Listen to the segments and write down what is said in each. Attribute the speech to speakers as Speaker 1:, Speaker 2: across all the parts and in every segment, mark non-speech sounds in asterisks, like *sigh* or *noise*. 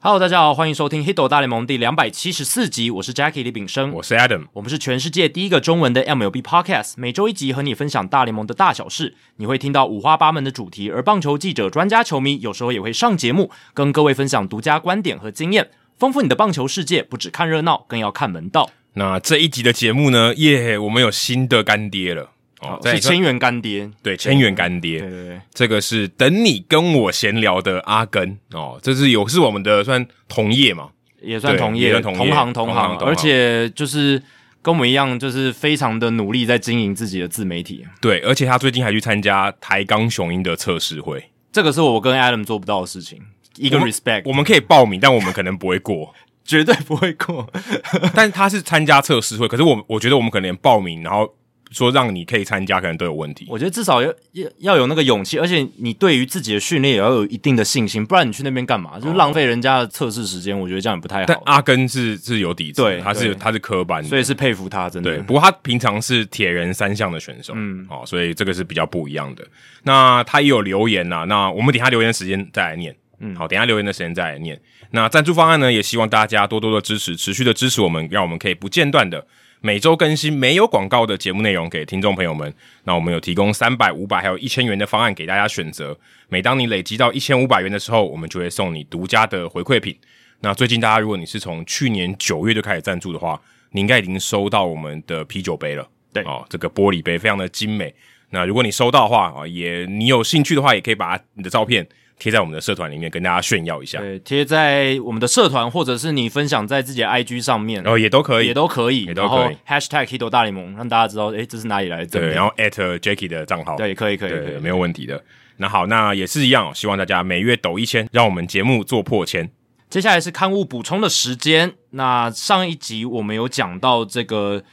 Speaker 1: Hello，大家好，欢迎收听《h i d 大联盟》第两百七十四集，我是 Jackie 李炳生，
Speaker 2: 我是 Adam。
Speaker 1: 我们是全世界第一个中文的 MLB Podcast，每周一集和你分享大联盟的大小事，你会听到五花八门的主题，而棒球记者、专家、球迷有时候也会上节目，跟各位分享独家观点和经验，丰富你的棒球世界。不只看热闹，更要看门道。
Speaker 2: 那这一集的节目呢，耶、我们有新的干爹了哦，在
Speaker 1: 是千元干爹，
Speaker 2: 对千元干爹，
Speaker 1: 对对对，
Speaker 2: 这个是等你跟我闲聊的阿根哦，这是有是我们的算同业嘛，
Speaker 1: 也算
Speaker 2: 对
Speaker 1: 同
Speaker 2: 也
Speaker 1: 业、
Speaker 2: 算同业
Speaker 1: 行、
Speaker 2: 同行
Speaker 1: 行，
Speaker 2: 同行
Speaker 1: 而且就是跟我们一样，就是非常的努力在经营自己的自媒体。
Speaker 2: 对，而且他最近还去参加台钢雄鹰的测试会，
Speaker 1: 这个是我跟 Adam 做不到的事情，一个
Speaker 2: 我们
Speaker 1: respect，
Speaker 2: 我们可以报名，但我们可能不会过， *laughs*
Speaker 1: 绝对不会过。
Speaker 2: 但他是参加测试会，可是我我觉得我们可能连报名，然后说让你可以参加，可能都有问题。
Speaker 1: *laughs* 我觉得至少要要要有那个勇气，而且你对于自己的训练也要有一定的信心，不然你去那边干嘛？就是浪费人家的测试时间，我觉得这样也不太
Speaker 2: 哦但
Speaker 1: 好。
Speaker 2: 阿根是是有底子的，
Speaker 1: 对
Speaker 2: 他是
Speaker 1: 对
Speaker 2: 他是科班的，
Speaker 1: 所以是佩服他，真
Speaker 2: 对，
Speaker 1: 的。
Speaker 2: 不过他平常是铁人三项的选手，嗯，哦，所以这个是比较不一样的。那他也有留言呐、那我们等一下留言的时间再来念，嗯，好，等一下留言的时间再来念。那赞助方案呢，也希望大家多多的支持，持续的支持我们，让我们可以不间断的每周更新没有广告的节目内容给听众朋友们。那我们有提供三百、五百还有一千元的方案给大家选择。每当你累积到一千五百元的时候，我们就会送你独家的回馈品。那最近大家，如果你是从去年九月就开始赞助的话，你应该已经收到我们的啤酒杯了。
Speaker 1: 对
Speaker 2: 哦，这个玻璃杯非常的精美。那如果你收到的话啊，也你有兴趣的话，也可以把你的照片贴在我们的社团里面跟大家炫耀一下，
Speaker 1: 对，贴在我们的社团，或者是你分享在自己的 IG 上面，
Speaker 2: 然后也都哦可以
Speaker 1: 也。都可以。
Speaker 2: 也都
Speaker 1: 然后
Speaker 2: 可以
Speaker 1: Hashtag Hito 大联盟，让大家知道，诶，这是哪里来的
Speaker 2: 对，
Speaker 1: 证
Speaker 2: 然
Speaker 1: 明。
Speaker 2: 后 at Jackie 的账号，
Speaker 1: 对，可以，可以，可
Speaker 2: 对，
Speaker 1: 以。
Speaker 2: 没有问题的。那好，那也是一样哦、希望大家每月抖一千，让我们节目做破千。
Speaker 1: 接下来是刊物补充的时间。那上一集我们有讲到这个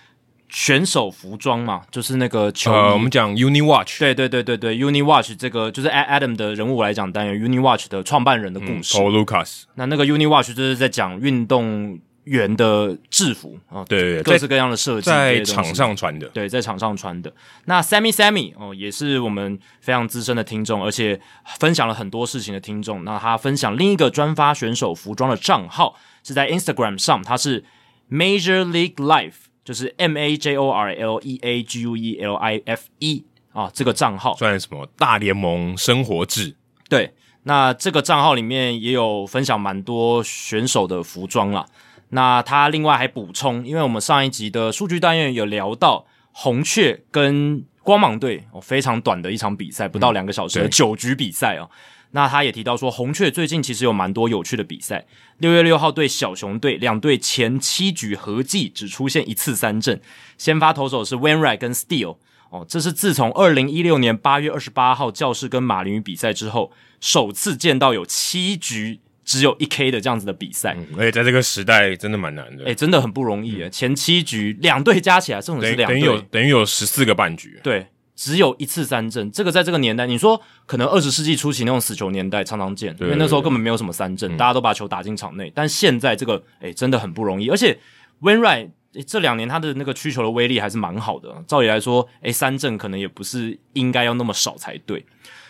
Speaker 1: 选手服装嘛，就是那个球
Speaker 2: 呃，
Speaker 1: 衣
Speaker 2: 我们讲 Uni Watch，
Speaker 1: 对对对对对，Uni Watch 这个就是 A- Adam 的人物来讲单元，Uni Watch 的创办人的故事。
Speaker 2: 嗯 Paul Lucas，
Speaker 1: 那那个 Uni Watch 就是在讲运动员的制服啊，
Speaker 2: 对对
Speaker 1: 各
Speaker 2: 对，
Speaker 1: 式
Speaker 2: 在
Speaker 1: 各样的设计，
Speaker 2: 在
Speaker 1: 这些东
Speaker 2: 场
Speaker 1: 西
Speaker 2: 上传的，
Speaker 1: 对，在场上穿的。那 Sammy Sammy 哦，也是我们非常资深的听众，而且分享了很多事情的听众。那他分享另一个专发选手服装的账号是在 Instagram 上，他是 Major League Life，就是 M A J O R L E A G U E L I F E 啊，这个账号。
Speaker 2: 算什么大联盟生活志。
Speaker 1: 对，那这个账号里面也有分享蛮多选手的服装啦。那他另外还补充，因为我们上一集的数据单元有聊到红雀跟光芒队哦，非常短的一场比赛，不到两个小时的
Speaker 2: 对
Speaker 1: 九局比赛哦。那他也提到说，红雀最近其实有蛮多有趣的比赛。六月六号对小熊队，两队前七局合计只出现一次三振，先发投手是 Wainwright 跟 Steele。哦，这是自从二零一六年八月二十八号教士跟马林鱼比赛之后，首次见到有七局只有一 K 的这样子的比赛。
Speaker 2: 嗯而且在这个时代真的蛮难的，
Speaker 1: 哎、真的很不容易耶！前七局两队加起来，这种
Speaker 2: 等
Speaker 1: 是
Speaker 2: 于
Speaker 1: 两
Speaker 2: 等于有
Speaker 1: 队，
Speaker 2: 等于有十四个半局，
Speaker 1: 对，只有一次三振。这个在这个年代，你说可能二十世纪初期那种死球年代常常见，因
Speaker 2: 对
Speaker 1: 为那时候根本没有什么三振，大家都把球打进场内。但现在这个，哎、真的很不容易。而且 w i n r i g h t 这两年他的那个曲球的威力还是蛮好的。照理来说，哎、三振可能也不是应该要那么少才对。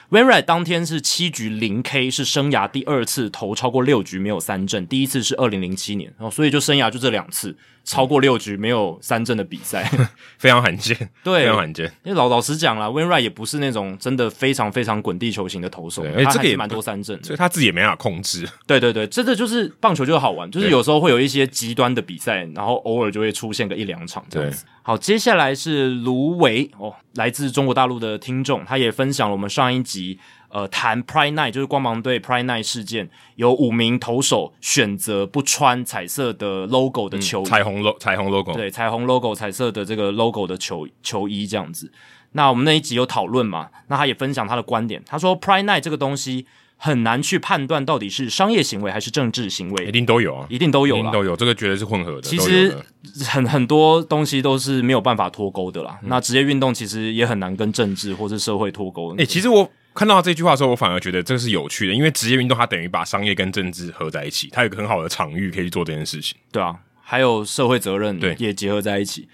Speaker 1: Wainwright 当天是七局零 K，是生涯第二次投超过六局没有三振，第一次是二零零七年，然、后所以就生涯就这两次超过六局没有三振的比赛。
Speaker 2: 非常罕见，
Speaker 1: 对
Speaker 2: 非常罕见。
Speaker 1: 因为老老实讲啦 w i n r i g h t 也不是那种真的非常非常滚地球型的投手，
Speaker 2: 对而且
Speaker 1: 他
Speaker 2: 这
Speaker 1: 还
Speaker 2: 个也
Speaker 1: 是蛮
Speaker 2: 不
Speaker 1: 多三振的。
Speaker 2: 所以他自己也没办法控制，
Speaker 1: 对对对，这个就是棒球就好玩，就是
Speaker 2: 对
Speaker 1: 有时候会有一些极端的比赛，然后偶尔就会出现个一两场这样子。好，接下来是卢维哦，来自中国大陆的听众，他也分享了我们上一集呃谈 Pride Night，就是光芒队 Pride Night 事件，有五名投手选择不穿彩色的 logo 的球衣，
Speaker 2: 嗯彩虹 lo 彩虹 logo，
Speaker 1: 对，彩虹 logo 彩色的这个 logo 的球球衣这样子。那我们那一集有讨论嘛？那他也分享他的观点，他说 Pride Night 这个东西很难去判断到底是商业行为还是政治行
Speaker 2: 一
Speaker 1: 为，
Speaker 2: 定都有啊，
Speaker 1: 一定都
Speaker 2: 一
Speaker 1: 有
Speaker 2: 定
Speaker 1: 啦。
Speaker 2: 都有，这个绝对是混合的。
Speaker 1: 其
Speaker 2: 都有
Speaker 1: 实
Speaker 2: 的嗯
Speaker 1: 很很多东西都是没有办法脱钩的啦。那职业运动其实也很难跟政治或是社会脱钩。
Speaker 2: 诶、哎其实我看到这句话的时候，我反而觉得这是有趣的，因为职业运动它等于把商业跟政治合在一起，它有一个很好的场域可以去做这件事情。
Speaker 1: 对啊，还有社会责任
Speaker 2: 对
Speaker 1: 也结合在一起。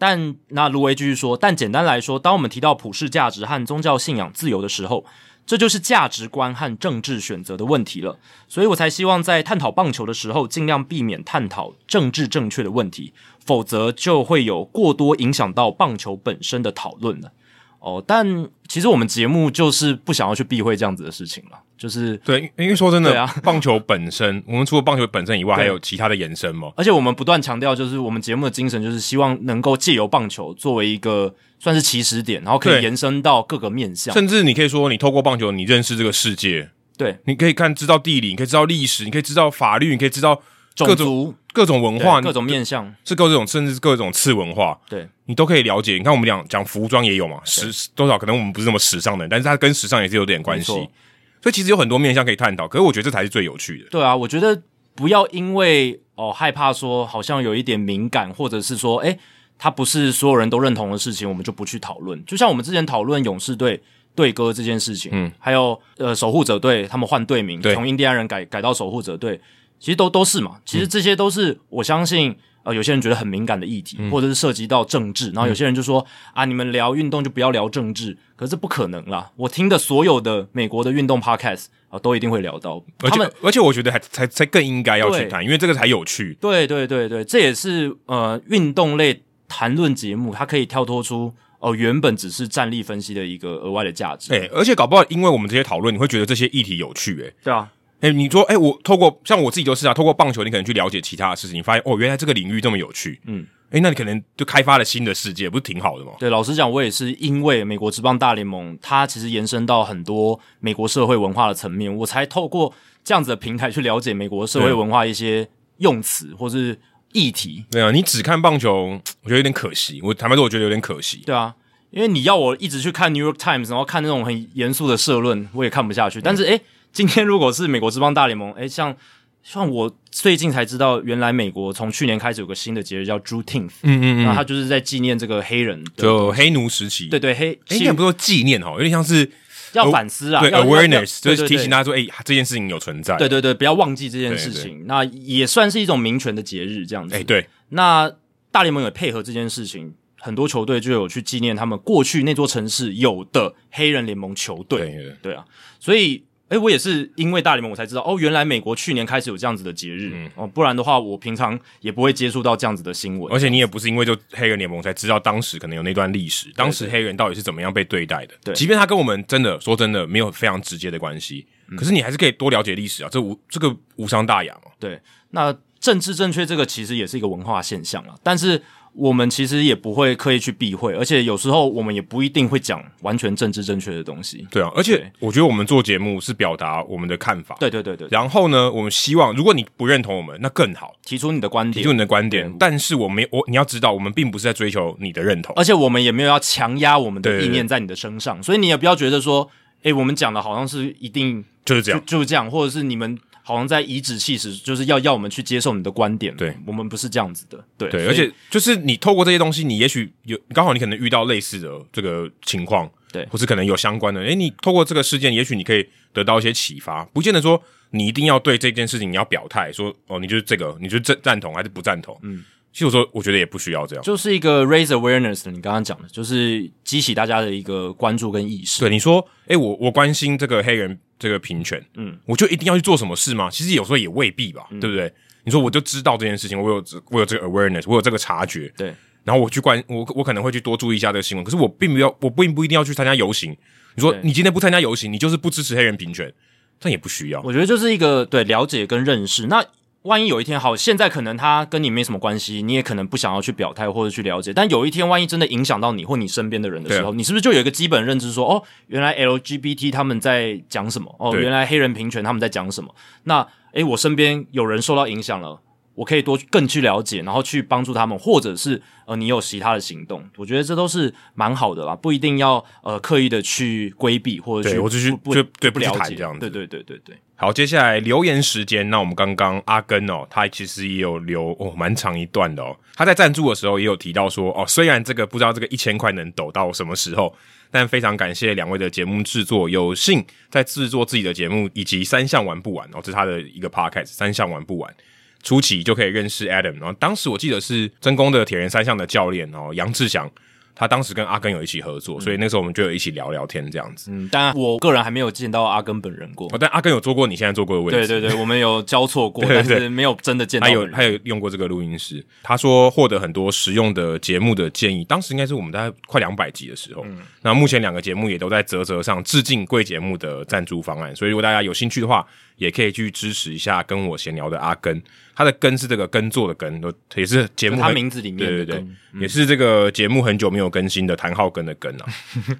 Speaker 1: 但那卢维继续说，但简单来说，当我们提到普世价值和宗教信仰自由的时候，这就是价值观和政治选择的问题了。所以我才希望在探讨棒球的时候，尽量避免探讨政治正确的问题，否则就会有过多影响到棒球本身的讨论了。哦，但其实我们节目就是不想要去避讳这样子的事情了，就是
Speaker 2: 对，因为说真
Speaker 1: 对
Speaker 2: 的
Speaker 1: 啊，
Speaker 2: 棒球本身，我们除了棒球本身以外，
Speaker 1: 对
Speaker 2: 还有其他的延伸嘛。
Speaker 1: 而且我们不断强调，就是我们节目的精神就是希望能够借由棒球作为一个算是起始点，然后可以
Speaker 2: 对
Speaker 1: 延伸到各个面向。
Speaker 2: 甚至你可以说，你透过棒球，你认识这个世界，
Speaker 1: 对
Speaker 2: 你可以看知道地理，你可以知道历史，你可以知道法律，你可以知道
Speaker 1: 种
Speaker 2: 各种
Speaker 1: 族、
Speaker 2: 各种文
Speaker 1: 对
Speaker 2: 化，
Speaker 1: 各种面向，
Speaker 2: 是各种甚至各种次文化，
Speaker 1: 对
Speaker 2: 你都可以了解。你看，我们讲讲服装也有嘛，时多少可能我们不是那么时尚的人，但是它跟时尚也是有点关系。
Speaker 1: 没错
Speaker 2: 所以其实有很多面向可以探讨，可是我觉得这才是最有趣的。
Speaker 1: 对啊！我觉得不要因为哦害怕说好像有一点敏感，或者是说诶他不是所有人都认同的事情，我们就不去讨论。就像我们之前讨论勇士队队歌这件事情，嗯，还有呃守护者队他们换队名，
Speaker 2: 对
Speaker 1: 从印第安人改改到守护者队，其实都都是嘛。
Speaker 2: 嗯
Speaker 1: 其实这些都是、我相信。呃，有些人觉得很敏感的议题，
Speaker 2: 嗯
Speaker 1: 或者是涉及到政治，然后有些人就说、啊，你们聊运动就不要聊政治，可是这不可能啦。我听的所有的美国的运动 podcast 啊、都一定会聊到，
Speaker 2: 而
Speaker 1: 他们
Speaker 2: 且而且我觉得还才才更应该要去
Speaker 1: 对
Speaker 2: 谈，因为这个才有趣。
Speaker 1: 对对对对，这也是呃运动类谈论节目，它可以跳脱出哦、原本只是战力分析的一个额外的价值。
Speaker 2: 哎、而且搞不好因为我们这些讨论，你会觉得这些议题有趣、哎。
Speaker 1: 对啊，
Speaker 2: 哎、你说，哎、我透过像我自己都是啊，透过棒球，你可能去了解其他的事情，你发现哦，原来这个领域这么有趣，
Speaker 1: 嗯
Speaker 2: 嗯，哎、那你可能就开发了新的世界，不是挺好的吗？
Speaker 1: 对，老实讲，我也是因为美国职棒大联盟，它其实延伸到很多美国社会文化的层面，我才透过这样子的平台去了解美国社会
Speaker 2: 对
Speaker 1: 文化一些用词或是议题。
Speaker 2: 对啊，你只看棒球，我觉得有点可惜。我坦白说，我觉得有点可惜。
Speaker 1: 对啊，因为你要我一直去看《New York Times》，然后看那种很严肃的社论，我也看不下去。但
Speaker 2: 嗯
Speaker 1: 是，诶、今天如果是美国之邦大联盟，诶、像像我最近才知道，原来美国从去年开始有个新的节日叫 Juneteenth，
Speaker 2: 嗯嗯
Speaker 1: 那
Speaker 2: 嗯，
Speaker 1: 他就是在纪念这个黑人的，
Speaker 2: 就黑奴时期，
Speaker 1: 对对黑，
Speaker 2: 诶，应该不说纪念哦，有点像是
Speaker 1: 要反思啊，
Speaker 2: 对
Speaker 1: 要
Speaker 2: awareness，
Speaker 1: 要
Speaker 2: 就是
Speaker 1: 对对
Speaker 2: 提醒
Speaker 1: 对
Speaker 2: 大家说，哎、这件事情有存在。
Speaker 1: 对，对对，不要忘记这件
Speaker 2: 对
Speaker 1: 事
Speaker 2: 对
Speaker 1: 情。那也算是一种民权的节日，这样子。
Speaker 2: 哎、对，
Speaker 1: 那大联盟也配合这件事情，很多球队就有去纪念他们过去那座城市有的黑人联盟球队。
Speaker 2: 对对
Speaker 1: 啊，所以。诶，我也是因为大联盟我才知道哦，原来美国去年开始有这样子的节日、
Speaker 2: 嗯
Speaker 1: 哦，不然的话我平常也不会接触到这样子的新闻
Speaker 2: 而。且你也不是因为就黑人联盟才知道当时可能有那段历史，当时黑人到底是怎么样被对待的。
Speaker 1: 对
Speaker 2: 即便他跟我们真的说真的没有非常直接的关系，
Speaker 1: 嗯
Speaker 2: 可是你还是可以多了解历史啊，这无这个无伤大雅嘛。
Speaker 1: 对，那政治正确这个其实也是一个文化现象啊，但是我们其实也不会刻意去避讳，而且有时候我们也不一定会讲完全政治正确的东西。
Speaker 2: 对啊，而且
Speaker 1: 对
Speaker 2: 我觉得我们做节目是表达我们的看法。
Speaker 1: 对对对对，
Speaker 2: 然后呢，我们希望如果你不认同我们，那更好。
Speaker 1: 提出你的观
Speaker 2: 提
Speaker 1: 点
Speaker 2: 出，你的观点，但是我没我你要知道，我们并不是在追求你的认同。
Speaker 1: 而且我们也没有要强压我们的
Speaker 2: 对对
Speaker 1: 意
Speaker 2: 对
Speaker 1: 念在你的身上，所以你也不要觉得说，诶，我们讲的好像是一定
Speaker 2: 就是这
Speaker 1: 就
Speaker 2: 样，
Speaker 1: 就是这样，或者是你们好像在颐指气使，就是要要我们去接受你的观点。
Speaker 2: 对，
Speaker 1: 我们不是这样子的。对，
Speaker 2: 对，
Speaker 1: 所
Speaker 2: 而
Speaker 1: 以
Speaker 2: 且就是你透过这些东西，你也许有刚好你可能遇到类似的这个情况，
Speaker 1: 对
Speaker 2: 或是可能有相关的，诶，你透过这个事件，也许你可以得到一些启发，不见得说你一定要对这件事情你要表态，说哦，你就是这个，你就赞赞同还是不赞同，嗯，其实我说我觉得也不需要这样，
Speaker 1: 就是一个 raise awareness 的，你刚刚讲的，就是激起大家的一个关注跟意识。
Speaker 2: 对你说，诶，我我关心这个黑人这个平权，
Speaker 1: 嗯
Speaker 2: 嗯，我就一定要去做什么事吗？其实有时候也未必吧，对不对？你说我就知道这件事情，我有这我有这个 awareness，我有这个察觉，
Speaker 1: 对，
Speaker 2: 然后我去关我我可能会去多注意一下这个新闻，可是我并不要，我并不一定要去参加游行。你说
Speaker 1: 对
Speaker 2: 你今天不参加游行，你就是不支持黑人平权，但也不需要。
Speaker 1: 我觉得就是一个对了解跟认识。那万一有一天好，现在可能他跟你没什么关系，你也可能不想要去表态或者去了解，但有一天万一真的影响到你或你身边的人的时候，你是不是就有一个基本认知说，哦，原来 LGBT 他们在讲什么？哦，
Speaker 2: 对
Speaker 1: 原来黑人平权他们在讲什么？那诶，我身边有人受到影响了。我可以多更去了解，然后去帮助他们，或者是呃，你有其他的行动，我觉得这都是蛮好的啦，不一定要呃刻意的去规避或者
Speaker 2: 对
Speaker 1: 去
Speaker 2: 我就去
Speaker 1: 不
Speaker 2: 就
Speaker 1: 不
Speaker 2: 对
Speaker 1: 不
Speaker 2: 不去
Speaker 1: 了
Speaker 2: 谈
Speaker 1: 解
Speaker 2: 这样子
Speaker 1: 对对对对对。
Speaker 2: 好，接下来留言时间。那我们刚刚阿根哦，他其实也有留哦，蛮长一段的哦。他在赞助的时候也有提到说，哦，虽然这个不知道这个一千块能抖到什么时候，但非常感谢两位的节目制作，有幸在制作自己的节目以及三项玩不完哦，这是他的一个 podcast，三项玩不完。初期就可以认识 Adam，然后当时我记得是真宫的铁人三项的教练哦，杨志祥，他当时跟阿根有一起合作，所以那时候我们就有一起聊聊天这样子。
Speaker 1: 嗯，当然我个人还没有见到阿根本人过
Speaker 2: 哦，。但阿根有做过你现在做过的位置，
Speaker 1: 对对对，我们有交错 *laughs* 过，
Speaker 2: 对对
Speaker 1: 但是没有真的见到
Speaker 2: 他有
Speaker 1: 本人
Speaker 2: 他有用过这个录音师，他说获得很多实用的节目的建议。当时应该是我们大概快两百集的时候，
Speaker 1: 嗯
Speaker 2: 那目前两个节目也都在泽泽上致敬贵节目的赞助方案，所以如果大家有兴趣的话，也可以去支持一下跟我闲聊的阿根，他的根是这个耕作的根，都也是节目
Speaker 1: 就他
Speaker 2: 很
Speaker 1: 名字里面
Speaker 2: 对对
Speaker 1: 的嗯
Speaker 2: 对
Speaker 1: 根，
Speaker 2: 也是这个节目很久没有更新的谭浩根的根
Speaker 1: *laughs*
Speaker 2: 啊，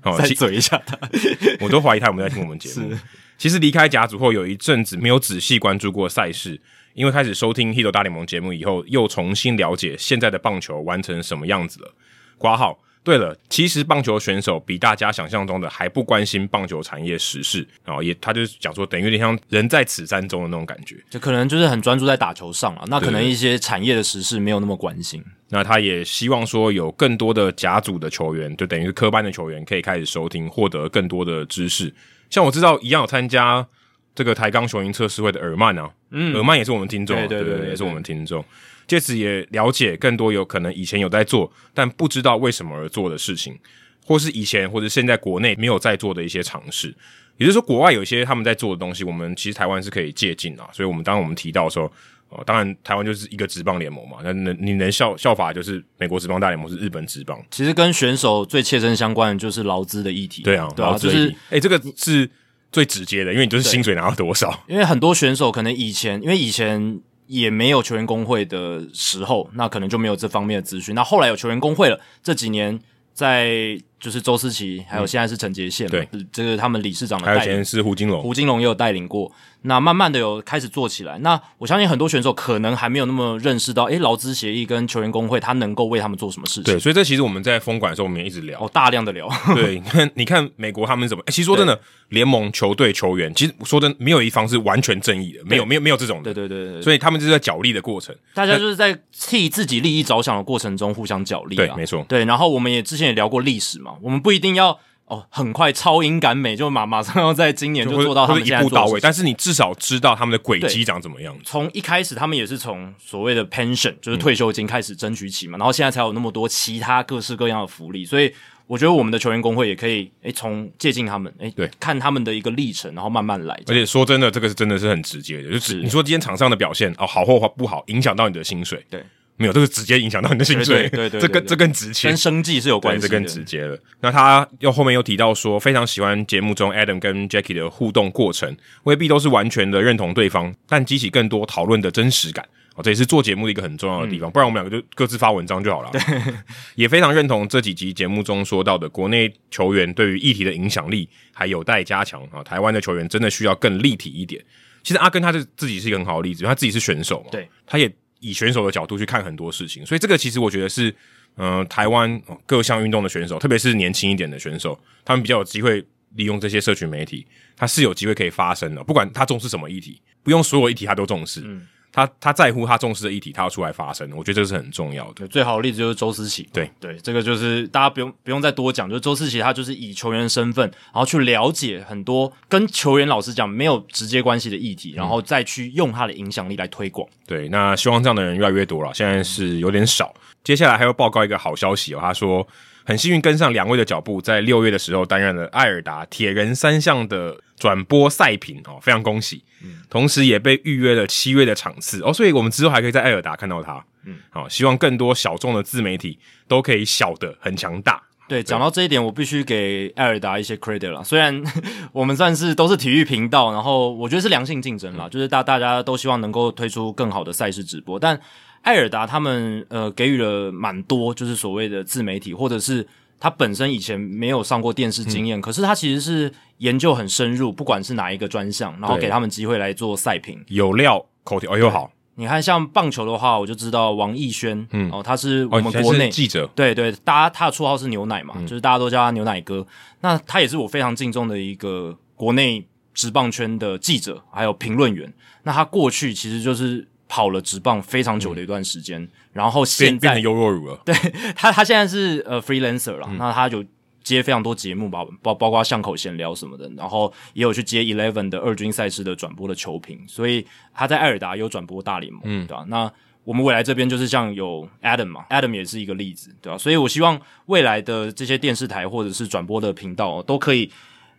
Speaker 2: 哦，
Speaker 1: 再
Speaker 2: 其
Speaker 1: 嘴一下他，
Speaker 2: 我都怀疑他有没有在听我们节目。其实离开甲组后有一阵子没有仔细关注过赛事，因为开始收听《h i t 大联盟》节目以后，又重新了解现在的棒球玩成什么样子了。挂号。对了，其实棒球选手比大家想象中的还不关心棒球产业时事，然后也他就是讲说，等于有点像人在此山中的那种感觉。
Speaker 1: *laughs* 就可能就是很专注在打球上了。啊那可能
Speaker 2: 对对
Speaker 1: 一些产业的时事没有那么关心。
Speaker 2: 那他也希望说有更多的甲组的球员，就等于是科班的球员，可以开始收听，获得更多的知识。像我知道一样有参加这个台钢雄鹰测试会的尔曼啊，嗯，尔曼也是我们听众啊，
Speaker 1: 对对
Speaker 2: 对
Speaker 1: 对对
Speaker 2: 也是我们听众。借此也了解更多有可能以前有在做，但不知道为什么而做的事情，或是以前或者现在国内没有在做的一些尝试。也就是说，国外有一些他们在做的东西，我们其实台湾是可以借鉴啊。所以，我们当我们提到的时候，哦，当然台湾就是一个职棒联盟嘛，那能你能效效法就是美国职棒大联盟是日本职棒，
Speaker 1: 其实跟选手最切身相关的就是劳资的议题。
Speaker 2: 对啊，
Speaker 1: 对
Speaker 2: 然
Speaker 1: 啊，
Speaker 2: 后
Speaker 1: 就
Speaker 2: 最
Speaker 1: 是
Speaker 2: 低哎、这个是最直接的，因为你就是薪水拿到多少，
Speaker 1: 因为很多选手可能以前，因为以前也没有球员工会的时候，那可能就没有这方面的资讯。那后来有球员工会了，这几年在就是周思齐，还有现在是陈杰宪嘛，
Speaker 2: 对
Speaker 1: 呃，这个他们理事长的
Speaker 2: 还有
Speaker 1: 带
Speaker 2: 钱
Speaker 1: 领，
Speaker 2: 是胡金龙，
Speaker 1: 胡金龙也有带领过。那慢慢的有开始做起来。那我相信很多选手可能还没有那么认识到，诶，劳资协议跟球员工会，他能够为他们做什么事情
Speaker 2: 对，。所以这其实我们在封馆的时候我们也一直聊，
Speaker 1: 哦，大量的
Speaker 2: *laughs*
Speaker 1: 聊，
Speaker 2: 对，你看，你看美国他们是怎么？欸其实说真的，联盟、球队、球员，其实说真的，没有一方是完全正义的，没有，没有，没有这种
Speaker 1: 对
Speaker 2: 的。
Speaker 1: 对对对对，
Speaker 2: 所以他们就是在角力的过程。
Speaker 1: 大家就是在替自己利益着想的过程中互相角力、啊。
Speaker 2: 对没错
Speaker 1: 对，然后我们也之前也聊过历史嘛，我们不一定要哦很快超英赶美，就马马上要在今年就
Speaker 2: 或
Speaker 1: 做到他
Speaker 2: 或
Speaker 1: 们
Speaker 2: 者一
Speaker 1: 现在
Speaker 2: 步
Speaker 1: 做的
Speaker 2: 到
Speaker 1: 事
Speaker 2: 位，
Speaker 1: 情。
Speaker 2: 但是你至少知道他们的轨
Speaker 1: 对
Speaker 2: 迹长怎么样。
Speaker 1: 从一开始，他们也是从所谓的 pension，就是
Speaker 2: 嗯
Speaker 1: 退休金开始争取起嘛，然后现在才有那么多其他各式各样的福利，所以我觉得我们的球员工会也可以，诶，从借鉴他们，诶，
Speaker 2: 对，
Speaker 1: 看他们的一个历程，然后慢慢来。
Speaker 2: 而且说真的，这个是真的是很直接的，就是
Speaker 1: 是
Speaker 2: 你说今天场上的表现哦，好或不好，影响到你的薪水。
Speaker 1: 对，
Speaker 2: 没有，这个直接影响到你的薪水。
Speaker 1: 对对对对
Speaker 2: *laughs* 这更
Speaker 1: 对
Speaker 2: 这更直接，
Speaker 1: 跟生计是有
Speaker 2: 对，
Speaker 1: 关系
Speaker 2: 这
Speaker 1: 的，
Speaker 2: 更直接了。那他又后面又提到说，非常喜欢节目中 Adam 跟 Jackie 的互动过程，未必都是完全的认同对方，但激起更多讨论的真实感。哦，这也是做节目的一个很重要的地
Speaker 1: 嗯
Speaker 2: 方，不然我们两个就各自发文章就好了。啊也非常认同这几集节目中说到的，国内球员对于议题的影响力还有待加强啊、台湾的球员真的需要更立体一点。其实阿根他是自己是一个很好的例子，因为他自己是选手嘛，
Speaker 1: 对，
Speaker 2: 他也以选手的角度去看很多事情，所以这个其实我觉得是，嗯、台湾哦各项运动的选手，特别是年轻一点的选手，他们比较有机会利用这些社群媒体，他是有机会可以发声的，不管他重视什么议题，不用所有议题他都重视，他他在乎他重视的议题，他要出来发声，我觉得这是很重要的。
Speaker 1: 对最好的例子就是周思齐，
Speaker 2: 对
Speaker 1: 对，这个就是大家不用不用再多讲，就是周思齐他就是以球员身份，然后去了解很多跟球员老实讲没有直接关系的议题，然后再去用他的影响力来推广。
Speaker 2: 对，那希望这样的人越来越多了，现在是有点少。接下来还要报告一个好消息哦，他说很幸运跟上两位的脚步，在六月的时候担任了艾尔达铁人三项的转播赛评哦，非常恭喜。
Speaker 1: 嗯
Speaker 2: 同时也被预约了七月的场次哦，所以我们之后还可以在艾尔达看到他。嗯，好、希望更多小众的自媒体都可以小的很强大。
Speaker 1: 对，讲到这一点，我必须给艾尔达一些 credit 啦。虽然 *laughs* 我们算是都是体育频道，然后我觉得是良性竞争
Speaker 2: 嗯
Speaker 1: 啦，就是大大家都希望能够推出更好的赛事直播，但艾尔达他们呃给予了蛮多，就是所谓的自媒体或者是。他本身以前没有上过电视经
Speaker 2: 嗯
Speaker 1: 验，可是他其实是研究很深入，不管是哪一个专项，然后
Speaker 2: 对
Speaker 1: 给他们机会来做赛评。
Speaker 2: 有料口条哦又好
Speaker 1: 你看，像棒球的话，我就知道王艺轩，嗯，哦，他是我
Speaker 2: 哦，
Speaker 1: 们
Speaker 2: 你现在
Speaker 1: 国
Speaker 2: 是
Speaker 1: 内、
Speaker 2: 记者
Speaker 1: 对对，大家他的绰号是牛奶嘛，
Speaker 2: 嗯
Speaker 1: 就是大家都叫他牛奶哥。那他也是我非常敬重的一个国内职棒圈的记者，还有评论员。那他过去其实就是跑了职棒非常久的一段时间，然后现
Speaker 2: 嗯变变
Speaker 1: 在
Speaker 2: 成优若乳了。对，
Speaker 1: 他他现在是呃 freelancer 了，那他有接非常多节目吧，包包括巷口闲聊什么的，然后也有去接 Eleven 的二军赛事的转播的球评，所以他在艾尔达也有转播大联盟，对吧、那我们未来这边就是像有 Adam 嘛，Adam 也是一个例子，对吧、啊？所以我希望未来的这些电视台或者是转播的频道、哦、都可以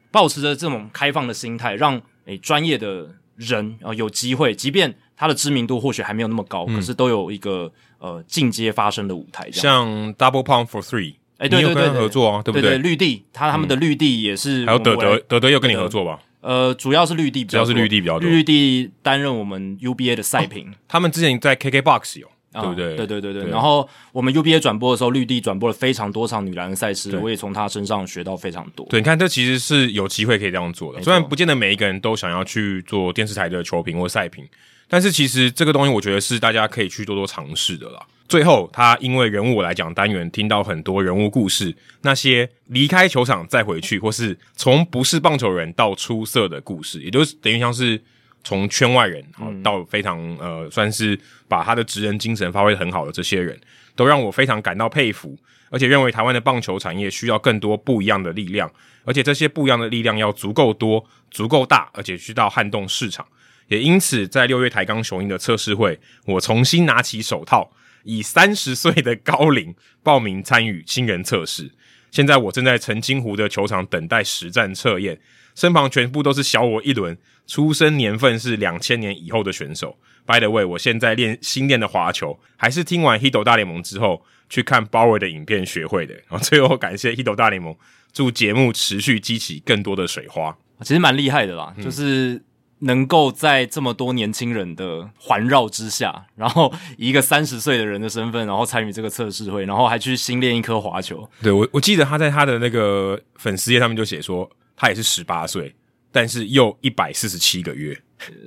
Speaker 1: 保持着这种开放的心态，让诶专业的人啊、呃、有机会，即便他的知名度或许还没有那么高，嗯、可是都有一个呃进阶发声的舞台。
Speaker 2: 像 Double Pound for Three。
Speaker 1: 哎，对对对，
Speaker 2: 合作啊，对不
Speaker 1: 对？绿地，他他们的绿地也是，
Speaker 2: 还有德德德德又跟你合作吧？
Speaker 1: 呃，主要是绿地，
Speaker 2: 主要是绿地比较多。
Speaker 1: 绿地担任我们 UBA 的赛评，啊
Speaker 2: 他们之前在 KKBOX 有，对不对？
Speaker 1: 对对对对。然后我们 UBA 转播的时候，绿地转播了非常多场女篮赛事，我也从他身上学到非常多。
Speaker 2: 对，你看，这其实是有机会可以这样做的，虽然不见得每一个人都想要去做电视台的球评或赛评，但是其实这个东西，我觉得是大家可以去多多尝试的啦。最后，他因为人物来讲单元，听到很多人物故事，那些离开球场再回去，或是从不是棒球人到出色的故事，也就是等于像是从圈外人到非常呃，算是把他的职人精神发挥很好的这些人，都让我非常感到佩服，而且认为台湾的棒球产业需要更多不一样的力量，而且这些不一样的力量要足够多、足够大，而且去到撼动市场。也因此，在六月台钢雄鹰的测试会，我重新拿起手套。以三十岁的高龄报名参与新人测试，现在我正在澄清湖的球场等待实战测验，身旁全部都是小我一轮，出生年份是两千年以后的选手。By the way，我现在练新练的滑球，还是听完《h i d o 大联盟》之后去看鲍尔的影片学会的。 *laughs* 然后最后感谢《h i d o 大联盟》，祝节目持续激起更多的水花。
Speaker 1: 其实蛮厉害的啦，嗯、就是。能够在这么多年轻人的环绕之下，然后以一个三十岁的人的身份，然后参与这个测试会，然后还去新练一颗滑球。
Speaker 2: 对我，我记得他在他的那个粉丝页上面就写说，他也是十八岁，但是又一百四十七个月，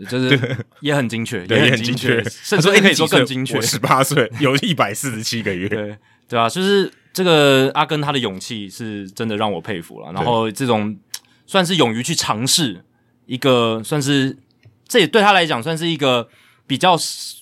Speaker 1: 就是也很精确，也
Speaker 2: 很精确，哎
Speaker 1: 甚至可以说更精确。
Speaker 2: 十八岁有一百四十七个月，
Speaker 1: 对对啊，就是这个阿根他的勇气是真的让我佩服了。然后这种算是勇于去尝试。一个算是，这也对他来讲算是一个比较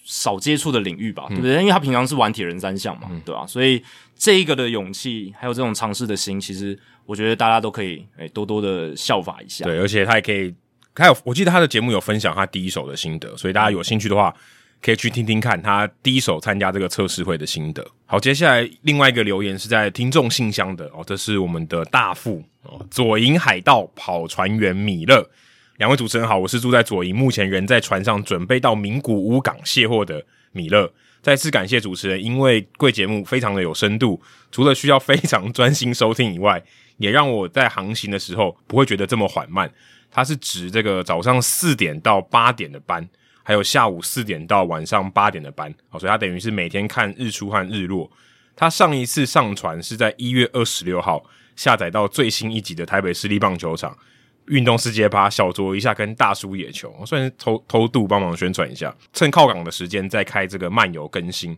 Speaker 1: 少接触的领域吧，嗯、对不对？因为他平常是玩铁人三项嘛，嗯、对吧、啊？所以这一个的勇气，还有这种尝试的心，其实我觉得大家都可以诶、欸、多多的效法一下。
Speaker 2: 对，而且他也可以，还有我记得他的节目有分享他第一手的心得，所以大家有兴趣的话，可以去听听看他第一手参加这个测试会的心得。好，接下来另外一个留言是在听众信箱的哦，这是我们的大副哦，左营海盗跑船员米勒。两位主持人好，我是住在左营，目前人在船上准备到名古屋港卸货的米勒。再次感谢主持人，因为贵节目非常的有深度，除了需要非常专心收听以外，也让我在航行的时候不会觉得这么缓慢。它是指这个早上四点到八点的班，还有下午四点到晚上八点的班，哦，所以它等于是每天看日出和日落。他上一次上传是在一月二十六号下载到最新一集的台北市立棒球场。运动世界趴小酌一下，跟大叔野球，哦算是偷偷渡帮忙宣传一下。趁靠港的时间再开这个漫游更新，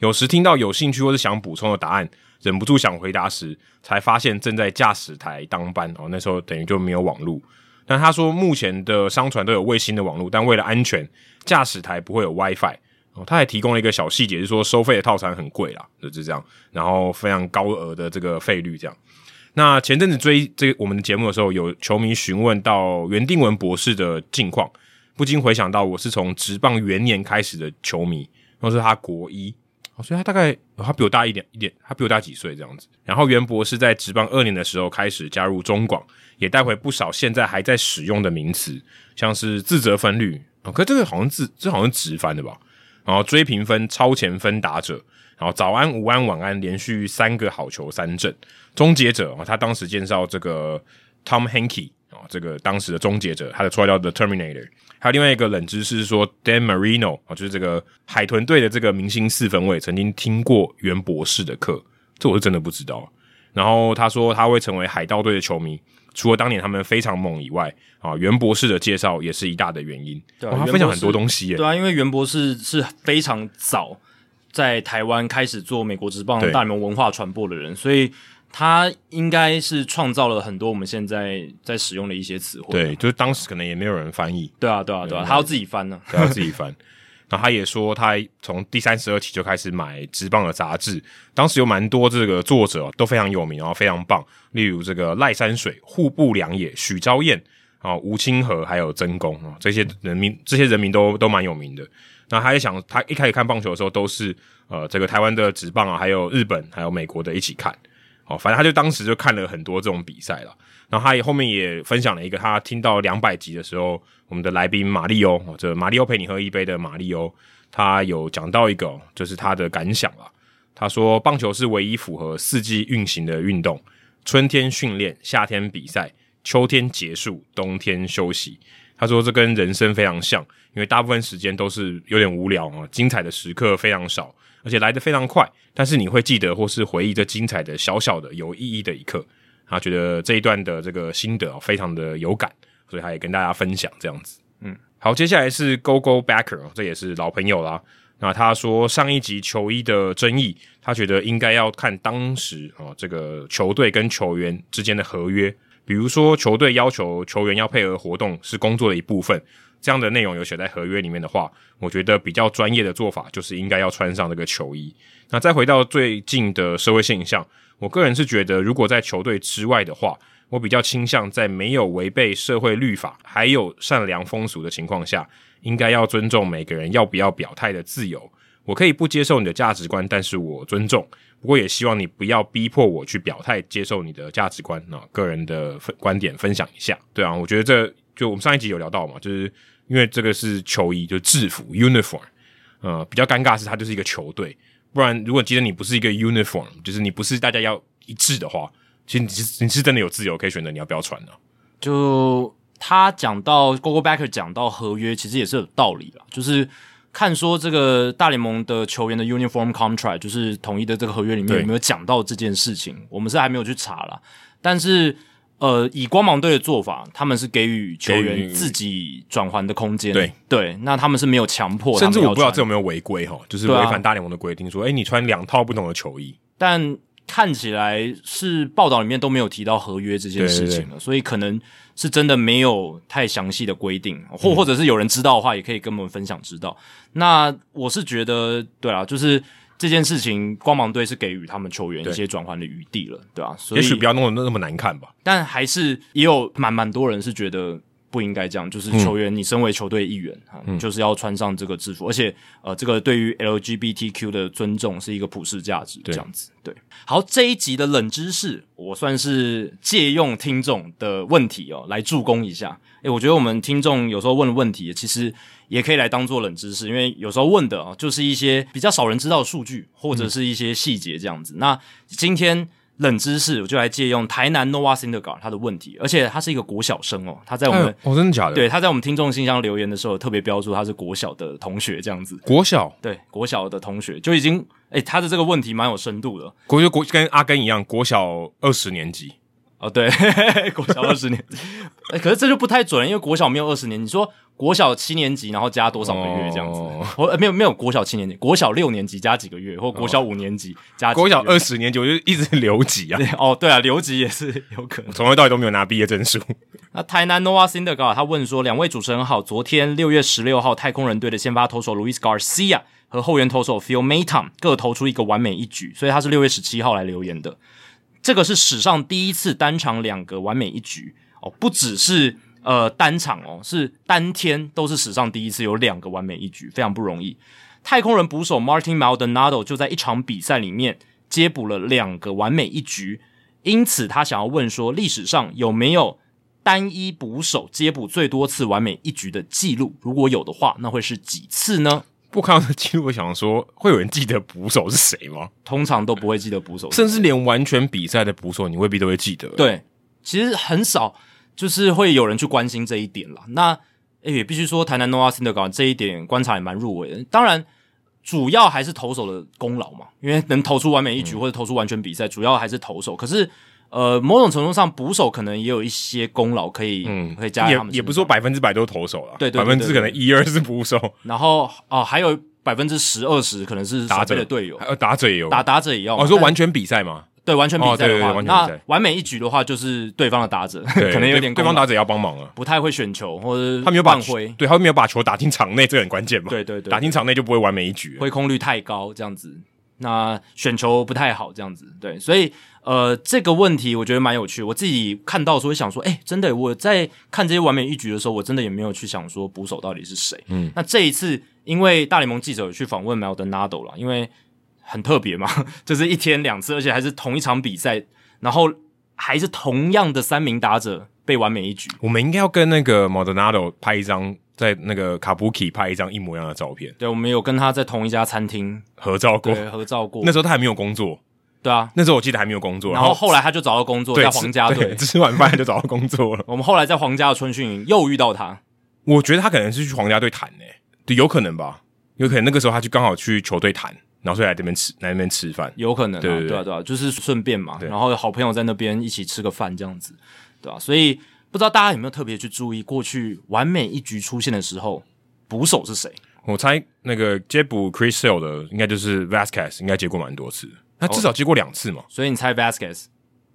Speaker 2: 有时听到有兴趣或是想补充的答案，忍不住想回答时，才发现正在驾驶台当班哦。那时候等于就没有网路。但他说目前的商船都有卫星的网路，但为了安全，驾驶台不会有 WiFi。哦，他还提供了一个小细节，是说收费的套餐很贵啦，就是这样，然后非常高额的这个费率这样。那前阵子追这个我们的节目的时候，有球迷询问到袁定文博士的近况，不禁回想到我是从职棒元年开始的球迷，那是他国一，哦，所以他大概、哦、他比我大一点一点，他比我大几岁这样子。然后袁博士在职棒二年的时候开始加入中广，也带回不少现在还在使用的名词，像是自责分率，哦，可这个好像自这好像直翻的吧，然后追平分、超前分打者。然后早安、午安、晚安，连续三个好球三振，终结者啊、哦，他当时介绍这个 Tom Hanky 啊、哦，这个当时的终结者，他的绰号叫 The Terminator。还有另外一个冷知识是说，Dan Marino 啊、哦，就是这个海豚队的这个明星四分卫，曾经听过袁博士的课，这我是真的不知道。然后他说他会成为海盗队的球迷，除了当年他们非常猛以外，啊，袁博士的介绍也是一大的原因。
Speaker 1: 对、
Speaker 2: 啊，他分享很多东西耶。
Speaker 1: 对啊，因为袁博士是非常早。在台湾开始做美国职棒大联盟文化传播的人，所以他应该是创造了很多我们现在在使用的一些词汇。啊
Speaker 2: 对，就是当时可能也没有人翻译。
Speaker 1: 对啊，对啊，对啊，他要自己翻呢、
Speaker 2: 啊，他要自己翻。然后他也说，他从第三十二期就开始买职棒的杂志，当时有蛮多这个作者都非常有名，然后非常棒，例如这个赖山水、户部良也、许昭彦啊、吴清河还有曾公啊，这些人民这些人民都都蛮有名的。那他也想，他一开始看棒球的时候都是呃这个台湾的职棒啊，还有日本还有美国的一起看。哦，反正他就当时就看了很多这种比赛了，然后他也后面也分享了一个，他听到两百集的时候，我们的来宾马里欧，哦这马里欧陪你喝一杯的马里欧，他有讲到一个、哦就是他的感想啦。他说，棒球是唯一符合四季运行的运动，春天训练，夏天比赛，秋天结束，冬天休息。他说，这跟人生非常像，因为大部分时间都是有点无聊啊、哦，精彩的时刻非常少。而且来得非常快，但是你会记得或是回忆这精彩的、小小的、有意义的一刻。他觉得这一段的这个心得、哦、非常的有感，所以他也跟大家分享这样子。嗯，好，接下来是 Go Go Backer，、哦、这也是老朋友啦。那他说上一集球衣的争议，他觉得应该要看当时哦这个球队跟球员之间的合约，比如说球队要求球员要配合活动是工作的一部分。这样的内容有写在合约里面的话，我觉得比较专业的做法就是应该要穿上这个球衣。那再回到最近的社会现象，我个人是觉得，如果在球队之外的话，我比较倾向在没有违背社会律法还有善良风俗的情况下，应该要尊重每个人要不要表态的自由。我可以不接受你的价值观，但是我尊重。不过也希望你不要逼迫我去表态接受你的价值观啊，个人的分观点分享一下。对啊，我觉得这就我们上一集有聊到嘛，就是。因为这个是球衣，就是制服 uniform，呃，比较尴尬是它就是一个球队，不然如果今天你不是一个 uniform，就是你不是大家要一致的话，其实你是你是真的有自由可以选择你要不要穿的、啊。
Speaker 1: 就他讲到 g o g o Backer 讲到合约，其实也是有道理的，就是看说这个大联盟的球员的 uniform contract，就是统一的这个合约里面有没有讲到这件事情，我们是还没有去查啦，但是。呃，以光芒队的做法，他们是给予球员自己转还的空间。
Speaker 2: 对
Speaker 1: 对，那他们是没有强迫，
Speaker 2: 甚至我不知道这有没有违规哈，就是违反大联盟的规定，说，哎、啊欸，你穿两套不同的球衣。
Speaker 1: 但看起来是报道里面都没有提到合约这件事情了，對對對所以可能是真的没有太详细的规定，或或者是有人知道的话，也可以跟我们分享知道。嗯、那我是觉得，对啦，就是。这件事情，光芒队是给予他们球员一些转换的余地了，对吧、啊？所
Speaker 2: 以也许不要弄得那么难看吧。
Speaker 1: 但还是也有蛮蛮多人是觉得不应该这样，就是球员，你身为球队一员、嗯啊，你就是要穿上这个制服，而且呃，这个对于 LGBTQ 的尊重是一个普世价值，这样子对。好，这一集的冷知识，我算是借用听众的问题哦来助攻一下。诶，我觉得我们听众有时候问的问题，其实。也可以来当做冷知识，因为有时候问的啊，就是一些比较少人知道的数据或者是一些细节这样子。嗯、那今天冷知识，我就来借用台南 Nova Syndergaard 他的问题，而且他是一个国小生哦，他在我们、哎、
Speaker 2: 哦真的假的？
Speaker 1: 对，他在我们听众信箱留言的时候，特别标注他是国小的同学这样子。
Speaker 2: 国小
Speaker 1: 对国小的同学就已经哎，他的这个问题蛮有深度的。
Speaker 2: 国就国跟阿根一样，国小二十年级。
Speaker 1: 哦，对， *laughs* 国小二十 *laughs* 年欸，可是这就不太准，因为国小没有二十年。你说国小七年级，然后加多少个月这样子？我、哦欸、没有没有国小七年级，国小六年级加几个月，或国小五年级加
Speaker 2: 国小二十年级，我就一直留级啊
Speaker 1: 對。 *laughs* 哦，啊对啊，留级也是有可能。
Speaker 2: 从头到尾都没有拿毕业证书。
Speaker 1: 那台南 Nova Syndergaard 他问说：“两位主持人好，昨天六月十六号，太空人队的先发投手 Luis Garcia 和后援投手 Phil Maton 各投出一个完美一局，所以他是六月十七号来留言的。”这个是史上第一次单场两个完美一局哦，不只是呃单场哦，是单天都是史上第一次有两个完美一局，非常不容易。太空人捕手 Martin Maldonado 就在一场比赛里面接捕了两个完美一局，因此他想要问说，历史上有没有单一捕手接捕最多次完美一局的记录？如果有的话，那会是几次呢？
Speaker 2: 不看到的记录，我想说，会有人记得捕手是谁吗？
Speaker 1: 通常都不会记得捕手，
Speaker 2: 甚至连完全比赛的捕手，你未必都会记得。
Speaker 1: 对，其实很少，就是会有人去关心这一点啦。那也必须说，台南 Noah Syndergaard 这一点观察也蛮入围的。当然，主要还是投手的功劳嘛，因为能投出完美一局、嗯、或者投出完全比赛，主要还是投手。可是。呃，某种程度上，捕手可能也有一些功劳可以，嗯，可以加
Speaker 2: 也也不是说百分之百都投手了，
Speaker 1: 对,对,对,对，
Speaker 2: 百分之可能一二是捕手，
Speaker 1: 然后哦、呃，还有百分之十二十可能是
Speaker 2: 打
Speaker 1: 者的队友，
Speaker 2: 呃，打者也有，
Speaker 1: 打打者也要。
Speaker 2: 哦，说完全比赛吗？
Speaker 1: 对，完全比赛的话，
Speaker 2: 哦、完
Speaker 1: 那完美一局的话，就是对方的打者 *laughs* 可能有点
Speaker 2: 对方打者要帮忙啊，
Speaker 1: 不太会选球或者
Speaker 2: 他没有把
Speaker 1: 挥，
Speaker 2: 对他没有把球打进场内，这个很关键嘛。
Speaker 1: 对对对，
Speaker 2: 打进场内就不会完美一局，
Speaker 1: 挥空率太高，这样子。那选球不太好，这样子对，所以呃，这个问题我觉得蛮有趣。我自己看到时候想说，哎、欸，真的我在看这些完美一局的时候，我真的也没有去想说捕手到底是谁。嗯，那这一次因为大联盟记者有去访问 Maldonado 了，因为很特别嘛， *laughs* 就是一天两次，而且还是同一场比赛，然后还是同样的三名打者被完美一局。
Speaker 2: 我们应该要跟那个 Maldonado 拍一张，在那个 Kabuki 拍一张一模一样的照片，
Speaker 1: 对，我们有跟他在同一家餐厅
Speaker 2: 合照过。
Speaker 1: 对合照过，
Speaker 2: 那时候他还没有工作，
Speaker 1: 对啊。
Speaker 2: 那时候我记得还没有工作，
Speaker 1: 然后后来他就找到工作，
Speaker 2: 对
Speaker 1: 在
Speaker 2: 吃
Speaker 1: 皇家
Speaker 2: 对
Speaker 1: 队。
Speaker 2: 吃完饭就找到工作了。
Speaker 1: 我们后来在皇家的春训营又遇到他，
Speaker 2: 我觉得他可能是去皇家队谈诶、对，有可能吧，有可能那个时候他就刚好去球队谈，然后所以来这边吃来那边吃饭。
Speaker 1: 有可能、啊，
Speaker 2: 对对对
Speaker 1: 对啊，对啊，就是顺便嘛，
Speaker 2: 对
Speaker 1: 然后有好朋友在那边一起吃个饭这样子，对吧、所以不知道大家有没有特别去注意，过去完美一局出现的时候，捕手是谁？
Speaker 2: 我猜那个接捕 Chris Sale 的应该就是 Vasquez，应该接过蛮多次的，他
Speaker 1: 哦
Speaker 2: 至少接过两次嘛。
Speaker 1: 所以你猜 Vasquez，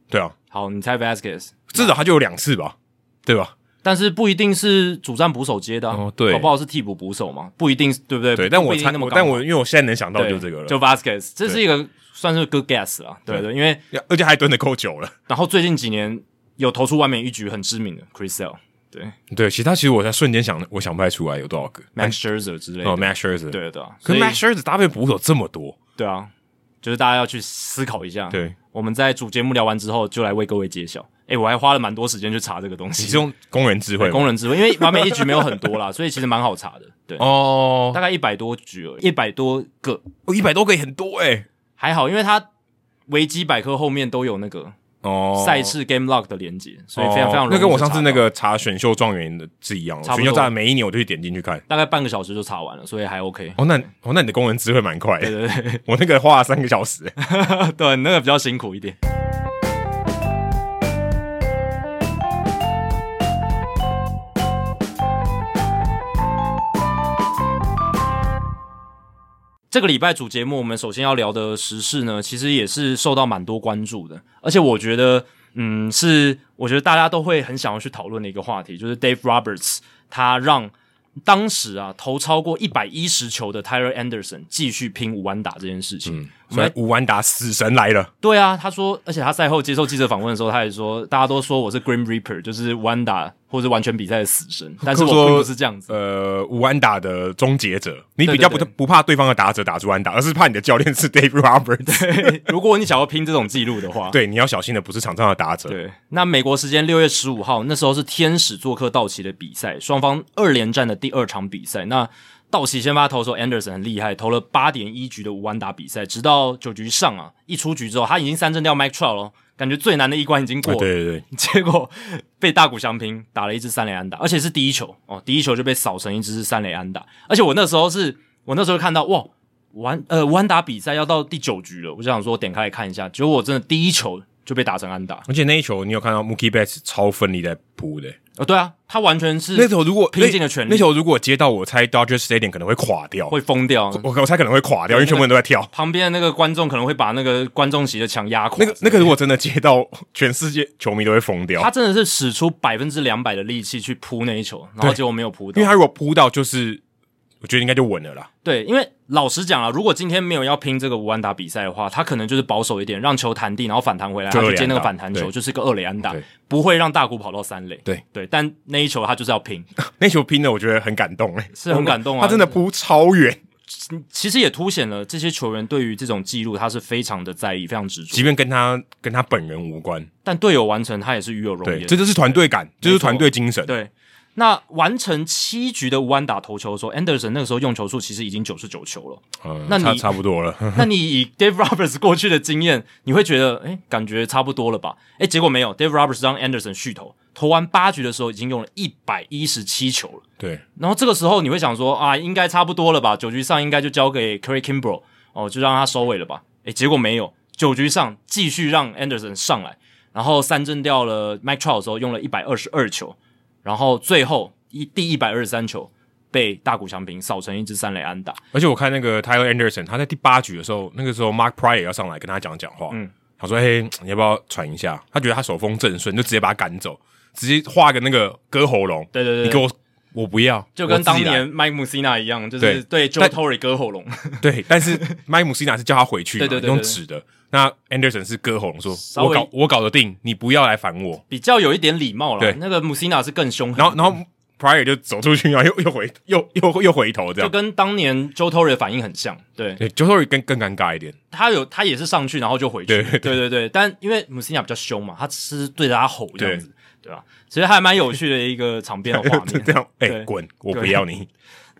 Speaker 2: 对啊，
Speaker 1: 好，你猜 Vasquez，
Speaker 2: 至少他就有两次吧，对吧？
Speaker 1: 但是不一定是主战捕手接的、啊，
Speaker 2: 哦对
Speaker 1: 搞不好是替补捕手嘛，不一定，对不对？
Speaker 2: 对，但
Speaker 1: 不
Speaker 2: 我
Speaker 1: 一定
Speaker 2: 猜
Speaker 1: 那么，
Speaker 2: 但
Speaker 1: 刚好
Speaker 2: 我因为我现在能想到
Speaker 1: 对
Speaker 2: 就这个了，
Speaker 1: 就 Vasquez，这是一个算是 good guess 啦，对对，因为
Speaker 2: 而且还蹲的够久了。
Speaker 1: 然后最近几年有投出完美一局很知名的 Chris Sale、
Speaker 2: 对，其他其实我在瞬间想，我想不太出来有多少个。
Speaker 1: Max Scherzer 之类的，
Speaker 2: 哦，Max Scherzer，，
Speaker 1: 对对啊，
Speaker 2: 可
Speaker 1: 所
Speaker 2: 是
Speaker 1: 以
Speaker 2: Max Scherzer 搭配捕手这么多，
Speaker 1: 对啊，就是大家要去思考一下。，
Speaker 2: 对，
Speaker 1: 我们在主节目聊完之后，就来为各位揭晓。诶，我还花了蛮多时间去查这个东
Speaker 2: 你 *laughs*
Speaker 1: 西，
Speaker 2: 是用工人智慧吗
Speaker 1: 工人智慧，因为完美一局没有很多啦，所 *laughs* 以其实蛮好查的。对，
Speaker 2: 哦，
Speaker 1: 大概一百多局而已，一百多个
Speaker 2: 一百多个也很多哎，
Speaker 1: 还好，因为它维基百科后面都有那个
Speaker 2: 哦，
Speaker 1: 赛事 Game Log 的连接，所以非常非常容易
Speaker 2: 那跟我上
Speaker 1: 就
Speaker 2: 次
Speaker 1: 查
Speaker 2: 那
Speaker 1: 到
Speaker 2: 个查选秀状元的是一样的，
Speaker 1: 差不
Speaker 2: 选
Speaker 1: 多
Speaker 2: 秀状元每一年我都去点进去看。
Speaker 1: 大概半个小时就查完了，所以还 OK。
Speaker 2: 哦，那哦，那你的工人智慧蛮快
Speaker 1: 对
Speaker 2: 的，
Speaker 1: 对对，
Speaker 2: 我那个花了三个小 *laughs* 时。
Speaker 1: 对，那个比较辛苦一点。这个礼拜主节目，我们首先要聊的时事呢，其实也是受到蛮多关注的，而且我觉得，嗯，是我觉得大家都会很想要去讨论的一个话题，就是 Dave Roberts 他让当时啊投超过一百一十球的 Tyler Anderson 继续拼五安打这件事情。我
Speaker 2: 所
Speaker 1: 们
Speaker 2: 以吴安达死神来了，
Speaker 1: 对啊，他说，而且他赛后接受记者访问的时候，他也说，大家都说我是 Grim Reaper，就是弯打或者完全比赛的死神，但是我
Speaker 2: 说
Speaker 1: 并不是这样子。
Speaker 2: 呃，吴安达的终结者，你
Speaker 1: 对
Speaker 2: 比较不
Speaker 1: 对对
Speaker 2: 不怕对方的打者打出安打，而是怕你的教练是 *laughs* Dave Roberts。
Speaker 1: 如果你想要拼这种记录的话，
Speaker 2: 对，你要小心的不是场上的打者。
Speaker 1: 对。那美国时间六月十五号，那时候是天使做客道奇的比赛，双方二连战的第二场比赛。那道奇先发投手 Anderson 很厉害，投了八点一局的无安打比赛，直到九局上啊，一出局之后，他已经三振掉 Mike Trout 了，感觉最难的一关已经过
Speaker 2: 啊
Speaker 1: 了。
Speaker 2: 对对对，
Speaker 1: *laughs* 结果被大谷翔平打了一支三垒安打，而且是第一球哦，第一球就被扫成一支三垒安打。而且我那时候是我那时候看到哇，完呃完打比赛要到第九局了，我就想说点开来看一下，结果我真的第一球就被打成安打。
Speaker 2: 而且那一球你有看到 Mookie Betts 超奋力在扑的，
Speaker 1: 哦，对啊，他完全是
Speaker 2: 嗯那球如果
Speaker 1: 拼尽了全力
Speaker 2: 那那球如果接到，我猜 Dodger Stadium 可能会垮掉。
Speaker 1: 会疯掉，啊
Speaker 2: 我我猜可能会垮掉，因为全部人都在 *laughs* 跳。
Speaker 1: 旁边的那个观众可能会把那个观众席的墙压垮。
Speaker 2: 那个那个，如果真的接到，全世界球迷都会疯掉
Speaker 1: 他。真的是使出百分之两百的力气去扑那一球，然后
Speaker 2: 对
Speaker 1: 结果没有扑到
Speaker 2: 因为。他如果扑到，就是我觉得应该就稳了啦。
Speaker 1: 对，因为老实讲啊，如果今天没有要拼这个无安打比赛的话，他可能就是保守一点，让球弹地，然后反弹回来，
Speaker 2: 就
Speaker 1: 他
Speaker 2: 二垒
Speaker 1: 就接那个
Speaker 2: 安打
Speaker 1: 反弹球，
Speaker 2: 对
Speaker 1: 就是一个二垒安打
Speaker 2: 对，
Speaker 1: 不会让大谷跑到三垒。
Speaker 2: 对
Speaker 1: 对，但那一球他就是要拼，
Speaker 2: 那球拼的，我觉得很感动哎、
Speaker 1: 是很感动啊
Speaker 2: 他真的扑超远，
Speaker 1: 其实也凸显了这些球员对于这种记录他是非常的在意，非常执
Speaker 2: 即
Speaker 1: 着。
Speaker 2: 便跟他跟他本人无关。
Speaker 1: 但队友完成，他也是与有荣
Speaker 2: 对，
Speaker 1: 焉
Speaker 2: 这。就是团队感，这就是团队精神。
Speaker 1: 对，那完成七局的无安打投球的时候，Anderson 那个时候用球数其实已经九十九球了。
Speaker 2: 嗯，
Speaker 1: 那你
Speaker 2: 差差不多了。
Speaker 1: *laughs*
Speaker 2: *laughs*
Speaker 1: 那你以 Dave Roberts 过去的经验，你会觉得，哎、感觉差不多了吧？哎、结果没有，Dave Roberts 让 Anderson 续投，投完八局的时候已经用了一百一十七球了。
Speaker 2: 对，
Speaker 1: 然后这个时候你会想说，啊，应该差不多了吧？九局上应该就交给 Curry Kimbrough 哦，就让他收尾了吧？哎、结果没有，九局上继续让 Anderson 上来，然后三振掉了 Mike Trout 的时候用了一百二十二球，然后最后一第一百二十三球被大谷翔平扫成一支三垒安打。
Speaker 2: 而且我看那个 Tyler Anderson，他在第八局的时候，那个时候 Mark Pryor 要上来跟他讲讲话，
Speaker 1: 嗯
Speaker 2: 他说：“嘿，你要不要传一下？”他觉得他手风正顺，就直接把他赶走，直接画个那个割喉咙。
Speaker 1: 对对对对
Speaker 2: 你给我，我不要，
Speaker 1: 就跟
Speaker 2: 我自
Speaker 1: 当
Speaker 2: 己来
Speaker 1: 年 Mike Mussina 一样，就是对 Joe
Speaker 2: 但
Speaker 1: Torre 割喉咙，
Speaker 2: *laughs*
Speaker 1: *laughs*
Speaker 2: 对，但是麦姆西娜是叫他回去嘛，
Speaker 1: 对对对对
Speaker 2: 用纸的。那 Anderson 是割喉咙说：“
Speaker 1: 稍
Speaker 2: 我
Speaker 1: 微
Speaker 2: 搞我搞得定，你不要来烦
Speaker 1: *laughs*
Speaker 2: 我。
Speaker 1: 比较有一点礼貌
Speaker 2: 对
Speaker 1: 了。那个 Mussina 是更凶”狠
Speaker 2: 然，后然后 Prior 就走出去，然后又又回又又又回头
Speaker 1: 就
Speaker 2: 这样。
Speaker 1: 跟当年 Joe Torre 反应很像。对
Speaker 2: 对 j o t o r 更更尴尬一点，
Speaker 1: 他有他也是上去然后就回去，
Speaker 2: 对
Speaker 1: 对对对。但因为 m u s i n a 比较凶嘛，他只是对着他吼这样子，对吧？其实还蛮有趣的一个场边
Speaker 2: *laughs*
Speaker 1: 的画面。
Speaker 2: 这样哎
Speaker 1: 对
Speaker 2: 滚，我不要
Speaker 1: *laughs*
Speaker 2: 你。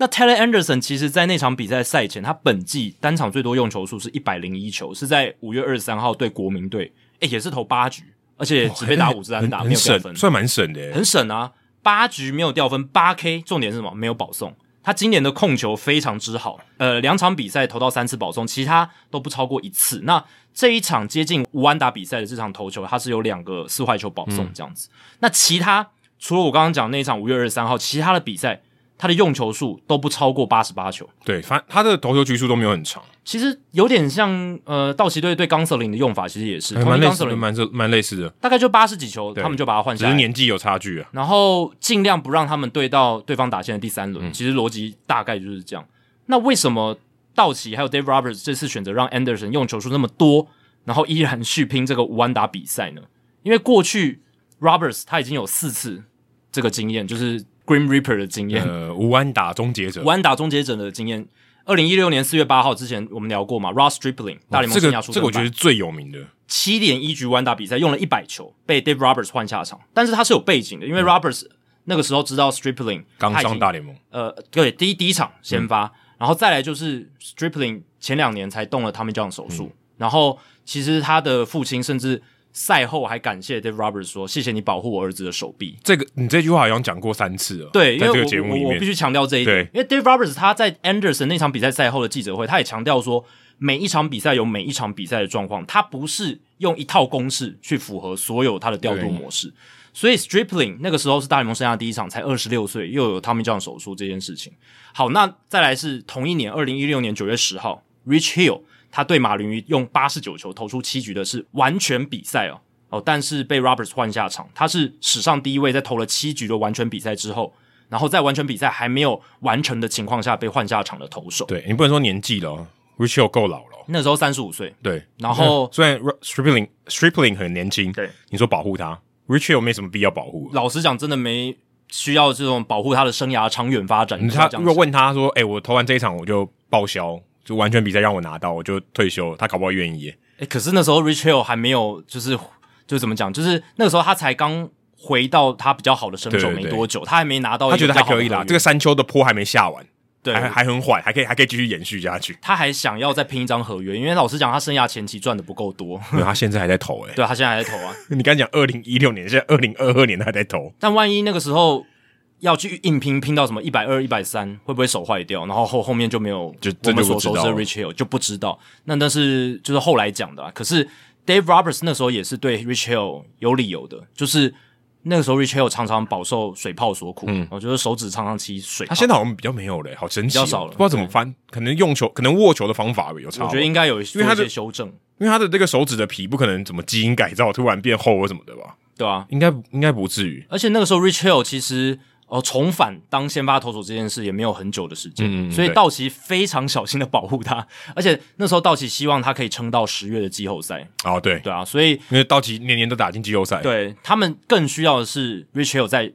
Speaker 1: 那 Taylor Anderson 其实，在那场比赛赛前，他本季单场最多用球数是一百零一球，是在五月二十三号对国民队，诶、也是投八局，而且只被打五支单打，没
Speaker 2: 很
Speaker 1: 有掉分
Speaker 2: 省，，算蛮省的欸。
Speaker 1: 很省啊！八局没有掉分，八 K，重点是什么？没有保送。他今年的控球非常之好，呃，两场比赛投到三次保送，其他都不超过一次。那这一场接近五安打比赛的这场投球，他是有两个四坏球保
Speaker 2: 嗯
Speaker 1: 送这样子。那其他除了我刚刚讲的那一场五月二十三号，其他的比赛他的用球数都不超过八十八球，
Speaker 2: 对，反他的投球局数都没有很长，
Speaker 1: 其实有点像呃，道奇队对冈瑟林的用法，其实也是，
Speaker 2: 还
Speaker 1: 嗯同
Speaker 2: 蛮
Speaker 1: 一
Speaker 2: 类
Speaker 1: 冈
Speaker 2: 似
Speaker 1: 瑟
Speaker 2: 的，
Speaker 1: 林
Speaker 2: 蛮这蛮类似的，
Speaker 1: 大概就八十几球，
Speaker 2: 对
Speaker 1: 他们就把他换
Speaker 2: 只
Speaker 1: 下来
Speaker 2: 是
Speaker 1: 了。
Speaker 2: 年纪有差距啊。
Speaker 1: 然后尽量不让他们对到对方打线的第三轮。
Speaker 2: 嗯
Speaker 1: 其实逻辑大概就是这样。那为什么道奇还有 Dave Roberts 这次选择让 Anderson 用球数那么多，然后依然续拼这个无安打比赛呢？因为过去 Roberts 他已经有四次这个经验，就是 Green Reaper 的经验，
Speaker 2: 呃，无安打终结者
Speaker 1: 无，嗯安打终结者的经验。二零一六年四月八号之前，我们聊过嘛，Ross Stripling 大联盟
Speaker 2: 这
Speaker 1: 生
Speaker 2: 个
Speaker 1: 涯出
Speaker 2: 这个我觉得是最有名的，
Speaker 1: 七点一局完打比赛用了一百球，被 Dave Roberts 换下场，但是他是有背景的，因为 Roberts 那个时候知道 Stripling
Speaker 2: 嗯刚
Speaker 1: 他已经
Speaker 2: 上大嗯联盟，
Speaker 1: 呃，对，第一第一场先发，然后再来就是 Stripling 前两年才动了 Tommy John 手
Speaker 2: 嗯
Speaker 1: 术，然后其实他的父亲甚至赛后还感谢 Dave Roberts 说：“谢谢你保护我儿子的手臂。
Speaker 2: 这个你这句话好像讲过三次了，
Speaker 1: 对，因
Speaker 2: 在
Speaker 1: 为
Speaker 2: 这
Speaker 1: 我
Speaker 2: 个节目里
Speaker 1: 我我必
Speaker 2: 面，
Speaker 1: 须强调这一点
Speaker 2: 对，
Speaker 1: 因为 Dave Roberts 他在 Anderson 那场比赛赛后的记者会，他也强调说，每一场比赛有每一场比赛的状况，他不是用一套公式去符合所有他的调度
Speaker 2: 对
Speaker 1: 模式。所以 Stripling 那个时候是大联盟生涯第一场，才二十六岁，又有 Tommy John 手术这件事情。好，那再来是同一年二零一六年九月十号，Rich Hill 他对马林鱼用八十九球投出七局的是完全比赛哦哦，但是被 Roberts 换下场，他是史上第一位在投了七局的完全比赛之后，然后在完全比赛还没有完成的情况下被换下场的投手。
Speaker 2: 对你不能说年纪了哦，Richie 够老了哦，
Speaker 1: 那时候三十五岁，
Speaker 2: 对，
Speaker 1: 然后
Speaker 2: 虽然 Ro- Stripling Stripling 很年轻，
Speaker 1: 对，
Speaker 2: 你说保护他，Richie 没什么必要保护。
Speaker 1: 老实讲，真的没需要这种保护他的生涯长远发展。
Speaker 2: 你
Speaker 1: 你要
Speaker 2: 他
Speaker 1: 这
Speaker 2: 如
Speaker 1: 样
Speaker 2: 果
Speaker 1: 想
Speaker 2: 问他说：“哎、我投完这一场我就报销，就完全比赛让我拿到，我就退休。”他搞不好愿意耶。
Speaker 1: 诶可是那时候 Rich Hill 还没有，就是就怎么讲，就是那个时候他才刚回到他比较好的身手
Speaker 2: 对对
Speaker 1: 没
Speaker 2: 对
Speaker 1: 多久，他还没拿到一
Speaker 2: 他
Speaker 1: 个
Speaker 2: 觉得
Speaker 1: 比较
Speaker 2: 还
Speaker 1: 好的
Speaker 2: 可以啦
Speaker 1: 合，约
Speaker 2: 这个山丘的坡还没下完，
Speaker 1: 对。
Speaker 2: 还还很缓，还可以还可以继续延续下 *laughs* 去
Speaker 1: 他还想要再拼一张合约，因为老实讲，他生涯前期赚的不够多，
Speaker 2: 没有他现在还在投哎、
Speaker 1: 对他现在还在投啊。
Speaker 2: 你刚才讲二零一六年，现在二零二二年他还在投，
Speaker 1: 但万一那个时候要去硬拼，拼到什么一百二、一百三，会不会手坏掉？然后后后面就没有，
Speaker 2: 就
Speaker 1: 我
Speaker 2: 这
Speaker 1: 们
Speaker 2: 就
Speaker 1: 所
Speaker 2: 不知
Speaker 1: 熟
Speaker 2: 道
Speaker 1: 知的
Speaker 2: 了
Speaker 1: Rich Hill 就不知道。那那是就是后来讲的啊啦。可是 Dave Roberts 那时候也是对 Rich Hill 有理由的，就是那个时候 Rich Hill 常常饱受水泡所苦，嗯，我觉得手指常常起水泡。
Speaker 2: 他现在好像比较没有了、哎好神奇、
Speaker 1: 比较
Speaker 2: 哦，
Speaker 1: 少了
Speaker 2: 不知道怎么翻，可能用球，可能握球的方法有差吧。
Speaker 1: 我觉得应该有做
Speaker 2: 为他
Speaker 1: 一
Speaker 2: 的
Speaker 1: 些修正，
Speaker 2: 因为他的这个手指的皮不可能怎么基因改造突然变厚或什么的吧？
Speaker 1: 对吧、
Speaker 2: 应该应该不至于。
Speaker 1: 而且那个时候 Rich Hill 其实呃重返当先发投手这件事也没有很久的时间，
Speaker 2: 嗯嗯
Speaker 1: 所以
Speaker 2: 对
Speaker 1: 道奇非常小心的保护他，而且那时候道奇希望他可以撑到十月的季后赛，
Speaker 2: 哦，对，
Speaker 1: 对啊，所以
Speaker 2: 因为道奇年年都打进季后赛，
Speaker 1: 对他们更需要的是 Rich Hill 在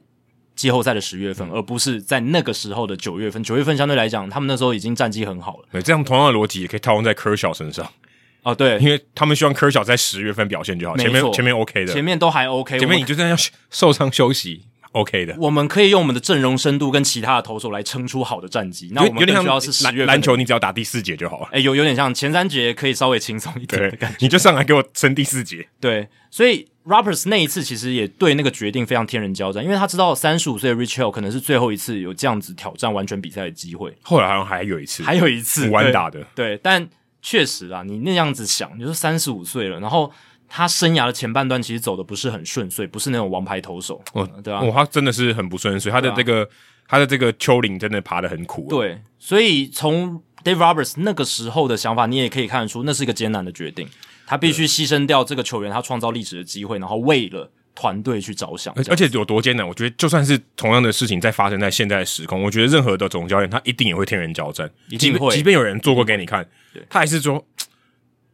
Speaker 1: 季后赛的十月
Speaker 2: 嗯
Speaker 1: 份，而不是在那个时候的九月份。九月份相对来讲，他们那时候已经战绩很好了
Speaker 2: 对，这样同样的逻辑也可以套用在科小身上，
Speaker 1: 哦、对，
Speaker 2: 因为他们希望科小在十月份表现就好，
Speaker 1: 没
Speaker 2: 前面
Speaker 1: 错
Speaker 2: 前面 OK 的，
Speaker 1: 前面都还 OK，
Speaker 2: 前
Speaker 1: 我
Speaker 2: 面
Speaker 1: 们
Speaker 2: 你就这样要受伤休息 OK 的，
Speaker 1: 我们可以用我们的阵容深度跟其他的投手来撑出好的战绩。那我
Speaker 2: 有
Speaker 1: 们
Speaker 2: 有点
Speaker 1: 更需要
Speaker 2: 像
Speaker 1: 是十
Speaker 2: 篮
Speaker 1: 月份的
Speaker 2: 篮球，你只要打第四节就好了。
Speaker 1: 哎、有有点像前三节可以稍微轻松一点的
Speaker 2: 对
Speaker 1: 感觉。，
Speaker 2: 你就上来给我升第四节，
Speaker 1: 对，所以 Roberts 那一次其实也对那个决定非常天人交战，因为他知道三十五岁的 Rich Hill 可能是最后一次有这样子挑战完全比赛的机会，
Speaker 2: 后来好像还有一次，
Speaker 1: 还有一次
Speaker 2: 五安打的，
Speaker 1: 对，对，但确实啊，你那样子想，你说三十五岁了，然后他生涯的前半段其实走的不是很顺遂，不是那种王牌投手，
Speaker 2: 哦
Speaker 1: 对啊
Speaker 2: 哇，他真的是很不顺遂，他的这个他的这个丘陵真的爬得很苦，，啊
Speaker 1: 对，所以从 Dave Roberts 那个时候的想法，你也可以看得出，那是一个艰难的决定，他必须牺牲掉这个球员他创造历史的机会，然后为了团队去着想，
Speaker 2: 而
Speaker 1: 这
Speaker 2: 而
Speaker 1: 样
Speaker 2: 且有多艰难，我觉得就算是同样的事情在发生在现在的时空，我觉得任何的总教练他一定也会天人交战，
Speaker 1: 一定
Speaker 2: 即便
Speaker 1: 会
Speaker 2: 即便有人做过给你看，他还是说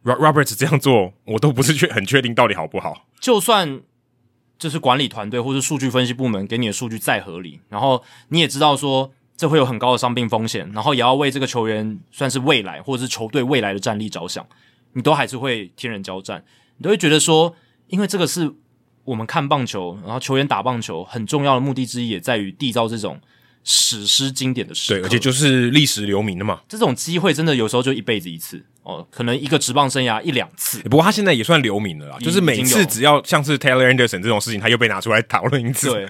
Speaker 2: 嘖，Ro- Roberts 这样做，我都不是确很确定到底好不好。
Speaker 1: 就算就是管理团队或是数据分析部门给你的数据再合理，然后你也知道说这会有很高的伤病风险，然后也要为这个球员算是未来或者是球队未来的战力着想，你都还是会天人交战，你都会觉得说，因为这个是我们看棒球，然后球员打棒球很重要的目的之一，也在于缔造这种史诗经典的时刻。
Speaker 2: 对，而且就是历史留名的嘛。
Speaker 1: 这种机会真的有时候就一辈子一次哦，可能一个职棒生涯一两次。
Speaker 2: 不过他现在也算留名了啦，
Speaker 1: 已
Speaker 2: 就是每
Speaker 1: 已经
Speaker 2: 次
Speaker 1: 有
Speaker 2: 只要像是 Taylor Anderson 这种事情，他又被拿出来讨论一次。
Speaker 1: 对，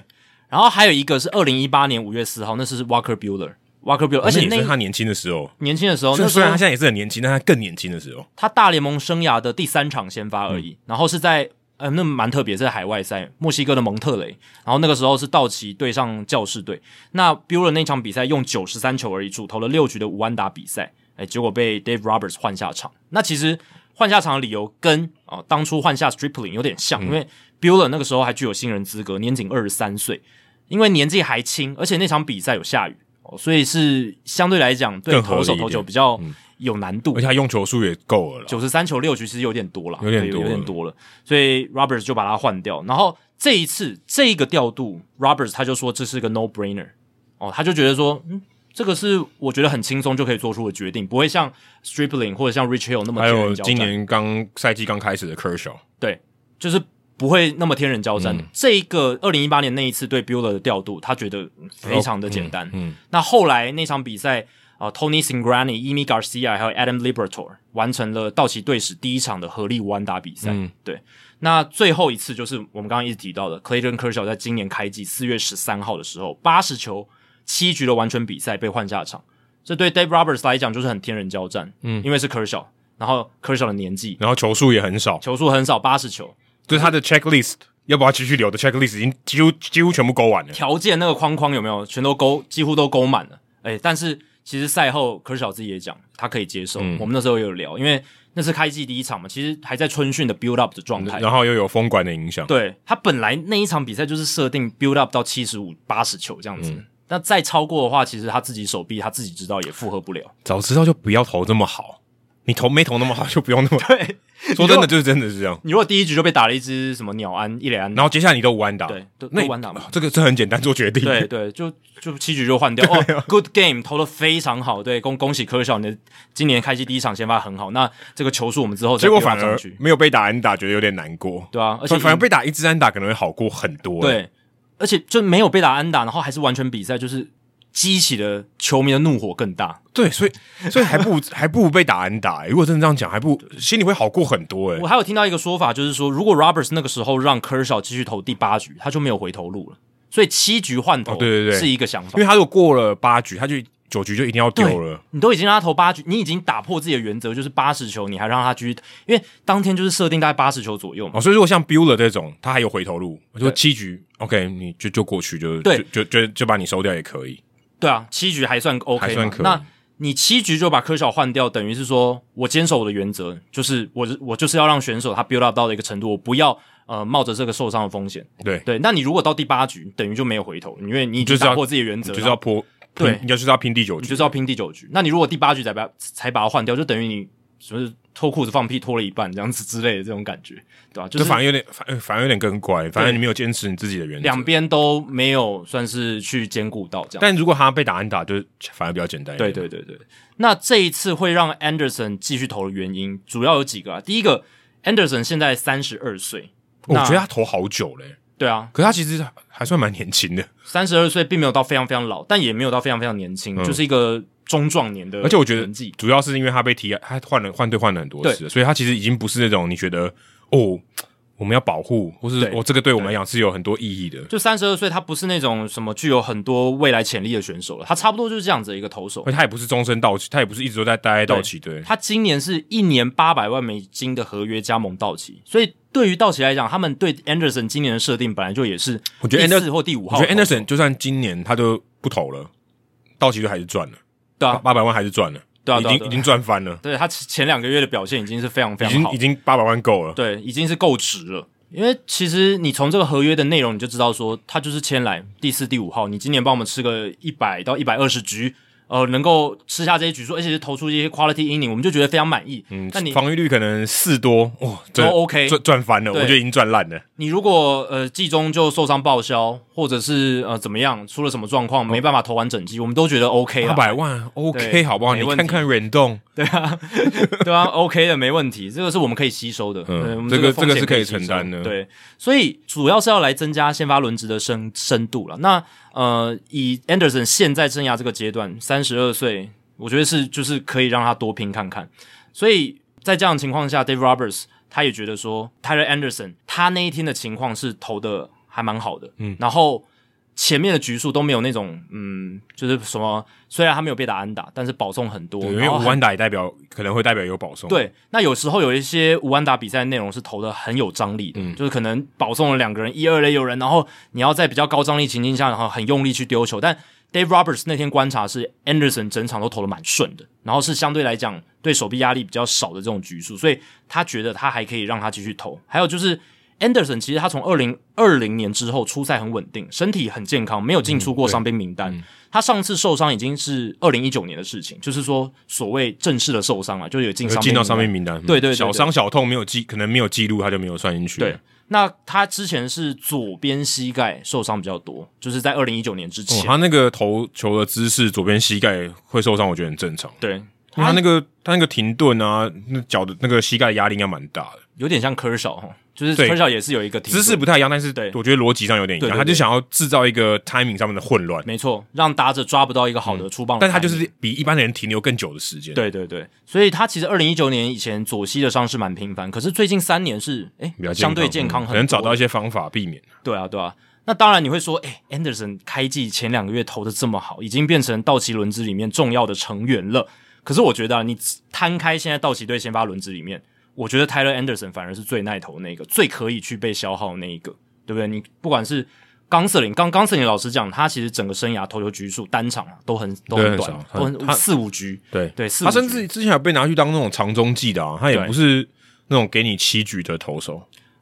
Speaker 1: 然后还有一个是二零一八年五月四号，那是 Walker Bueller，Walker Bueller，
Speaker 2: 而
Speaker 1: 而且
Speaker 2: 哦也是他
Speaker 1: 那
Speaker 2: 年轻的时候，
Speaker 1: 年轻的时候，
Speaker 2: 虽
Speaker 1: 那
Speaker 2: 然
Speaker 1: 时
Speaker 2: 虽然
Speaker 1: 候
Speaker 2: 他现在也是很年轻，但他更年轻的时候，
Speaker 1: 他大联盟生涯的第三场先发而
Speaker 2: 嗯
Speaker 1: 已，然后是在呃，那蛮特别，是在海外赛，墨西哥的蒙特雷，然后那个时候是道奇对上教士队，那 Bueller 那场比赛用九十三球而已，主投了六局的无安打比赛，哎，结果被 Dave Roberts 换下场。那其实换下场的理由跟啊、呃当初换下 Stripling 有点
Speaker 2: 嗯
Speaker 1: 像，因为 Bueller 那个时候还具有新人资格，年仅二十三岁，因为年纪还轻，而且那场比赛有下雨。哦所以是相对来讲，对
Speaker 2: 更合理
Speaker 1: 投手
Speaker 2: 一
Speaker 1: 投球
Speaker 2: 点嗯
Speaker 1: 比较有难度，
Speaker 2: 而且他用球数也够了啦。
Speaker 1: 九十三球六局其实有点多了，
Speaker 2: 有点
Speaker 1: 对
Speaker 2: 多
Speaker 1: 有
Speaker 2: 了
Speaker 1: 点多了，所以 Roberts 就把他换掉。然后这一次这个调度，Roberts 他就说这是个 no brainer，哦，他就觉得说，嗯，这个是我觉得很轻松就可以做出的决定，不会像 Stripling 或者像 Rich Hill 那么
Speaker 2: 还
Speaker 1: 天
Speaker 2: 有
Speaker 1: 人交战
Speaker 2: 今年刚赛季刚开始的 Kershaw，
Speaker 1: 对，就是不会那么天人交战。
Speaker 2: 嗯
Speaker 1: 这一个二零一八年那一次对 Bueller 的调度，他觉得非常的简单。
Speaker 2: 哦嗯，
Speaker 1: 那后来那场比赛啊、呃、，Tony Singrani、Emi Garcia 还有 Adam Libertor 完成了道奇队史第一场的合力弯打比赛。
Speaker 2: 嗯
Speaker 1: 对，那最后一次就是我们刚刚一直提到的 Clayton Kershaw 在今年开季四月十三号的时候，八十球七局的完全比赛被换下场，这对 Dave Roberts 来讲就是很天人交战。嗯，因为是 Kershaw，然后 Kershaw 的年纪
Speaker 2: 然后球数也很少，
Speaker 1: 球数很少，八十球，
Speaker 2: 就是他的 checklist 要不要继续留的 checklist 已经几乎几乎全部勾完了。
Speaker 1: 条件那个框框有没有全都勾，几乎都勾满了。哎、但是其实赛后科小自己也讲，他可以接受。我们那时候也有聊，因为那是开季第一场嘛，其实还在春训的 build up 的状态。
Speaker 2: 然后又有风管的影响，
Speaker 1: 对他本来那一场比赛就是设定 build up 到七十五、八十球这样子。那再超过的话，其实他自己手臂他自己知道也负荷不了。
Speaker 2: 早知道就不要投这么好，你投没投那么好就
Speaker 1: *laughs*
Speaker 2: 不用那么。
Speaker 1: 对，
Speaker 2: 说真的，就是真的是这样。
Speaker 1: 你如果第一局就被打了一只什么鸟安、一垒安，
Speaker 2: 然后接下来你都无安打，
Speaker 1: 对，都都
Speaker 2: 那你
Speaker 1: 完打嘛。
Speaker 2: 这个这很简单做决定，
Speaker 1: 对对，就就七局就换掉、哦。Good game，投的非常好，对，恭恭喜科小，你的今年开机第一场先发很好。那这个球数我们之后再
Speaker 2: *laughs* 结果
Speaker 1: 给他
Speaker 2: 反而
Speaker 1: 上去，
Speaker 2: 没有被打安打，觉得有点难过。
Speaker 1: 对啊，而且
Speaker 2: 反反而被打一支安打可能会好过很多。，
Speaker 1: 对，而且就没有被打安打，然后还是完全比赛，就是激起了球迷的怒火更大。
Speaker 2: 对，所以所以还
Speaker 1: *laughs*
Speaker 2: 不如还不如被打安打、欸。如果真的这样讲，还不心里会好过很多、欸。
Speaker 1: 我还有听到一个说法，就是说如果 Roberts 那个时候让科小继续投第八局，他就没有回头路了。所以七局换投，
Speaker 2: 哦对对对
Speaker 1: 是一个想法
Speaker 2: 因为。他如果过了八局，他就九局就一定要丢了。
Speaker 1: 你都已经让他投八局，你已经打破自己的原则，就是八十球，你还让他继续，因为当天就是设定大概八十球左右嘛。
Speaker 2: 哦，所以如果像 Bueller 这种，他还有回头路，我就七局 OK，你就就过去就
Speaker 1: 对
Speaker 2: 就就就就把你收掉也可以。
Speaker 1: 对啊，七局还算 OK，嘛
Speaker 2: 还算可以
Speaker 1: 那你七局就把科小换掉，等于是说我坚守我的原则，就是我我就是要让选手他 build up 到的一个程度，我不要呃冒着这个受伤的风险。
Speaker 2: 对，
Speaker 1: 对，那你如果到第八局，等于就没有回头，因为你已经
Speaker 2: 就是要
Speaker 1: 打破自己的原则，
Speaker 2: 你就是
Speaker 1: 然
Speaker 2: 要
Speaker 1: 后
Speaker 2: 破，
Speaker 1: 对
Speaker 2: 拼你就是要拼第九
Speaker 1: 你
Speaker 2: 局，
Speaker 1: 就是要拼第九局。那你如果第八局才把才把它换掉，就等于你就是脱裤子放屁脱了一半这样子之类的这种感觉，对吧、就
Speaker 2: 就是反而有点反反而有点更乖，反正你没有坚持你自己的原则。
Speaker 1: 两边都没有算是去兼顾到这样。
Speaker 2: 但如果他被打安打，就是反而比较简单一
Speaker 1: 对
Speaker 2: 点。
Speaker 1: 对对对，那这一次会让 Anderson 继续投的原因主要有几个啊？第一个，Anderson 现在三十二岁，
Speaker 2: 我
Speaker 1: 那
Speaker 2: 觉得他投好久嘞、
Speaker 1: 对啊，
Speaker 2: 可是他其实还算蛮年轻的，
Speaker 1: 三十二岁并没有到非常非常老，但也没有到非常非常年轻，就是一个中壮年的，
Speaker 2: 嗯而且我觉得
Speaker 1: 年纪
Speaker 2: 主要是因为他被提，他换了换队换了很多次，所以他其实已经不是那种你觉得哦，我们要保护，或是
Speaker 1: 对
Speaker 2: 哦，这个对我们来讲是有很多意义的，
Speaker 1: 就三十二岁，他不是那种什么具有很多未来潜力的选手了，他差不多就是这样子的一个投手
Speaker 2: 而且。他也不是终身到期，他也不是一直都在待在道奇队，
Speaker 1: 他今年是一年八百万美金的合约加盟道奇，所以对于道奇来讲，他们对 Anderson 今年的设定本来就也是
Speaker 2: 我觉得
Speaker 1: 第
Speaker 2: Anderson-
Speaker 1: 四或第五
Speaker 2: 我
Speaker 1: 号
Speaker 2: 觉
Speaker 1: 的
Speaker 2: 得
Speaker 1: 投手。
Speaker 2: Anderson 就算今年他都不投了，道奇队还是赚了，
Speaker 1: 对啊
Speaker 2: 八八百万还是赚了，
Speaker 1: 对啊
Speaker 2: 已
Speaker 1: 对啊
Speaker 2: 经
Speaker 1: 对啊
Speaker 2: 已经赚翻了，
Speaker 1: 对他前两个月的表现已经是非常非
Speaker 2: 已
Speaker 1: 常好
Speaker 2: 经已，经八百万够了，
Speaker 1: 对，已经是够值了。因为其实你从这个合约的内容，你就知道说他就是签来第四、第五号，你今年帮我们吃个一百到一百二十局，呃能够吃下这些局数，而且是投出一些 quality inning，我们就觉得非常满意。
Speaker 2: 嗯，
Speaker 1: 那你
Speaker 2: 防御率可能四多，哇，这
Speaker 1: 都 OK
Speaker 2: 赚赚翻了，我
Speaker 1: 对
Speaker 2: 觉得已经赚烂了。
Speaker 1: 你如果呃季中就受伤报销，或者是呃怎么样出了什么状
Speaker 2: 哦
Speaker 1: 况，没办法投完整季，我们都觉得 OK
Speaker 2: 八
Speaker 1: 了，
Speaker 2: 百万 OK
Speaker 1: 啊对
Speaker 2: 好不好？
Speaker 1: 没
Speaker 2: 你
Speaker 1: 问
Speaker 2: 看
Speaker 1: 题
Speaker 2: 看忍动，
Speaker 1: *laughs* 对啊，OK 的没问题，这个是我们可以吸收的，
Speaker 2: 嗯
Speaker 1: 对我们
Speaker 2: 这个
Speaker 1: 个风险
Speaker 2: 这个是可
Speaker 1: 可
Speaker 2: 以
Speaker 1: 吸收
Speaker 2: 承担的
Speaker 1: 对，所以主要是要来增加先发轮值的深深度了。那呃，以 Anderson 现在生涯这个阶段，三十二岁，我觉得是就是可以让他多拼看看。所以在这样的情况下，Dave Roberts 他也觉得说，Tyler Anderson 他那一天的情况是投的还蛮好的，嗯，然后前面的局数都没有那种嗯，就是什么，虽然他没有被打安打，但是保送很多，
Speaker 2: 因为
Speaker 1: 然后
Speaker 2: 五安打也代表可能会代表有保送，，
Speaker 1: 对，那有时候有一些无安打比赛内容是投的很有张力的，就是可能保送了两个人，一二垒有人，然后你要在比较高张力情境下，然后很用力去丢球。但 Dave Roberts 那天观察是 Anderson 整场都投的蛮顺的，然后是相对来讲对手臂压力比较少的这种局数，所以他觉得他还可以让他继续投。还有就是 Anderson 其实他从二零二零年之后出赛很稳定，身体很健康，没有进出过伤兵名单。他上次受伤已经是二零一九年的事情，就是说所谓正式的受伤了，就有进伤
Speaker 2: 呃进
Speaker 1: 兵
Speaker 2: 到
Speaker 1: 名单
Speaker 2: 上面名单，嗯
Speaker 1: 对对对
Speaker 2: 小
Speaker 1: 对
Speaker 2: 伤小痛没有记，可能没有记录，他就没有算进去，
Speaker 1: 对，，那他之前是左边膝盖受伤比较多，就是在二零一九年之
Speaker 2: 哦
Speaker 1: 前。
Speaker 2: 他那个投球的姿势，左边膝盖会受伤，我觉得很正常。
Speaker 1: 对，
Speaker 2: 因为他那个他那个停顿啊，那脚的那个膝盖压力应该蛮大的，
Speaker 1: 有点像科少哈，就是
Speaker 2: 对
Speaker 1: 科少也是有一个停
Speaker 2: 姿势
Speaker 1: 顿
Speaker 2: 不太一样，但是
Speaker 1: 对
Speaker 2: 我觉得逻辑上有点一样，
Speaker 1: 对对对
Speaker 2: 他就想要制造一个 timing 上面的混乱，
Speaker 1: 没错，让打者抓不到一个好的出棒的
Speaker 2: 嗯但他
Speaker 1: 反应、
Speaker 2: 就是比一般的人停留更久的时间，，
Speaker 1: 对对对，所以他其实二零一九年以前左膝的伤势蛮频繁，可是最近三年是哎
Speaker 2: 比较健
Speaker 1: 相对健康很
Speaker 2: 嗯可
Speaker 1: 多，
Speaker 2: 能找到一些方法避免。
Speaker 1: 对啊，对啊。那当然你会说，哎、a n d e r s o n 开季前两个月投的这么好，已经变成道奇轮子里面重要的成员了。可是我觉得、啊，你摊开现在道奇队先发轮子里面，我觉得 Tyler Anderson 反而是最耐投那个，最可以去被消耗那一个，对不对？你不管是冈瑟林，刚冈瑟林老实讲，他其实整个生涯投球局数单场啊都很都很
Speaker 2: 对
Speaker 1: 短
Speaker 2: 很，少
Speaker 1: 都
Speaker 2: 他他
Speaker 1: 很四五局，
Speaker 2: 对
Speaker 1: 对，四五
Speaker 2: 他甚
Speaker 1: 局
Speaker 2: 至之前有被拿去当那种长中计的啊，他也
Speaker 1: 对
Speaker 2: 不是那种给你七局的投手，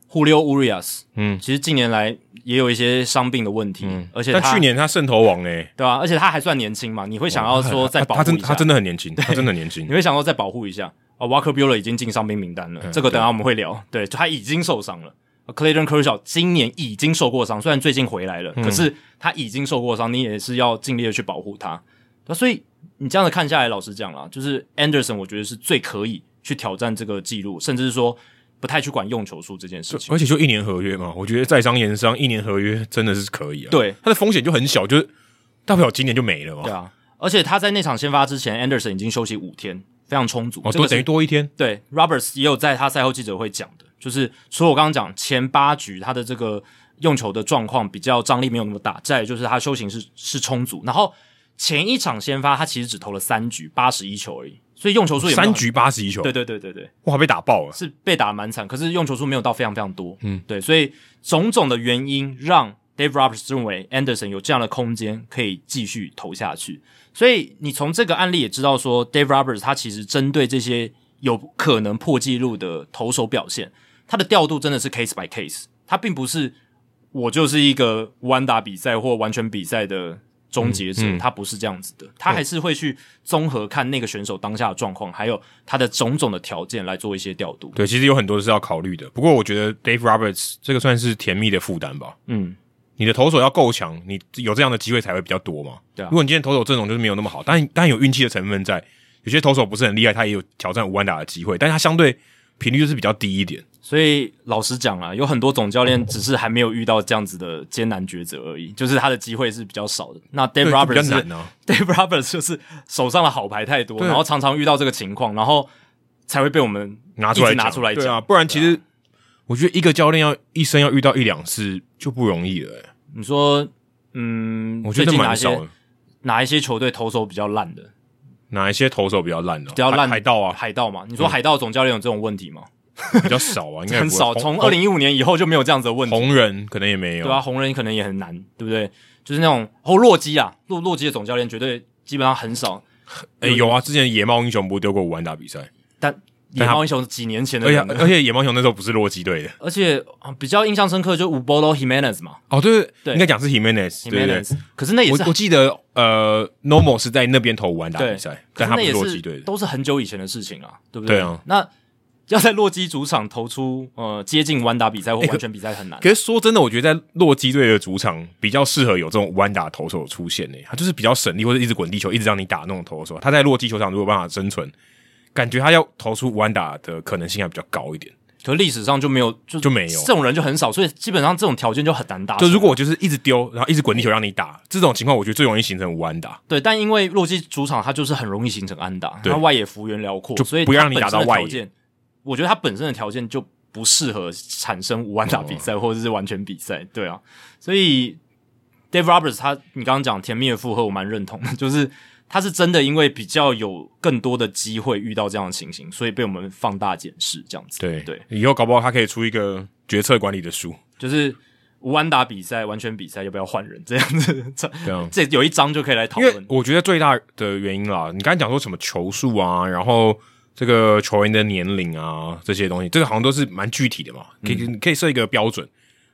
Speaker 1: Julio Urias，
Speaker 2: 嗯
Speaker 1: 其实近年来也有一些伤病的问题，而且
Speaker 2: 但
Speaker 1: 他
Speaker 2: 去年他胜投王哎、
Speaker 1: 对啊吧、而且他还算年轻嘛，你会想要说再
Speaker 2: 他
Speaker 1: 保护
Speaker 2: 他真
Speaker 1: 一下
Speaker 2: 他真的很年轻，他真的很
Speaker 1: *laughs*
Speaker 2: 年轻
Speaker 1: 你。会想说再保护一下啊、w a l k e r Bueller 已经进伤兵名单了，
Speaker 2: 嗯
Speaker 1: 这个
Speaker 2: 啊
Speaker 1: 等下我们会聊。对，就他已经受伤了。呃 Clayton Kershaw 今年已经受过伤，虽然最近回来了，可
Speaker 2: 嗯
Speaker 1: 是他已经受过伤，你也是要尽力的去保护他。那所以你这样子看下来，老实讲啦，就是 Anderson 我觉得是最可以去挑战这个记录，甚至是说不太去管用球数这件事情。
Speaker 2: 而且就一年合约嘛，我觉得在商言商，一年合约真的是可以啊。
Speaker 1: 对，
Speaker 2: 他的风险就很小，就是大不了今年就没了嘛。
Speaker 1: 对啊，而且他在那场先发之前，Anderson 已经休息五天，非常充足。
Speaker 2: 哦，
Speaker 1: 这
Speaker 2: 多
Speaker 1: 个是
Speaker 2: 等于多一天。
Speaker 1: 对，Roberts 也有在他赛后记者会讲的，就是除了我刚刚讲前八局他的这个用球的状况比较张力没有那么大，再来就是他休息是是充足，然后前一场先发他其实只投了三局八十一球而已，所以用球数也没有
Speaker 2: 三，局八十一球，
Speaker 1: 对对对对对，
Speaker 2: 哇，被打爆了。
Speaker 1: 是被打得蛮惨，可是用球数没有到非常非常多，嗯，对，所以种种的原因让 Dave Roberts 认为 Anderson 有这样的空间可以继续投下去，所以你从这个案例也知道说，Dave Roberts 他其实针对这些有可能破纪录的投手表现，他的调度真的是 case by case，他并不是我就是一个弯打比赛或完全比赛的终结
Speaker 2: 嗯
Speaker 1: 者，他不是这样子的，他还是会去综合看那个选手当下的状况，还有他的种种的条件来做一些调度。
Speaker 2: 对，其实有很多是要考虑的。不过我觉得 Dave Roberts 这个算是甜蜜的负担吧。
Speaker 1: 嗯，
Speaker 2: 你的投手要够强，你有这样的机会才会比较多嘛。
Speaker 1: 对啊
Speaker 2: 如果你今天投手阵容就是没有那么好，但但有运气的成分在，有些投手不是很厉害，他也有挑战五万打的机会，但他相对频率就是比较低一点。
Speaker 1: 所以老实讲啊，有很多总教练只是还没有遇到这样子的艰难抉择而已，就是他的机会是比较少的。那 Dave
Speaker 2: 对就比较
Speaker 1: Roberts 是
Speaker 2: 难啊。
Speaker 1: *laughs* Dave Roberts 就是手上的好牌太多，
Speaker 2: 对
Speaker 1: 然后常常遇到这个情况，然后才会被我们
Speaker 2: 拿出来
Speaker 1: 一直拿
Speaker 2: 讲
Speaker 1: 出来
Speaker 2: 对
Speaker 1: 讲
Speaker 2: 啊，不然其实我觉得一个教练要一生要遇到一两次就不容易了、欸
Speaker 1: 你说，嗯，
Speaker 2: 我觉
Speaker 1: 最
Speaker 2: 得
Speaker 1: 近哪
Speaker 2: 蛮
Speaker 1: 一
Speaker 2: 少
Speaker 1: 些
Speaker 2: 的。
Speaker 1: 哪一些球队投手比较烂的？
Speaker 2: 哪一些投手比较烂的、
Speaker 1: 比较烂
Speaker 2: 海海
Speaker 1: *laughs*
Speaker 2: 盗啊，
Speaker 1: 海盗嘛？你说海盗总教练有这种问题吗？
Speaker 2: 比较少啊，应该也
Speaker 1: 很
Speaker 2: 不会
Speaker 1: 少，
Speaker 2: 红
Speaker 1: 从二零一五年以后就没有这样子的问题，
Speaker 2: 红人可能也没有，啊
Speaker 1: 对吧、红人可能也很难，对不对？就是那种哦，洛基啊，洛洛基的总教练绝对基本上很少，
Speaker 2: 啊哎、有啊，之前野猫英雄不是丢过五万打比赛，
Speaker 1: 但野猫英雄几年前的
Speaker 2: 而且
Speaker 1: 人了，
Speaker 2: 而且野猫熊那时候不是洛基队的
Speaker 1: 而且啊比较印象深刻就是 Ubolo Jimenez 嘛
Speaker 2: 哦，对对
Speaker 1: 对
Speaker 2: 应该讲是 Jimenez，对对对
Speaker 1: ，Jimenez，可是那也是
Speaker 2: 我我记得呃，Normal 是在那边投完打
Speaker 1: 对
Speaker 2: 比赛，
Speaker 1: 可
Speaker 2: 但
Speaker 1: 是那
Speaker 2: 他不
Speaker 1: 也
Speaker 2: 洛基队的。
Speaker 1: 都是很久以前的事情啊，对不对？
Speaker 2: 对啊，
Speaker 1: 那要在洛基主场投出呃接近弯打比赛或完全比赛很难。
Speaker 2: 哎可是说真的，我觉得在洛基队的主场比较适合有这种弯打投手出现呢、他就是比较省力或者一直滚地球，一直让你打那种投手。他在洛基球场如果有办法生存，感觉他要投出弯打的可能性还比较高一点。
Speaker 1: 可历史上就没有，就
Speaker 2: 就没有
Speaker 1: 这种人就很少，所以基本上这种条件就很难达成。
Speaker 2: 就如果我就是一直丢，然后一直滚地球让你打，这种情况我觉得最容易形成无安打，
Speaker 1: 对，但因为洛基主场它就是很容易形成安打，
Speaker 2: 对
Speaker 1: 它外野幅员辽阔，
Speaker 2: 就
Speaker 1: 所以
Speaker 2: 不
Speaker 1: 它
Speaker 2: 让你
Speaker 1: 本
Speaker 2: 打
Speaker 1: 身
Speaker 2: 到
Speaker 1: 的
Speaker 2: 外
Speaker 1: 条
Speaker 2: 野
Speaker 1: 件。我觉得它本身的条件就不适合产生无安打比
Speaker 2: 哦
Speaker 1: 赛、或者是完全比赛，对啊，所以 Dave Roberts 他你刚刚讲甜蜜的负荷，我蛮认同的，就是他是真的因为比较有更多的机会遇到这样的情形，所以被我们放大检视这样子，
Speaker 2: 对
Speaker 1: 对，
Speaker 2: 以后搞不好他可以出一个决策管理的书，
Speaker 1: 就是。无安打比赛、完全比赛要不要换人？这样子，这
Speaker 2: 这样
Speaker 1: 这有一章就可以来讨
Speaker 2: 啊因为
Speaker 1: 论。
Speaker 2: 我觉得最大的原因啦，你刚才讲说什么球速啊，然后这个球员的年龄啊这些东西，这个好像都是蛮具体的嘛，
Speaker 1: 嗯
Speaker 2: 可以、可以设一个标准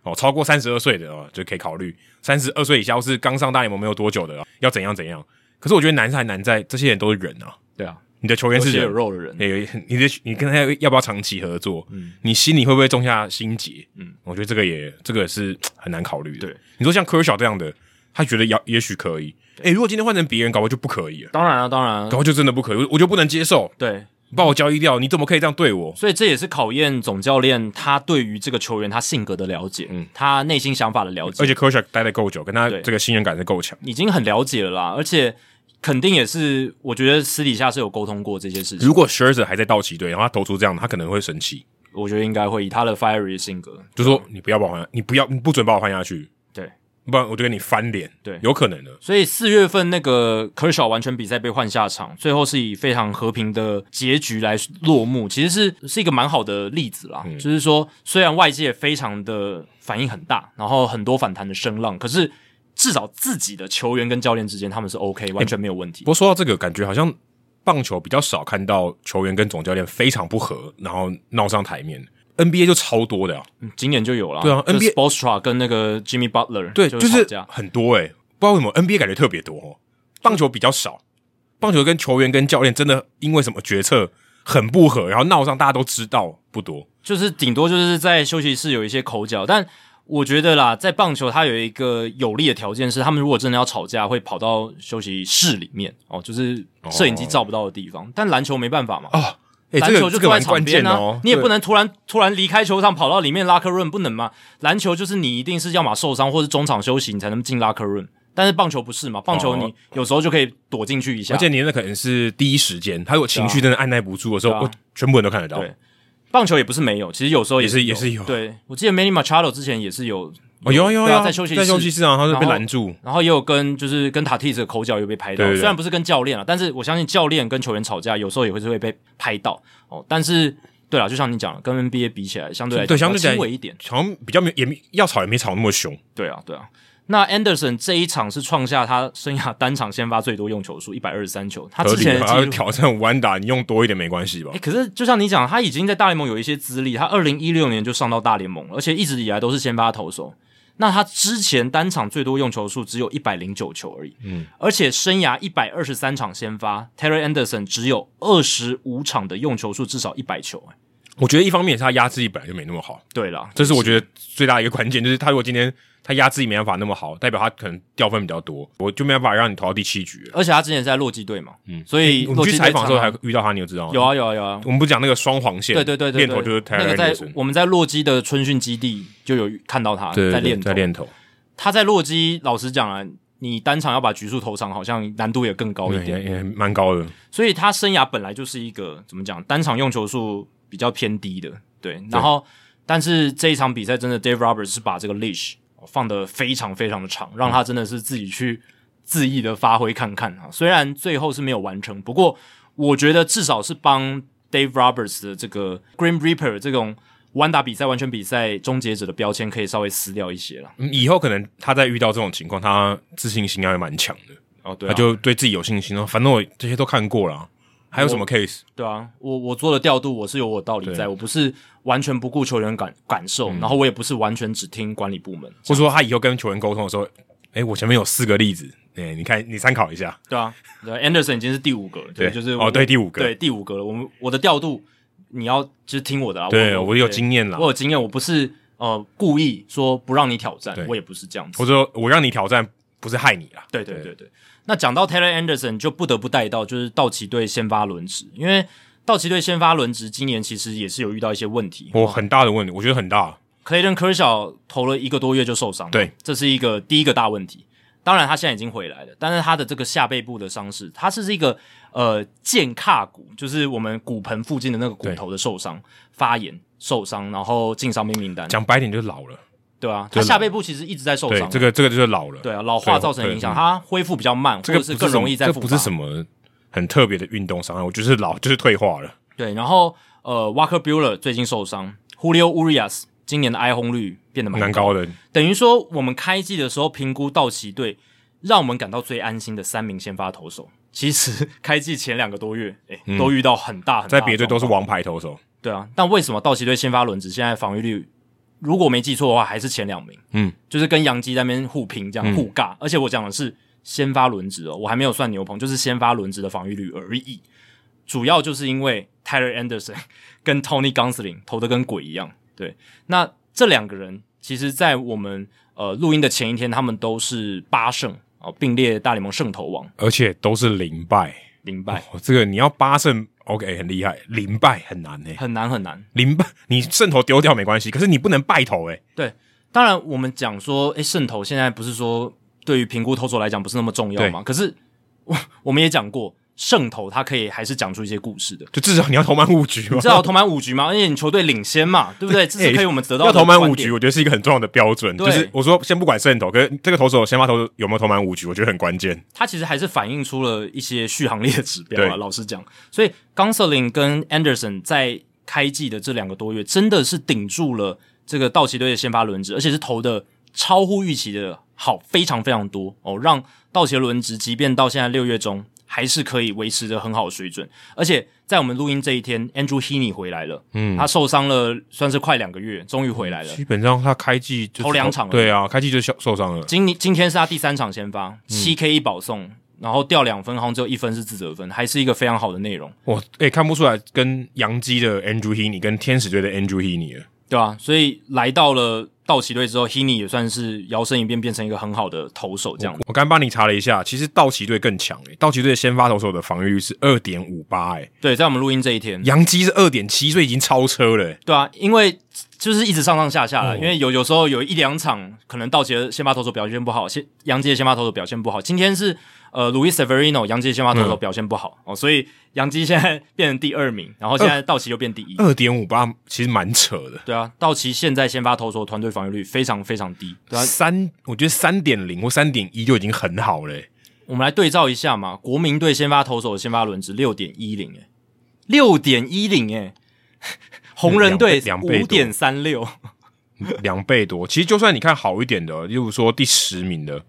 Speaker 2: 哦，超过三十二岁的哦就可以考虑，三十二岁以下或是刚上大联盟没有多久的哦要怎样怎样。可是我觉得难是还难在这些人都是人啊，
Speaker 1: 对啊，
Speaker 2: 你的球员
Speaker 1: 有
Speaker 2: 是
Speaker 1: 血有
Speaker 2: 人，
Speaker 1: 肉的人，
Speaker 2: 也哎你的你跟他要不要长期合作？
Speaker 1: 嗯
Speaker 2: 你心里会不会种下心结？嗯，我觉得这个也这个也是很难考虑的。
Speaker 1: 对，
Speaker 2: 你说像科尔小这样的，他觉得要也许可以，诶，如果今天换成别人，搞不好就不可以了，
Speaker 1: 当然了，啊当然
Speaker 2: 搞不
Speaker 1: 了，
Speaker 2: 好就真的不可以，我我就不能接受，
Speaker 1: 对，
Speaker 2: 把我交易掉，你怎么可以这样对我？
Speaker 1: 所以这也是考验总教练他对于这个球员他性格的了解，他内心想法的了解，
Speaker 2: 嗯而且科尔小待的够久，跟他
Speaker 1: 对
Speaker 2: 这个信任感是够强。
Speaker 1: 已经很了解了啦，而且肯定也是，我觉得私底下是有沟通过这些事情
Speaker 2: 如，果 s h i r z e r 还在道奇队，然后他投出这样的，他可能会生气，
Speaker 1: 我觉得应该会以他的 fiery 的性格，
Speaker 2: 就说你不要把我换，你不要你不准把我换下去，
Speaker 1: 对，
Speaker 2: 不然我就跟你翻脸。
Speaker 1: 对
Speaker 2: 有可能的。
Speaker 1: 所以四月份那个科尔小完全比赛被换下场，最后是以非常和平的结局来落幕，其实是是一个蛮好的例子啦。
Speaker 2: 嗯
Speaker 1: 就是说，虽然外界非常的反应很大，然后很多反弹的声浪，可是至少自己的球员跟教练之间他们是 OK，完全没有问题。
Speaker 2: 不过说到这个，感觉好像棒球比较少看到球员跟总教练非常不和，然后闹上台面。NBA 就超多的、啊，
Speaker 1: 嗯今年就有了，
Speaker 2: 对啊 NBA
Speaker 1: s p o s t r a 跟那个 Jimmy Butler
Speaker 2: 对，
Speaker 1: 就
Speaker 2: 就是是
Speaker 1: 吵架
Speaker 2: 很多诶、不知道为什么 NBA 感觉特别多、哦，棒球比较少。棒球跟球员跟教练真的因为什么决策很不合，然后闹上大家都知道不多。
Speaker 1: 就是顶多就是在休息室有一些口角，但我觉得啦，在棒球它有一个有利的条件是，他们如果真的要吵架，会跑到休息室里面哦，就是摄影机照不到的地方。但篮球没办法嘛，
Speaker 2: 哦，诶、
Speaker 1: 篮
Speaker 2: 这
Speaker 1: 球
Speaker 2: 个
Speaker 1: 就
Speaker 2: 这
Speaker 1: 坐
Speaker 2: 个
Speaker 1: 在
Speaker 2: 蛮
Speaker 1: 场
Speaker 2: 关
Speaker 1: 边
Speaker 2: 键
Speaker 1: 呢、
Speaker 2: 的哦，
Speaker 1: 你也不
Speaker 2: 对
Speaker 1: 能突然突然离开球场跑到里面拉克润，不能嘛？篮球就是你一定是要么受伤或是中场休息你才能进拉克润，但是棒球不是嘛？棒球你有时候就可以躲进去一下，
Speaker 2: 哦而且你那可能是第一时间，他如果情绪真的按耐不住的时候，
Speaker 1: 对啊
Speaker 2: 我全部人都看得到。
Speaker 1: 对棒球也不是没有，其实有时候也
Speaker 2: 也
Speaker 1: 是
Speaker 2: 是也是有
Speaker 1: 对，我记得 Manny Machado 之前也是有，
Speaker 2: 哦，有啊有啊
Speaker 1: 对
Speaker 2: 有
Speaker 1: 啊
Speaker 2: 啊，
Speaker 1: 在休息室
Speaker 2: 在休息室啊，他就
Speaker 1: 然
Speaker 2: 被
Speaker 1: 后
Speaker 2: 拦住。
Speaker 1: 然后也有跟就是跟塔蒂斯的口角有被拍到，
Speaker 2: 对对对
Speaker 1: 虽然不是跟教练啊，但是我相信教练跟球员吵架有时候也会是会被拍到哦。但是对啊了，就像你讲的，跟 NBA 比起来，相对来讲
Speaker 2: 对相对
Speaker 1: 比较
Speaker 2: 来
Speaker 1: 轻微一点。
Speaker 2: 好像比较没有也没要吵也没吵那么凶，
Speaker 1: 对啊，对啊。那 Anderson 这一场是创下他生涯单场先发最多用球数一百二十三球，他
Speaker 2: 合
Speaker 1: 之
Speaker 2: 理
Speaker 1: 前
Speaker 2: 吧？
Speaker 1: 的
Speaker 2: 他
Speaker 1: 记
Speaker 2: 要
Speaker 1: 录
Speaker 2: 挑战弯打，你用多一点没关系吧
Speaker 1: 哎、？可是就像你讲，他已经在大联盟有一些资历，他二零一六年就上到大联盟了，而且一直以来都是先发投手。那他之前单场最多用球数只有一百零九球而已，嗯，而且生涯一百二十三场先发，Terry Anderson 只有二十五场的用球数至少一百球、哎，
Speaker 2: 我觉得一方面也是他压制力本来就没那么好，
Speaker 1: 对啦，
Speaker 2: 这是我觉得最大的一个关键，就是他如果今天他压制力没办法那么好，代表他可能掉分比较多，我就没办法让你投到第七局了。
Speaker 1: 而且他之前是在洛基队嘛，嗯，所以
Speaker 2: 我们
Speaker 1: 洛
Speaker 2: 哎去
Speaker 1: 基队
Speaker 2: 采访的时候还
Speaker 1: 常常
Speaker 2: 遇到他，你有知道吗？
Speaker 1: 有，啊有啊有啊，
Speaker 2: 我们不讲那个双黄线，
Speaker 1: 对对对对
Speaker 2: 练头就是
Speaker 1: 对那个
Speaker 2: Terry
Speaker 1: 在
Speaker 2: Anderson
Speaker 1: 我们在洛基的春训基地就有看到他
Speaker 2: 对
Speaker 1: 在
Speaker 2: 对对
Speaker 1: 练
Speaker 2: 在
Speaker 1: 头
Speaker 2: 练头，
Speaker 1: 他在洛基，老实讲啊，你单场要把局数投场，好像难度也更高哦一
Speaker 2: 对也
Speaker 1: 点。
Speaker 2: 也蛮高的。
Speaker 1: 所以他生涯本来就是一个怎么讲，单场用球数比较偏低的，对。然后，但是这一场比赛真的，Dave Roberts 是把这个 leash 放得非常非常的长，让他真的是自己去恣意的发挥看看啊。虽然最后是没有完成，不过我觉得至少是帮 Dave Roberts 的这个 Green Reaper 这种完打比赛、完全比赛终结者的标签可以稍微撕掉一些了。
Speaker 2: 嗯以后可能他在遇到这种情况，他自信心要蛮强的。
Speaker 1: 哦，对
Speaker 2: 他就对自己有信心哦。反正我这些都看过了啊、还有什么 case？
Speaker 1: 对啊，我我做的调度我是有我道理在，我不是完全不顾球员感感受，
Speaker 2: 嗯
Speaker 1: 然后我也不是完全只听管理部门，
Speaker 2: 或者说他以后跟球员沟通的时候，哎，我前面有四个例子，哎，你看你参考一下。
Speaker 1: 对啊，对啊，Anderson 已经是第五个了，
Speaker 2: 对
Speaker 1: 就是
Speaker 2: 哦对第五个
Speaker 1: 对第五个了。我们我的调度你要就是听我的啦，
Speaker 2: 对
Speaker 1: 我
Speaker 2: 我有经验啦
Speaker 1: 我，有经验，我不是呃故意说不让你挑战
Speaker 2: 对，
Speaker 1: 我也不是这样子
Speaker 2: 或。者说我让你挑战，不是害你啦。
Speaker 1: 对对对对。那讲到 Taylor Anderson，就不得不带到就是道奇队先发轮值，因为道奇队先发轮值今年其实也是有遇到一些问题。
Speaker 2: 我很大的问题，我觉得很大。
Speaker 1: Clayton Kershaw 投了一个多月就受伤，
Speaker 2: 对，
Speaker 1: 这是一个第一个大问题。当然，他现在已经回来了，但是他的这个下背部的伤势，他是一个呃剑胯骨，就是我们骨盆附近的那个骨头的受伤发炎受伤，然后进伤病名单，
Speaker 2: 讲白点就是老了，
Speaker 1: 对啊，
Speaker 2: 就
Speaker 1: 他
Speaker 2: 是
Speaker 1: 下背部其实一直在受
Speaker 2: 对
Speaker 1: 伤，啊
Speaker 2: 这个这个就是老了。
Speaker 1: 对啊老化
Speaker 2: 对
Speaker 1: 造成影响，
Speaker 2: 对
Speaker 1: 他恢复比较慢，
Speaker 2: 这
Speaker 1: 或
Speaker 2: 个
Speaker 1: 者是
Speaker 2: 不
Speaker 1: 更
Speaker 2: 什么
Speaker 1: 容易再
Speaker 2: 这
Speaker 1: 复
Speaker 2: 不
Speaker 1: 发。
Speaker 2: 是什么很特别的运动伤害，我就是老，就是退化了。
Speaker 1: 对，然后呃，Walker Bueller 最近受伤，Julio Urias 今年的哀轰率变得蛮
Speaker 2: 蛮高的，
Speaker 1: 等于说我们开季的时候评估道奇队，让我们感到最安心的三名先发投手，其实开季前两个多月，哎、都遇到很大很大的
Speaker 2: 嗯在别队都是
Speaker 1: 状况
Speaker 2: 王牌投手。
Speaker 1: 对啊，但为什么道奇队先发轮值现在防御率，如果没记错的话，还是前两名？
Speaker 2: 嗯，
Speaker 1: 就是跟杨基在那边互拼这样互尬，而且我讲的是先发轮值哦，我还没有算牛棚，就是先发轮值的防御率而已。主要就是因为 Tyler Anderson *laughs* 跟 Tony Gonsolin 投的跟鬼一样。对，那这两个人其实，在我们呃录音的前一天，他们都是八胜哦，并列大联盟胜投王
Speaker 2: 而且都是零败。
Speaker 1: 零败，
Speaker 2: 哦，这个你要八胜，OK，很厉害，零败很难呢、
Speaker 1: 很难很难。
Speaker 2: 零败你胜投丢掉没关系，可是你不能败投哎、
Speaker 1: 对，当然我们讲说，诶，渗透现在不是说对于评估投手来讲不是那么重要嘛？可是 *laughs* 我我们也讲过，渗透它可以还是讲出一些故事的。
Speaker 2: 就至少你要投满五局嘛。
Speaker 1: 至
Speaker 2: *laughs*
Speaker 1: 少投满五局嘛，而且你球队领先嘛，对不对？这是可以我们得到
Speaker 2: 哎要
Speaker 1: 的
Speaker 2: 投满
Speaker 1: 观
Speaker 2: 五
Speaker 1: 点
Speaker 2: 局，我觉得是一个很重要的标准。
Speaker 1: 对
Speaker 2: 就是我说先不管胜投，可是这个投手先发投手有没有投满五局，我觉得很关键。
Speaker 1: 它其实还是反映出了一些续航力的指标啊。
Speaker 2: 对
Speaker 1: 老实讲，所以 Gonsolin 跟 Anderson 在开季的这两个多月，真的是顶住了这个道奇队的先发轮值，而且是投的超乎预期的好，非常非常多哦，让道奇的轮值即便到现在六月中，还是可以维持着很好的水准。而且在我们录音这一天，Andrew Heaney 回来了，嗯，他受伤了，算是快两个月，终于回来了。
Speaker 2: 基本上他开季就
Speaker 1: 投两场了
Speaker 2: 对啊，开季就受受伤了。
Speaker 1: 今年今天是他第三场先发，
Speaker 2: 嗯
Speaker 1: 七 K 一保送，然后掉两分，好像只有一分是自责分，还是一个非常好的内容，
Speaker 2: 哇，哎、看不出来跟洋基的 Andrew Heaney 跟天使队的 Andrew Heaney 了。
Speaker 1: 对吧、所以来到了道奇队之后，Hini 也算是摇身一变，变成一个很好的投手，这样
Speaker 2: 我刚帮你查了一下，其实道奇队更强诶、道奇队的先发投手的防御率是二点五八诶，
Speaker 1: 对，在我们录音这一天，
Speaker 2: 洋基是二点七，所以已经超车了、欸。
Speaker 1: 对啊，因为就是一直上上下下
Speaker 2: 哦
Speaker 1: 啦，因为有有时候有一两场可能道奇的先发投手表现不好，先杨基的先发投手表现不好。今天是呃，Luis Severino 杨基的先发投
Speaker 2: 嗯
Speaker 1: 手表现不好、哦，所以杨基现在变成第二名，然后现在道奇又变第一。
Speaker 2: 二点五八其实蛮扯的，
Speaker 1: 对啊，道奇现在先发投手团队防御率非常非常低。对啊，
Speaker 2: 三我觉得三点零或三点一就已经很好了、欸。
Speaker 1: 我们来对照一下嘛，国民队先发投手的先发轮值六点一零，哎，六点一零，哎， *laughs* 红人队
Speaker 2: 两倍
Speaker 1: 五
Speaker 2: 多
Speaker 1: 点三六，
Speaker 2: 两倍多。其实就算你看好一点的，例如说第十名的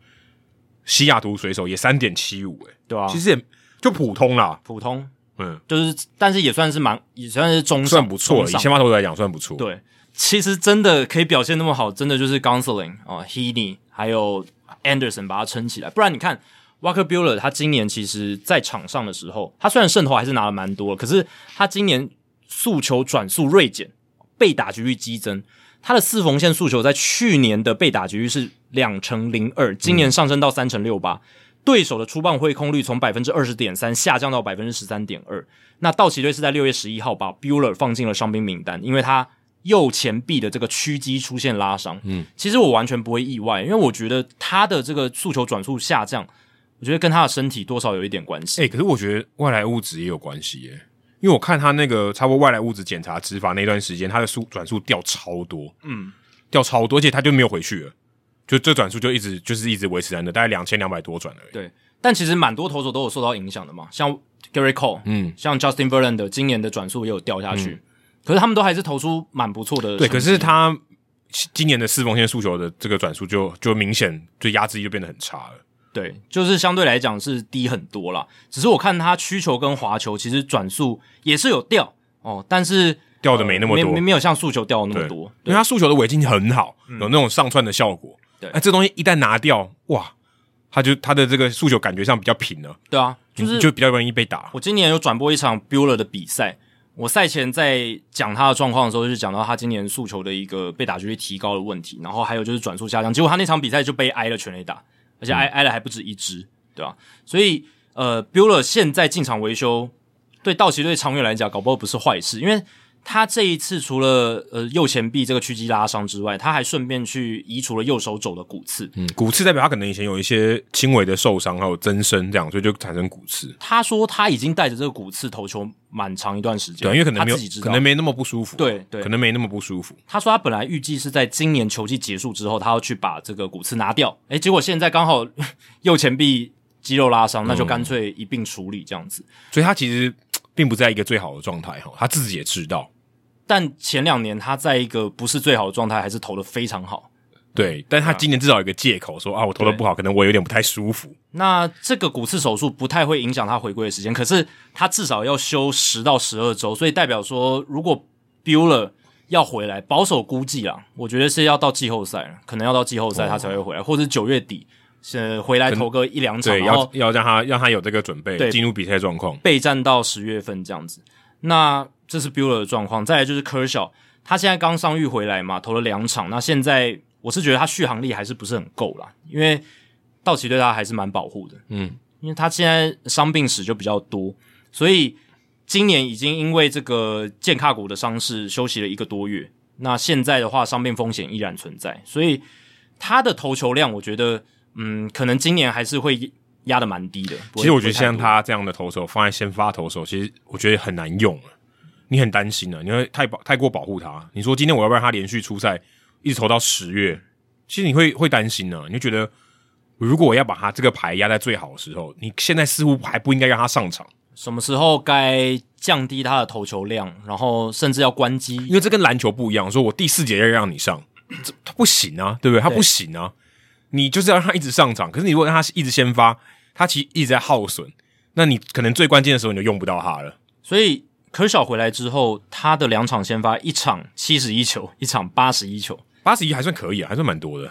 Speaker 2: 西雅图水手也三点七五，哎，
Speaker 1: 对啊，
Speaker 2: 其实也就普通啦，
Speaker 1: 普通
Speaker 2: 嗯，
Speaker 1: 就是，但是也算是蛮，也算是中上
Speaker 2: 算不错了。
Speaker 1: 中
Speaker 2: 以
Speaker 1: 上
Speaker 2: 先发投手来讲算不错。，
Speaker 1: 对，其实真的可以表现那么好，真的就是 Gonsolin 啊、Heaney 还有 Anderson 把他撑起来，不然你看 Walker Bueller 他今年其实在场上的时候，他虽然胜投还是拿了蛮多，可是他今年速球转速锐减，被打局率激增。他的四缝线速球在去年的被打局率是两成零二，今年上升到三成六八。对手的出棒挥空率从百分之二十点三下降到百分之十三点二。那道奇队是在六月十一号把 Bueller 放进了伤兵名单，因为他右前臂的这个屈肌出现拉伤。嗯，其实我完全不会意外，因为我觉得他的这个速球转速下降，我觉得跟他的身体多少有一点关系。
Speaker 2: 哎、可是我觉得外来物质也有关系耶、因为我看他那个差不多外来物质检查执法那段时间，他的速转速掉超多，
Speaker 1: 嗯，
Speaker 2: 掉超多，而且他就没有回去了，就这转速就一直就是一直维持在那，大概两千两百多转而已。
Speaker 1: 对，但其实蛮多投手都有受到影响的嘛，像 Gary Cole，
Speaker 2: 嗯，
Speaker 1: 像 Justin Verlander 今年的转速也有掉下去，可是他们都还是投出蛮不错的成绩。
Speaker 2: 对，可是他今年的四缝线速球的这个转速就就明显就压制力就变得很差了。
Speaker 1: 对，就是相对来讲是低很多啦。只是我看他曲球跟滑球其实转速也是有掉哦，但是
Speaker 2: 掉的没那么多
Speaker 1: 呃没没有像速球掉的那么多。嗯
Speaker 2: 因为它速球的尾劲很好，有那种上窜的效果。
Speaker 1: 对
Speaker 2: 那这东西一旦拿掉，哇，它就它的这个速球感觉上比较平了，
Speaker 1: 对啊，就
Speaker 2: 你
Speaker 1: 是
Speaker 2: 就比较容易被打。
Speaker 1: 我今年有转播一场 Bueller 的比赛，我赛前在讲他的状况的时候，就是讲到他今年诉求的一个被打击率提高的问题，然后还有就是转速下降，结果他那场比赛就被挨了全垒打，而且挨、
Speaker 2: 嗯
Speaker 1: 挨了还不止一支，对吧、所以呃，Bueller 现在进场维修，对道奇队长远来讲，搞不好不是坏事，因为。他这一次除了呃右前臂这个屈肌拉伤之外，他还顺便去移除了右手肘的骨刺，
Speaker 2: 嗯，骨刺代表他可能以前有一些轻微的受伤，还有增生这样，所以就产生骨刺。
Speaker 1: 他说他已经带着这个骨刺投球蛮长一段时间，
Speaker 2: 对，啊因为可能没有
Speaker 1: 他自己知，道
Speaker 2: 可能没那么不舒服。啊
Speaker 1: 对对
Speaker 2: 可能没那么不舒服。
Speaker 1: 他说他本来预计是在今年球季结束之后，他要去把这个骨刺拿掉，诶，结果现在刚好 *laughs* 右前臂肌肉拉
Speaker 2: 嗯
Speaker 1: 伤，那就干脆一并处理这样子。
Speaker 2: 所以他其实并不在一个最好的状态哈，他自己也知道。
Speaker 1: 但前两年他在一个不是最好的状态，还是投的非常好。
Speaker 2: 对，但
Speaker 1: 啊
Speaker 2: 他今年至少有一个借口说啊，我投的不好，可能我有点不太舒服。
Speaker 1: 那这个骨刺手术不太会影响他回归的时间，可是他至少要休十到十二周，所以代表说，如果 Bueller 要回来，保守估计啦，我觉得是要到季后赛了，可能要到季后赛他才会回来，或者九月底是回来投个一两场，
Speaker 2: 对，
Speaker 1: 然后
Speaker 2: 要要让他让他有这个准备，
Speaker 1: 对
Speaker 2: 进入比赛状况。
Speaker 1: 备战到十月份这样子。那这是 Bueller 的状况，再来就是 Kershaw，他现在刚伤愈回来嘛，投了两场。那现在我是觉得他续航力还是不是很够啦，因为道奇对他还是蛮保护的，
Speaker 2: 嗯，
Speaker 1: 因为他现在伤病史就比较多，所以今年已经因为这个健胯骨的伤势休息了一个多月。那现在的话，伤病风险依然存在，所以他的投球量，我觉得，嗯，可能今年还是会压的蛮低的。不会
Speaker 2: 其实我觉得像
Speaker 1: 不会太多
Speaker 2: 他这样的投手放在先发投手，其实我觉得很难用啊，你很担心啊，你会太保太过保护他。你说今天我要不然他连续出赛一直投到十月，其实你会会担心呢、啊你就觉得如果我要把他这个牌压在最好的时候，你现在似乎还不应该让他上场，
Speaker 1: 什么时候该降低他的投球量，然后甚至要关机
Speaker 2: 因。为这跟篮球不一样。说我第四节要让你上，这他不行啊，对不对？他
Speaker 1: 对
Speaker 2: 不行啊，你就是要让他一直上场。可是你如果让他一直先发，他其实一直在耗损，那你可能最关键的时候你就用不到他了。
Speaker 1: 所以科小回来之后，他的两场先发，一场七十一球，一场八十一球，
Speaker 2: 八十一还算可以啊，还算蛮多的。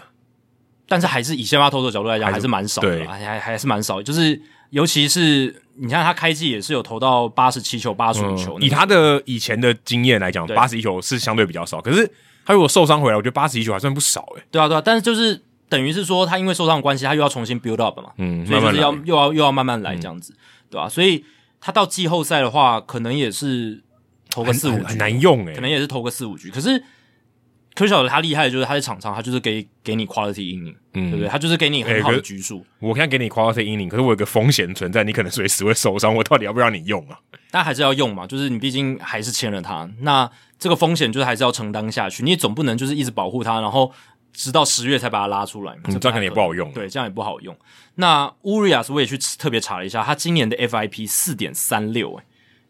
Speaker 1: 但是还是以先发投手的角度来讲，
Speaker 2: 还是
Speaker 1: 还是蛮少的
Speaker 2: 哎对
Speaker 1: 啦，还还还是蛮少的。就是尤其是你看他开季也是有投到八十七球、八十五球、
Speaker 2: 以他的以前的经验来讲，
Speaker 1: 对
Speaker 2: 八十一球是相对比较少。可是他如果受伤回来，我觉得八十一球还算不少欸诶、
Speaker 1: 对啊对啊，但是就是等于是说他因为受伤的关系，他又要重新 build up 嘛，
Speaker 2: 嗯
Speaker 1: 所以就是要
Speaker 2: 慢慢嗯
Speaker 1: 又要又要慢慢来这样子，对吧、所以他到季后赛的话，可能也是投个
Speaker 2: 很
Speaker 1: 四五
Speaker 2: 很
Speaker 1: 局啊
Speaker 2: 很难用欸诶、
Speaker 1: 可能也是投个四五局。可是科晓得他厉害的就是他在场上，他就是给给你 quality inning，、
Speaker 2: 嗯
Speaker 1: 对不对？他就是给你
Speaker 2: 哎
Speaker 1: 很好的
Speaker 2: 可是
Speaker 1: 局数，
Speaker 2: 我现在给你 quality inning，可是我有个风险存在，你可能随时会受伤，我到底要不要让你用啊？
Speaker 1: 但还是要用嘛，就是你毕竟还是签了他，那这个风险就是还是要承担下去。你也总不能就是一直保护他，然后直到十月才把他拉出来嘛，
Speaker 2: 嗯
Speaker 1: *laughs* 这
Speaker 2: 这样可能也不好用
Speaker 1: 对，这样也不好用。那乌瑞亚斯我也去特别查了一下，他今年的 FIP 四点三六，哎，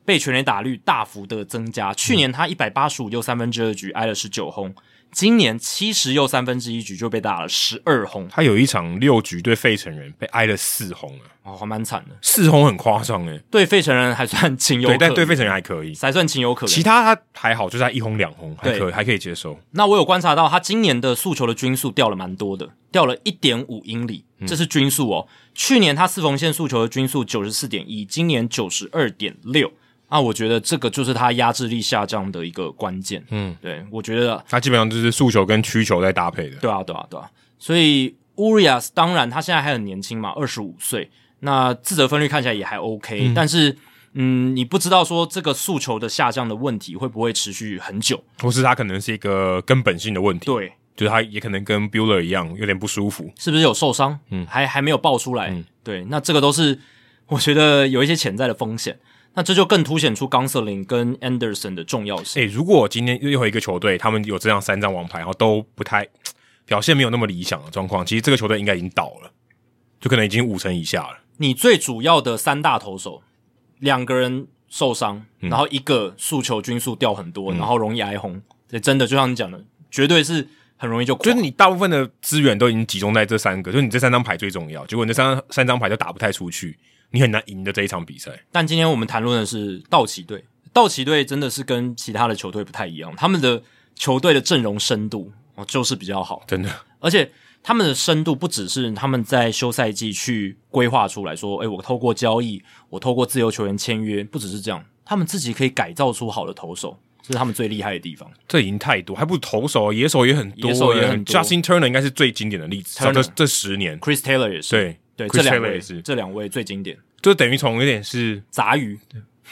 Speaker 1: 被全垒打率大幅的增加。去年他一百八十五又三分之二局挨了十九轰，今年七十又三分之一局就被打了十二轰，
Speaker 2: 他有一场六局对费城人被挨了四轰啊，
Speaker 1: 哦，还蛮惨的。
Speaker 2: 四轰很夸张诶、
Speaker 1: 对费城人还算情有可原，
Speaker 2: 对，但对费城人还可以，
Speaker 1: 才算情有可原。
Speaker 2: 其他他还好，就是他一轰两轰还
Speaker 1: 对
Speaker 2: 可以还可以接受。
Speaker 1: 那我有观察到，他今年的速球的均速掉了蛮多的，掉了一点五英里，这是均速哦。去年他四缝线速球的均速九十四点一，今年九十二点六。那我觉得这个就是他压制力下降的一个关键。
Speaker 2: 嗯，
Speaker 1: 对，我觉得
Speaker 2: 他基本上就是速球跟曲球在搭配的。
Speaker 1: 对啊，对啊，对啊。所以 Urias 当然他现在还很年轻嘛，二十五岁，那自责分率看起来也还 OK，、但是嗯，你不知道说这个诉求的下降的问题会不会持续很久？
Speaker 2: 或是他可能是一个根本性的问题，
Speaker 1: 对，
Speaker 2: 就是他也可能跟 Bueller 一样有点不舒服。
Speaker 1: 是不是有受伤？
Speaker 2: 嗯
Speaker 1: 还还没有爆出来。
Speaker 2: 嗯
Speaker 1: 对，那这个都是我觉得有一些潜在的风险。那这就更凸显出冈瑟林跟 Anderson 的重要性。
Speaker 2: 诶、如果今天又有一个球队，他们有这样三张王牌，然后都不太表现没有那么理想的状况，其实这个球队应该已经倒了，就可能已经五成以下了。
Speaker 1: 你最主要的三大投手，两个人受伤，
Speaker 2: 嗯
Speaker 1: 然后一个诉求均速掉很多，然后容易挨红，这真的就像你讲的，绝对是很容易就垮
Speaker 2: 就是你大部分的资源都已经集中在这三个，就是你这三张牌最重要。结果你这三三张牌都打不太出去，你很难赢的这一场比赛。
Speaker 1: 但今天我们谈论的是道奇队，道奇队真的是跟其他的球队不太一样，他们的球队的阵容深度哦就是比较好，
Speaker 2: 真的，
Speaker 1: 而且他们的深度不只是他们在休赛季去规划出来说，诶，我透过交易，我透过自由球员签约，不只是这样，他们自己可以改造出好的投手，这是他们最厉害的地方。
Speaker 2: 这已经太多，还不如投手，野手也很多，
Speaker 1: 野手也很多
Speaker 2: Justin Turner 应该是最经典的例子，
Speaker 1: Turner
Speaker 2: 这这十年，
Speaker 1: Chris Taylor 也是，
Speaker 2: 对
Speaker 1: 对
Speaker 2: Chris
Speaker 1: 这两
Speaker 2: Taylor
Speaker 1: 位
Speaker 2: 也是
Speaker 1: 这两位最经典，
Speaker 2: 就等于从有点是呃
Speaker 1: 杂鱼，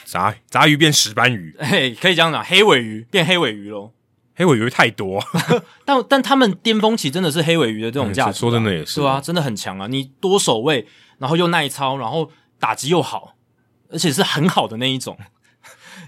Speaker 2: 杂杂鱼变石斑鱼，
Speaker 1: 嘿，可以这样讲，黑尾鱼变黑尾鱼喽。
Speaker 2: 黑尾鱼太多，
Speaker 1: 但但他们巅峰期真的是黑尾鱼的这种价值、
Speaker 2: 说真的也哎是
Speaker 1: 是啊，真的很强啊！你多守卫，然后又耐操，然后打击又好，而且是很好的那一种，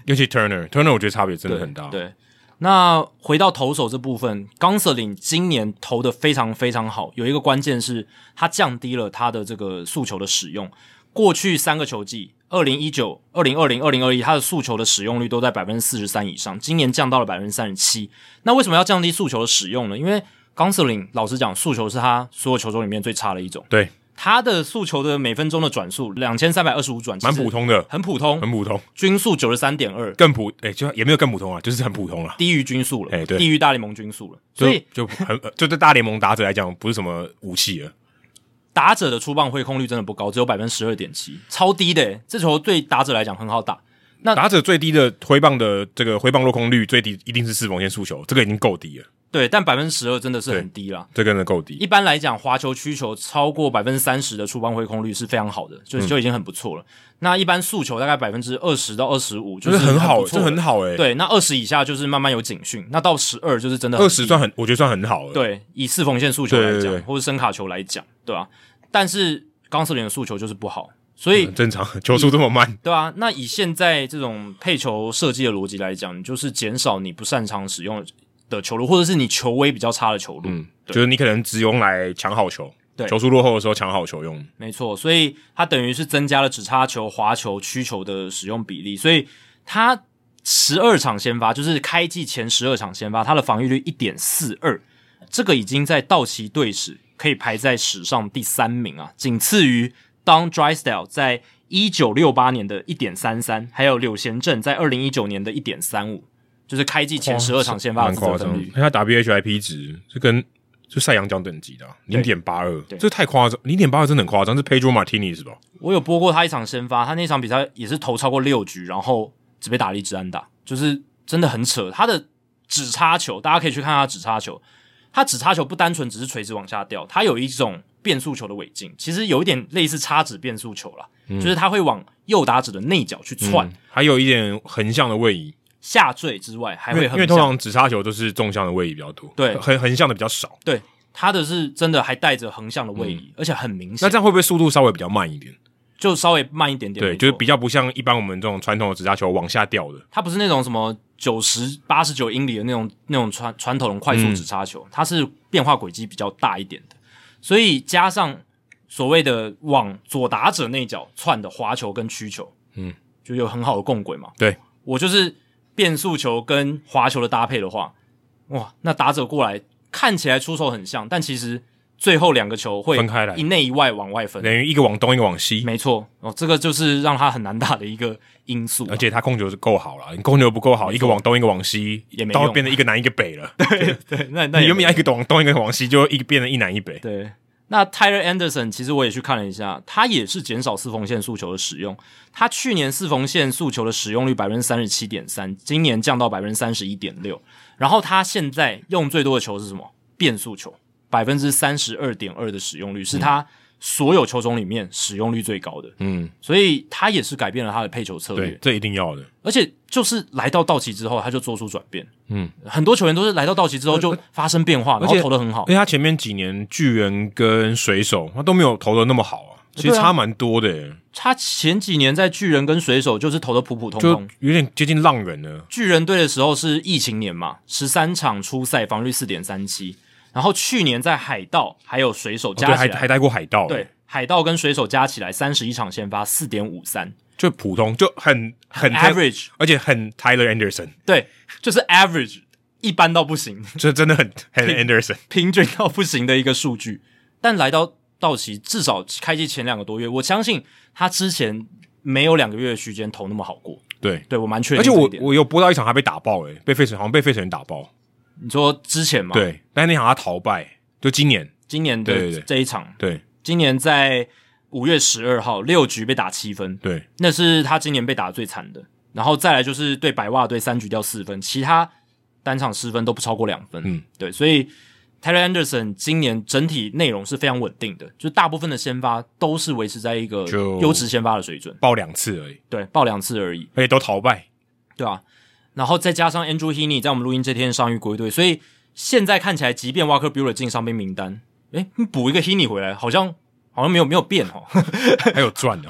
Speaker 2: 尤其 Turner，Turner 我觉得差别真的很大。
Speaker 1: 对，那回到投手这部分 g o n s l i n 今年投的非常非常好，有一个关键是他降低了他的这个速球的使用。过去三个球季，二零一九、二零二零、二零二一，他的速球的使用率都在百分之四十三以上，今年降到了百分之三十七。那为什么要降低速球的使用呢？因为 g o n s l i n 老实讲，速球是他所有球种里面最差的一种。
Speaker 2: 对，
Speaker 1: 他的速球的每分钟的转速两千三百二十五转，
Speaker 2: 蛮普，通的，
Speaker 1: 很普通，
Speaker 2: 很普通，
Speaker 1: 均速九十三点二，
Speaker 2: 更普，哎、就也没有更普通啊，就是很普通了。
Speaker 1: 低于均速了，
Speaker 2: 哎对
Speaker 1: 低于大联盟均速了，
Speaker 2: 就
Speaker 1: 所以
Speaker 2: 就很呃就对大联盟打者来讲，不是什么武器了。
Speaker 1: 打者的出棒挥空率真的不高，只有百分之十二点七，超低的耶。这球对打者来讲很好打，那
Speaker 2: 打者最低的挥棒的这个挥棒落空率最低一定是四缝线速球，这个已经够低了，
Speaker 1: 对，但百分之十二真的是很低啦。
Speaker 2: 这个真的够低。
Speaker 1: 一般来讲，滑球、曲球超过百分之三十的出棒挥空率是非常好的，
Speaker 2: 嗯
Speaker 1: 就就已经很不错了。那一般速球大概百分之二十到二十五，
Speaker 2: 就
Speaker 1: 就是是
Speaker 2: 很好，
Speaker 1: 不错
Speaker 2: 这
Speaker 1: 的
Speaker 2: 很好哎、欸，
Speaker 1: 对。那二十以下就是慢慢有警讯，那到十二就是真的很
Speaker 2: 二
Speaker 1: 低
Speaker 2: 十算很，我觉得算很好了。，
Speaker 1: 对，以四缝线诉求来
Speaker 2: 对对
Speaker 1: 讲
Speaker 2: 对，
Speaker 1: 或者声卡球来讲，对吧、但是冈瑟林的诉求就是不好，所以、
Speaker 2: 很正常，球速这么慢，
Speaker 1: 对啊，那以现在这种配球设计的逻辑来讲，你就是减少你不擅长使用的球路，或者是你球威比较差的球路。
Speaker 2: 嗯，
Speaker 1: 对
Speaker 2: 就是你可能只用来抢好球，
Speaker 1: 对
Speaker 2: 球速落后的时候抢好球用。
Speaker 1: 没错，所以它等于是增加了直插球、滑球、曲球的使用比例，所以它十二场先发，就是开季前十二场先发，它的防御率一点四二，这个已经在道奇队史可以排在史上第三名啊，仅次于 Don Drysdale 在一九六八年的一点三三，还有柳贤镇在二零一九年的一点三五，就是开季前十二场先发的
Speaker 2: 蛮
Speaker 1: 自
Speaker 2: 夸
Speaker 1: 责
Speaker 2: 张
Speaker 1: 分率
Speaker 2: 的，。他 WHIP 值是跟就赛扬奖等级的啊零点八二
Speaker 1: 对，
Speaker 2: 这太夸张，零点八二真的很夸张，是 Pedro Martinez 吧？
Speaker 1: 我有播过他一场先发，他那场比赛也是投超过六局，然后只被打了一支安打，就是真的很扯。他的指插球，大家可以去看他的指插球，他指插球不单纯只是垂直往下掉，它有一种变速球的尾劲，其实有一点类似叉指变速球啦，就是他会往右打指的内角去窜、
Speaker 2: 嗯还有一点横向的位移，
Speaker 1: 下坠之外，还
Speaker 2: 因为
Speaker 1: 会
Speaker 2: 因
Speaker 1: 很
Speaker 2: 为通常直插球都是纵向的位移比较多，
Speaker 1: 对
Speaker 2: 横横向的比较少。
Speaker 1: 对他的是真的还带着横向的位移，而且很明
Speaker 2: 嗯那
Speaker 1: 显，
Speaker 2: 这样会不会速度稍微比较慢一点？
Speaker 1: 就稍微慢一点点，
Speaker 2: 对，
Speaker 1: 没
Speaker 2: 就是
Speaker 1: 错
Speaker 2: 比较不像一般我们这种传统的直插球往下掉的。
Speaker 1: 它不是那种什么九十八十九英里的那种那种传传统的快
Speaker 2: 嗯
Speaker 1: 速直插球，它是变化轨迹比较大一点的，所以加上所谓的往左打者内角窜的滑球跟曲球，
Speaker 2: 嗯，
Speaker 1: 就有很好的共轨嘛。
Speaker 2: 对，
Speaker 1: 我就是变速球跟滑球的搭配的话，哇，那打者过来看起来出手很像，但其实最后两个球会
Speaker 2: 分开来
Speaker 1: 一内一外往外分。
Speaker 2: 等于一个往东，一个往西，
Speaker 1: 没错，哦，这个就是让他很难打的一个因素啊、
Speaker 2: 而且他控球是够好了，你控球不够好，一个往东，一个往西，
Speaker 1: 也没
Speaker 2: 到
Speaker 1: 用
Speaker 2: 变成一个南一个北了。
Speaker 1: *laughs* 对，那 *laughs* 那
Speaker 2: 你
Speaker 1: 也
Speaker 2: *laughs* 原
Speaker 1: 没
Speaker 2: 本要一个往东，一个往西，就一个变成一南一北。
Speaker 1: 对，那 Tyler Anderson 其实我也去看了一下，他也是减少四缝线诉求的使用。他去年四缝线诉求的使用率百分之三十七点三，今年降到百分之三十一点六。然后他现在用最多的球是什么？变速球，百分之三十二点二的使用率是他所有球种里面使用率最高的，
Speaker 2: 嗯，
Speaker 1: 所以他也是改变了他的配球策略
Speaker 2: 对，。这一定要的。
Speaker 1: 而且就是来到道奇之后，他就做出转变。
Speaker 2: 嗯，
Speaker 1: 很多球员都是来到道奇之后就发生变化，然后
Speaker 2: 而且
Speaker 1: 投的很好
Speaker 2: 因。为他前面几年巨人跟水手，他都没有投的那么好啊，其实
Speaker 1: 对啊
Speaker 2: 差蛮多的耶，
Speaker 1: 他前几年在巨人跟水手就是投的普普通
Speaker 2: 就
Speaker 1: 通。
Speaker 2: 有点接近浪人啊了。
Speaker 1: 巨人队的时候是疫情年嘛，十三场初赛防御率四点三七，然后去年在海盗还有水手
Speaker 2: 哦对，
Speaker 1: 加起
Speaker 2: 还
Speaker 1: 来，
Speaker 2: 还带过海盗，
Speaker 1: 对，海盗跟水手加起来三十一场先发四点五三
Speaker 2: 就普通，就很很
Speaker 1: ，average
Speaker 2: 而且很 Tyler Anderson， *laughs*
Speaker 1: 对，就是 average 一般到不行， *laughs*
Speaker 2: 这真的很很 Anderson
Speaker 1: 平均到不行的一个数据。但来到道奇，至少开季前两个多月，我相信他之前没有两个月的区间投那么好过。
Speaker 2: 对，
Speaker 1: 对我蛮确定
Speaker 2: 而且
Speaker 1: 这一
Speaker 2: 我
Speaker 1: 点，
Speaker 2: 我有播到一场他被打爆诶、被费城好像被费城人打爆，
Speaker 1: 你说之前嘛，，
Speaker 2: 对，但是那场他逃败，就今年
Speaker 1: 今年
Speaker 2: 对对
Speaker 1: 的
Speaker 2: 对
Speaker 1: 这一场，
Speaker 2: 对
Speaker 1: 今年在五月十二号六局被打七分，
Speaker 2: 对
Speaker 1: 那是他今年被打得最惨的。然后再来就是对白袜队三局掉四分，其他单场失分都不超过两分。
Speaker 2: 嗯，
Speaker 1: 对，所以 Taylor Anderson 今年整体内容是非常稳定的，就大部分的先发都是维持在一个
Speaker 2: 就
Speaker 1: 优质先发的水准，
Speaker 2: 爆两次而已，
Speaker 1: 对，爆两次而已。
Speaker 2: 而且都逃败，
Speaker 1: 对啊，然后再加上 Andrew Heaney 在我们录音这天伤愈归队，所以现在看起来，即便 Walker Bueller 进伤兵名单，诶，补一个 Heaney 回来，好像好像没有没有变哦， *laughs*
Speaker 2: 还有赚的、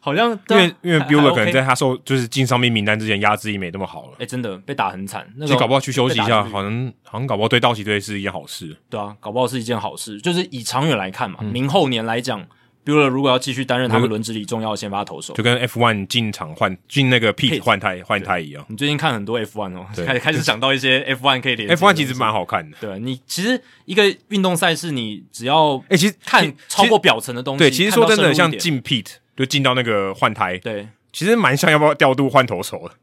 Speaker 1: 好像
Speaker 2: 因为因为 Bueller 可
Speaker 1: *laughs*
Speaker 2: 能，
Speaker 1: 对啊还还 OK
Speaker 2: 在他受就是进伤病名单之前压制力没那么好了，
Speaker 1: 诶，真的被打很惨，那
Speaker 2: 所
Speaker 1: 个
Speaker 2: 以搞不好去休息一
Speaker 1: 被打
Speaker 2: 下，
Speaker 1: 出去
Speaker 2: 好像好像搞不好对道奇队是一件好事。
Speaker 1: 对啊，搞不好是一件好事，就是以长远来
Speaker 2: 嗯
Speaker 1: 看嘛，明后年来讲，Bueller 如果要继续担任他们轮值里重要的先发投手
Speaker 2: 就。跟 F one 进场换进那个 Pit
Speaker 1: Pit
Speaker 2: 换胎换胎一样。
Speaker 1: 你最近看很多 F1 哦，
Speaker 2: 对
Speaker 1: 开始开始想到一些 F1 可以连接的
Speaker 2: F one 其
Speaker 1: 东
Speaker 2: 实
Speaker 1: 西
Speaker 2: 蛮好看的，
Speaker 1: 对你其实一个运动赛事，你只要
Speaker 2: 哎、其实
Speaker 1: 看
Speaker 2: 其
Speaker 1: 超过表层的东西，
Speaker 2: 对，其实说真的，
Speaker 1: 看到深
Speaker 2: 像
Speaker 1: 入一点
Speaker 2: 进 Pit 就进到那个换胎，
Speaker 1: 对
Speaker 2: 其实蛮像要不要调度换投手的。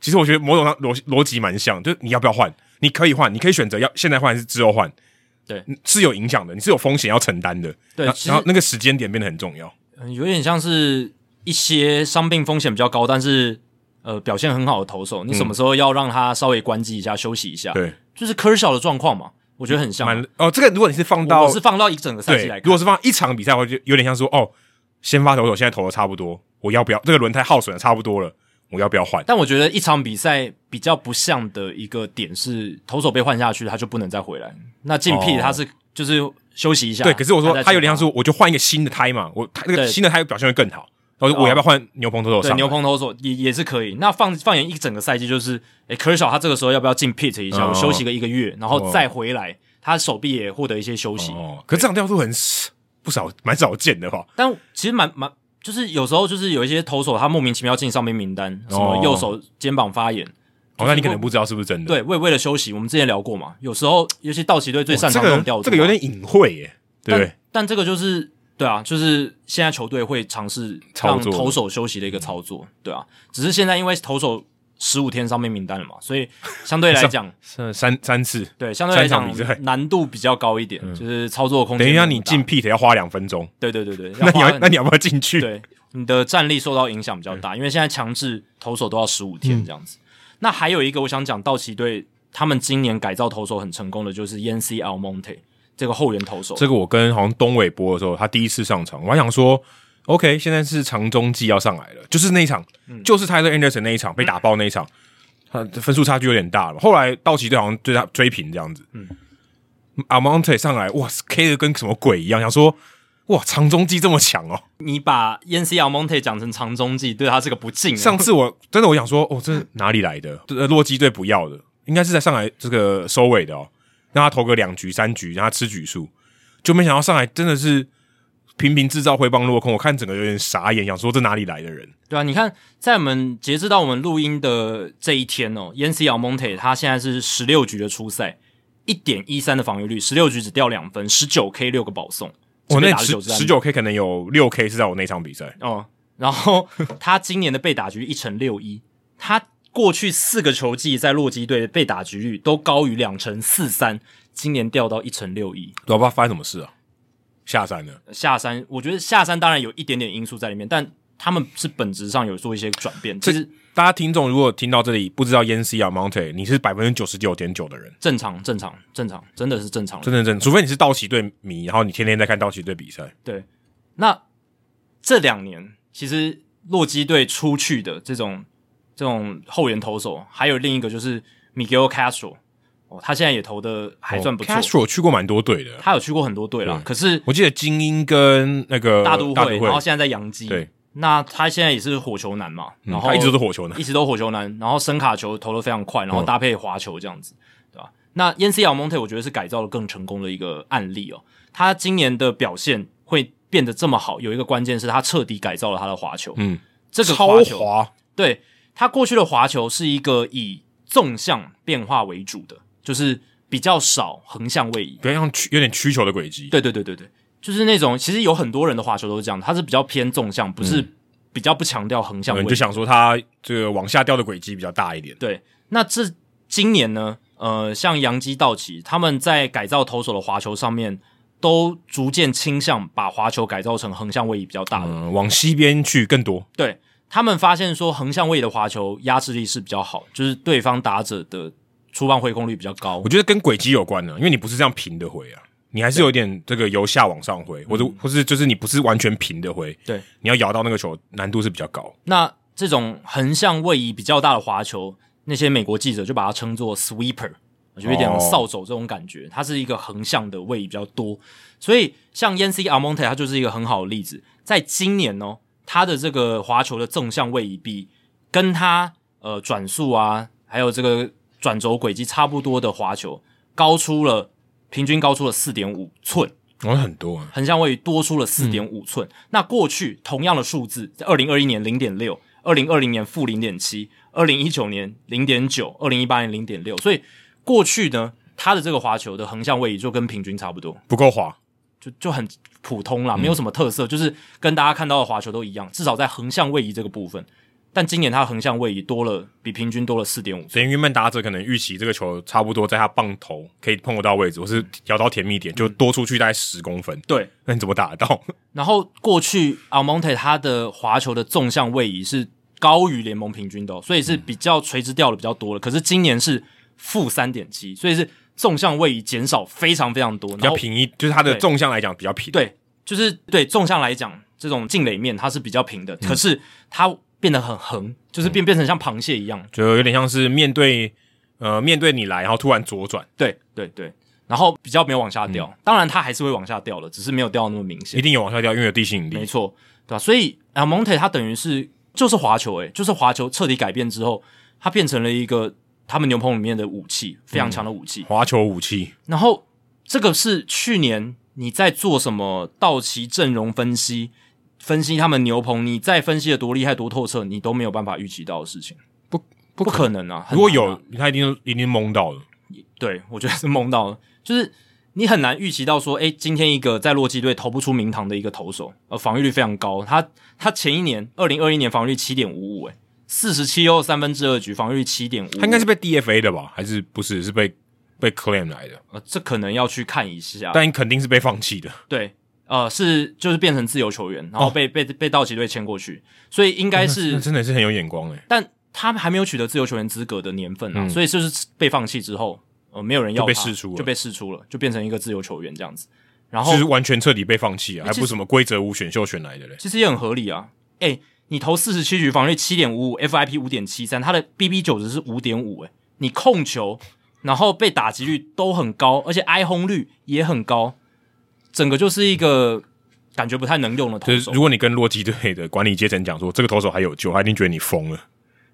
Speaker 2: 其实我觉得某种上逻逻辑蛮像，就是你要不要换，你可以换，你可以选择要现在换还是之后换，
Speaker 1: 对，
Speaker 2: 是有影响的，你是有风险要承担的。
Speaker 1: 对
Speaker 2: 然后
Speaker 1: 其实
Speaker 2: 然后那个时间点变得很重要。
Speaker 1: 嗯有点像是一些伤病风险比较高，但是呃表现很好的投手，你什么时候要让他稍微关机一下、休息一下？，
Speaker 2: 嗯对，
Speaker 1: 就是科尔小的状况嘛，我觉得很像。
Speaker 2: 蛮哦，这个如果你是放
Speaker 1: 我
Speaker 2: 到
Speaker 1: 我是放到一整个赛季
Speaker 2: 对
Speaker 1: 来，看，
Speaker 2: 如果是放一场比赛，我就有点像说哦，先发投手现在投的差不多，我要不要这个轮胎耗损的差不多了，我要不要换？
Speaker 1: 但我觉得一场比赛比较不像的一个点是，投手被换下去，他就不能再回来。那进
Speaker 2: 哦
Speaker 1: P 他是就是休息一下。
Speaker 2: 对，可是我
Speaker 1: 啊再
Speaker 2: 说
Speaker 1: 出
Speaker 2: 他有点像
Speaker 1: 发
Speaker 2: 说，我就换一个新的胎嘛，我他那个
Speaker 1: 对
Speaker 2: 新的胎表现会更好。然后说我
Speaker 1: 哦
Speaker 2: 要不要换牛棚投手
Speaker 1: 对
Speaker 2: 上？
Speaker 1: 牛，棚投手也也是可以。那放放眼一整个赛季，就是诶，科尔小他这个时候要不要进 pit 一下，
Speaker 2: 哦
Speaker 1: 我休息个一个月，然后再回来，他手臂也获得一些休息。
Speaker 2: 哦，可是这种调度很不少，蛮少见的哈。
Speaker 1: 但其实蛮蛮，就是有时候就是有一些投手他莫名其妙进上面名单，什么
Speaker 2: 哦
Speaker 1: 右手肩膀发炎，
Speaker 2: 哦，那你可能不知道是不是真的。
Speaker 1: 对，为为了休息，我们之前聊过嘛，有时候尤其道奇队最
Speaker 2: 哦，
Speaker 1: 擅
Speaker 2: 这
Speaker 1: 长这种调
Speaker 2: 个
Speaker 1: 度、
Speaker 2: 这个有，点隐晦耶，对不对
Speaker 1: 但？但这个就是。对啊，就是现在球队会尝试
Speaker 2: 操
Speaker 1: 让
Speaker 2: 作
Speaker 1: 投手休息的一个操作，对啊，只是现在因为投手十五天上面名单了嘛，所以相对来讲，
Speaker 2: 是三三次，
Speaker 1: 对，相对来
Speaker 2: 三
Speaker 1: 讲
Speaker 2: 场比赛嗯
Speaker 1: 难度比较高一点，就是操作空间。
Speaker 2: 等一下你进，Pete 要花两分钟，
Speaker 1: 对对对对，
Speaker 2: *laughs* 那你
Speaker 1: 花
Speaker 2: 要
Speaker 1: 很
Speaker 2: 那你要不要进去？嗯
Speaker 1: 对你的战力受到影响比较大，因为现在强制投手都要十五天这样子。那还有一个我想讲，道奇队他们今年改造投手很成功的就是 y a n c y Almonte 这个后援投手，
Speaker 2: 这个我跟好像东伟播的时候，他第一次上场，我还想说，OK，现在是长中季要上来了，就是那一场，就是 Tyler Anderson 那一场被打爆那一场，他的分数差距有点大了。后来道奇队好像对他追平这样子，嗯，Amonte 上来，哇，K 的跟什么鬼一样，想说，哇，长中季这么强哦。
Speaker 1: 你把 y a n c y Almonte 讲成长中计，对他这个不敬啊。
Speaker 2: *laughs* 上次我真的我想说，哦，这哪里来的？
Speaker 1: 嗯
Speaker 2: 呃，洛基队不要的，应该是在上来这个收尾的哦，让他投个两局三局，让他吃局数，就没想到上来真的是频频制造挥棒落空，我看整个有点傻眼，想说这哪里来的人？
Speaker 1: 对啊，你看，在我们截至到我们录音的这一天哦 y a n c y Almonte 他现在是十六局的初赛，一点一三的防御率，十六局只掉两分，十九 K 六个保送，
Speaker 2: 我、
Speaker 1: 只被
Speaker 2: 哦那
Speaker 1: 打了
Speaker 2: 十
Speaker 1: 九支安打
Speaker 2: 十九 K 可能有六 K 是在我那场比赛，
Speaker 1: 哦。然
Speaker 2: *laughs*
Speaker 1: 后他今年的被打局一成六一，他过去四个球季在洛基队的被打局率都高于两成四三，今年掉到一成六一。
Speaker 2: 老爸发生什么事啊？下山了，
Speaker 1: 下山，我觉得下山当然有一点点因素在里面，但他们是本质上有做一些转变，这
Speaker 2: 这
Speaker 1: 是
Speaker 2: 大家听众如果听到这里不知道 y a n c y 啊 Monte，你是百分之九十九点九的人，
Speaker 1: 正常、正常、正常，真的是正常的
Speaker 2: 真的真的，除非你是道奇队迷，然后你天天在看道奇队比赛，
Speaker 1: 对，那这两年其实洛基队出去的这种这种后援投手，还有另一个就是 Miguel Castro，哦，他现在也投的还算不错，
Speaker 2: 哦 Castro 去过蛮多队的，
Speaker 1: 他有去过很多队啦
Speaker 2: 对，
Speaker 1: 可是
Speaker 2: 我记得精英跟那个
Speaker 1: 大都会，
Speaker 2: 大都
Speaker 1: 然后
Speaker 2: 会，
Speaker 1: 现在在洋基，
Speaker 2: 对，
Speaker 1: 那他现在也是火球男嘛，然后、
Speaker 2: 嗯他一直都是火球呢嗯
Speaker 1: 一。直都火球男，然后深卡球投的非常快，然后搭配滑球这样子，对吧？那 y a n c y Almonte 我觉得是改造的更成功的一个案例哦。他今年的表现会变得这么好，有一个关键是他彻底改造了他的滑球，
Speaker 2: 嗯，
Speaker 1: 这个
Speaker 2: 超
Speaker 1: 球，
Speaker 2: 滑，
Speaker 1: 对他过去的滑球是一个以纵向变化为主的，就是比较少横向位移。
Speaker 2: 比较像曲有点曲球的轨迹。
Speaker 1: 对对对对对，就是那种其实有很多人的滑球都是这样，他是比较偏纵向，不是比较不强调横向
Speaker 2: 嗯，
Speaker 1: 位
Speaker 2: 你就
Speaker 1: 移。
Speaker 2: 想说它这个往下掉的轨迹比较大一点。
Speaker 1: 对，那这今年呢，呃，像杨基、道奇他们在改造投手的滑球上面，都逐渐倾向把滑球改造成横向位移比较大的。
Speaker 2: 嗯，往西边去更多。
Speaker 1: 对他们发现说，横向位移的滑球压制力是比较好，就是对方打者的出棒挥空率比较高
Speaker 2: 我。觉得跟轨迹有关呢、因为你不是这样平的挥啊，你还是有点这个由下往上挥，或者或是就是你不是完全平的挥，
Speaker 1: 嗯对，
Speaker 2: 你要摇到那个球难度是比较高。
Speaker 1: 那这种横向位移比较大的滑球，那些美国记者就把它称作 sweeper，就有点像
Speaker 2: 哦
Speaker 1: 扫帚这种感觉。它是一个横向的位移比较多，所以像 Yancy Almonte 它就是一个很好的例子。在今年哦，他的这个滑球的纵向位移比跟他呃转速啊，还有这个转轴轨迹差不多的滑球，高出了平均高出了四点五寸。
Speaker 2: 好像很多啊，
Speaker 1: 横向位移多出了四点五寸。那过去同样的数字，在二零二一年零点六，二零二零年负零点七，二零一九年零点九，二零一八年零点六。所以过去呢，它的这个滑球的横向位移就跟平均差不多，
Speaker 2: 不够滑。
Speaker 1: 就就很普通啦，没有什么特色，就是跟大家看到的滑球都一样，至少在横向位移这个部分。但今年它的横向位移多了，比平均多了四点五。
Speaker 2: 所以原本打者可能预期这个球差不多在他棒头可以碰得到位置，或是摇到甜蜜点，就多出去大概十公分。
Speaker 1: 对，
Speaker 2: 那你怎么打得
Speaker 1: *laughs*
Speaker 2: 到？
Speaker 1: 然后过去 Almonte 他的滑球的纵向位移是高于联盟平均的哦、所以是比较垂直掉的比较多了。可是今年是负三点七，所以是纵向位移减少非常非常多，
Speaker 2: 比
Speaker 1: 然
Speaker 2: 较
Speaker 1: 后
Speaker 2: 平一，就是它的
Speaker 1: 对
Speaker 2: 纵向来讲比较平。，
Speaker 1: 对，就是对纵向来讲，这种近垒面它是比较平的，
Speaker 2: 嗯
Speaker 1: 可是它变得很横，就是变变成像螃蟹一样。
Speaker 2: 就有点像是面对呃面对你来，然后突然左转，
Speaker 1: 对对对，然后比较没有往下
Speaker 2: 嗯
Speaker 1: 掉，当然它还是会往下掉了，只是没有掉得那么明显
Speaker 2: 一。定有往下掉，因为有地心引
Speaker 1: 没
Speaker 2: 力。
Speaker 1: 错，对吧、所以 Almonte 他等于是就是滑球、欸，诶，就是滑球彻底改变之后，它变成了一个他们牛棚里面的武器，非常强的武器。
Speaker 2: 滑球武器，
Speaker 1: 然后这个是去年你在做什么道奇阵容分析，分析他们牛棚，你在分析的多厉害、多透彻，你都没有办法预期到的事情。
Speaker 2: 不
Speaker 1: 不可能啊！很
Speaker 2: 如果
Speaker 1: 难啊嗯
Speaker 2: 有，他一定一定懵到了。
Speaker 1: 对我觉得是梦到了，就是你很难预期到说，诶，今天一个在洛基队投不出名堂的一个投手，呃，防御率非常高，他他前一年二零二一年防御率七点五五，诶，四十七又三分之二局，防御率七点五，
Speaker 2: 他应该是被 DFA 的吧？还是不是？是被被 claim 来的？
Speaker 1: 呃，这可能要去看一下，
Speaker 2: 但肯定是被放弃的。
Speaker 1: 对，呃，是就是变成自由球员，然后被、被被道奇队签过去，所以应该
Speaker 2: 哦 *laughs* 那
Speaker 1: 是，
Speaker 2: 真的是很有眼光哎、
Speaker 1: 但他还没有取得自由球员资格的年份啊，所以就是被放弃之后，呃，没有人要
Speaker 2: 嗯就被
Speaker 1: 他
Speaker 2: 释出了
Speaker 1: 就被释出了，就变成一个自由球员这样子，然后
Speaker 2: 就是完全彻底被放弃啊，还
Speaker 1: 其实
Speaker 2: 不是什么规则五选秀选来的嘞。
Speaker 1: 其实也很合理啊。哎、你投四十七局，防御七点五五，FIP 五点七三，他的 BB 九值是五点五，哎，你控球，然后被打击率都很高，而且挨轰率也很高，整个就是一个感觉不太能用的投
Speaker 2: 就是
Speaker 1: 手，
Speaker 2: 如果你跟洛基队的管理阶层讲说这个投手还有救，他一定觉得你疯了。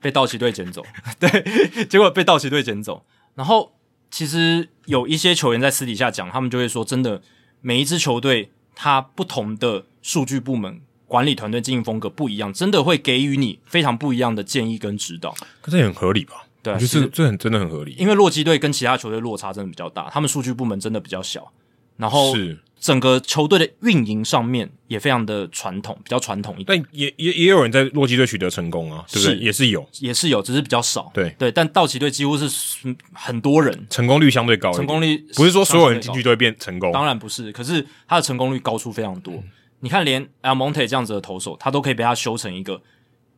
Speaker 1: 被道奇队捡走， *laughs* 对，结果被道奇队捡走。然后其实有一些球员在私底下讲，他们就会说，真的，每一支球队它不同的数据部门。管理团队经营风格不一样，真的会给予你非常不一样的建议跟指导。
Speaker 2: 可这也很合理吧？
Speaker 1: 对啊
Speaker 2: 我觉得
Speaker 1: 其实
Speaker 2: 这这很真的很合理。
Speaker 1: 因为洛基队跟其他球队落差真的比较大，他们数据部门真的比较小，然后
Speaker 2: 是，
Speaker 1: 整个球队的运营上面也非常的传统，比较传统一点，
Speaker 2: 但也也也有人在洛基队取得成功啊，对不
Speaker 1: 是
Speaker 2: 对？也是有
Speaker 1: 也是有，只是比较少。
Speaker 2: 对
Speaker 1: 对，但道奇队几乎是嗯很多人
Speaker 2: 成功率相对高一点，
Speaker 1: 成功率
Speaker 2: 不是说所有人进
Speaker 1: 相
Speaker 2: 去
Speaker 1: 对高，
Speaker 2: 都会变成功。
Speaker 1: 当然不是，可是他的成功率高出非常多。
Speaker 2: 嗯
Speaker 1: 你看，连 Almonte 这样子的投手，他都可以被他修成一个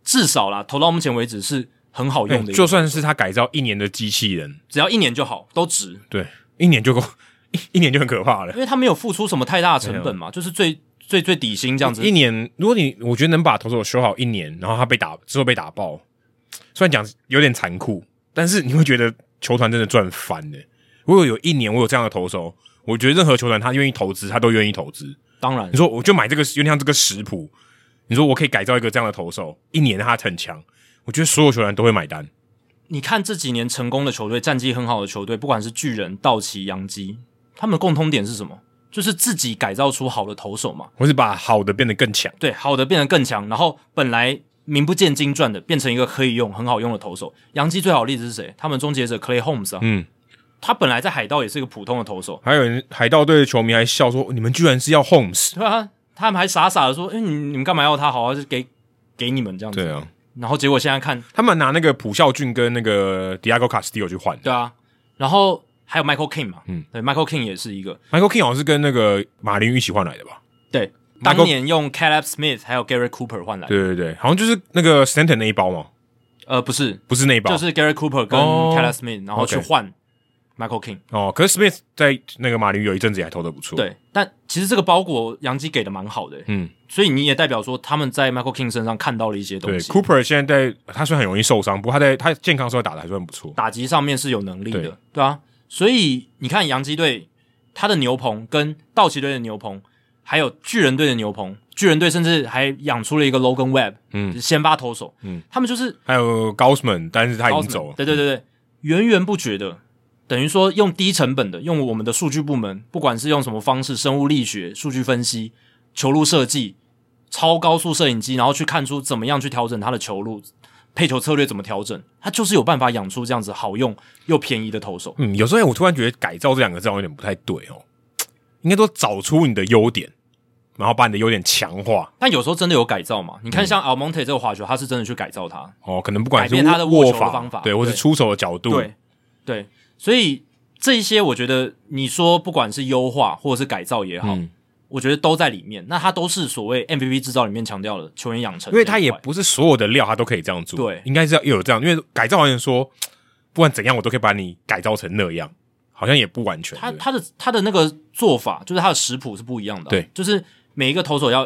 Speaker 1: 至少啦，投到目前为止是很好
Speaker 2: 哎
Speaker 1: 用的一个，
Speaker 2: 就算是他改造一年的机器人，
Speaker 1: 只要一年就好，都值。
Speaker 2: 对，一年就够， *laughs* 一一年就很可怕了
Speaker 1: 因。为他没有付出什么太大的成本嘛，就是最最最底薪这样子
Speaker 2: 一，年，如果你我觉得能把投手修好一年，然后他被打之后被打爆，虽然讲有点残酷，但是你会觉得球团真的赚翻了。如果有一年我有这样的投手，我觉得任何球团他愿意投资，他都愿意投资。
Speaker 1: 当然
Speaker 2: 你说我就买这个，有点像这个食谱。你说我可以改造一个这样的投手，一年他很强，我觉得所有球员都会买单。
Speaker 1: 你看这几年成功的球队，战绩很好的球队，不管是巨人、道奇、洋基，他们的共通点是什么？就是自己改造出好的投手嘛。
Speaker 2: 我是把好的变得更强，
Speaker 1: 对，好的变得更强，然后本来名不见经传的变成一个可以用、很好用的投手。洋基最好的例子是谁？他们终结者 Clay Holmes 啊，
Speaker 2: 嗯，
Speaker 1: 他本来在海盗也是一个普通的投手，
Speaker 2: 还有人海盗队的球迷还笑说：“你们居然是要 Holmes？”
Speaker 1: 对啊，他们还傻傻的说：“哎、你你们干嘛要他？好啊，就给给你们这样子。
Speaker 2: 对啊，”
Speaker 1: 然后结果现在看，
Speaker 2: 他们拿那个朴孝俊跟那个 Diego Castillo 去换。
Speaker 1: 对啊，然后还有 Michael King 嘛，
Speaker 2: 嗯
Speaker 1: 嗯，对，Michael King 也是一个，
Speaker 2: Michael King 好像是跟那个马林鱼一起换来的吧？
Speaker 1: 对，
Speaker 2: Michael-
Speaker 1: 当年用 Caleb Smith 还有 Gary Cooper 换来的，
Speaker 2: 对对对，好像就是那个 Stanton 那一包嘛，
Speaker 1: 呃，不是，
Speaker 2: 不是那一包，
Speaker 1: 就是 Gary Cooper 跟
Speaker 2: 哦
Speaker 1: Caleb Smith，然后去
Speaker 2: OK
Speaker 1: 换 Michael King。
Speaker 2: 哦。可是 Smith 在那个马林鱼有一阵子也还投的不错。，
Speaker 1: 对，但其实这个包裹杨基给的蛮好的、欸
Speaker 2: 嗯，
Speaker 1: 所以你也代表说他们在 Michael King 身上看到了一些东
Speaker 2: 对
Speaker 1: 西，
Speaker 2: ，Cooper 现在在他虽然很容易受伤，不过他在他健康的时候打的还算不错。
Speaker 1: 打击上面是有能力的，
Speaker 2: 对
Speaker 1: 对啊。所以你看洋基队他的牛棚跟道奇队的牛棚，还有巨人队的牛棚，巨人队甚至还养出了一个 Logan Webb，
Speaker 2: 嗯，
Speaker 1: 先发投手，
Speaker 2: 嗯
Speaker 1: 嗯，他们就是
Speaker 2: 还有 Gausman，但是他已经走了。
Speaker 1: 对对对对，源源不绝的，等于说用低成本的，用我们的数据部门，不管是用什么方式，生物力学、数据分析、球路设计、超高速摄影机，然后去看出怎么样去调整它的球路、配球策略怎么调整，它就是有办法养出这样子好用又便宜的投手。
Speaker 2: 嗯，有时候我突然觉得“改造”这两个字好像有点不太对哦，应该说找出你的优点，然后把你的优点强化
Speaker 1: 但有时候真的有改造嘛？你
Speaker 2: 嗯
Speaker 1: 看像 Almonte 这个滑球，他是真的去改造它，
Speaker 2: 哦，可能不管是
Speaker 1: 改变他的握
Speaker 2: 握
Speaker 1: 球的方法
Speaker 2: 对，或是
Speaker 1: 对
Speaker 2: 出手的角度，
Speaker 1: 对对，所以这一些我觉得你说不管是优化或者是改造也好，
Speaker 2: 嗯
Speaker 1: 我觉得都在里面。那它都是所谓 MVP 制造里面强调的球员养成
Speaker 2: 因
Speaker 1: 这
Speaker 2: 为
Speaker 1: 一块，
Speaker 2: 他也不是所有的料他都可以这样做，
Speaker 1: 对
Speaker 2: 应该是要有这样，因为改造好像说，不管怎样我都可以把你改造成那样，好像也不完全，
Speaker 1: 他
Speaker 2: 对
Speaker 1: 他的他的那个做法，就是他的食谱是不一样的啊、
Speaker 2: 对
Speaker 1: 就是每一个投手要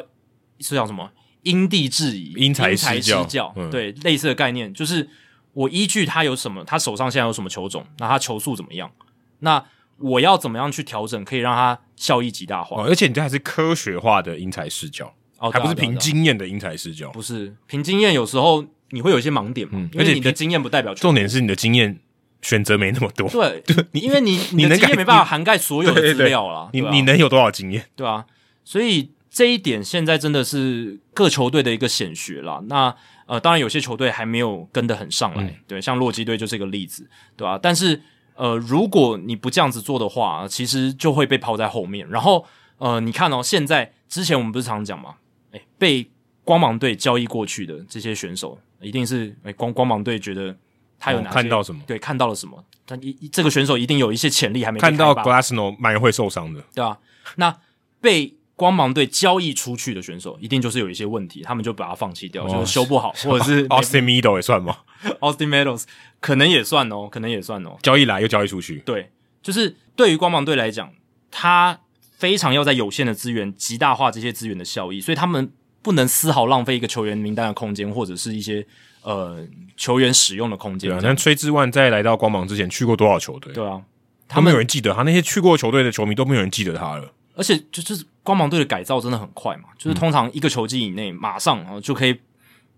Speaker 1: 是叫什么因地制宜、
Speaker 2: 因材施
Speaker 1: 施
Speaker 2: 教
Speaker 1: 教，
Speaker 2: 嗯
Speaker 1: 对，类似的概念，就是我依据他有什么，他手上现在有什么球种，那他球速怎么样，那我要怎么样去调整，可以让他效益极大化
Speaker 2: 哦，。而且你这还是科学化的因材施教，
Speaker 1: 哦，
Speaker 2: 还
Speaker 1: 对啊
Speaker 2: 不是
Speaker 1: 对啊
Speaker 2: 凭
Speaker 1: 对啊
Speaker 2: 经验的因材施教，
Speaker 1: 不是凭经验，有时候你会有一些盲点嘛，
Speaker 2: 嗯
Speaker 1: 因为
Speaker 2: 而且
Speaker 1: 你的经验不代表全
Speaker 2: 重点是你的经验选择没那么多，
Speaker 1: 对，因为你你
Speaker 2: 你
Speaker 1: 的
Speaker 2: 能
Speaker 1: 经
Speaker 2: 改
Speaker 1: 验没办法涵盖所有的
Speaker 2: 对对
Speaker 1: 资
Speaker 2: 对
Speaker 1: 料啦，
Speaker 2: 你
Speaker 1: 对啊
Speaker 2: 你能有多少经验？
Speaker 1: 对啊，所以这一点现在真的是各球队的一个显学啦。那呃，当然有些球队还没有跟得很上
Speaker 2: 嗯
Speaker 1: 来，对，像洛基队就是一个例子，对吧、但是呃，如果你不这样子做的话，其实就会被抛在后面。然后呃，你看哦，现在之前我们不是常讲嘛，哎，被光芒队交易过去的这些选手，一定是哎光光芒队觉得他有
Speaker 2: 哦
Speaker 1: 哪些、
Speaker 2: 看到什么
Speaker 1: 对，看到了什么？但一一这个选手一定有一些潜力还没被
Speaker 2: 看到
Speaker 1: 开发
Speaker 2: Glassno 蛮会受伤的，
Speaker 1: 对吧、那被光芒队交易出去的选手，一定就是有一些问题，他们就把它放弃掉，
Speaker 2: 哦
Speaker 1: 就是修不好，或者 *laughs* 是
Speaker 2: *laughs* Austin Meadow 也算吗？
Speaker 1: *laughs* Austin Meadows 可能也算哦，可能也算哦。
Speaker 2: 交易来又交易出去，
Speaker 1: 对，就是对于光芒队来讲，他非常要在有限的资源极大化这些资源的效益，所以他们不能丝毫浪费一个球员名单的空间，或者是一些呃球员使用的空间
Speaker 2: 对啊。。但崔志万在来到光芒之前去过多少球队？
Speaker 1: 对啊，
Speaker 2: 都
Speaker 1: 他
Speaker 2: 没
Speaker 1: 们
Speaker 2: 有人记得他，那些去过球队的球迷都没有人记得他了。
Speaker 1: 而且就就是光芒队的改造真的很快嘛，就是
Speaker 2: 嗯
Speaker 1: 通常一个球季以内，马上啊就可以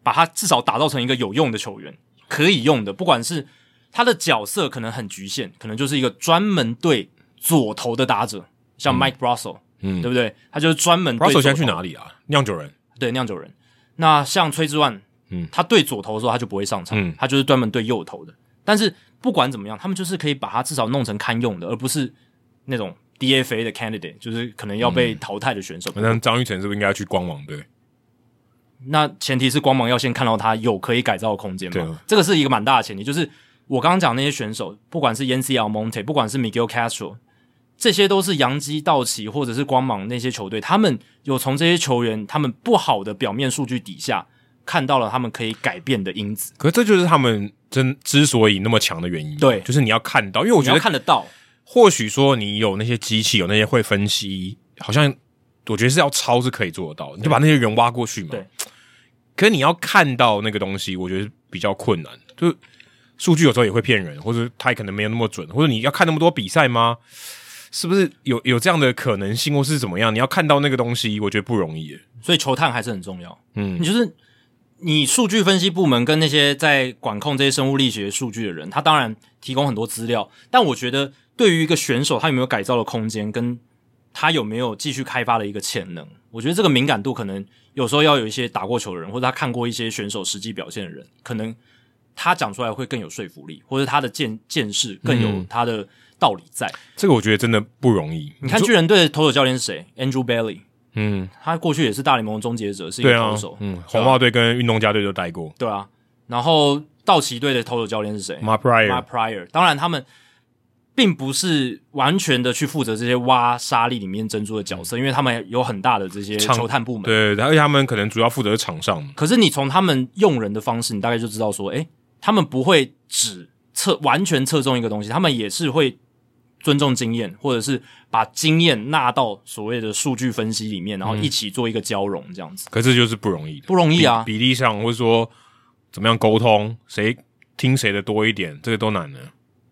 Speaker 1: 把他至少打造成一个有用的球员，可以用的，不管是他的角色可能很局限，可能就是一个专门对左投的打者，像 Mike Russell，
Speaker 2: 嗯
Speaker 1: 对不对？他就是专门对
Speaker 2: Russell
Speaker 1: 左
Speaker 2: 现在去
Speaker 1: 投？
Speaker 2: 哪里啊？酿酒人，
Speaker 1: 对，酿酒人。那像崔之万，
Speaker 2: 嗯
Speaker 1: 他对左投的时候他就不会上场，
Speaker 2: 嗯
Speaker 1: 他就是专门对右投的。但是不管怎么样，他们就是可以把他至少弄成堪用的，而不是那种 DFA 的 candidate，就是可能要
Speaker 2: 嗯
Speaker 1: 被淘汰的选手。
Speaker 2: 那张玉成是不是应该要去光芒队？
Speaker 1: 那前提是光芒要先看到他有可以改造的空间
Speaker 2: 对
Speaker 1: 嘛，这个是一个蛮大的前提。就是我刚刚讲那些选手，不管是 Yancy Almonte，不管是 Miguel Castro，这些都是洋基、道奇或者是光芒那些球队，他们有从这些球员他们不好的表面数据底下看到了他们可以改变的因子，
Speaker 2: 可是这就是他们真之所以那么强的原因。
Speaker 1: 对
Speaker 2: 就是你要看到，因为我
Speaker 1: 你
Speaker 2: 觉
Speaker 1: 要
Speaker 2: 得
Speaker 1: 看得到。
Speaker 2: 或许说你有那些机器，有那些会分析，好像我觉得是要抄是可以做得到，你就把那些人挖过去嘛。
Speaker 1: 对。
Speaker 2: 可是你要看到那个东西，我觉得比较困难。就是数据有时候也会骗人，或者它可能没有那么准，或者你要看那么多比赛吗？是不是有有这样的可能性，或是怎么样？你要看到那个东西，我觉得不容易耶。
Speaker 1: 所以球探还是很重要。
Speaker 2: 嗯
Speaker 1: 你就是你数据分析部门跟那些在管控这些生物力学数据的人，他当然提供很多资料，但我觉得对于一个选手，他有没有改造的空间，跟他有没有继续开发的一个潜能，我觉得这个敏感度可能有时候要有一些打过球的人，或者他看过一些选手实际表现的人，可能他讲出来会更有说服力，或者他的见见识更
Speaker 2: 嗯
Speaker 1: 有他的道理在。
Speaker 2: 这个我觉得真的不容易。
Speaker 1: 你看巨人队的投手教练是谁？Andrew Bailey，
Speaker 2: 嗯，
Speaker 1: 他过去也是大联盟终结者，是一
Speaker 2: 对
Speaker 1: 个
Speaker 2: 啊
Speaker 1: 投手，，
Speaker 2: 嗯，红袜队跟运动家队都待过
Speaker 1: 对啊。然后道奇队的投手教练是谁
Speaker 2: m a p r i o
Speaker 1: ？Mark Prior。当然，他们并不是完全的去负责这些挖沙粒里面珍珠的角色，因为他们有很大的这些
Speaker 2: 场
Speaker 1: 球探部门。
Speaker 2: 对，而且他们可能主要负责场上嘛，
Speaker 1: 可是你从他们用人的方式，你大概就知道说，诶，他们不会只侧完全侧重一个东西，他们也是会尊重经验，或者是把经验纳到所谓的数据分析里面，然后一起做一个交融，这样子、
Speaker 2: 可是就是不容易的，
Speaker 1: 不容易啊。
Speaker 2: 比比例上或者说怎么样沟通，谁听谁的多一点，这个都难的。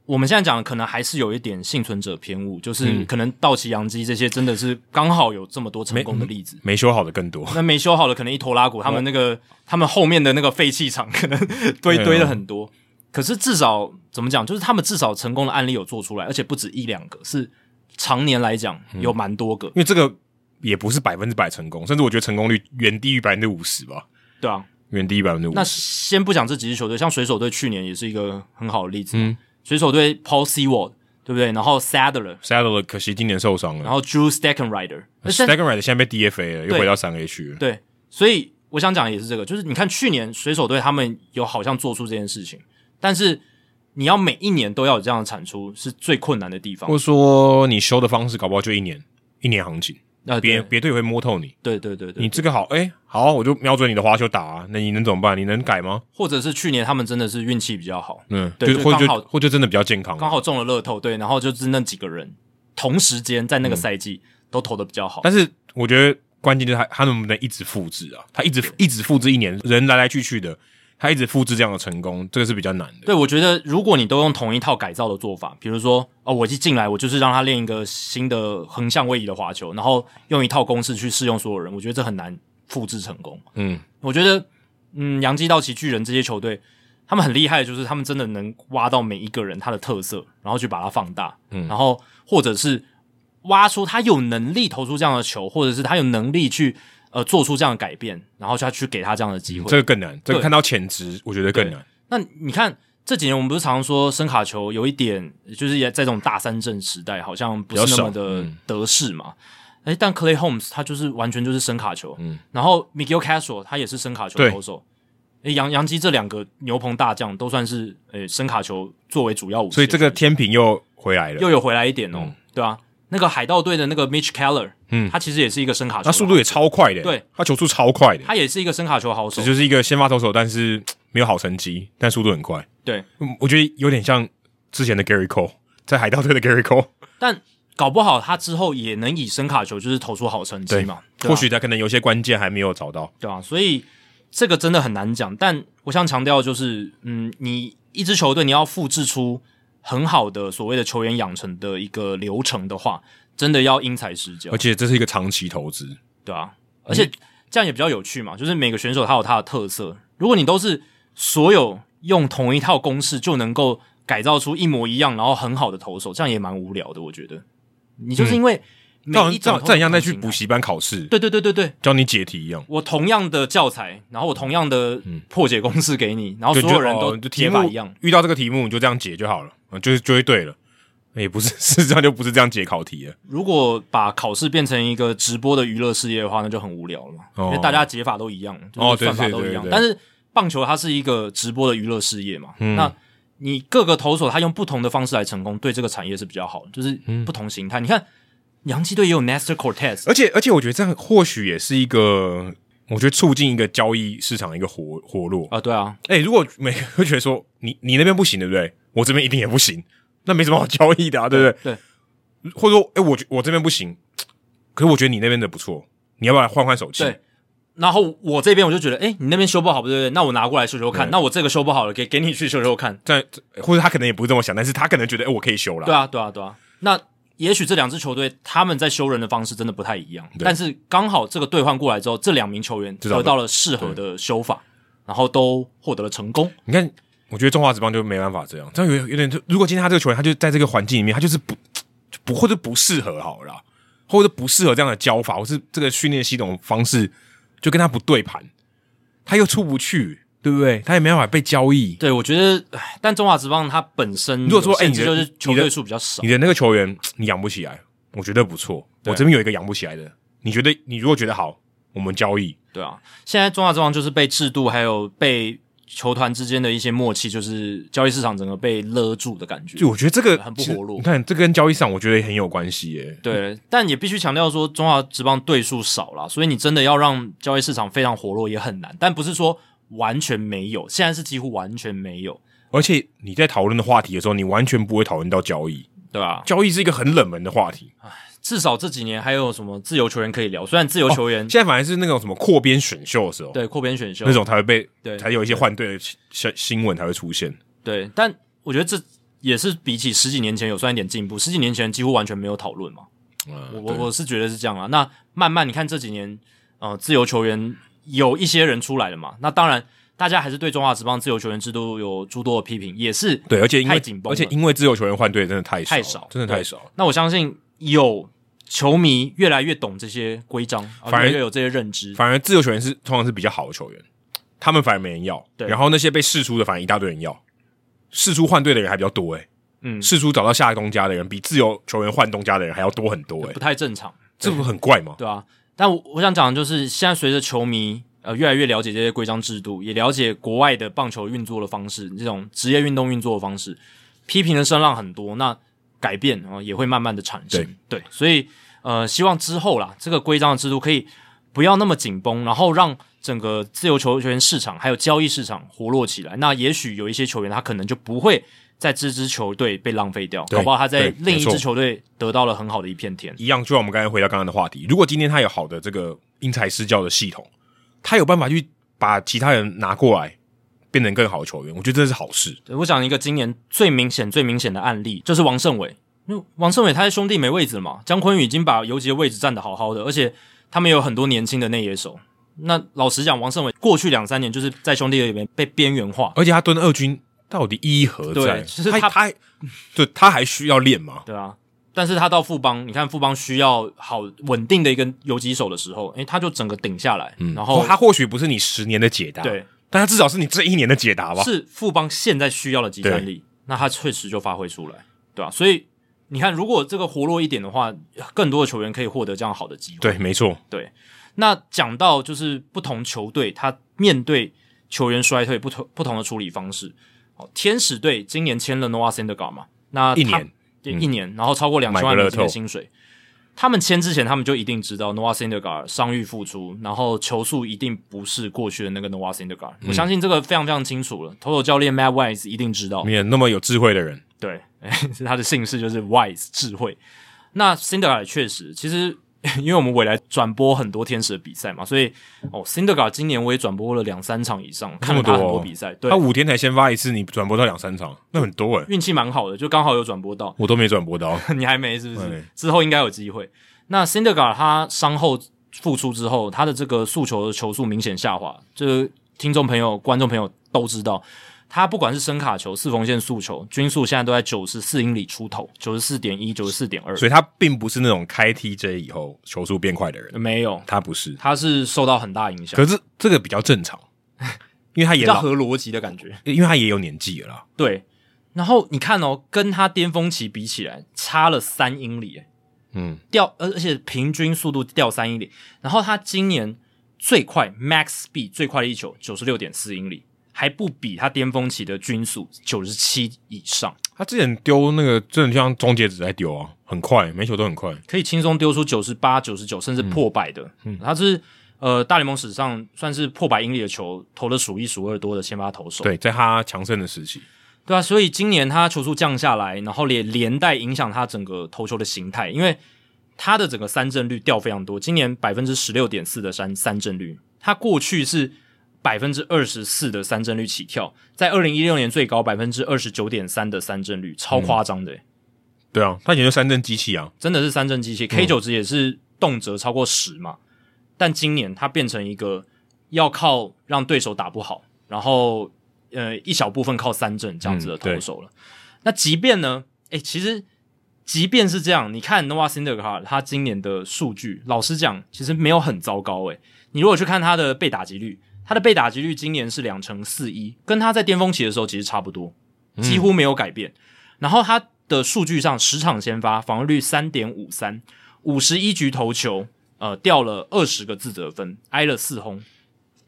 Speaker 1: 我们现在讲的可能还是有一点幸存者偏误，
Speaker 2: 嗯
Speaker 1: 就是可能道奇、洋基这些真的是刚好有这么多成功的例子。
Speaker 2: 没修好的更多， *laughs*
Speaker 1: 那没修好的可能一拖拉骨，他们那个、他们后面的那个废弃场可能堆
Speaker 2: 对啊
Speaker 1: 堆了很多。可是至少怎么讲，就是他们至少成功的案例有做出来，而且不止一两个，是常年来讲
Speaker 2: 嗯
Speaker 1: 有蛮多个，
Speaker 2: 因为这个也不是百分之百成功，甚至我觉得成功率远低于百分之五十吧，
Speaker 1: 对啊。
Speaker 2: 远低于百分之五
Speaker 1: 那
Speaker 2: 十。
Speaker 1: 先不讲这几支球队，像水手队去年也是一个很好的例子。
Speaker 2: 嗯
Speaker 1: 水手队 Paul Seward 对不对？然后 Sadler，
Speaker 2: Saddle 可惜今年受伤
Speaker 1: 然
Speaker 2: 了
Speaker 1: 后 Drew Steckenrider，
Speaker 2: s t a g g e r i d 现在被 DFA 了，又
Speaker 1: 对
Speaker 2: 回到三 A 去了。
Speaker 1: 对，所以我想讲的也是这个，就是你看去年水手队他们有好像做出这件事情，但是你要每一年都要有这样的产出是最困难的地方
Speaker 2: 或。者说你修的方式，搞不好就一年一年行情，
Speaker 1: 啊，
Speaker 2: 别
Speaker 1: 对
Speaker 2: 别队会摸透你。
Speaker 1: 对对对对，
Speaker 2: 你这个好，哎、好啊，我就瞄准你的花球打啊，那你能怎么办？你能改吗？
Speaker 1: 或者是去年他们真的是运气比较好，
Speaker 2: 嗯，
Speaker 1: 对
Speaker 2: 就
Speaker 1: 就
Speaker 2: 或者
Speaker 1: 刚好
Speaker 2: 就或者真的比较健康啊，
Speaker 1: 刚好中了乐透，对，然后就是那几个人同时间在那个赛季都投的比较好。
Speaker 2: 嗯但是我觉得关键就是他他能不能一直复制啊？他一直一直复制一年，人来来去去的，他一直复制这样的成功，这个是比较难的。
Speaker 1: 对，我觉得如果你都用同一套改造的做法，比如说哦，我一进来我就是让他练一个新的横向位移的滑球，然后用一套公式去适用所有人，我觉得这很难复制成功。
Speaker 2: 嗯，
Speaker 1: 我觉得，嗯，洋基、道奇、巨人这些球队，他们很厉害，就是他们真的能挖到每一个人他的特色，然后去把它放大，嗯，然后或者是挖出他有能力投出这样的球，或者是他有能力去呃做出这样的改变，然后他去给他这样的机会。
Speaker 2: 这个更难，这个
Speaker 1: 对
Speaker 2: 看到潜质，我觉得更难。
Speaker 1: 那你看这几年，我们不是常说声卡球有一点，就是也在这种大三阵时代，好像不是那么
Speaker 2: 比较少
Speaker 1: 的
Speaker 2: 嗯
Speaker 1: 得势嘛。诶，但 Clay Holmes 他就是完全就是声卡球，嗯，然后 Miguel Castro 他也是声卡球
Speaker 2: 对
Speaker 1: 投手。诶，杨杨基这两个牛棚大将都算是诶声卡球作为主要武器，
Speaker 2: 所以这个天平又回来了，
Speaker 1: 又有回来一点哦，对啊，那个海盗队的那个 Mitch Keller，
Speaker 2: 嗯
Speaker 1: 他其实也是一个声卡球，
Speaker 2: 他速度也，超快的，
Speaker 1: 对，
Speaker 2: 他球速超快的，
Speaker 1: 他也是一个声卡球好手
Speaker 2: 只，就是一个先发投手，但是嘖没有好成绩，但速度很快。
Speaker 1: 对。
Speaker 2: 嗯我觉得有点像之前的 Gary Cole，在海盗队的 Gary Cole，
Speaker 1: 但搞不好他之后也能以声卡球就是投出好成绩嘛，对啊
Speaker 2: 或许他可能有些关键还没有找到。
Speaker 1: 对啊，所以这个真的很难讲。但我想强调的就是，嗯，你一支球队你要复制出很好的所谓的球员养成的一个流程的话，真的要因材施教
Speaker 2: 而，且这是一个长期投资，
Speaker 1: 对啊，而且这样也比较有趣嘛，就是每个选手他有他的特色。如果你都是所有用同一套公式就能够改造出一模一样，然后很好的投手，这样也蛮无聊的，我觉得。你
Speaker 2: 嗯
Speaker 1: 就是因为每
Speaker 2: 这好
Speaker 1: 一
Speaker 2: 像这
Speaker 1: 种
Speaker 2: 好这很像在去
Speaker 1: 投手
Speaker 2: 补习班考试，
Speaker 1: 啊对对对对对，
Speaker 2: 教你解题一样。
Speaker 1: 我同样的教材，然后我同样的
Speaker 2: 嗯
Speaker 1: 破解公式给你，然后所有人都
Speaker 2: 哦就
Speaker 1: 解
Speaker 2: 题
Speaker 1: 法
Speaker 2: 目
Speaker 1: 一样，，
Speaker 2: 遇到这个题目你就这样解就好了，嗯就就会对了。也不是， *laughs* 事实上就不是这样解考题了。
Speaker 1: 如果把考试变成一个直播的娱乐事业的话，那就很无聊了嘛，
Speaker 2: 哦
Speaker 1: 因为大家解法都一样，就
Speaker 2: 哦
Speaker 1: 是
Speaker 2: 对
Speaker 1: 算法都一样。
Speaker 2: 对对对对
Speaker 1: 但是棒球它是一个直播的娱乐事业嘛，
Speaker 2: 嗯
Speaker 1: 那你各个投手他用不同的方式来成功，对这个产业是比较好的，就是
Speaker 2: 嗯
Speaker 1: 不同形态。你看洋基队也有 Nestor Cortez，
Speaker 2: 而且而且，我觉得这样或许也是一个，我觉得促进一个交易市场的一个活活络。
Speaker 1: 啊，对啊，
Speaker 2: 哎、如果每个人会觉得说你你那边不行，对不对？我这边一定也不行，那没什么好交易的啊，对不对？
Speaker 1: 对
Speaker 2: 或者说，哎、我觉我这边不行，可是我觉得你那边的不错，你要不要来换换手气？
Speaker 1: 对，然后我这边我就觉得，哎，你那边修不好，对不对？那我拿过来修修看，
Speaker 2: 对
Speaker 1: 那我这个修不好了，给给你去修修看。
Speaker 2: 但或者他可能也不是这么想，但是他可能觉得，哎、我可以修了。
Speaker 1: 对啊，对啊，对啊。那也许这两支球队他们在修人的方式真的不太一样，
Speaker 2: 对
Speaker 1: 但是刚好这个兑换过来之后，这两名球员
Speaker 2: 道
Speaker 1: 得到了适合的修法，然后都获得了成功。
Speaker 2: 你看，我觉得中华职棒就没办法这样，这样有有点就，如果今天他这个球员，他就在这个环境里面，他就是不就不或者不适合好了啦，或者不适合这样的教法，或是这个训练系统方式就跟他不对盘，他又出不去，对对不对？他也没办法被交易。
Speaker 1: 对，我觉得，唉但中华职棒它本身
Speaker 2: 如果说
Speaker 1: 有限
Speaker 2: 哎你
Speaker 1: 制
Speaker 2: 的
Speaker 1: 就是球
Speaker 2: 你
Speaker 1: 队
Speaker 2: 的
Speaker 1: 数比较少
Speaker 2: 你，的那个球员你养不起来，我觉得不错。
Speaker 1: 对
Speaker 2: 我这边有一个养不起来的，你觉得你如果觉得好，我们交易。
Speaker 1: 对啊，现在中华职棒就是被制度还有被球团之间的一些默契，就是交易市场整个被勒住的感觉
Speaker 2: 就。我觉得这个
Speaker 1: 很不
Speaker 2: 其实
Speaker 1: 活络
Speaker 2: 你看，这跟交易上我觉得也很有关系耶、
Speaker 1: 对，但也必须强调说，中华职棒队数少啦，所以你真的要让交易市场非常活络也很难。但不是说完全没有，现在是几乎完全没有，
Speaker 2: 而且你在讨论的话题的时候，你完全不会讨论到交易。
Speaker 1: 对吧、
Speaker 2: 交易是一个很冷门的话题。
Speaker 1: 至少这几年还有什么自由球员可以聊，虽然自由球员、
Speaker 2: 现在反而是那种什么扩编选秀的时候，
Speaker 1: 对扩编选秀
Speaker 2: 哦那种才会被
Speaker 1: 对
Speaker 2: 才有一些换队的新新闻才会出现。
Speaker 1: 对，但我觉得这也是比起十几年前有算一点进步，十几年前几乎完全没有讨论嘛。我
Speaker 2: 嗯，
Speaker 1: 我
Speaker 2: 对
Speaker 1: 我是觉得是这样啊。那慢慢你看这几年，呃，自由球员有一些人出来了嘛，那当然大家还是对中华职棒自由球员制度有诸多的批评，也是
Speaker 2: 对，而且因
Speaker 1: 太
Speaker 2: 为
Speaker 1: 紧绷
Speaker 2: 而
Speaker 1: 了
Speaker 2: 且因为自由球员换队真的太少
Speaker 1: 太
Speaker 2: 了，
Speaker 1: 少
Speaker 2: 真的太少了。
Speaker 1: 那我相信有球迷越来越懂这些规章，啊
Speaker 2: 反而
Speaker 1: 越来越有这些认知。
Speaker 2: 反而自由球员是通常是比较好的球员，他们反而没人要。
Speaker 1: 对
Speaker 2: 然后那些被试出的，反而一大堆人要。试出换队的人还比较多诶、欸，
Speaker 1: 嗯，
Speaker 2: 试出找到下东家的人比自由球员换东家的人还要多很多诶、
Speaker 1: 不太正常，
Speaker 2: 这不很怪吗？
Speaker 1: 对啊。但我我想讲的就是，现在随着球迷呃越来越了解这些规章制度，也了解国外的棒球运作的方式，这种职业运动运作的方式，批评的声浪很多，那改变啊、呃也会慢慢的产生。对，所以呃，希望之后啦，这个规章的制度可以不要那么紧绷，然后让整个自由球员市场还有交易市场活络起来。那也许有一些球员他可能就不会在这支球队被浪费掉，
Speaker 2: 对
Speaker 1: 搞不好他在
Speaker 2: 对
Speaker 1: 另一
Speaker 2: 没错
Speaker 1: 支球队得到了很好的一片天。
Speaker 2: 一样，就像我们刚才回到刚刚的话题，如果今天他有好的这个因材施教的系统，他有办法去把其他人拿过来，变成更好的球员，我觉得这是好事。
Speaker 1: 对我讲一个今年最明显、最明显的案例，就是王胜伟。因为王胜伟他在兄弟没位置了嘛，江坤宇已经把游击的位置占得好好的，而且他们有很多年轻的内野手。那老实讲，王胜伟过去两三年就是在兄弟里面被边缘化，
Speaker 2: 而且哎他蹲二军到底意义何在？
Speaker 1: 对就是他
Speaker 2: 他他对他还需要练吗？
Speaker 1: 对啊。但是他到富邦，你看富邦需要好稳定的一个游击手的时候，诶、他就整个顶下来，然后
Speaker 2: 哦他或许不是你十年的解答，
Speaker 1: 对，
Speaker 2: 但他至少是你这一年的解答吧？
Speaker 1: 是富邦现在需要的集战力，那他确实就发挥出来，对吧、所以你看，如果这个活络一点的话，更多的球员可以获得这样好的机会。
Speaker 2: 对，没错，
Speaker 1: 那讲到就是不同球队，他面对球员衰退不同不同的处理方式。哦，天使队今年签了 Noah Syndergaard 嘛，那他
Speaker 2: 一年嗯
Speaker 1: 对一年，然后超过两千
Speaker 2: 买
Speaker 1: 万
Speaker 2: 个乐
Speaker 1: 美金的
Speaker 2: 透
Speaker 1: 薪水。他们签之前，他们就一定知道 Noah Syndergaard 伤愈复出，然后球速一定不是过去的那个 Noah Syndergaard、我
Speaker 2: 嗯
Speaker 1: 相信这个非常非常清楚了。投手教练 Matt Wise 一定知道，
Speaker 2: 你也那么有智慧的人，
Speaker 1: 对， *laughs* 是他的姓氏就是 Wise 智慧。那 Cindergar 确实，其实因为我们未来转播很多天使的比赛嘛，所以哦，Cindergar 今年我也转播了两三场以上，看了
Speaker 2: 这
Speaker 1: 他
Speaker 2: 么
Speaker 1: 很
Speaker 2: 多哦
Speaker 1: 多比赛，对
Speaker 2: 他，五天才先发一次，你转播到两三场，那很 *laughs* 多诶、哎
Speaker 1: 运气蛮好的，就刚好有转播到。 *laughs*
Speaker 2: 我都没转播 *laughs* 到。
Speaker 1: 你还没是不是
Speaker 2: 对？
Speaker 1: 之后应该有机会。那 Cindergar 他伤后复出之后，他的这个诉求的球速明显下滑，这听众朋友、观众朋友都知道，他不管是声卡球、四缝线速球，均速现在都在九十四英里出头，九十四点一、九十四点二，
Speaker 2: 所以他并不是那种开 TJ 以后球速变快的人，
Speaker 1: 没有，
Speaker 2: 他不是。
Speaker 1: 他是受到很大影响，
Speaker 2: 可是这个比较正常，因为他
Speaker 1: 比
Speaker 2: 也
Speaker 1: 较
Speaker 2: 老，
Speaker 1: 合逻辑的感觉。
Speaker 2: 因为他也有年纪了啦。
Speaker 1: 对，然后你看哦，跟他巅峰期比起来，差了三英里，哎
Speaker 2: 嗯，
Speaker 1: 掉，而而且平均速度掉三英里。然后他今年最快 max speed 最快的一球九十六点四英里，还不比他巅峰期的均速九十七以上，
Speaker 2: 他之前丢那个真的就像终结者在丢啊，很快，每球都很快。
Speaker 1: 可以轻松丢出九十八、九十
Speaker 2: 嗯
Speaker 1: 九甚至破百的。他是呃大联盟史上算是破百英里的球投的数一数二多的先发投手。
Speaker 2: 对，在他强盛的时期，
Speaker 1: 对啊，所以今年他球速降下来，然后连连带影响他整个投球的形态，因为他的整个三振率掉非常多，今年百分之十六点四的三三振率，他过去是百分之二十四的三振率起跳，在二零一六年最高百分之二十九点三的三振率，超夸张的欸、
Speaker 2: 对啊，他以前就三振机器啊，
Speaker 1: 真的是三振机器。K 九值也是动辄超过十嘛，但今年他变成一个要靠让对手打不好，然后呃一小部分靠三振这样子的投手了。那即便呢，诶、其实即便是这样，你看 Noah Syndergaard 他今年的数据，老实讲，其实没有很糟糕诶、你如果去看他的被打击率，他的被打击率今年是两成四一，跟他在巅峰期的时候其实差不多，几乎没有改变。然后他的数据上，十场先发防御率三点五三，五十一局投球，呃，掉了二十个自责分，挨了四轰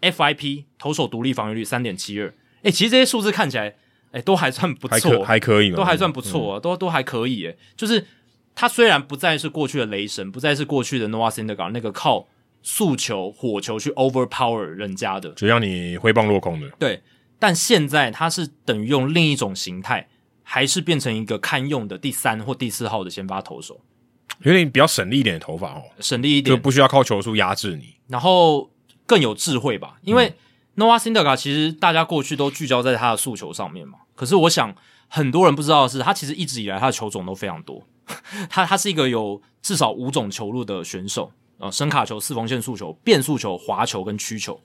Speaker 1: ，FIP 投手独立防御率三点七二。哎，其实这些数字看起来，哎，都还算不
Speaker 2: 还
Speaker 1: 错
Speaker 2: 可，还可以嘛，嗯
Speaker 1: 都还算不错、啊，都都还可以、欸。就是他虽然不再是过去的雷神，不再是过去的 Noah Syndergaard 那个靠速球、火球去 overpower 人家的，
Speaker 2: 就让你挥棒落空的。
Speaker 1: 对。但现在他是等于用另一种形态，还是变成一个堪用的第三或第四号的先发投手，
Speaker 2: 有点比较省力一点的头发哦，
Speaker 1: 省力一
Speaker 2: 就
Speaker 1: 点，
Speaker 2: 不需要靠球速压制你。
Speaker 1: 然后更有智慧
Speaker 2: 嗯
Speaker 1: 吧。因为 Noah Syndergaard 其实大家过去都聚焦在他的诉求上面嘛，可是我想很多人不知道的是，他其实一直以来他的球种都非常多， *laughs* 他他是一个有至少五种球路的选手，呃，深卡球、四缝线速球、变速球、滑球跟曲球，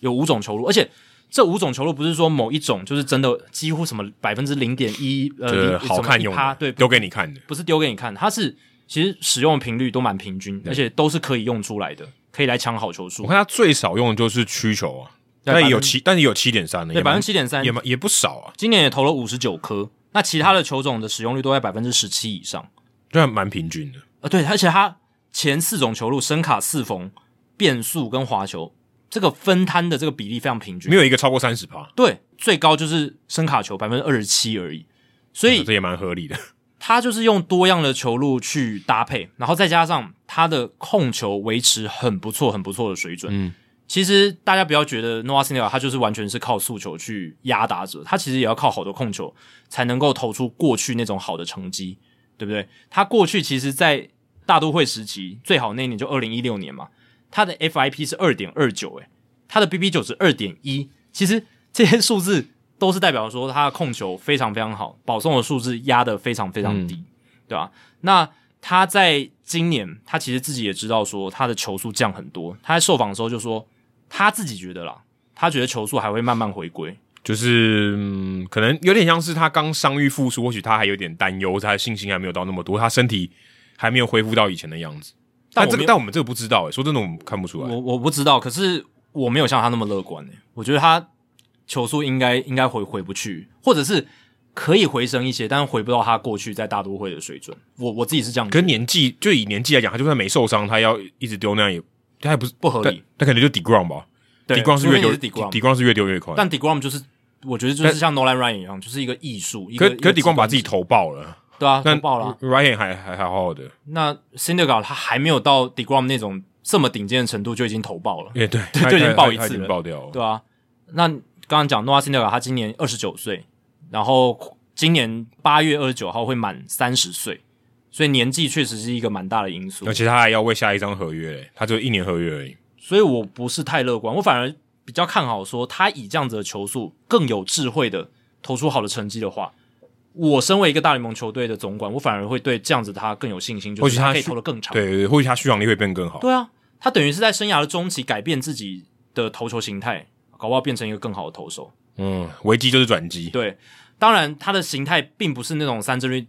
Speaker 1: 有五种球路，而且。这五种球路不是说某一种就是真的几乎什么百分之零点一
Speaker 2: 就是
Speaker 1: 呃
Speaker 2: 好看用
Speaker 1: 他
Speaker 2: 的，
Speaker 1: 对
Speaker 2: 丢给你看的，
Speaker 1: 不是丢给你看，它是其实使用频率都蛮平均，而且都是可以用出来的，可以来抢好球
Speaker 2: 我
Speaker 1: 数。
Speaker 2: 看他最少用的就是曲球啊，
Speaker 1: 对
Speaker 2: 但
Speaker 1: 百
Speaker 2: 也
Speaker 1: 分
Speaker 2: 有七，但是也有七点三的，
Speaker 1: 对，
Speaker 2: 也蛮
Speaker 1: 百分之七点三
Speaker 2: 也，蛮也不少啊，
Speaker 1: 今年也投了五十九颗。那其他的球种的使用率都在百分之十七以上。
Speaker 2: 这还蛮平均的。
Speaker 1: 呃，对，而且它前四种球路，深卡、四缝、变速跟滑球，这个分摊的这个比例非常平均。
Speaker 2: 没有一个超过三十趴，
Speaker 1: 对，最高就是深卡球百分之二十七而已。所以
Speaker 2: 这也蛮合理的。
Speaker 1: 他就是用多样的球路去搭配，然后再加上他的控球维持很不错、很不错的水准。
Speaker 2: 嗯，
Speaker 1: 其实大家不要觉得 Noah s i n d e r 他就是完全是靠速球去压打者，他其实也要靠好的控球才能够投出过去那种好的成绩，对不对？他过去其实，在大都会时期最好那一年就二零一六年嘛，他的 FIP 是二点二九，诶，他的 BB 九是二点一，其实这些数字都是代表说他的控球非常非常好，保送的数字压得非常非常低，对吧、那他在今年，他其实自己也知道说他的球速降很多，他在受访的时候就说他自己觉得啦，他觉得球速还会慢慢回归，
Speaker 2: 就是、嗯、可能有点像是他刚伤愈复苏，或许他还有点担忧，他的信心还没有到那么多，他身体还没有恢复到以前的样子。
Speaker 1: 但
Speaker 2: 但
Speaker 1: 我
Speaker 2: 这个，
Speaker 1: 没有
Speaker 2: 但我们这个不知道、欸，说真的，我们看不出来。
Speaker 1: 我我不知道，可是我没有像他那么乐观诶、欸我觉得他球速应该应该回回不去，或者是可以回升一些，但是回不到他过去在大都会的水准。我我自己是这样觉
Speaker 2: 可
Speaker 1: 得，
Speaker 2: 是年纪，就以年纪来讲，他就算没受伤，他要一直丢那样也，他也不是
Speaker 1: 不合理。
Speaker 2: 那可能就 d e g r o m 吧 d
Speaker 1: 对
Speaker 2: e g r o m 是
Speaker 1: 除
Speaker 2: 越
Speaker 1: 非你
Speaker 2: 丢
Speaker 1: 是 Degrom
Speaker 2: d e g r o m 是越丢越快。
Speaker 1: 但 Degrom 就是我觉得就是像 Nolan Ryan 一样，就是一个艺术，一
Speaker 2: 可
Speaker 1: 个
Speaker 2: 可 d e g r o m 把自己
Speaker 1: 一个极
Speaker 2: 投爆了，
Speaker 1: 端对啊
Speaker 2: 那
Speaker 1: 投爆了啊。
Speaker 2: Ryan 还还还好好的，
Speaker 1: 那 s i n d e r g a r 他还没有到 Degrom 那种这么顶尖的程度，就已经投爆了，
Speaker 2: 也、哎对，
Speaker 1: 对 *laughs*
Speaker 2: 他
Speaker 1: 就已经
Speaker 2: 他
Speaker 1: 爆
Speaker 2: 他
Speaker 1: 一
Speaker 2: 他已
Speaker 1: 次
Speaker 2: 经
Speaker 1: 了
Speaker 2: 爆掉了。
Speaker 1: 对啊。那刚刚讲 Noah s i n d e r g a r 他今年二十九岁，然后今年八月二十九号会满三十岁，所以年纪确实是一个蛮大的因素
Speaker 2: 而。且他还要为下一张合约、欸，他就一年合约而已。
Speaker 1: 所以我不是太乐观，我反而比较看好说他以这样子的球速更有智慧的投出好的成绩的话。我身为一个大联盟球队的总管，我反而会对这样子他更有信心，就
Speaker 2: 或许
Speaker 1: 是
Speaker 2: 他
Speaker 1: 可以
Speaker 2: 去
Speaker 1: 投得更长。
Speaker 2: 对对，对或许他续航力会变更好。
Speaker 1: 对啊，他等于是在生涯的中期改变自己的投球形态，搞不好变成一个更好的投手。
Speaker 2: 嗯，危机就是转机。
Speaker 1: 对，当然他的形态并不是那种三振率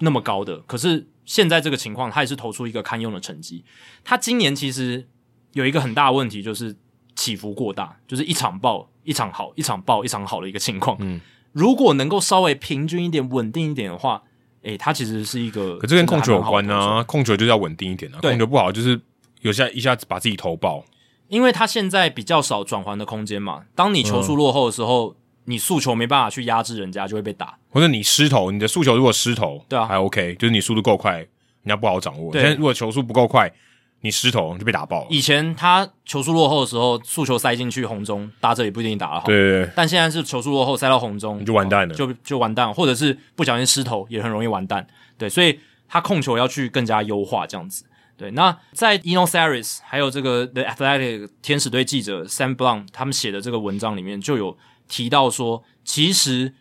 Speaker 1: 那么高的，可是现在这个情况，他也是投出一个堪用的成绩。他今年其实有一个很大的问题，就是起伏过大，就是一场爆一场好，一场爆一场好的一个情况。
Speaker 2: 嗯，
Speaker 1: 如果能够稍微平均一点、稳定一点的话，诶、他其实是一个
Speaker 2: 可这跟控球
Speaker 1: 真
Speaker 2: 有
Speaker 1: 的还蛮好的
Speaker 2: 关
Speaker 1: 投手
Speaker 2: 啊，控球就是要稳定一点啊，
Speaker 1: 对
Speaker 2: 控球不好就是有下一下子把自己投爆。
Speaker 1: 因为他现在比较少转换的空间嘛。当你球速
Speaker 2: 嗯
Speaker 1: 落后的时候，你速球没办法去压制人家，就会被打。
Speaker 2: 或者你失投，你的速球如果失投，
Speaker 1: 对啊
Speaker 2: 还 OK，就是你速度够快，人家不好掌握。
Speaker 1: 对
Speaker 2: 现在如果球速不够快，你失投你就被打爆了。
Speaker 1: 以前他球速落后的时候，速球塞进去红中，打者也不一定打得好。
Speaker 2: 对，对对，
Speaker 1: 但现在是球速落后塞到红中，
Speaker 2: 你就完蛋了
Speaker 1: 就就完蛋了，或者是不小心失投也很容易完蛋。对，所以他控球要去更加优化这样子。对，那在 Eno Saris 还有这个 The Athletic 天使队记者 Sam Blount 他们写的这个文章里面就有提到说，其实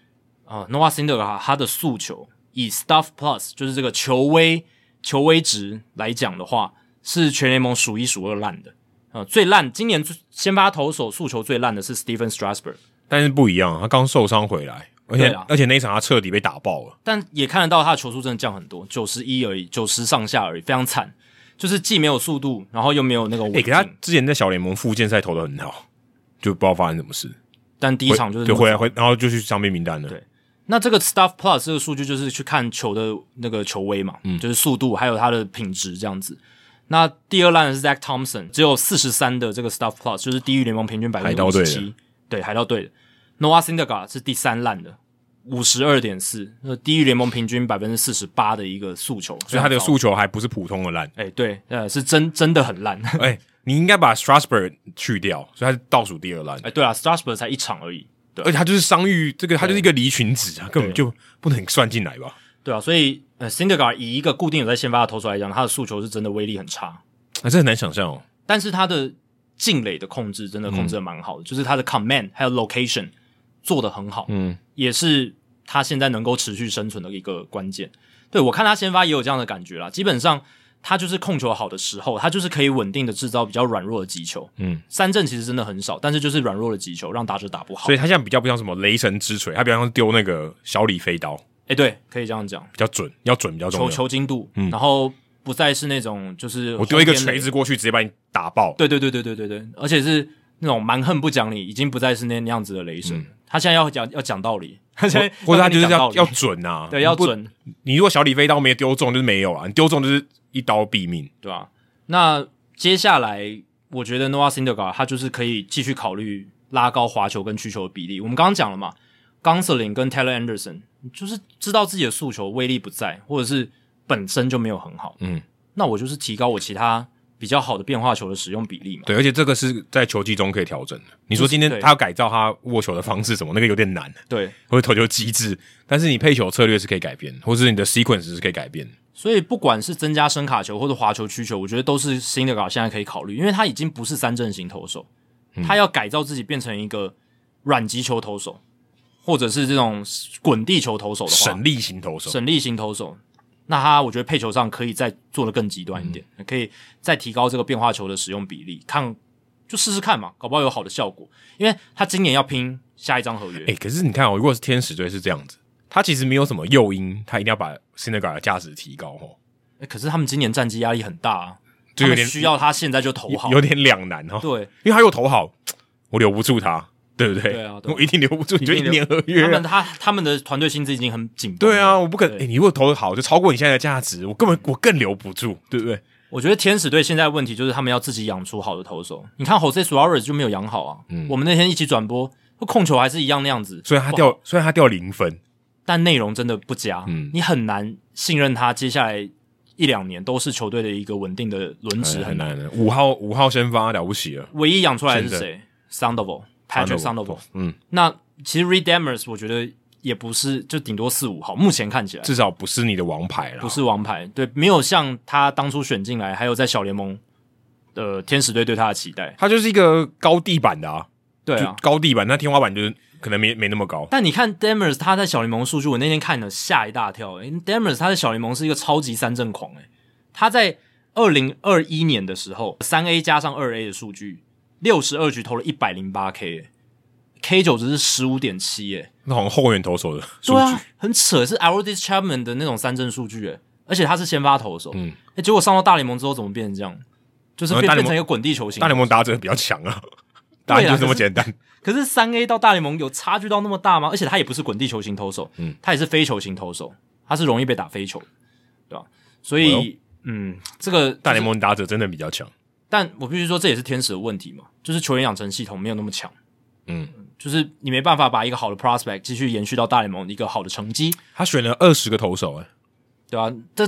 Speaker 1: 啊、呃、，Noah Syndergaard 他的诉求以 Stuff Plus 就是这个球威球威值来讲的话，是全联盟数一数二烂的。呃，最烂今年最先发投手诉求最烂的是 Stephen Strasburg，
Speaker 2: 但是不一样，啊他刚受伤回来，而且
Speaker 1: 对啊
Speaker 2: 而且那一场他彻底被打爆了。
Speaker 1: 但也看得到他的球速真的降很多，九十一而已，九十上下而已，非常惨。就是既没有速度，然后又没有那个稳
Speaker 2: 诶，
Speaker 1: 定。
Speaker 2: 给他之前在小联盟复健赛投的很好，就不知道发生什么事。
Speaker 1: 但第一场就是
Speaker 2: 对回来回，然后就去伤病名单了。
Speaker 1: 对那这个 Stuff Plus 这个数据就是去看球的那个球威嘛，嗯，就是速度还有它的品质这样子。那第二烂的是 Zach Thompson，只有四十三的这个 Stuff Plus，就是低于联盟平均百分
Speaker 2: 海
Speaker 1: 之
Speaker 2: 盗
Speaker 1: 五
Speaker 2: 队
Speaker 1: 十
Speaker 2: 的
Speaker 1: 七。对，海盗队的 Noah Syndergaard 是第三烂的，五十二点四，那低于联盟平均百分之四十八的一个速球，
Speaker 2: 所以他的
Speaker 1: 非常高。
Speaker 2: 诉求还不是普通的烂
Speaker 1: 哎、对，呃，是真真的很烂。哎、
Speaker 2: 哎、你应该把 Strasburg 去掉，所以他是倒数第二烂。
Speaker 1: 对啊 s t r a s b u r g 才一场而已，对
Speaker 2: 而且他就是伤愈，这个他就是一个离群值啊，根本就不能算进来吧？
Speaker 1: 对啊，所以呃 s y n d e r g a r 以一个固定有在先发的投手来讲，他的诉求是真的威力很差，
Speaker 2: 啊，这很难想象哦。
Speaker 1: 但是他的进垒的控制真的控制
Speaker 2: 嗯
Speaker 1: 的蛮好的，就是他的 command 还有 location 做的很好，
Speaker 2: 嗯，
Speaker 1: 也是他现在能够持续生存的一个关键。对我看他先发也有这样的感觉啦，基本上他就是控球好的时候，他就是可以稳定的制造比较软弱的击球，
Speaker 2: 嗯，
Speaker 1: 三振其实真的很少，但是就是软弱的击球让打者打不好，
Speaker 2: 所
Speaker 1: 哎、
Speaker 2: 以他现在比较不像什么雷神之锤，他比较像是丢那个小李飞刀，
Speaker 1: 哎对，可以这样讲。
Speaker 2: 比较准，要准比较重
Speaker 1: 球
Speaker 2: 要。嗯
Speaker 1: 球精度，然后不再是那种就是
Speaker 2: 我丢一个
Speaker 1: 轰天
Speaker 2: 锤
Speaker 1: 雷，
Speaker 2: 子过去，直接把你打爆。
Speaker 1: 对对对对对对对，而且是那种蛮横不讲理，已经不再是那那样子的雷神，他现在要讲要讲道理，他现在
Speaker 2: 嗯或者他就是
Speaker 1: 要跟你讲道
Speaker 2: 要
Speaker 1: 理
Speaker 2: 要准啊，
Speaker 1: 对
Speaker 2: 你
Speaker 1: 要
Speaker 2: 不。
Speaker 1: 准，
Speaker 2: 你如果小李飞刀没丢中，就是没有啊，你丢中就是一刀毙命。
Speaker 1: 对吧、那接下来我觉得 Noah Syndergaard 他就是可以继续考虑拉高滑球跟曲球的比例。我们刚刚讲了嘛 g o n s l i n 跟 Taylor Anderson 就是知道自己的诉求威力不在，或者是本身就没有很好，
Speaker 2: 嗯，
Speaker 1: 那我就是提高我其他比较好的变化球的使用比例嘛。
Speaker 2: 对，而且这个是在球技中可以调整的。你说今天
Speaker 1: 对
Speaker 2: 他要改造他握球的方式什么，那个有点难，
Speaker 1: 对，
Speaker 2: 或者投球机制，但是你配球策略是可以改变，或者是你的 sequence 是可以改变。
Speaker 1: 所以不管是增加声卡球或者滑球曲球，我觉得都是新的稿现在可以考虑，因为他已经不是三阵型投手，
Speaker 2: 嗯
Speaker 1: 他要改造自己变成一个软击球投手，或者是这种滚地球投手的话，
Speaker 2: 省力型投手，
Speaker 1: 省力型投手。那他我觉得配球上可以再做的更极端一点，
Speaker 2: 嗯
Speaker 1: 可以再提高这个变化球的使用比例，看就试试看嘛，搞不好有好的效果。因为他今年要拼下一张合约，
Speaker 2: 哎、可是你看哦，如果是天使队是这样子，他其实没有什么诱因，他一定要把 s y n e g a 的价值提高哦，
Speaker 1: 诶可是他们今年战绩压力很大啊，
Speaker 2: 就
Speaker 1: 他
Speaker 2: 有
Speaker 1: 们
Speaker 2: 点
Speaker 1: 需要他现在就投好
Speaker 2: 有，有点两难哦。
Speaker 1: 对。
Speaker 2: 因为他又投好，我留不住他，对不对？
Speaker 1: 对啊对啊
Speaker 2: 我一定留不住，你就
Speaker 1: 一
Speaker 2: 一
Speaker 1: 定留
Speaker 2: 年合约
Speaker 1: 他们
Speaker 2: 啊。
Speaker 1: 他他们的团队薪资已经很紧绷。
Speaker 2: 对，啊，我不可能。哎、
Speaker 1: 对
Speaker 2: 你如果投的好，就超过你现在的价值，我根本我更留不住，对不对？
Speaker 1: 我觉得天使队现在问题就是他们要自己养出好的投手。你看 Jose Suarez 就没有养好啊。
Speaker 2: 嗯
Speaker 1: 我们那天一起转播，控球还是一样那样子，
Speaker 2: 虽然他
Speaker 1: 不好
Speaker 2: 掉，虽然他掉零分，
Speaker 1: 但内容真的不佳。
Speaker 2: 嗯
Speaker 1: 你很难信任他接下来一两年都是球队的一个稳定的轮值，
Speaker 2: 哎
Speaker 1: 很
Speaker 2: 很
Speaker 1: 难。
Speaker 2: 难的。五号五号先发了不起了
Speaker 1: 唯一养出来的是
Speaker 2: 现在
Speaker 1: 谁？Sandoval Patrick Sandoval。
Speaker 2: 嗯，
Speaker 1: 那其实 Reed Demers 我觉得也不是，就顶多四五号，目前看起来。
Speaker 2: 至少不是你的王牌了。
Speaker 1: 不是王牌，对，没有像他当初选进来，还有在小联盟，呃，天使队对他的期待，
Speaker 2: 他就是一个高地板的啊，
Speaker 1: 对
Speaker 2: 就。高地板，那天花板就是可能没没那么高。
Speaker 1: 但你看 Demers 他在小联盟数据，我那天看了吓一大跳。诶 Demers 他在小联盟是一个超级三振狂，诶，他在二零二一年的时候，三 A 加上二 A 的数据，六十二局投了一百零八 K，K 九值是十五点七，欸诶，
Speaker 2: 那好像后援投手的数
Speaker 1: 对
Speaker 2: 据，
Speaker 1: 啊，很扯，是 a l d i s Chapman 的那种三振数据，诶，欸而且他是先发投手，
Speaker 2: 嗯
Speaker 1: 诶，结果上到大联盟之后怎么变成这样？就是
Speaker 2: 呃
Speaker 1: 变
Speaker 2: 大联
Speaker 1: 变
Speaker 2: 盟
Speaker 1: 成一个滚地球型
Speaker 2: 大联盟打者比较强啊，打就这么简单。
Speaker 1: 可是三 A 到大联盟有差距到那么大吗？而且他也不是滚地球型投手，
Speaker 2: 嗯，
Speaker 1: 他也是飞球型投手，他是容易被打飞球的，对吧？所
Speaker 2: 哎
Speaker 1: 以，嗯，这个
Speaker 2: 大联，盟打者真的比较强，
Speaker 1: 但我必须说这也是天使的问题嘛，就是球员养成系统没有那么强，
Speaker 2: 嗯，
Speaker 1: 就是你没办法把一个好的 prospect 继续延续到大联盟一个好的成绩，
Speaker 2: 他选了二十个投手、哎
Speaker 1: 对吧？这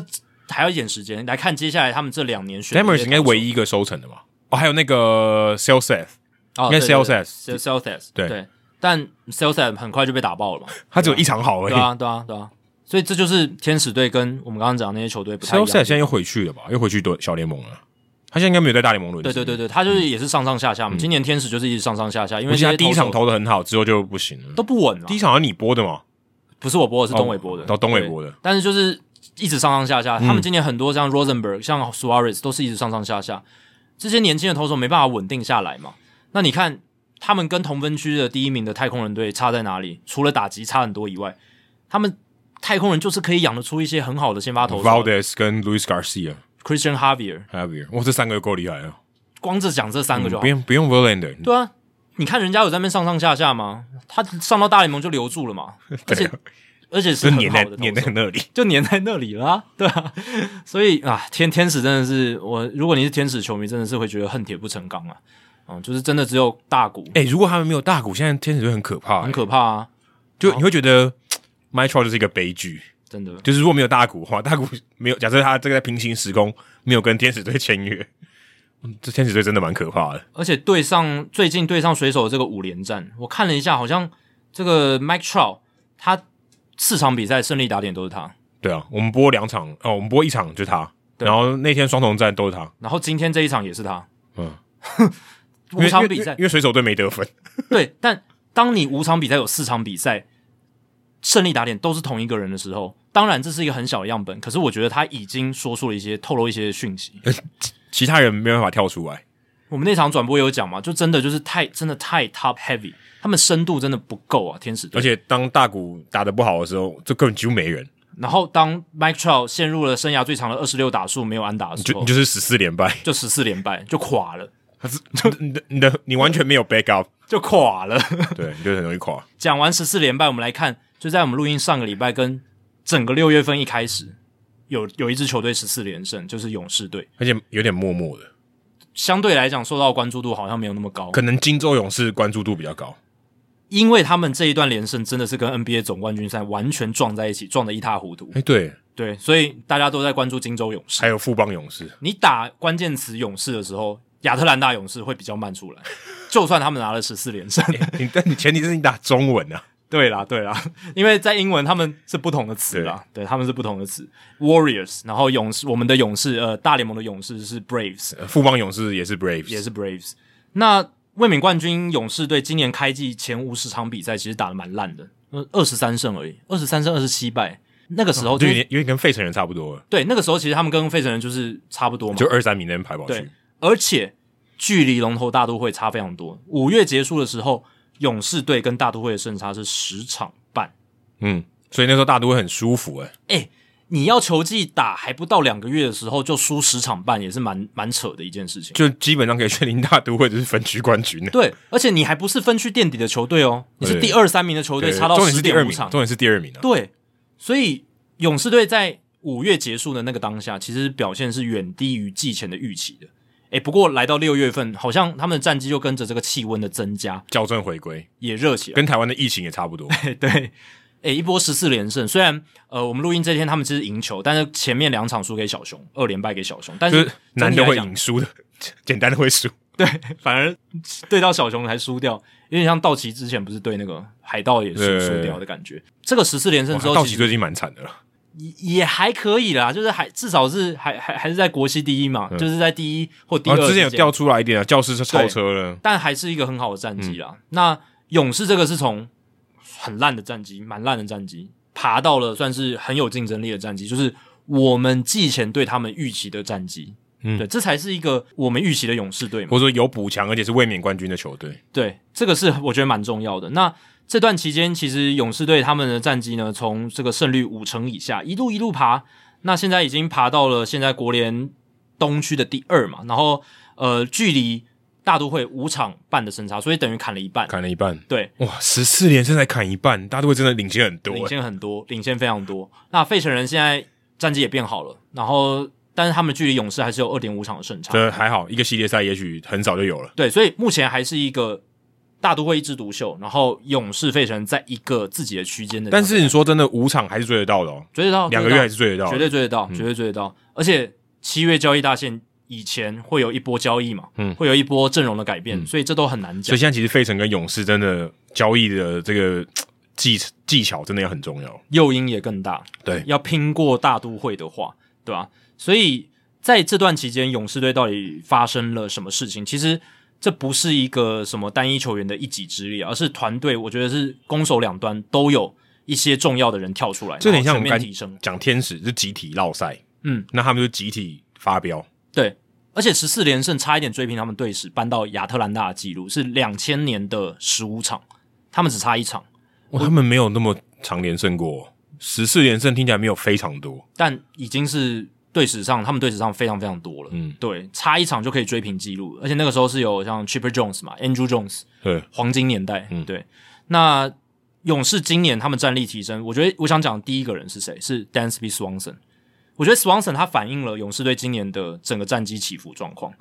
Speaker 1: 还要一点时间来看接下来他们这两年选的这些
Speaker 2: ，Demers 应该唯一一个收成的吧？哦，还有那个 Saleseth，
Speaker 1: 投手哦，
Speaker 2: 应该 Celsius
Speaker 1: s a l s s
Speaker 2: 对
Speaker 1: 对，但 s a l s s 很快就被打爆了嘛，
Speaker 2: *laughs* 他只有一场好而
Speaker 1: 对
Speaker 2: 已。
Speaker 1: 啊，对啊，对啊，所以这就是天使队跟我们刚刚讲的那些球队不太一
Speaker 2: Saleseth
Speaker 1: 样。
Speaker 2: 现在又回去了吧？又回去多小联盟了。他现在应该没有在大联盟轮。
Speaker 1: 对对对，对，他就是也是上上下下
Speaker 2: 嗯
Speaker 1: 嘛。今年天使就是一直上上下下，因
Speaker 2: 而
Speaker 1: 为
Speaker 2: 且他第一场
Speaker 1: 投
Speaker 2: 投的很好，之后就不行了。
Speaker 1: 都不稳了
Speaker 2: 第。一场好像你播的嘛？
Speaker 1: 不是我播的，是东伟播的，
Speaker 2: 哦东伟播的嗯
Speaker 1: 对但是就是一直上上下下，他们今年很多像 Rosenberg、像 Suarez 都是一直上上下下，这些年轻的投手没办法稳定下来嘛。那你看他们跟同分区的第一名的太空人队差在哪里？除了打击差很多以外，他们太空人就是可以养得出一些很好的先发投
Speaker 2: v a l
Speaker 1: 手
Speaker 2: d e z 跟 Luis Garcia、
Speaker 1: ，Christian Javier，
Speaker 2: Javier，哇，这三个又够厉害了，啊
Speaker 1: 光是讲这三个就好
Speaker 2: 嗯不。用不用 Verlander，
Speaker 1: 对啊，你看人家有在那边上上下下吗？他上到大联盟就留住了
Speaker 2: *laughs*
Speaker 1: 嘛，而
Speaker 2: 啊
Speaker 1: 且而且是
Speaker 2: 就粘
Speaker 1: 很好
Speaker 2: 在
Speaker 1: 的投手
Speaker 2: 粘在那里。
Speaker 1: 就粘在那里了啊、对啊，所以啊，天天使真的是我，如果你是天使球迷，真的是会觉得恨铁不成钢啊，嗯，就是真的只有大股，
Speaker 2: 哎、如果他们没有大股，现在天使队很可怕、
Speaker 1: 很
Speaker 2: 欸
Speaker 1: 可怕啊，
Speaker 2: 就你会觉得 m i t r o 就是一个悲剧。
Speaker 1: 真的，
Speaker 2: 就是如果没有大股的话，大股没有假设他这个在平行时空没有跟天使队签约，嗯这天使队真的蛮可怕的。
Speaker 1: 而且对上最近对上水手的这个五连战，我看了一下，好像这个 Mike Trout 他四场比赛胜利打点都是他，
Speaker 2: 对啊，我们播两场哦，我们播一场就是他，
Speaker 1: 对
Speaker 2: 然后那天双重战都是他，
Speaker 1: 然后今天这一场也是他，
Speaker 2: 嗯，因
Speaker 1: *laughs* 五
Speaker 2: 为
Speaker 1: 场比赛
Speaker 2: 因为因为因为水手队没得分，
Speaker 1: 对，但当你五场比赛有四场比赛胜利打点都是同一个人的时候，当然这是一个很小的样本，可是我觉得他已经说出了一些透露一些讯息。
Speaker 2: 哎其他人没办法跳出来。
Speaker 1: 我们那场转播有讲嘛，就真的就是太真的太 top heavy，他们深度真的不够啊，天使队。
Speaker 2: 而且当大股打得不好的时候，就根本几乎没人，
Speaker 1: 然后当 Mike Trout 陷入了生涯最长的二十六打数没有安打的
Speaker 2: 你
Speaker 1: 时
Speaker 2: 就
Speaker 1: 候
Speaker 2: 你，就是十四连败，
Speaker 1: 就十四连败就垮了，
Speaker 2: 你的你的你完全没有 backup，
Speaker 1: 就垮了。 *laughs*
Speaker 2: 对，你就很容易垮。
Speaker 1: 讲完十四连败，我们来看，就在我们录音上个礼拜跟整个六月份一开始，有有一支球队十四连胜，就是勇士队。
Speaker 2: 而且有点默默的，
Speaker 1: 相对来讲受到关注度好像没有那么高，
Speaker 2: 可能金州勇士关注度比较高。
Speaker 1: 因为他们这一段连胜真的是跟 NBA 总冠军赛完全撞在一起，撞得一塌糊涂
Speaker 2: 哎、。对，
Speaker 1: 对，所以大家都在关注金州勇士。
Speaker 2: 还有富邦勇
Speaker 1: *laughs*
Speaker 2: 士，
Speaker 1: 你打关键词勇士的时候，亚特兰大勇士会比较慢出来，就算他们拿了十四连胜。
Speaker 2: 你但你前提是你打中文啊。
Speaker 1: 对啦，对啦，因为在英文他们是不同的词啦，对他们是不同的词。Warriors，然后勇士，我们的勇士，呃，大联盟的勇士是 Braves，
Speaker 2: 呃富邦勇士也是 Braves，
Speaker 1: 也是 Braves。那卫冕冠军勇士队今年开季前五十场比赛，其实打得蛮烂的，呃二十三胜而已，二十三胜二十七败。那个时候
Speaker 2: 就
Speaker 1: 就、
Speaker 2: 有点有点跟费城人差不多了，
Speaker 1: 对，那个时候其实他们跟费城人就是差不多嘛，
Speaker 2: 就二三名那边排跑
Speaker 1: 哦对
Speaker 2: 去。，
Speaker 1: 而且距离龙头大都会差非常多。五月结束的时候，勇士队跟大都会的胜差是十场半。
Speaker 2: 嗯，所以那时候大都会很舒服哎、
Speaker 1: 你要球季打还不到两个月的时候就输十场半，也是蛮蛮扯的一件事情。
Speaker 2: 就基本上可以确定大都会就是分区冠军了。
Speaker 1: 对，而且你还不是分区垫底的球队哦，你是
Speaker 2: 对
Speaker 1: 第二三名的球队，差到
Speaker 2: 重点
Speaker 1: 十
Speaker 2: 是第二
Speaker 1: 点五
Speaker 2: 名，
Speaker 1: 场
Speaker 2: 重。点是第二名啊。
Speaker 1: 对，所以勇士队在五月结束的那个当下，其实表现是远低于季前的预期的。诶，不过来到六月份，好像他们的战绩就跟着这个气温的增加
Speaker 2: 校正回归，
Speaker 1: 也热起来。
Speaker 2: 跟台湾的疫情也差
Speaker 1: *laughs*
Speaker 2: 不多。
Speaker 1: 对，诶、一波十四连胜。虽然呃，我们录音这天他们其实赢球，但是前面两场输给小熊，二连败给小熊，但
Speaker 2: 就是是难
Speaker 1: 总
Speaker 2: 得
Speaker 1: 体来
Speaker 2: 会
Speaker 1: 讲，
Speaker 2: 赢输的，简单的会输。
Speaker 1: 反而对到小熊还输掉，有点像道奇之前不是对那个海盗也
Speaker 2: 对
Speaker 1: 是输掉的感觉。这个十四连胜之后，
Speaker 2: 道
Speaker 1: 其
Speaker 2: 奇
Speaker 1: 实
Speaker 2: 最近蛮惨的了，
Speaker 1: 也也还可以啦，就是还至少是还还还是在国西第一嘛，就是在第一或第
Speaker 2: 然
Speaker 1: 二、
Speaker 2: 后嗯之前有掉，出来一点啊，教师是超车了，
Speaker 1: 但还是一个很好的战绩
Speaker 2: 嗯
Speaker 1: 啦。那勇士这个是从很烂的战绩，蛮烂的战绩，爬到了算是很有竞争力的战绩，就是我们季前对他们预期的战绩。
Speaker 2: 嗯
Speaker 1: 对，这才是一个我们预期的勇士队嘛。
Speaker 2: 或者说有补强，而且是卫冕冠军的球队。
Speaker 1: 对，这个是我觉得蛮重要的。那这段期间，其实勇士队他们的战绩呢，从这个胜率五成以下一路一路爬，那现在已经爬到了现在国联东区的第二嘛，然后呃，距离大都会五场半的胜差，所以等于砍了一半，
Speaker 2: 砍了一半，
Speaker 1: 对，
Speaker 2: 哇，十四连胜才砍一半，大都会真的领先很多、
Speaker 1: 领
Speaker 2: 欸。
Speaker 1: 先很多，领先非常多。那费城人现在战绩也变好了，然后但是他们距离勇士还是有二点五场的胜差，
Speaker 2: 这还好，一个系列赛也许很早就有了。
Speaker 1: 对，所以目前还是一个大都会一枝独秀，然后勇士、费城在一个自己的区间的，
Speaker 2: 但是你说真的，五场还是追得到的哦，
Speaker 1: 追得到
Speaker 2: 两个月还是追得到
Speaker 1: 绝
Speaker 2: 的。
Speaker 1: 对追得到，绝嗯对追得到。而且七月交易大限以前会有一波交易嘛，
Speaker 2: 嗯
Speaker 1: 会有一波阵容的改变，嗯所以这都很难讲
Speaker 2: 所以。现在其实费城跟勇士真的交易的这个技技巧真的也很重要。
Speaker 1: 诱因也更大，
Speaker 2: 对
Speaker 1: 要拼过大都会的话，对吧、所以在这段期间，勇士队到底发生了什么事情？其实这不是一个什么单一球员的一己之力，而是团队，我觉得是攻守两端都有一些重要的人跳出来，
Speaker 2: 这有点像我
Speaker 1: 然后全面
Speaker 2: 们刚
Speaker 1: 提升。
Speaker 2: 讲天使是集体绕赛，
Speaker 1: 嗯，
Speaker 2: 那他们就集体发飙，
Speaker 1: 对，而且十四连胜差一点追平他们队史，搬到亚特兰大的记录是两千年的十五场，他们只差一场，
Speaker 2: 哇，他们没有那么常连胜过、十四连胜听起来没有非常多，
Speaker 1: 但已经是队史上，他们队史上非常非常多了。
Speaker 2: 嗯，
Speaker 1: 对，差一场就可以追平纪录，而且那个时候是有像 Chipper Jones 嘛，Andrew Jones
Speaker 2: 对，
Speaker 1: 黄金年代。
Speaker 2: 嗯
Speaker 1: 对。那勇士今年他们战力提升，我觉得我想讲第一个人是谁？是 Dansby Swanson。我觉得 Swanson 他反映了勇士队今年的整个战绩起伏状况。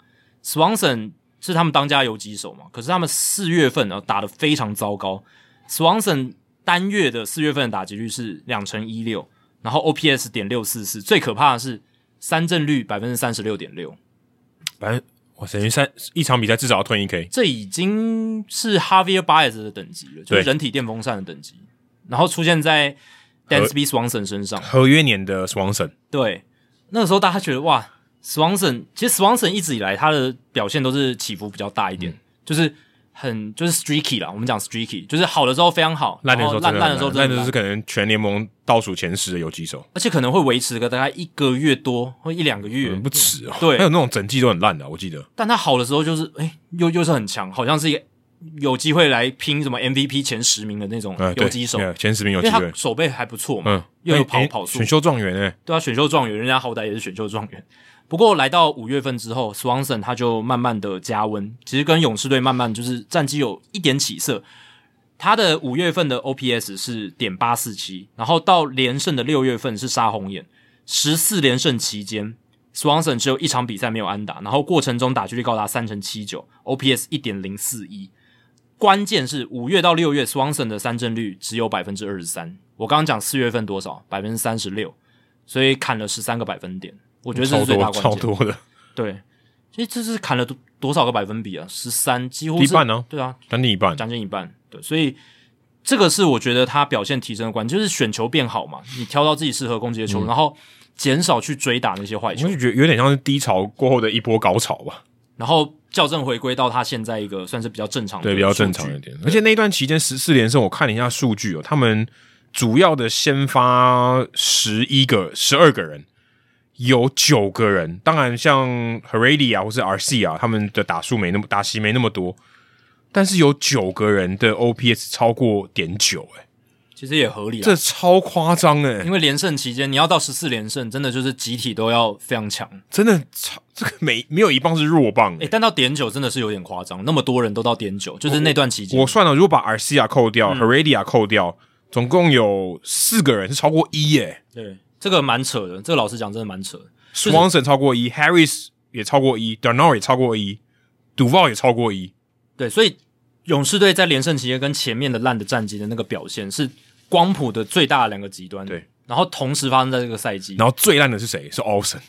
Speaker 1: Swanson 是他们当家游击手嘛，可是他们四月份啊打得非常糟糕。Swanson 单月的四月份的打击率是两成一六，然后 OPS 点六四四，最可怕的是三振率百分之三十六点六，
Speaker 2: 反正哇，等于三一场比赛至少要吞一 K，
Speaker 1: 这已经是 Javier Baez 的等级了，就是
Speaker 2: 对
Speaker 1: 人体电风扇的等级。然后出现在 Dansby Swanson 身上，
Speaker 2: 合约年的
Speaker 1: 哦
Speaker 2: Swanson，
Speaker 1: 对，那个时候大家觉得哇，Swanson 其实 Swanson 一直以来他的表现都是起伏比较大一
Speaker 2: 嗯
Speaker 1: 点，就是很就是 streaky 啦，我们讲 streaky，就是好的时候非常好，
Speaker 2: 烂的
Speaker 1: 然
Speaker 2: 时
Speaker 1: 后
Speaker 2: 候
Speaker 1: 烂
Speaker 2: 真的
Speaker 1: 的时候真的
Speaker 2: 烂
Speaker 1: 很
Speaker 2: 的
Speaker 1: 烂
Speaker 2: 是可能全联盟倒数前十的哦游击手，
Speaker 1: 而且可能会维持个大概一个月多或一两个月，
Speaker 2: 很不耻哦。
Speaker 1: 对
Speaker 2: 还 *laughs* 有那种整季都很烂的啊，我记得。
Speaker 1: 但他好的时候就是哎、又又是很强，好像是一个有机会来拼什么 MVP 前十名的那种
Speaker 2: 嗯，对
Speaker 1: 游击手，
Speaker 2: 对前十名有
Speaker 1: 因
Speaker 2: 机
Speaker 1: 为他
Speaker 2: 会。
Speaker 1: 手背还不错嘛，
Speaker 2: 嗯，
Speaker 1: 又有
Speaker 2: 哎
Speaker 1: 跑
Speaker 2: 哎
Speaker 1: 跑速
Speaker 2: 选秀状元哎，
Speaker 1: 对啊，选秀状元，人家好歹也是选秀状元。不过来到五月份之后，Swanson 他就慢慢的加温，其实跟勇士队慢慢就是战绩有一点起色。他的五月份的 OPS 是点八四七，然后到连胜的六月份是杀红眼，十四连胜期间，Swanson 只有一场比赛没有安打，然后过程中打击率高达三成七九，OPS 一点零四一。关键是五月到六月，Swanson 的三振率只有百分之二十三。我刚刚讲四月份多少？百分之三十六，所以砍了十三个百分点。我觉得这
Speaker 2: 超
Speaker 1: 是最大
Speaker 2: 多
Speaker 1: 关
Speaker 2: 超
Speaker 1: 键。
Speaker 2: 多的，
Speaker 1: 对，其实这是砍了多多少个百分比啊？十三，几乎
Speaker 2: 一
Speaker 1: 是
Speaker 2: 半哦呢
Speaker 1: 对啊，
Speaker 2: 将近一半。
Speaker 1: 将近一半。对，所以这个是我觉得他表现提升的关键，就是选球变好嘛，你挑到自己适合攻击的球，然后减少去追打那些坏球
Speaker 2: 嗯我，就觉得有点像是低潮过后的一波高潮吧，
Speaker 1: 然后校正回归到他现在一个算是比较正常的
Speaker 2: 对，比较正常
Speaker 1: 数据
Speaker 2: 一点。而且那一段期间十四连胜，我看了一下数据哦，他们主要的先发十一个、十二个人，有九个人，当然像 Heredia 或是 RC 啊，他们的打数没那么打席没那么多，但是有九个人的 OPS 超过点九，哎，
Speaker 1: 其实也合理啊。
Speaker 2: 这超夸张哎、
Speaker 1: 因为连胜期间，你要到十四连胜，真的就是集体都要非常强。
Speaker 2: 真的超这个没没有一棒是弱棒、
Speaker 1: 诶、
Speaker 2: 欸。
Speaker 1: 但到点九真的是有点夸张，那么多人都到点九，就是那段期间
Speaker 2: 我，算了，如果把 r c 亚扣掉、h e r e d i a 扣掉，总共有四个人是超过一哎耶、
Speaker 1: 对这个蛮扯的。这个老实讲，真的蛮扯的。
Speaker 2: Swanson 超过一，Harris 也超过一 d a n o r 也超过一 d u v a l 也超过一，
Speaker 1: 对，所以勇士队在连胜期间跟前面的烂的战绩的那个表现是光谱的最大的两个极端。
Speaker 2: 对，
Speaker 1: 然后同时发生在这个赛季。
Speaker 2: 然后最烂的是谁？是 Olsen，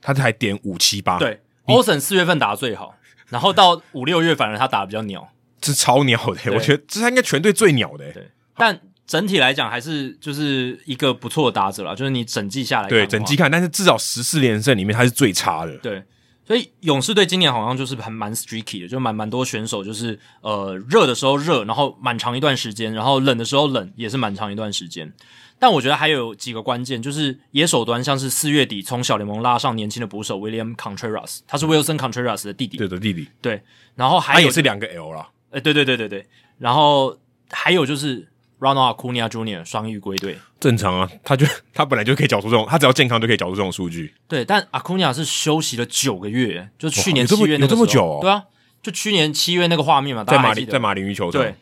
Speaker 2: 他才点五七八，，
Speaker 1: 对，Olsen 四月份打得最好，然后到五六月反而他打的比较
Speaker 2: *laughs*
Speaker 1: 鸟。
Speaker 2: 是超鸟的、我觉得这他应该全队最鸟的、
Speaker 1: 对但整体来讲，还是就是一个不错的打者啦，就是你整季下来看的
Speaker 2: 对，
Speaker 1: 话
Speaker 2: 整季看，但是至少十四连胜里面他是最差的，
Speaker 1: 对，所以勇士队今年好像就是很蛮 streaky 的，就蛮蛮多选手就是呃热的时候热，然后蛮长一段时间，然后冷的时候冷也是蛮长一段时间。但我觉得还有几个关键，就是野手端像是四月底从小联盟拉上年轻的捕手 William Contreras，他是 Wilson Contreras 的弟弟，
Speaker 2: 对的弟弟，
Speaker 1: 对然后还
Speaker 2: 他
Speaker 1: 有
Speaker 2: 也是两个 L 啦，
Speaker 1: 呃对对对对对，然后还有就是 Ronald Acuna Jr. 双玉归队，
Speaker 2: 正常啊，他就 *laughs* 他本来就可以缴出这种，他只要健康就可以缴出这种数据，
Speaker 1: 对，但阿库尼亚是休息了九个月，就去年
Speaker 2: 哇有这
Speaker 1: 七
Speaker 2: 么
Speaker 1: 月那个
Speaker 2: 有这么
Speaker 1: 时候
Speaker 2: 久哦
Speaker 1: 对啊，就去年七月那个画面嘛，大
Speaker 2: 在
Speaker 1: 家
Speaker 2: 马
Speaker 1: 还
Speaker 2: 林
Speaker 1: 记
Speaker 2: 在
Speaker 1: 得？
Speaker 2: 马林鱼球场
Speaker 1: 对，，啊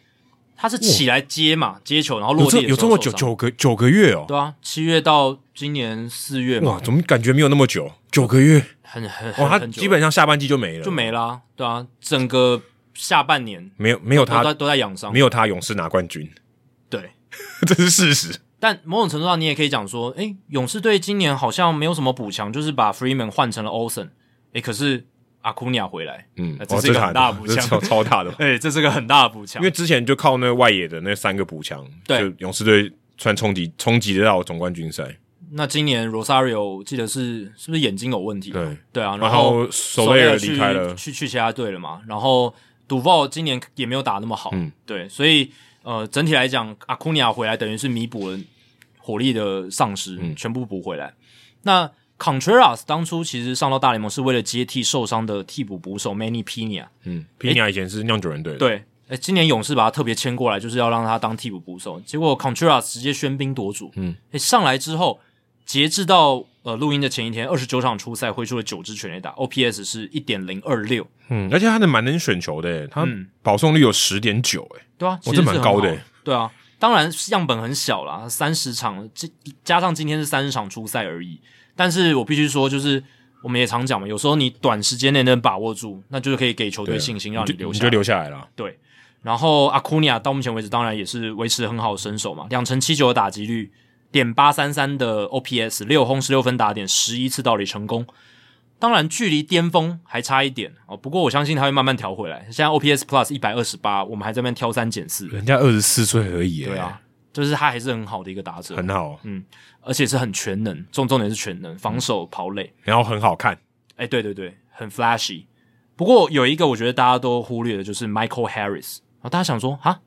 Speaker 1: 他是起来接嘛，接球然后
Speaker 2: 有
Speaker 1: 落
Speaker 2: 这
Speaker 1: 地的
Speaker 2: 有
Speaker 1: 时
Speaker 2: 这
Speaker 1: 候
Speaker 2: 么
Speaker 1: 受
Speaker 2: 久
Speaker 1: 伤
Speaker 2: 九个九个月哦，
Speaker 1: 对啊，七月到今年四月嘛，
Speaker 2: 哇，怎么感觉没有那么久？九个月，
Speaker 1: 很很很
Speaker 2: 哇，他
Speaker 1: 很久
Speaker 2: 基本上下半季就没了，
Speaker 1: 就没啦、对啊，整个下半年
Speaker 2: 没有没有
Speaker 1: 都
Speaker 2: 他
Speaker 1: 在都在养伤
Speaker 2: 没，有他，勇士拿冠军， *laughs*
Speaker 1: 对。
Speaker 2: 这是事实。
Speaker 1: 但某种程度上，你也可以讲说，诶，勇士队今年好像没有什么补强，就是把 Freeman 换成了 Olsen，诶，可是阿库尼亚回来，
Speaker 2: 嗯
Speaker 1: 那这是一个很大的补
Speaker 2: 这
Speaker 1: 强，
Speaker 2: 超，超大的
Speaker 1: *laughs* 诶，这是个很大的补强
Speaker 2: 因为之前就靠那外野的那三个补强，
Speaker 1: 对
Speaker 2: 就勇士队算冲击冲击得到总冠军赛，
Speaker 1: 那今年 Rosario 记得是是不是眼睛有问题？
Speaker 2: 对
Speaker 1: 对啊，
Speaker 2: 然
Speaker 1: 后
Speaker 2: 后首尔
Speaker 1: 去
Speaker 2: 离开了，
Speaker 1: 去去其他队了嘛。然后 d u v a l 今年也没有打那么好，
Speaker 2: 嗯
Speaker 1: 对，所以呃，整体来讲，阿库尼亚回来等于是弥补了火力的丧失，
Speaker 2: 嗯
Speaker 1: 全部补回来。那 Contreras 当初其实上到大联盟是为了接替受伤的替补捕手 Manny Pina，
Speaker 2: 嗯，皮尼亚以前是酿酒人队的，
Speaker 1: 对，哎，今年勇士把他特别签过来，就是要让他当替补捕手。结果 Contreras 直接喧宾夺主，
Speaker 2: 嗯，
Speaker 1: 哎，上来之后，截至到呃录音的前一天，二十九场初赛挥出了九支全垒打，OPS 是一点零二六，
Speaker 2: 嗯，而且他的蛮能选球的耶，他
Speaker 1: 嗯
Speaker 2: 保送率有十点九，哎，
Speaker 1: 对啊，
Speaker 2: 哦
Speaker 1: 其实
Speaker 2: 这蛮
Speaker 1: 是很
Speaker 2: 高
Speaker 1: 好
Speaker 2: 的欸
Speaker 1: 对啊。当然样本很小啦，三十场，这加上今天是三十场初赛而已。但是我必须说，就是我们也常讲嘛，有时候你短时间内能把握住，那就是可以给球队信心，让
Speaker 2: 就
Speaker 1: 留
Speaker 2: 啊你
Speaker 1: 下
Speaker 2: 就
Speaker 1: 来。
Speaker 2: 留下来了。
Speaker 1: 对，然后阿库尼亚到目前为止当然也是维持很好的身手嘛，两成七九的打击率，点八三三的 OPS，六轰十六分打点，十一次盗垒成功。当然，距离巅峰还差一点哦。不过我相信他会慢慢调回来。现在 OPS Plus 一百二十八，我们还在那边挑三拣四。
Speaker 2: 人家二十四岁而已，哎
Speaker 1: 对啊，，就是他还是很好的一个打者，
Speaker 2: 很好，
Speaker 1: 而且是很全能，重重点是全能，防守、跑垒，
Speaker 2: 然后很好看，
Speaker 1: 哎、对对对，很 flashy。不过有一个我觉得大家都忽略的，就是 Michael Harris。然后大家想说，哈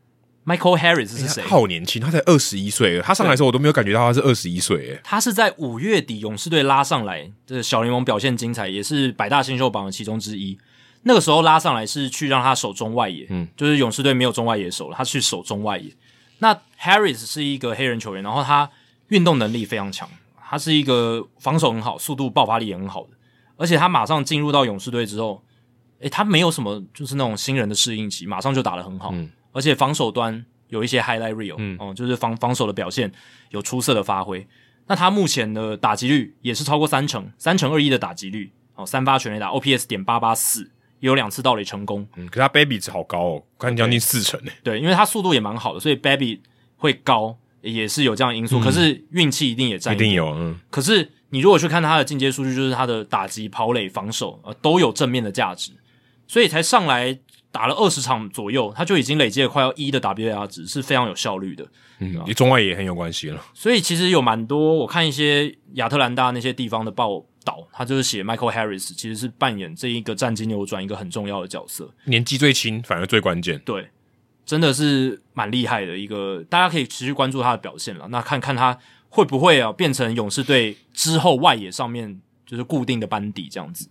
Speaker 1: ，Michael Harris 是谁？
Speaker 2: 他好年轻，他才二十一岁而已，他上来的时候我都没有感觉到他是二十一岁，哎，
Speaker 1: 他是在五月底勇士队拉上来，这个小联盟表现精彩，也是百大新秀榜的其中之一。那个时候拉上来是去让他守中外野，
Speaker 2: 嗯
Speaker 1: 就是勇士队没有中外野手了，他去守中外野。那 Harris 是一个黑人球员，然后他运动能力非常强，他是一个防守很好、速度爆发力也很好的，而且他马上进入到勇士队之后，诶、他没有什么就是那种新人的适应期，马上就打得很好，
Speaker 2: 嗯
Speaker 1: 而且防守端有一些 highlight reel，
Speaker 2: 嗯
Speaker 1: 哦、就是防防守的表现有出色的发挥。那他目前的打击率也是超过三成，三成二一的打击率，哦，三发全垒打，OPS 点八八四，也有两次盗垒成功，
Speaker 2: 嗯，可是他 baby 值好高哦，看将近四成，哎，
Speaker 1: 对，因为他速度也蛮好的，所以 Baby 会高也是有这样的因素，可是运气一定也占
Speaker 2: 嗯一定有，嗯，
Speaker 1: 可是你如果去看他的进阶数据，就是他的打击、跑垒、防守，呃，都有正面的价值，所以才上来打了二十场左右，他就已经累积了快要一的 WAR 值，是非常有效率的。
Speaker 2: 嗯，你中外也很有关系了，
Speaker 1: 所以其实有蛮多，我看一些亚特兰大那些地方的报道，他就是写 Michael Harris 其实是扮演这一个战绩扭转一个很重要的角色。
Speaker 2: 年纪最轻反而最关键，
Speaker 1: 对，真的是蛮厉害的一个，大家可以持续关注他的表现了。那看看他会不会啊变成勇士队之后外野上面就是固定的班底这样子。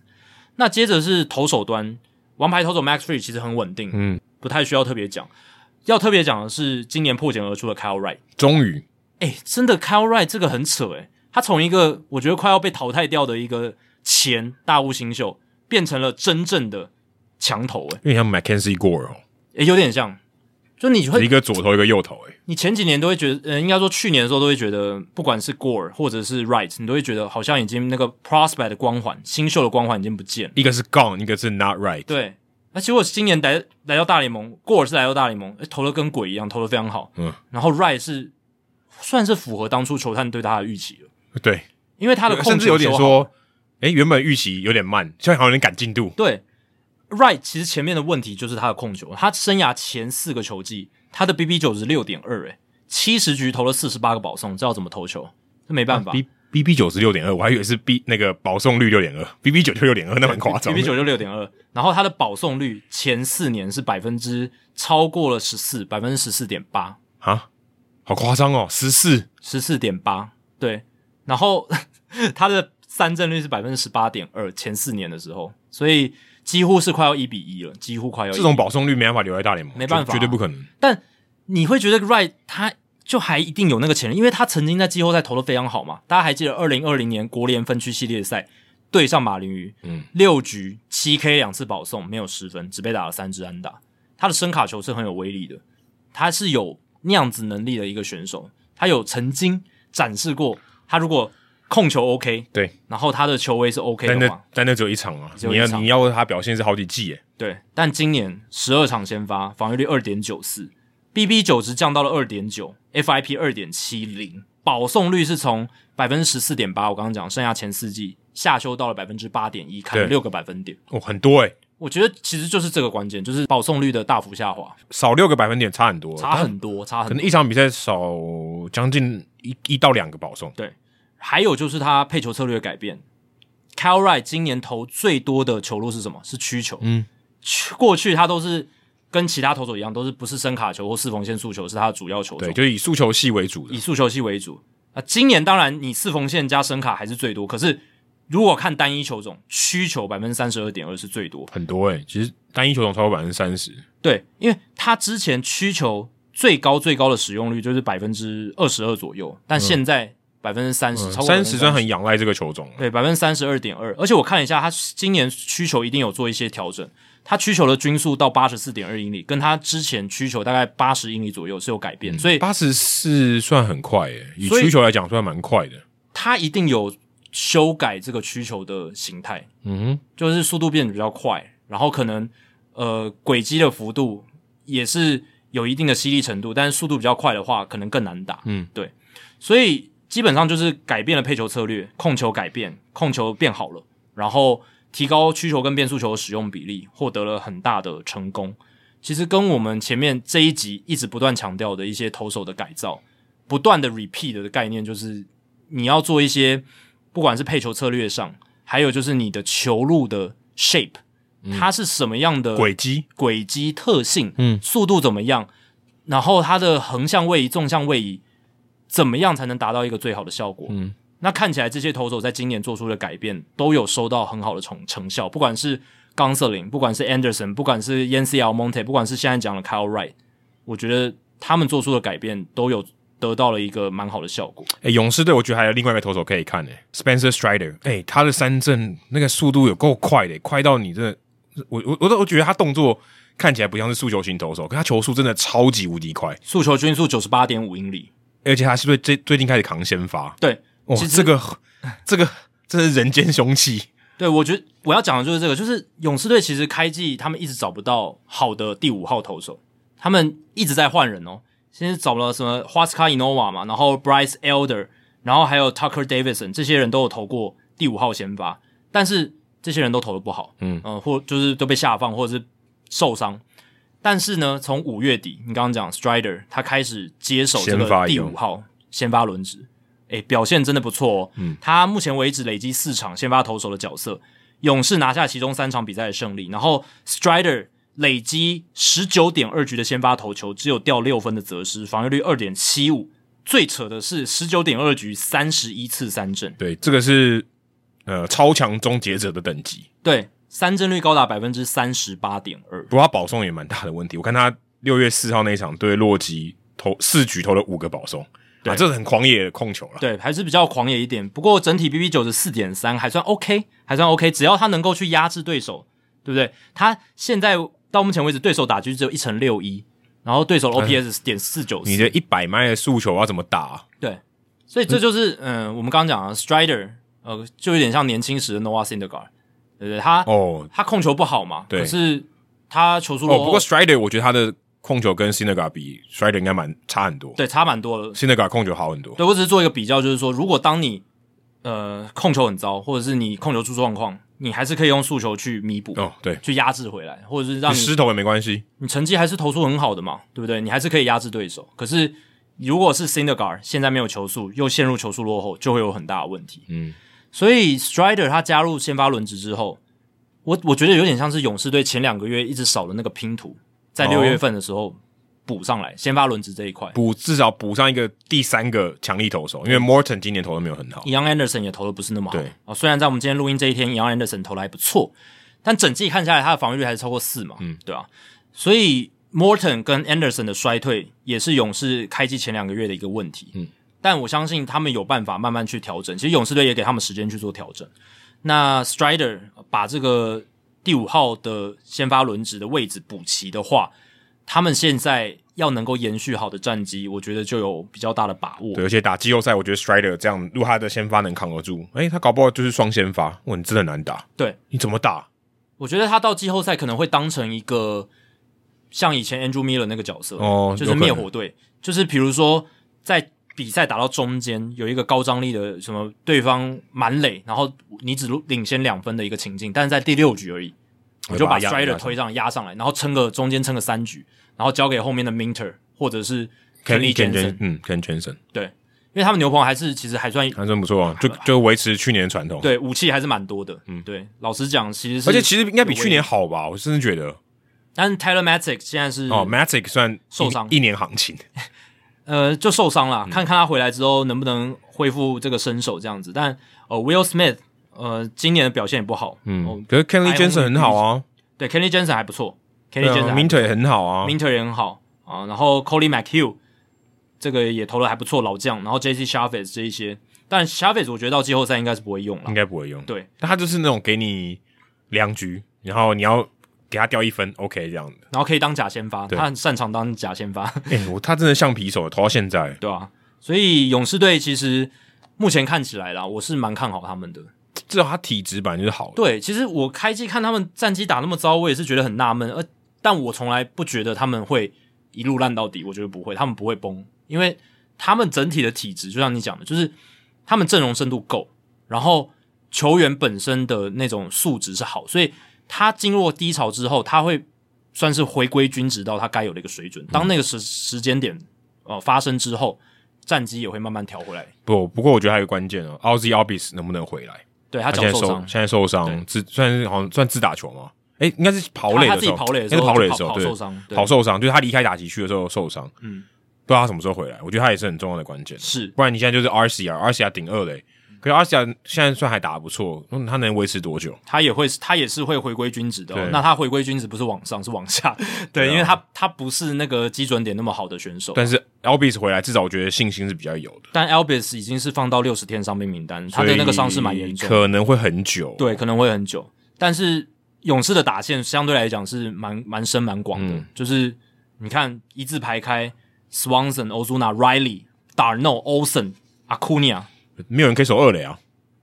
Speaker 1: 那接着是投手端，王牌投手 Max Free 其实很稳定，
Speaker 2: 嗯，
Speaker 1: 不太需要特别讲。要特别讲的是今年破茧而出的 Kyle Wright，
Speaker 2: 终于
Speaker 1: 哎、真的 Kyle Wright 这个很扯哎、他从一个我觉得快要被淘汰掉的一个前大物新秀，变成了真正的强投哎、
Speaker 2: 有点像 Mackenzie Gore 哦，
Speaker 1: 也有点像，就你会
Speaker 2: 一个左投一个右投，哎，
Speaker 1: 你前几年都会觉得，呃，应该说去年的时候都会觉得，不管是 Gore 或者是 Right，你都会觉得好像已经那个 prospect 的光环、新秀的光环已经不见了。
Speaker 2: 一个是 gone，一个是 not right，
Speaker 1: 对，那结果今年来来到大联盟，Gore 是来到大联盟，诶哎投的跟鬼一样，投的非常好。
Speaker 2: 嗯，
Speaker 1: 然后 Right 是算是符合当初球探对他的预期了，
Speaker 2: 对，
Speaker 1: 因为他的控球
Speaker 2: 甚至有点
Speaker 1: 手好
Speaker 2: 说，哎，原本预期有点慢，现在好像有点赶进度，
Speaker 1: 对，Right 其实前面的问题就是他的控球，他生涯前四个球季，他的 BB 九十六点二，诶，七十局投了四十八个保送，知道怎么投球？这没办法。
Speaker 2: 啊 B B B 九十六点二，我还以为是 B 那个保送率六点二，B B 九就六点二，那蛮
Speaker 1: *laughs*
Speaker 2: 夸张的。
Speaker 1: ，BB 九就六点二，然后它的保送率前四年是百分之超过了十四，百分之十四点八，
Speaker 2: 啊，好夸张哦，十四
Speaker 1: 十四点八，对，然后 *laughs* 它的三振率是百分之十八点二，前四年的时候，所以几乎是快要一比一了，几乎快要1比1
Speaker 2: 这种保送率没办法留在大联盟，
Speaker 1: 没办法啊
Speaker 2: 绝绝对不可能。
Speaker 1: 但你会觉得 Right 他就还一定有那个潜力，因为他曾经在季后赛投的非常好嘛。大家还记得二零二零年国联分区系列赛对上马林鱼，
Speaker 2: 嗯，
Speaker 1: 六局七 K 两次保送，没有失分，只被打了三支安打。他的声卡球是很有威力的，他是有那样子能力的一个选手，他有曾经展示过，他如果控球 OK，
Speaker 2: 对，
Speaker 1: 然后他的球威是 OK
Speaker 2: 但
Speaker 1: 的话
Speaker 2: 那，但那只有一场啊，
Speaker 1: 只有
Speaker 2: 你
Speaker 1: 一
Speaker 2: 要
Speaker 1: 场
Speaker 2: 你要他表现是好几季哎耶，
Speaker 1: 对，但今年十二场先发，防御率二点九四，BB 九值降到了二点九，FIP 二点七零，保送率是从百分之十四点八，我刚刚讲，剩下前四季下修到了百分之八点一，砍了
Speaker 2: 对
Speaker 1: 六个百分点。
Speaker 2: 哦，很多哎，
Speaker 1: 我觉得其实就是这个关键，就是保送率的大幅下滑，
Speaker 2: 少六个百分点差很多，
Speaker 1: 差很多，差
Speaker 2: 可
Speaker 1: 很
Speaker 2: 能
Speaker 1: 多。
Speaker 2: 一场比赛少将近一一到两个保送，
Speaker 1: 还有就是他配球策略的改变。Cal Wright 今年投最多的球路是什么？是曲球。
Speaker 2: 嗯，
Speaker 1: 过去他都是跟其他投手一样，都是不是深卡球或四缝线速球是他的主要球种
Speaker 2: 对，。就是以速球系为主
Speaker 1: 以
Speaker 2: 的，
Speaker 1: 速球系为主。啊，今年当然你四缝线加声卡还是最多，可是如果看单一球种，曲球百分之三十二点二是最多。
Speaker 2: 很多哎，其实单一球种超过百分之三十，
Speaker 1: 对，因为他之前曲球最高最高的使用率就是百分之二十二左右，但现在百分之三十，超过
Speaker 2: 嗯三十真很仰赖这个球种。
Speaker 1: 对，百分之三十二点二。而且我看了一下，他今年需求一定有做一些调整，他需求的均速到八十四点二英里，跟他之前需求大概八十英里左右是有改变，所以
Speaker 2: 八十四算很快耶，以
Speaker 1: 所以
Speaker 2: 需求来讲算蛮快的。
Speaker 1: 他一定有修改这个需求的形态，
Speaker 2: 嗯
Speaker 1: 就是速度变得比较快，然后可能呃轨迹的幅度也是有一定的犀利程度，但是速度比较快的话，可能更难打。
Speaker 2: 嗯，
Speaker 1: 对，所以基本上就是改变了配球策略，控球改变，控球变好了，然后提高曲球跟变速球的使用比例，获得了很大的成功。其实跟我们前面这一集一直不断强调的一些投手的改造，不断的 repeat 的概念，就是你要做一些，不管是配球策略上，还有就是你的球路的 shape，、它是什么样的
Speaker 2: 哼，嗯轨迹
Speaker 1: 轨迹特性，
Speaker 2: 嗯
Speaker 1: 速度怎么样，然后它的横向位移、纵向位移怎么样才能达到一个最好的效果？
Speaker 2: 嗯，
Speaker 1: 那看起来这些投手在今年做出的改变都有收到很好的成成效，不管是冈瑟林，不管是 Anderson，不管是 Yancy Almonte，不管是现在讲的 Kyle Wright，我觉得他们做出的改变都有得到了一个蛮好的效果。
Speaker 2: 哎、勇士队我觉得还有另外一个投手可以看诶、s p e n c e r Strider，哎、他的三振那个速度有够快的、欸快到你真的，我我我都我觉得他动作看起来不像是速球型投手，可他球速真的超级无敌快，
Speaker 1: 速球均速九十八点五英里，
Speaker 2: 而且他是最最最近开始扛先发，
Speaker 1: 对，
Speaker 2: 哇，
Speaker 1: 其实
Speaker 2: 这个 *laughs* 这个这是人间凶器，
Speaker 1: 对，我觉得我要讲的就是这个，就是勇士队其实开季他们一直找不到好的第五号投手，他们一直在换人哦。先是找了什么花斯卡伊诺瓦嘛，然后 Bryce Elder，然后还有 Tucker Davidson，这些人都有投过第五号先发，但是这些人都投的不好，
Speaker 2: 嗯
Speaker 1: 呃，或就是都被下放或者是受伤。但是呢，从五月底，你刚刚讲 Strider 他开始接手这
Speaker 2: 先发
Speaker 1: 个
Speaker 2: 一
Speaker 1: 第
Speaker 2: 用
Speaker 1: 五号先发轮值，诶，表现真的不错哦。嗯，他目前为止累积四场先发投手的角色，勇士拿下其中三场比赛的胜利，然后 Strider 累积十九点二局的先发投球，只有掉六分的责失，防御率二点七五。最扯的是十九点二局三十一次三振，
Speaker 2: 对，这个是呃超强终结者的等级，
Speaker 1: 对，三振率高达百分之三十八点二。
Speaker 2: 不过他保送也蛮大的问题。我看他六月四号那一场对洛基投四局投了五个保送，
Speaker 1: 对
Speaker 2: 啊，这是很狂野的控球了。
Speaker 1: 对，还是比较狂野一点。不过整体 BB 九十四点三还算 OK，还算 OK，只要他能够去压制对手，对不对？他现在到目前为止对手打击只有一乘六一，然后对手的 OPS 点四九
Speaker 2: 你
Speaker 1: 四，
Speaker 2: 的一百迈的速球要怎么打啊、
Speaker 1: 对，所以这就是嗯、我们刚刚讲啊，Strider，呃，就有点像年轻时的 Noah Syndergaard，对不对？他、
Speaker 2: 哦，
Speaker 1: 他控球不好嘛，
Speaker 2: 对
Speaker 1: 可是他球速落
Speaker 2: 哦，
Speaker 1: 后，
Speaker 2: 不过 Strider 我觉得他的控球跟 s i n e g a 比 Strider 应该蛮差很多。
Speaker 1: 对差蛮多的，
Speaker 2: s i n e g a 控球好很多。
Speaker 1: 对我只是做一个比较，就是说，如果当你呃控球很糟，或者是你控球出状况，你还是可以用速球去弥补，
Speaker 2: 哦，对，
Speaker 1: 去压制回来，或者是让
Speaker 2: 你
Speaker 1: 你
Speaker 2: 失投也没关系。
Speaker 1: 你成绩还是投出很好的嘛，对不对？你还是可以压制对手。可是如果是 s i n d e r g a r 现在没有球速，又陷入球速落后，就会有很大的问题。
Speaker 2: 嗯，
Speaker 1: 所以 Strider 他加入先发轮值之后，我我觉得有点像是勇士队前两个月一直少了那个拼图，在
Speaker 2: 哦
Speaker 1: 六月份的时候补上来、先发轮值这一块。
Speaker 2: 补至少补上一个第三个强力投手，因为 Morton 今年投的没有很好。
Speaker 1: Young Anderson 也投的不是那么好。
Speaker 2: 对
Speaker 1: 啊，虽然在我们今天录音这一天，Young Anderson 投的还不错，但整季看下来，他的防御率还是超过四嘛，嗯，对吧、所以 Morton 跟 Anderson 的衰退也是勇士开季前两个月的一个问题。嗯，但我相信他们有办法慢慢去调整。其实勇士队也给他们时间去做调整。那 Strider 把这个第五号的先发轮值的位置补齐的话，他们现在要能够延续好的战绩，我觉得就有比较大的把握。
Speaker 2: 对，而且打季后赛，我觉得 Strider 这样，如果他的先发能扛得住，诶、他搞不好就是双先发。哇，你真的很难打，
Speaker 1: 对，
Speaker 2: 你怎么打？
Speaker 1: 我觉得他到季后赛可能会当成一个像以前 Andrew Miller 那个角色，
Speaker 2: 哦
Speaker 1: 就是
Speaker 2: 有可能
Speaker 1: 灭火队，就是比如说在比赛打到中间有一个高张力的什么对方满垒，然后你只领先两分的一个情境，但是在第六局而已，我就把
Speaker 2: 把它压压
Speaker 1: Strider
Speaker 2: 上
Speaker 1: 推上压上来，然后撑个中间撑个三局，然后交给后面的 Minter 或者是 Kenny
Speaker 2: Ken
Speaker 1: Jensen，
Speaker 2: 嗯，Ken Jensen，
Speaker 1: 对，因为他们牛棚还是其实还算
Speaker 2: 还真不错啊，就就维持去年的传统。，
Speaker 1: 对武器还是蛮多的，嗯，对，老实讲其实是，
Speaker 2: 而且其实应该比去年好吧，我真的觉得。
Speaker 1: 但是 Tyler Matic 现在是
Speaker 2: 哦，Matic 算一
Speaker 1: 嗯受伤
Speaker 2: 一年行情，
Speaker 1: 呃，就受伤
Speaker 2: 嗯
Speaker 1: 了，看看他回来之后能不能恢复这个身手这样子。但呃，Will Smith 呃，今年的表现也不好，嗯，哦、
Speaker 2: 可是 Kenny
Speaker 1: 还
Speaker 2: Jensen 很好啊，
Speaker 1: 对，Kenny Jensen 还不错，Kenny
Speaker 2: 对
Speaker 1: Jensen
Speaker 2: 啊，名腿很好啊，
Speaker 1: Minter 也很好啊，然后 Coley McHugh 这个也投的还不错，老将，然后 J C Chavez 这一些，但 c h a v e z 我觉得到季后赛应该是不会用了
Speaker 2: 应。该不会用。
Speaker 1: 对，
Speaker 2: 但他就是那种给你两局，然后你要给他掉一分，OK 这样的。
Speaker 1: 然后可以当假先发，
Speaker 2: 对
Speaker 1: 他很擅长当假先发，
Speaker 2: 哎、我他真的橡皮手，投到现在，
Speaker 1: 对啊？所以勇士队其实目前看起来啦，我是蛮看好他们的。
Speaker 2: 至少他体质本来就是好的。
Speaker 1: 对，其实我开季看他们战绩打那么糟，我也是觉得很纳闷。呃，但我从来不觉得他们会一路烂到底，我觉得不会，他们不会崩，因为他们整体的体质，就像你讲的，就是他们阵容深度够，然后球员本身的那种素质是好，所以他经过低潮之后，他会算是回归均值到他该有的一个水准。
Speaker 2: 嗯
Speaker 1: 当那个时时间点呃发生之后，战绩也会慢慢调回来。
Speaker 2: 不，不过我觉得还有一个关键哦，Ozzy Albis 能不能回来？
Speaker 1: 对他
Speaker 2: 他
Speaker 1: 脚
Speaker 2: 现在
Speaker 1: 受
Speaker 2: 受
Speaker 1: 伤，
Speaker 2: 现在受
Speaker 1: 对
Speaker 2: 伤，自算是好像算自打球吗？哎、应该是跑垒
Speaker 1: 他
Speaker 2: 的
Speaker 1: 自己
Speaker 2: 时候，
Speaker 1: 跑垒的
Speaker 2: 应
Speaker 1: 时
Speaker 2: 该
Speaker 1: 候
Speaker 2: 是跑垒的时候，
Speaker 1: 跑
Speaker 2: 对，
Speaker 1: 受伤，对
Speaker 2: 跑受伤，就是他离开打击区的时候受伤，
Speaker 1: 嗯
Speaker 2: 嗯，不知道他什么时候回来。我觉得他也是很重要的关键，
Speaker 1: 是
Speaker 2: 不然你现在就是 RCR，RCR 顶二垒，可是 RCR 现在算还打得不错，嗯，他能维持多久？
Speaker 1: 他也会，他也是会回归均值的、哦
Speaker 2: 对。啊
Speaker 1: 那他回归均值不是往上，是往
Speaker 2: *laughs*
Speaker 1: 下。对，因为他他不是那个基准点那么好的选手。
Speaker 2: 但是 Albis 回来，至少我觉得信心是比较有的，
Speaker 1: 但 Albis 已经是放到六十天伤病名单，他的那个伤势蛮严重
Speaker 2: 所以可能会很久。
Speaker 1: 对，可能会很久。但是勇士的打线相对来讲是蛮蛮深蛮广的，
Speaker 2: 嗯
Speaker 1: 就是你看一字排开，Swanson、Ozuna、Riley、Darno、Olsen、Acuna。
Speaker 2: 没有人可以守二垒啊，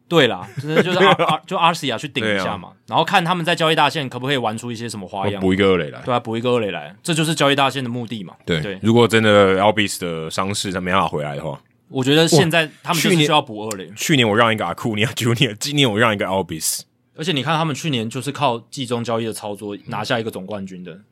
Speaker 1: 对啦，真的就是 R, R 就 R C 啊去顶一
Speaker 2: *laughs* 对
Speaker 1: 下
Speaker 2: 啊
Speaker 1: 嘛，然后看他们在交易大线可不可以玩出一些什么花样。
Speaker 2: 补一个二垒来。
Speaker 1: 对啊，补一个二垒来，这就是交易大线的目的嘛。
Speaker 2: 对，
Speaker 1: 对，
Speaker 2: 如果真的 Albis 的伤势他没办法回来的话，
Speaker 1: 我觉得现在他们就是
Speaker 2: 去年
Speaker 1: 需要补二垒，
Speaker 2: 去年我让一个 Acuna *laughs* Junior，今年我让一个 Albis，
Speaker 1: 而且你看他们去年就是靠季中交易的操作拿下一个总冠军的、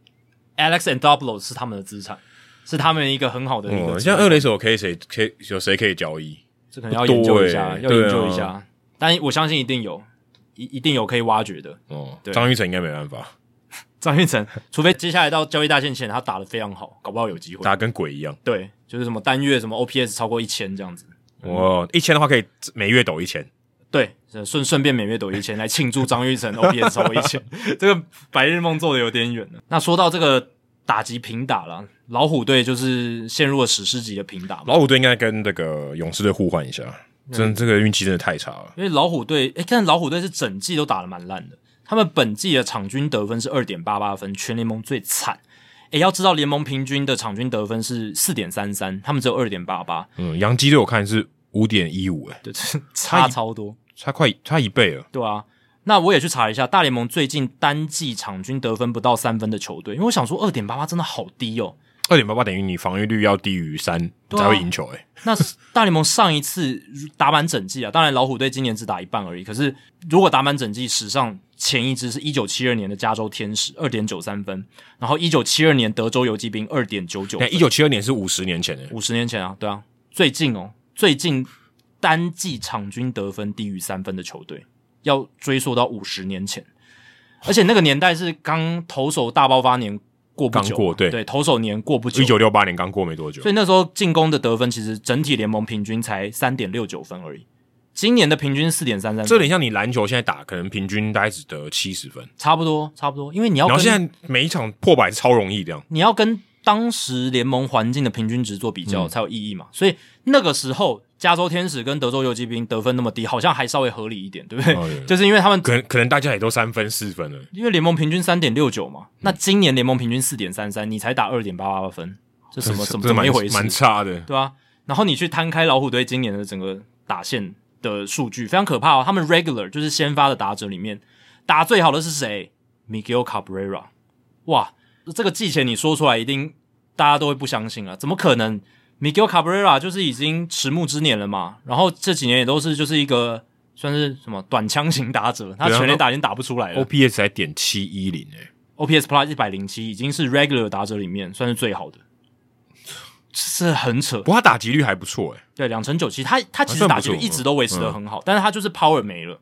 Speaker 1: Alex and Doblo 是他们的资产，是他们一个很好嗯的一个
Speaker 2: 哦，
Speaker 1: 资源、
Speaker 2: 像二垒手可以谁可以有谁可以交易？
Speaker 1: 这可能要研究一下，
Speaker 2: 不
Speaker 1: 要
Speaker 2: 多欸
Speaker 1: 研究一
Speaker 2: 对
Speaker 1: 下，
Speaker 2: 啊
Speaker 1: 但我相信一定有，一一定有可以挖掘的。
Speaker 2: 哦
Speaker 1: 对，
Speaker 2: 张玉成应该没办法，
Speaker 1: 张运成，除非接下来到交易大线前他打得非常好，搞不好有机会。
Speaker 2: 打得跟鬼一样。
Speaker 1: 对，就是什么单月什么 OPS 超过一千这样子。
Speaker 2: 我哦一千的话可以每月抖一千，
Speaker 1: 对，呃顺顺便每月抖一千来庆祝张玉 *laughs* 成哦 OPS 超过一千，这个白日梦做的有点远了。那说到这个打击平打了，老虎队就是陷入了史诗级的平打嘛，
Speaker 2: 老虎队应该跟那个勇士队互换一下，
Speaker 1: 嗯
Speaker 2: 真这个运气真的太差了。
Speaker 1: 因为老虎队，诶，但老虎队是整季都打得蛮烂的，他们本季的场均得分是二点八八分，全联盟最惨。诶，要知道联盟平均的场均得分是四点三三，他们只有二点八八，
Speaker 2: 嗯，洋基队我看是五点一五，哎，
Speaker 1: 对，这差超多。
Speaker 2: 差快差一倍了。
Speaker 1: 对啊，那我也去查了一下，大联盟最近单季场均得分不到三分的球队，因为我想说二点八八真的好低哦。
Speaker 2: 二点八八等于你防御率要低于三
Speaker 1: 对啊
Speaker 2: 才会赢球，哎，
Speaker 1: 那大联盟上一次打满整季啊，当然老虎队今年只打一半而已。可是如果打满整季，史上前一支是一九七二年的加州天使，二点九三分，然后一九七二年德州游击兵二点九九
Speaker 2: 你，看一九七二年是五十年前，哎，
Speaker 1: 五十年前啊，对啊，最近哦，最近单季场均得分低于三分的球队，要追溯到五十年前，而且那个年代是刚投手大爆发年过不久嘛，
Speaker 2: 刚过对
Speaker 1: 对，投手年过不久
Speaker 2: 一，九六八年刚过没多久
Speaker 1: 所，以那时候进攻的得分其实整体联盟平均才三点六九分而已，今年的平均四点三三，
Speaker 2: 这有点像你篮球现在打，可能平均大概只得七十分，
Speaker 1: 差不多差不多，因为你要
Speaker 2: 然后
Speaker 1: 跟
Speaker 2: 现在每一场破百是超容易这样。
Speaker 1: 你要跟当时联盟环境的平均值做比
Speaker 2: 嗯
Speaker 1: 较才有意义嘛。所以那个时候，加州天使跟德州游击兵得分那么低，好像还稍微合理一点，对不对？
Speaker 2: 哦对
Speaker 1: 就是因为他们
Speaker 2: 可能可能大家也都三分四分了，
Speaker 1: 因为联盟平均三点六九嘛，那今年联盟平均四点三三，你才打二点八八分，这什么
Speaker 2: 这
Speaker 1: 什么
Speaker 2: 这
Speaker 1: 怎么
Speaker 2: 蛮
Speaker 1: 一回
Speaker 2: 蛮
Speaker 1: 事？
Speaker 2: 差的。
Speaker 1: 对啊，然后你去摊开老虎队今年的整个打线的数据，非常可怕哦。他们 regular 就是先发的打者里面打最好的是谁？Miguel Cabrera。哇，这个季前你说出来，一定大家都会不相信啊！怎么可能？Miguel Cabrera 就是已经迟暮之年了嘛，然后这几年也都是就是一个算是什么短枪型打者，他
Speaker 2: 对啊
Speaker 1: 全垒打已经打不出来了
Speaker 2: OPS 才点七一零哎，
Speaker 1: ，OPS Plus 一百零七已经是 regular 打者里面算是最好的，这很扯
Speaker 2: 不。过他打击率还不错哎、
Speaker 1: 对，两成九七，他他其实
Speaker 2: 啊还算不
Speaker 1: 打击率
Speaker 2: 错嗯
Speaker 1: 一直都维持的很好，但是他就是 power 没了，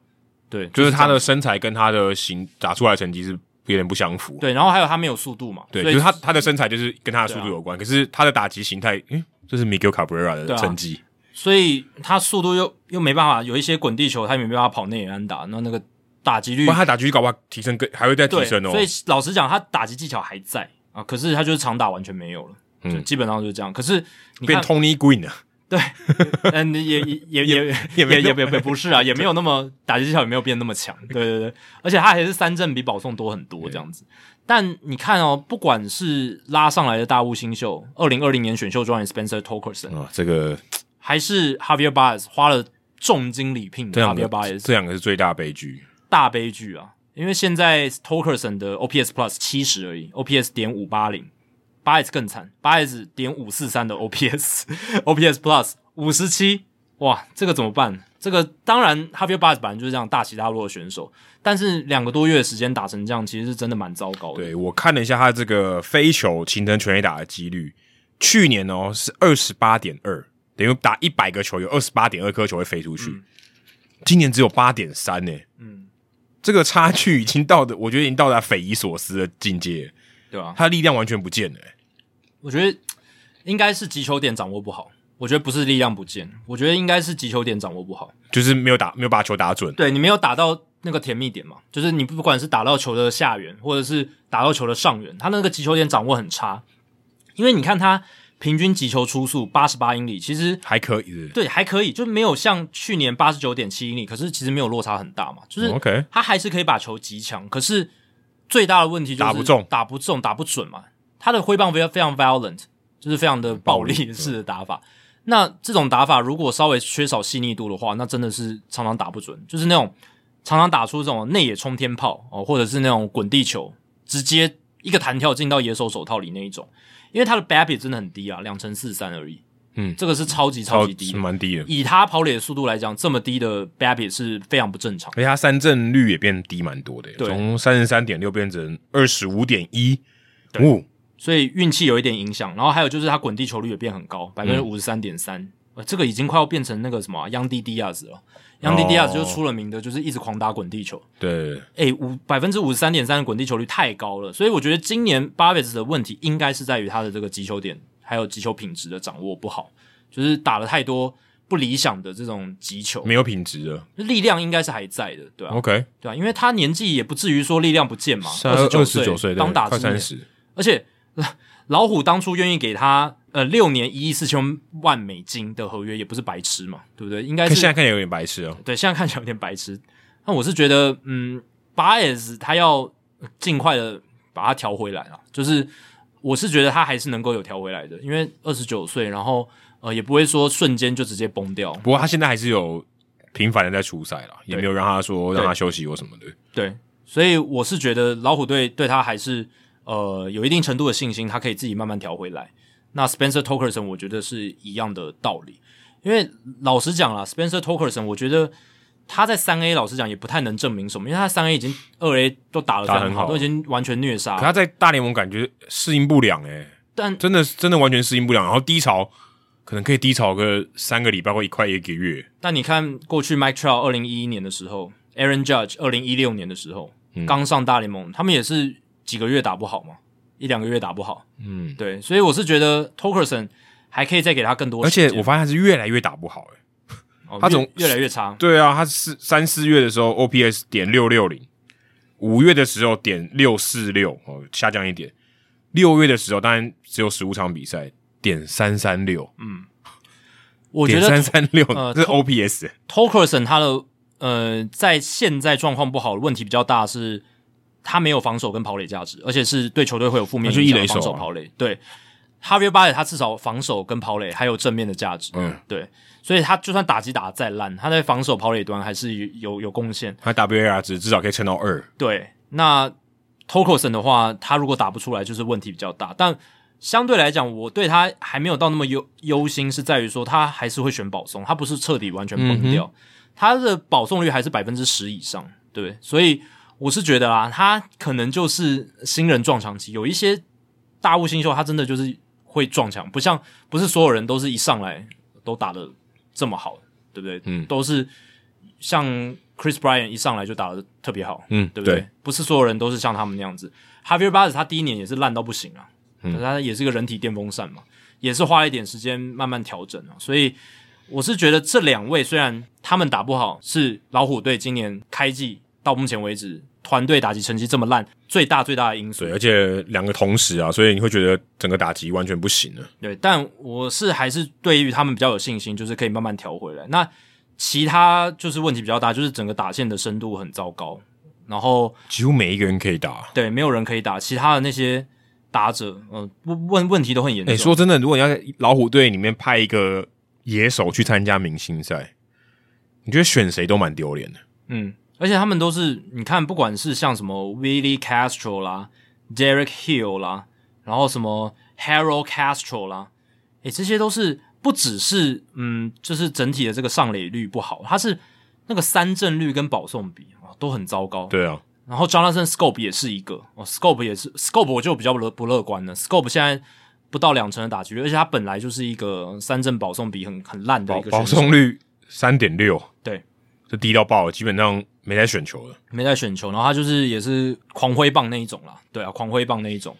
Speaker 1: 对，
Speaker 2: 就是他
Speaker 1: 这样
Speaker 2: 的身材跟他的型打出来的成绩是有点不相符。
Speaker 1: 对，然后还有他没有速度嘛，
Speaker 2: 对，
Speaker 1: 所以
Speaker 2: 就是他他的身材就是跟他的速
Speaker 1: 对
Speaker 2: 度
Speaker 1: 啊
Speaker 2: 有关，可是他的打击形态，嗯，这是 Miguel Cabrera
Speaker 1: 对
Speaker 2: 的
Speaker 1: 啊
Speaker 2: 成绩，
Speaker 1: 所以他速度又又没办法，有一些滚地球他也没办法跑内野安打，那那个打击率
Speaker 2: 不然他打击率搞不好提升更还会再提
Speaker 1: 对，
Speaker 2: 升哦。
Speaker 1: 所以老实讲，他打击技巧还在啊，可是他就是长打完全没有了，
Speaker 2: 嗯
Speaker 1: 就基本上就是这样。可是你
Speaker 2: 变
Speaker 1: 看，
Speaker 2: Tony 啊 Green 了，
Speaker 1: 对， *laughs* 嗯，也也也也也也也也不是啊，也没有那么打击技巧也没有变那么强，对对对，而且他还是三振比保送多很多这样子。但你看哦，不管是拉上来的大物新秀，二零二零年选秀状元 Spencer Torkelson，
Speaker 2: 啊，这个
Speaker 1: 还是 Javier Baez 花了重金礼聘
Speaker 2: 这两
Speaker 1: Javier
Speaker 2: 个
Speaker 1: Baez，
Speaker 2: 这两个是最大悲剧。
Speaker 1: 大悲剧啊！因为现在 Torkelson 的 OPS Plus 七十而已，OPS 点五八零，八 S 更惨，八 S 点五四三的 *laughs* OPS，OPS Plus 五十七，哇，这个怎么办？这个当然 Javier Baez 本来就是这样大起大落的选手，但是两个多月的时间打成这样，其实是真的蛮糟糕的。
Speaker 2: 对我看了一下他这个飞球形成全垒打的几率，去年哦是二十八点二，等于打一百个球有二十八点二颗球会飞出去，今年只有八点三呢。
Speaker 1: 嗯，
Speaker 2: 这个差距已经到的，我觉得已经到达匪夷所思的境界，
Speaker 1: 对吧、啊？
Speaker 2: 他的力量完全不见了、欸
Speaker 1: 我觉得应该是击球点掌握不好，我觉得不是力量不见，我觉得应该是击球点掌握不好。
Speaker 2: 就是没有打，没有把球打准。
Speaker 1: 对你没有打到那个甜蜜点嘛，就是你不管是打到球的下缘，或者是打到球的上缘，他那个击球点掌握很差。因为你看他平均击球出速八十八英里，其实
Speaker 2: 还可以是不是
Speaker 1: 对还可以，就没有像去年八十九点七英里，可是其实没有落差很大嘛，就是
Speaker 2: 嗯，OK
Speaker 1: 他还是可以把球击强，可是最大的问题就是
Speaker 2: 打不中
Speaker 1: 打不中，打不准嘛。他的挥棒非常非常 violent，就是非常的暴力式的打法。那这种打法如果稍微缺少细腻度的话，那真的是常常打不准，就是那种常常打出这种内野冲天炮哦，或者是那种滚地球，直接一个弹跳进到野手手套里那一种。因为他的 BABIP 真的很低啊，两成四三而已。
Speaker 2: 嗯
Speaker 1: 这个是超级超
Speaker 2: 超
Speaker 1: 级低的，
Speaker 2: 蛮低的，
Speaker 1: 以他跑垒的速度来讲，这么低的 BABIP 是非常不正常的。
Speaker 2: 而且他三振率也变低蛮多的、欸
Speaker 1: 对
Speaker 2: 从三十三点六变成二十五点一，哦，
Speaker 1: 所以运气有一点影响。然后还有就是他滚地球率也变很高，百分之五十三点三，呃这个已经快要变成那个什么啊央迪迪亚斯了。央迪迪亚斯就出了名的，就是一直狂打滚地球。
Speaker 2: 对，
Speaker 1: 诶、五百分之五十三点三的滚地球率太高了，所以我觉得今年巴菲特的问题应该是在于他的这个击球点还有击球品质的掌握不好，就是打了太多不理想的这种击球，
Speaker 2: 没有品质了。
Speaker 1: 力量应该是还在的，对啊，
Speaker 2: OK，
Speaker 1: 对啊，因为他年纪也不至于说力量不见嘛，
Speaker 2: 二
Speaker 1: 九
Speaker 2: 十九岁，对
Speaker 1: 当打
Speaker 2: 快
Speaker 1: 之年
Speaker 2: 三十，
Speaker 1: 而且呃老虎当初愿意给他呃六年一亿四千万美金的合约，也不是白痴嘛，对不对？应该
Speaker 2: 看
Speaker 1: 是
Speaker 2: 哎现在看起来有点白痴哦。
Speaker 1: 对现在看起来有点白痴。那我是觉得，嗯巴 a 斯他要尽快的把他调回来啊，就是我是觉得他还是能够有调回来的，因为二十九岁，然后呃也不会说瞬间就直接崩掉。
Speaker 2: 不过他现在还是有频繁的在出赛啦，也没有让他说让他休息或什么的。
Speaker 1: 对，所以我是觉得老虎队对他还是呃有一定程度的信心，他可以自己慢慢调回来。那 Spencer Torkelson 我觉得是一样的道理，因为老实讲啦 s p e n c e r Torkelson 我觉得他在三 A 老实讲也不太能证明什么，因为他三 A 已经二 A 都打得非
Speaker 2: 打得
Speaker 1: 常
Speaker 2: 很
Speaker 1: 好，
Speaker 2: 好
Speaker 1: 都已经完全虐
Speaker 2: 可
Speaker 1: 杀。
Speaker 2: 他在大联盟感觉适应不良哎、
Speaker 1: 但
Speaker 2: 真的真的完全适应不良，然后低潮可能可以低潮个三个礼拜或一块一个月。
Speaker 1: 但你看过去 Mike Trout 二零一一年的时候，Aaron Judge 二零一六年的时候，
Speaker 2: 嗯
Speaker 1: 刚上大联盟，他们也是几个月打不好嘛，一两个月打不好，
Speaker 2: 嗯，
Speaker 1: 对，所以我是觉得 Tokerson 还可以再给他更多
Speaker 2: 而
Speaker 1: 时
Speaker 2: 且
Speaker 1: 间，
Speaker 2: 我发现他是越来越打不好哎、
Speaker 1: 哦
Speaker 2: 他
Speaker 1: 越
Speaker 2: 总
Speaker 1: 越来越差，
Speaker 2: 对啊，他四三四月的时候 OPS 点六六零，五月的时候点六四六哦，下降一点。六月的时候，当然只有十五场比赛，点三三六，
Speaker 1: 我觉
Speaker 2: 点三
Speaker 1: 得
Speaker 2: 三六，
Speaker 1: 呃
Speaker 2: 这是 OPS，
Speaker 1: Tokerson 他的呃在现在状况不好，问题比较大是，他没有防守跟跑垒价值，而且是对球队会有负面
Speaker 2: 他就
Speaker 1: 影响
Speaker 2: 一垒
Speaker 1: 的
Speaker 2: 手
Speaker 1: 防守
Speaker 2: 啊
Speaker 1: 跑垒。对 h a v i e r b a r 他至少防守跟跑垒还有正面的价值，
Speaker 2: 嗯，
Speaker 1: 对，所以他就算打击打得再烂，他在防守跑垒端还是有有有贡献。
Speaker 2: 他 WAR 值至少可以撑到二。
Speaker 1: 对，那 Tokelson 的话，他如果打不出来，就是问题比较大。但相对来讲，我对他还没有到那么忧忧心，是在于说他还是会选保送，他不是彻底完全崩掉，他的保送率还是百分之十以上，对，所以我是觉得啊，他可能就是新人撞墙期，有一些大物新秀，他真的就是会撞墙，不像不是所有人都是一上来都打的这么好，对不对？
Speaker 2: 嗯
Speaker 1: 都是像 Chris Bryan 一上来就打的特别好，
Speaker 2: 嗯，
Speaker 1: 对不对？不是所有人都是像他们那样子。Javier b a z 他第一年也是烂到不行啊，可是他也是个人体电风扇嘛，也是花了一点时间慢慢调整啊。所以我是觉得这两位虽然他们打不好，是老虎队今年开季到目前为止团队打击成绩这么烂，最大最大的因素
Speaker 2: 对，。而且两个同时啊，所以你会觉得整个打击完全不行了。
Speaker 1: 对，但我是还是对于他们比较有信心，就是可以慢慢调回来。那其他就是问题比较大，就是整个打线的深度很糟糕，然后
Speaker 2: 几乎每一个人可以打。
Speaker 1: 对没有人可以打，其他的那些打者，嗯、问问问题都很严
Speaker 2: 哎、
Speaker 1: 重。
Speaker 2: 说真的，如果你要在老虎队里面派一个野手去参加明星赛，你觉得选谁都蛮丢脸的。
Speaker 1: 嗯，而且他们都是你看，不管是像什么 Willie Castro 啦、Derek Hill 啦，然后什么 Harold Castro 啦，诶，这些都是不只是嗯，就是整体的这个上垒率不好，它是那个三振率跟保送比啊都很糟糕。
Speaker 2: 对啊，
Speaker 1: 然后 Jonathan Scope 也是一个哦，Scope 也是 Scope 我就比较不乐不乐观了，Scope 现在。不到两成的打击率，而且他本来就是一个三振保送比很很烂的
Speaker 2: 保
Speaker 1: 一个
Speaker 2: 保
Speaker 1: 选手
Speaker 2: 送率三点六，
Speaker 1: 对，
Speaker 2: 这低到爆了，基本上没在选球了。
Speaker 1: 没在选球，然后他就是也是狂挥棒那一种啦，对啊，狂挥棒那一种。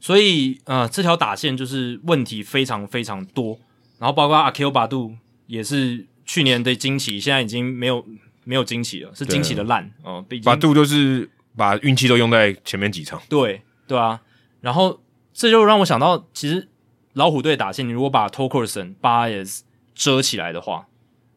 Speaker 1: 所以呃，这条打线就是问题非常非常多，然后包括阿 Q 巴杜也是去年的惊奇，现在已经没有没有惊奇了，
Speaker 2: 啊
Speaker 1: 是惊奇的烂哦，毕
Speaker 2: 把
Speaker 1: 竟
Speaker 2: 度就是把运气都用在前面几场。
Speaker 1: 对对啊，然后这就让我想到，其实老虎队打线，你如果把 Tokerson、Bias 遮起来的话，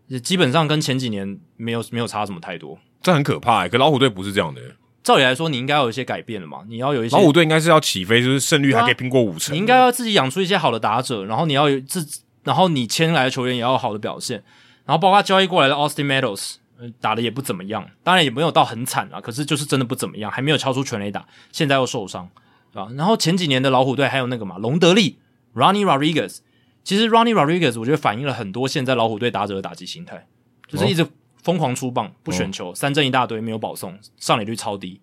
Speaker 1: 也基本上跟前几年没有没有差什么太多。
Speaker 2: 这很可怕、欸，可老虎队不是这样的、
Speaker 1: 照理来说，你应该有一些改变了嘛，你要有一些
Speaker 2: 老虎队应该是要起飞，就是胜率还可以
Speaker 1: 对啊
Speaker 2: 拼过五成。
Speaker 1: 你应该要自己养出一些好的打者，然后你要有自，然后你签来的球员也要有好的表现，然后包括交易过来的 Austin Meadows，呃打的也不怎么样，当然也没有到很惨啊，可是就是真的不怎么样，还没有敲出全垒打，现在又受伤，对吧？然后前几年的老虎队还有那个嘛，隆德利 Ronnie Rodriguez，其实 Ronnie Rodriguez 我觉得反映了很多现在老虎队打者的打击心态，就是一直疯狂出棒，不选球，三振一大堆，没有保送，上垒率超低，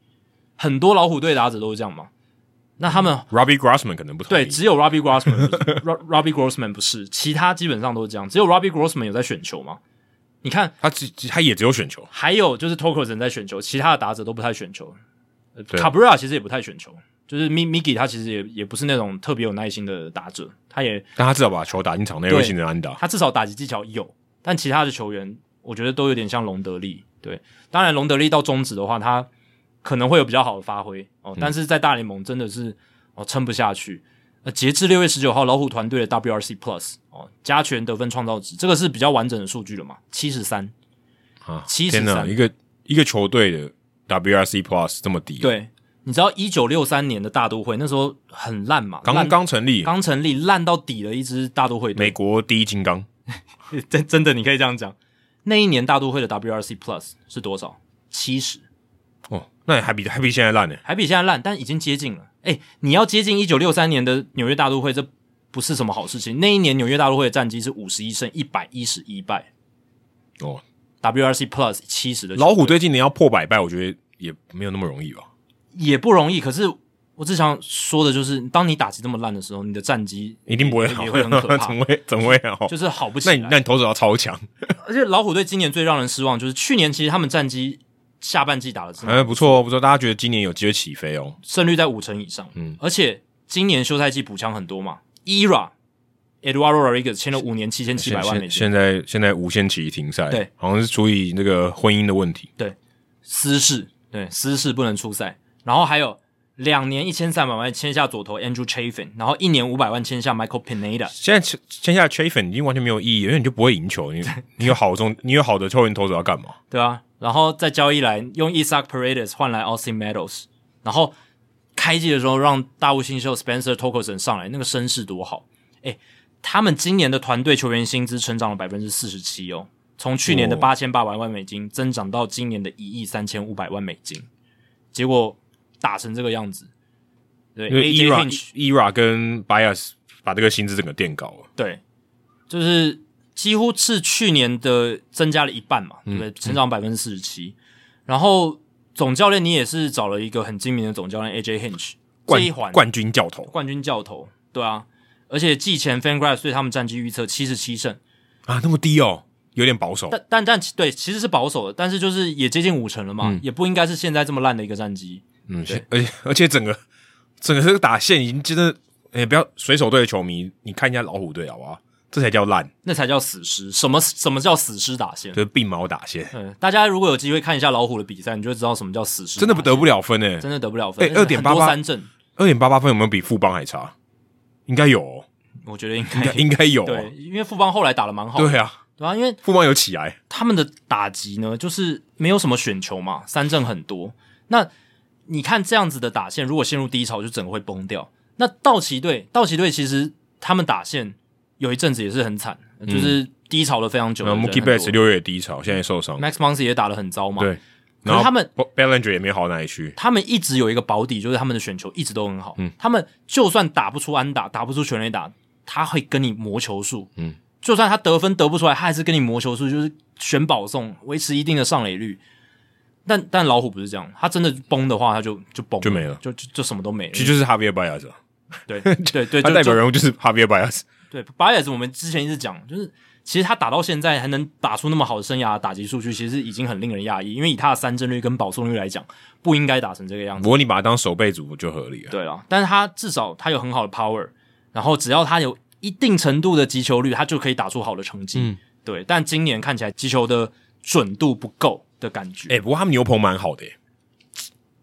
Speaker 1: 很多老虎队打者都是这样嘛。那他们
Speaker 2: Robbie Grossman 可能不同意
Speaker 1: 对，只有 Robbie Grossman *laughs* 不是 Ro- Robbie Grossman 不是，其他基本上都是这样。只有 Robbie Grossman 有在选球嘛？你看，
Speaker 2: 他只只他也只有选球，
Speaker 1: 还有就是 t o k e r s o n 在选球，其他的打者都不太选球。呃
Speaker 2: 对啊
Speaker 1: Cabrera 其实也不太选球，就是 Mi Miki 他其实也也不是那种特别有耐心的打者，他也
Speaker 2: 但他至少把球打进场内
Speaker 1: 对
Speaker 2: 会形成安打。
Speaker 1: 他至少打击技巧有，但其他的球员我觉得都有点像隆德利。对，当然隆德利到中职的话，他可能会有比较好的发挥哦，
Speaker 2: 嗯
Speaker 1: 但是在大联盟真的是哦撑不下去。呃，截至六月十九号，老虎团队的 WRC Plus 哦加权得分创造值，这个是比较完整的数据了嘛？七十三，
Speaker 2: 啊，
Speaker 1: 73
Speaker 2: 天哪，一个一个球队的 WRC Plus 这么低，，啊
Speaker 1: 对，你知道一九六三年的大都会那时候很烂嘛，
Speaker 2: 刚
Speaker 1: 烂
Speaker 2: 刚成立，
Speaker 1: 刚成立，烂到底的一支大都会队
Speaker 2: 美，国第一金刚，
Speaker 1: *laughs* 真真的你可以这样讲。那一年大都会的 WRC Plus 是多少？七十。
Speaker 2: 哦，那还比还比现在烂呢。
Speaker 1: 还比现在烂，但已经接近了。哎、你要接近一九六三年的纽约大都会，这不是什么好事情。那一年纽约大都会的战绩是五十一胜一百一十一败
Speaker 2: 哦，
Speaker 1: ，WRC Plus 七十的球队
Speaker 2: 老虎队今年要破百败，我觉得也没有那么容易吧。
Speaker 1: 也不容易。可是我只想说的就是，当你打击这么烂的时候，你的战绩
Speaker 2: 一定不会
Speaker 1: 也
Speaker 2: 好，
Speaker 1: 也会很可怕
Speaker 2: *laughs* 怎么会怎么会好？
Speaker 1: 就是好不起
Speaker 2: 那
Speaker 1: 来。
Speaker 2: 你那你投手要超强，
Speaker 1: 而且老虎队今年最让人失望就是去年其实他们战绩下半季打的真的
Speaker 2: 哎，不错哦，不错，大家觉得今年有机会起飞哦。
Speaker 1: 胜率在五成以上，
Speaker 2: 嗯
Speaker 1: 而且今年休赛季补强很多嘛，ERA。Eduardo Rodriguez 签了五年七千七百万美
Speaker 2: 现
Speaker 1: 金，
Speaker 2: 现在现在无限期停赛，
Speaker 1: 对，
Speaker 2: 好像是处理那个婚姻的问题。
Speaker 1: 私事，对私事不能出赛。然后还有两年一千三百万签下左投 Andrew Chafin，然后一年五百万签下 Michael Pineda。
Speaker 2: 现在签签下 Chafin 已经完全没有意义了，因为你就不会赢球，你 *laughs* 你有好中你有好的球员投手要干嘛？
Speaker 1: 对啊，然后再交易来用 Isaac Paredes 换来 Austin Meadows，然后开季的时候让大物新秀 Spencer Torkelson 上来，那个声势多好！诶，他们今年的团队球员薪资成长了百分之四十七哦，从去年的
Speaker 2: 哦
Speaker 1: 八千八百万美金增长到今年的一亿三千五百万美金，结果打成这个样子。对
Speaker 2: 因为
Speaker 1: ，AJ
Speaker 2: ERA
Speaker 1: Hinch
Speaker 2: ERA 跟 Bias 把这个薪资整个垫高了，
Speaker 1: 对，就是几乎是去年的增加了一半
Speaker 2: 嗯
Speaker 1: 嘛，对不对？成长百分之四十七。然后总教练你也是找了一个很精明的总教练 AJ Hinch，这
Speaker 2: 冠
Speaker 1: 一环
Speaker 2: 冠军教头
Speaker 1: 冠军教头，对啊。而且季前 FanGraphs 对他们战绩预测七十七胜，
Speaker 2: 啊，那么低哦，有点保守。
Speaker 1: 但但但对，其实是保守的，但是就是也接近五成了嘛，也不应该是现在这么烂的一个战绩。
Speaker 2: 嗯，而且而且整个整个这个打线已经真的，哎、不要水手队的球迷，你看一下老虎队好不好？这才叫烂，
Speaker 1: 那才叫死尸。什么什么叫死尸打线
Speaker 2: 就？是鬓毛打线，
Speaker 1: 嗯，大家如果有机会看一下老虎的比赛，你就会知道什么叫死尸。
Speaker 2: 真的不得不了分诶、
Speaker 1: 真的得不了分。
Speaker 2: 哎
Speaker 1: 但是很多
Speaker 2: 2.88
Speaker 1: 三振，
Speaker 2: 二点八八分有没有比富邦还差？应该有、哦，
Speaker 1: 我觉得应
Speaker 2: 应
Speaker 1: *laughs* 该
Speaker 2: 该应该有、
Speaker 1: 对
Speaker 2: 哦，，
Speaker 1: 因为富邦后来打的蛮好的，
Speaker 2: 对啊，
Speaker 1: 对啊，因为
Speaker 2: 富邦有起来，
Speaker 1: 他们的打击呢，就是没有什么选球嘛，三振很多。那你看这样子的打线，如果陷入低潮，就整个会崩掉。那道奇队，道奇队其实他们打线有一阵子也是很惨，就是低潮了非常久
Speaker 2: 然后嗯 Mookie Betts 六月低潮，现在受伤，
Speaker 1: Max Muncy 也打得很糟嘛。
Speaker 2: 对，
Speaker 1: 可是
Speaker 2: 然后
Speaker 1: 他们
Speaker 2: Ballinger 也没好到哪里去，
Speaker 1: 他们一直有一个保底，就是他们的选球一直都很好。
Speaker 2: 嗯
Speaker 1: 他们就算打不出安打，打不出全垒打，他会跟你磨球数。
Speaker 2: 嗯，
Speaker 1: 就算他得分得不出来，他还是跟你磨球数，就是选保送，维持一定的上垒率。但但老虎不是这样，他真的崩的话，他就就崩
Speaker 2: 就没了
Speaker 1: 就就就什么都没了
Speaker 2: 其。实就是 Javier Baez，啊 *laughs*
Speaker 1: 对对对，
Speaker 2: 他
Speaker 1: 就
Speaker 2: 代表
Speaker 1: 就嗯
Speaker 2: 人物就是 Javier Baez，
Speaker 1: 对巴耶斯，我们之前一直讲，就是其实他打到现在还能打出那么好的生涯打击数据，其实已经很令人讶异。因为以他的三振率跟保送率来讲，不应该打成这个样子
Speaker 2: 不。过你把他当守备组就合理了，
Speaker 1: 对了，但是他至少他有很好的 power，然后只要他有一定程度的击球率，他就可以打出好的成绩。
Speaker 2: 嗯
Speaker 1: 对，但今年看起来击球的准度不够的感觉。
Speaker 2: 哎、不过他们牛棚蛮好的、欸，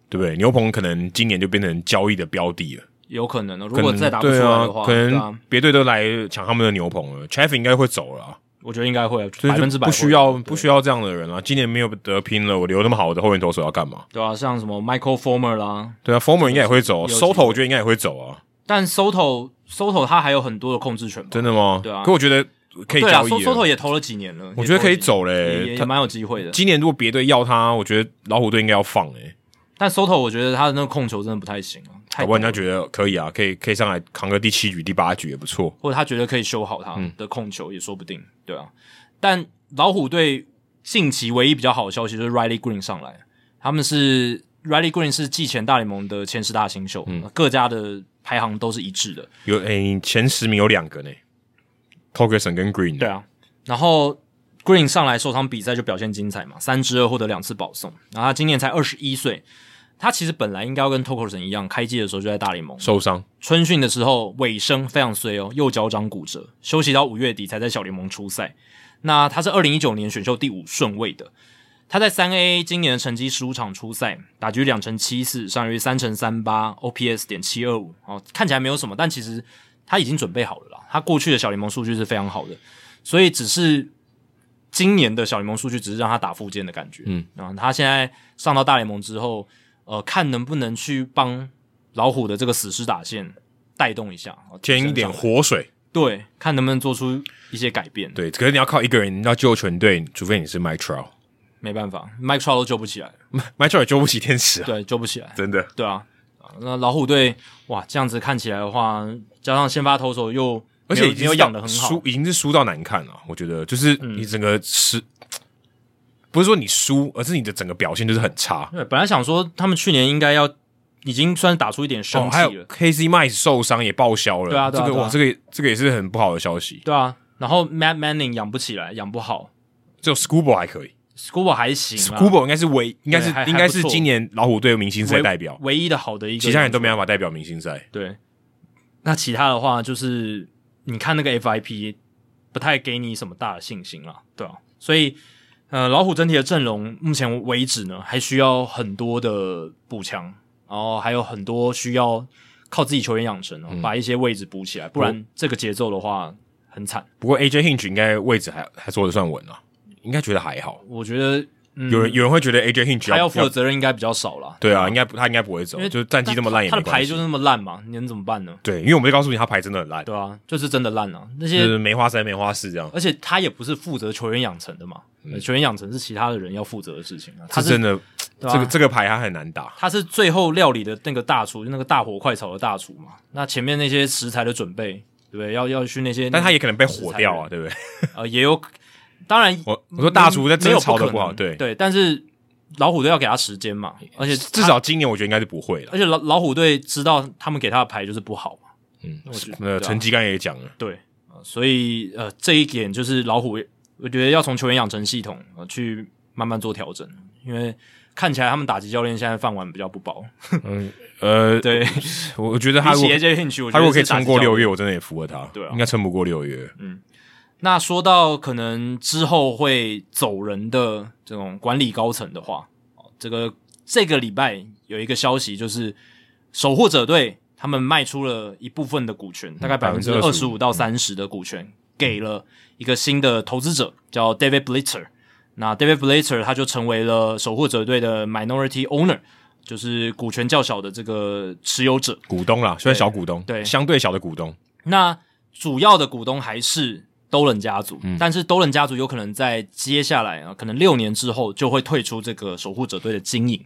Speaker 2: 对不对？牛棚可能今年就变成交易的标的了。
Speaker 1: 有可能哦，如
Speaker 2: 可能
Speaker 1: 果再打不出来的话，
Speaker 2: 对啊、可
Speaker 1: 对
Speaker 2: 能
Speaker 1: 啊
Speaker 2: 别队都来抢他们的牛棚了。Chaff 应该会走了啊、
Speaker 1: 我觉得应该会啊
Speaker 2: 所以
Speaker 1: 百
Speaker 2: 就
Speaker 1: 分之百
Speaker 2: 不需要
Speaker 1: 会
Speaker 2: 不需要这样的人了、今年没有得拼了，我留那么好的后援投手要干嘛？
Speaker 1: 对啊，像什么 Michael Former 啦，
Speaker 2: 对啊，Former 应该也会走
Speaker 1: 有机会
Speaker 2: ，Soto 我觉得应该也会走啊。
Speaker 1: 但 Soto Soto 他还有很多的控制权吧。
Speaker 2: 真的吗？
Speaker 1: 对啊
Speaker 2: 可我觉得可以
Speaker 1: 对啊
Speaker 2: 交易
Speaker 1: ，Soto
Speaker 2: 了。
Speaker 1: 也投了几年了，
Speaker 2: 我觉得可以走
Speaker 1: 也投
Speaker 2: 嘞
Speaker 1: 了几也也
Speaker 2: 他
Speaker 1: 蛮有机会的。
Speaker 2: 今年如果别队要他，我觉得老虎队应该要放哎、欸，
Speaker 1: 但 Soto 我觉得他的那个控球真的不太行啊，太
Speaker 2: 搞不好
Speaker 1: 多
Speaker 2: 人家
Speaker 1: 了
Speaker 2: 觉得可以啊，可以可以上来扛个第七局、第八局也不错。
Speaker 1: 或者他觉得可以修好他的控球也说不定，对啊。但老虎队近期唯一比较好的消息就是 Riley Green 上来，他们是 Riley Green 是季前大联盟的前十大新秀，各家的排行都是一致的，
Speaker 2: 有诶、前十名有两个呢 t o g e r s o n 跟 Green。
Speaker 1: 对，啊。然后 Green 上来受伤比赛就表现精彩嘛，三支二获得两次保送，然后他今年才二十一岁。他其实本来应该要跟 t o k o s o n 一样，开季的时候就在大联盟。
Speaker 2: 受伤，
Speaker 1: 春训的时候尾声非常衰哦，右脚掌骨折，休息到五月底才在小联盟出赛。那他是二零一九年选秀第五顺位的，他在三 A 今年的成绩十五场出赛，打局两成七四，上垒三成三八，OPS 点七二五哦，看起来没有什么，但其实他已经准备好了啦。他过去的小联盟数据是非常好的，所以只是今年的小联盟数据只是让他打附件的感觉。
Speaker 2: 嗯，
Speaker 1: 然后他现在上到大联盟之后，呃，看能不能去帮老虎的这个死尸打线带动一下，哦
Speaker 2: 添一点，
Speaker 1: 提升上来
Speaker 2: 活水。
Speaker 1: 对，看能不能做出一些改变。，
Speaker 2: 对，可是你要靠一个人要救全队，除非你是 Mike Trout，Mike
Speaker 1: 没办法，Mike Trout 都救不起
Speaker 2: *laughs*
Speaker 1: 来，
Speaker 2: Trout 也救不起天使啊，
Speaker 1: 对，救不起来。
Speaker 2: 真的。
Speaker 1: 对啊，啊那老虎队哇，这样子看起来的话，加上先发投手又
Speaker 2: *laughs*
Speaker 1: 没
Speaker 2: 而且
Speaker 1: 有
Speaker 2: 已
Speaker 1: 没
Speaker 2: 经
Speaker 1: 有
Speaker 2: 是
Speaker 1: 养的很好嗯
Speaker 2: 输，已经是输到难看了。我觉得就是你整个是、不是说你输，而是你的整个表现就是很差。
Speaker 1: 对，本来想说他们去年应该要已经算是打出一点
Speaker 2: 哦，
Speaker 1: 生气
Speaker 2: 还
Speaker 1: 了，
Speaker 2: 有 KC m i 受伤也报销了，
Speaker 1: 对啊对啊
Speaker 2: 这个
Speaker 1: 对啊
Speaker 2: 哇，这个这个也是很不好的消息。
Speaker 1: 对啊，然后 Matt Manning 养不起来，养不好
Speaker 2: 只有 Scuba 还可以
Speaker 1: ，Scuba 还行啊
Speaker 2: ，Scuba 应该是唯应该是
Speaker 1: 对还
Speaker 2: 应该是
Speaker 1: 还不错
Speaker 2: 今年老虎队的明星赛
Speaker 1: 唯
Speaker 2: 代表，
Speaker 1: 唯一的好的一个，
Speaker 2: 其他人都没办法代表明星赛。
Speaker 1: 对。那其他的话就是，你看那个 FIP 不太给你什么大的信心了，对啊，所以呃，老虎整体的阵容目前为止呢，还需要很多的补强，然后还有很多需要靠自己球员养成哦，
Speaker 2: 嗯
Speaker 1: 把一些位置补起来，不然这个节奏的话很惨。
Speaker 2: 不过 AJ Hinch 应该位置还还坐得算稳了，应该觉得还好。
Speaker 1: 我觉得、嗯、
Speaker 2: 有人有人会觉得 AJ Hinch
Speaker 1: 他
Speaker 2: 要
Speaker 1: 要负的责任应该比较少了，
Speaker 2: 对啊，应该不他应该不会走
Speaker 1: 因为，
Speaker 2: 就是战绩这么烂也
Speaker 1: 他
Speaker 2: 没
Speaker 1: 的牌
Speaker 2: 关系
Speaker 1: 就。那么烂嘛，你能怎么办呢？
Speaker 2: 对，因为我们就告诉你他牌真的很烂，
Speaker 1: 对啊，就是真的烂啊，那
Speaker 2: 就
Speaker 1: 些
Speaker 2: 是梅花三梅花四这样，
Speaker 1: 而且他也不是负责球员养成的嘛，呃球员养成是其他的人要负责的事情啊。他
Speaker 2: 这
Speaker 1: 是
Speaker 2: 嗯真的
Speaker 1: 对嗯啊
Speaker 2: 这个这个牌他很难打。
Speaker 1: 他是最后料理的那个大厨，就那个大火快炒的大厨嘛。那前面那些食材的准备，对不对？要要去那些，
Speaker 2: 但他也可能被火掉啊，对不对？
Speaker 1: 呃也有，当然
Speaker 2: 我我说大厨在
Speaker 1: 嗯没
Speaker 2: 真
Speaker 1: 有
Speaker 2: 的炒的
Speaker 1: 可
Speaker 2: 不好，
Speaker 1: 能
Speaker 2: 对，
Speaker 1: 对，但是老虎队要给他时间嘛，而且
Speaker 2: 至少今年我觉得应该是不会了。
Speaker 1: 而且老老虎队知道他们给他的牌就是不好嘛，
Speaker 2: 嗯
Speaker 1: 我觉，得
Speaker 2: 呃，
Speaker 1: 对啊
Speaker 2: 成绩刚才也讲了，
Speaker 1: 对，呃所以呃这一点就是老虎，我觉得要从球员养成系统、呃、去慢慢做调整，因为看起来他们打击教练现在饭碗比较不保。
Speaker 2: 呃，
Speaker 1: *laughs* 对，
Speaker 2: 我我觉得他
Speaker 1: 比起
Speaker 2: 如果
Speaker 1: AJ Hinch，我觉得
Speaker 2: 他如果可以
Speaker 1: 是打击
Speaker 2: 撑过
Speaker 1: 教练
Speaker 2: 六月，我真的也服了他，
Speaker 1: 对啊
Speaker 2: 应该撑不过六月。
Speaker 1: 那说到可能之后会走人的这种管理高层的话，哦这个这个礼拜有一个消息，就是守护者队他们卖出了一部分的股权，大概嗯百分之二十
Speaker 2: 25%
Speaker 1: 五到三十的股权给了一个新的投资者，叫 David Blitzer。那 David Blitzer 他就成为了守护者队的 minority owner，就是股权较小的这个持有者。
Speaker 2: 股东啦，虽然
Speaker 1: 对
Speaker 2: 小股东，
Speaker 1: 对
Speaker 2: 相对小的股东，
Speaker 1: 那主要的股东还是兜人家族，
Speaker 2: 嗯
Speaker 1: 但是兜人家族有可能在接下来啊，可能六年之后就会退出这个守护者队的经营。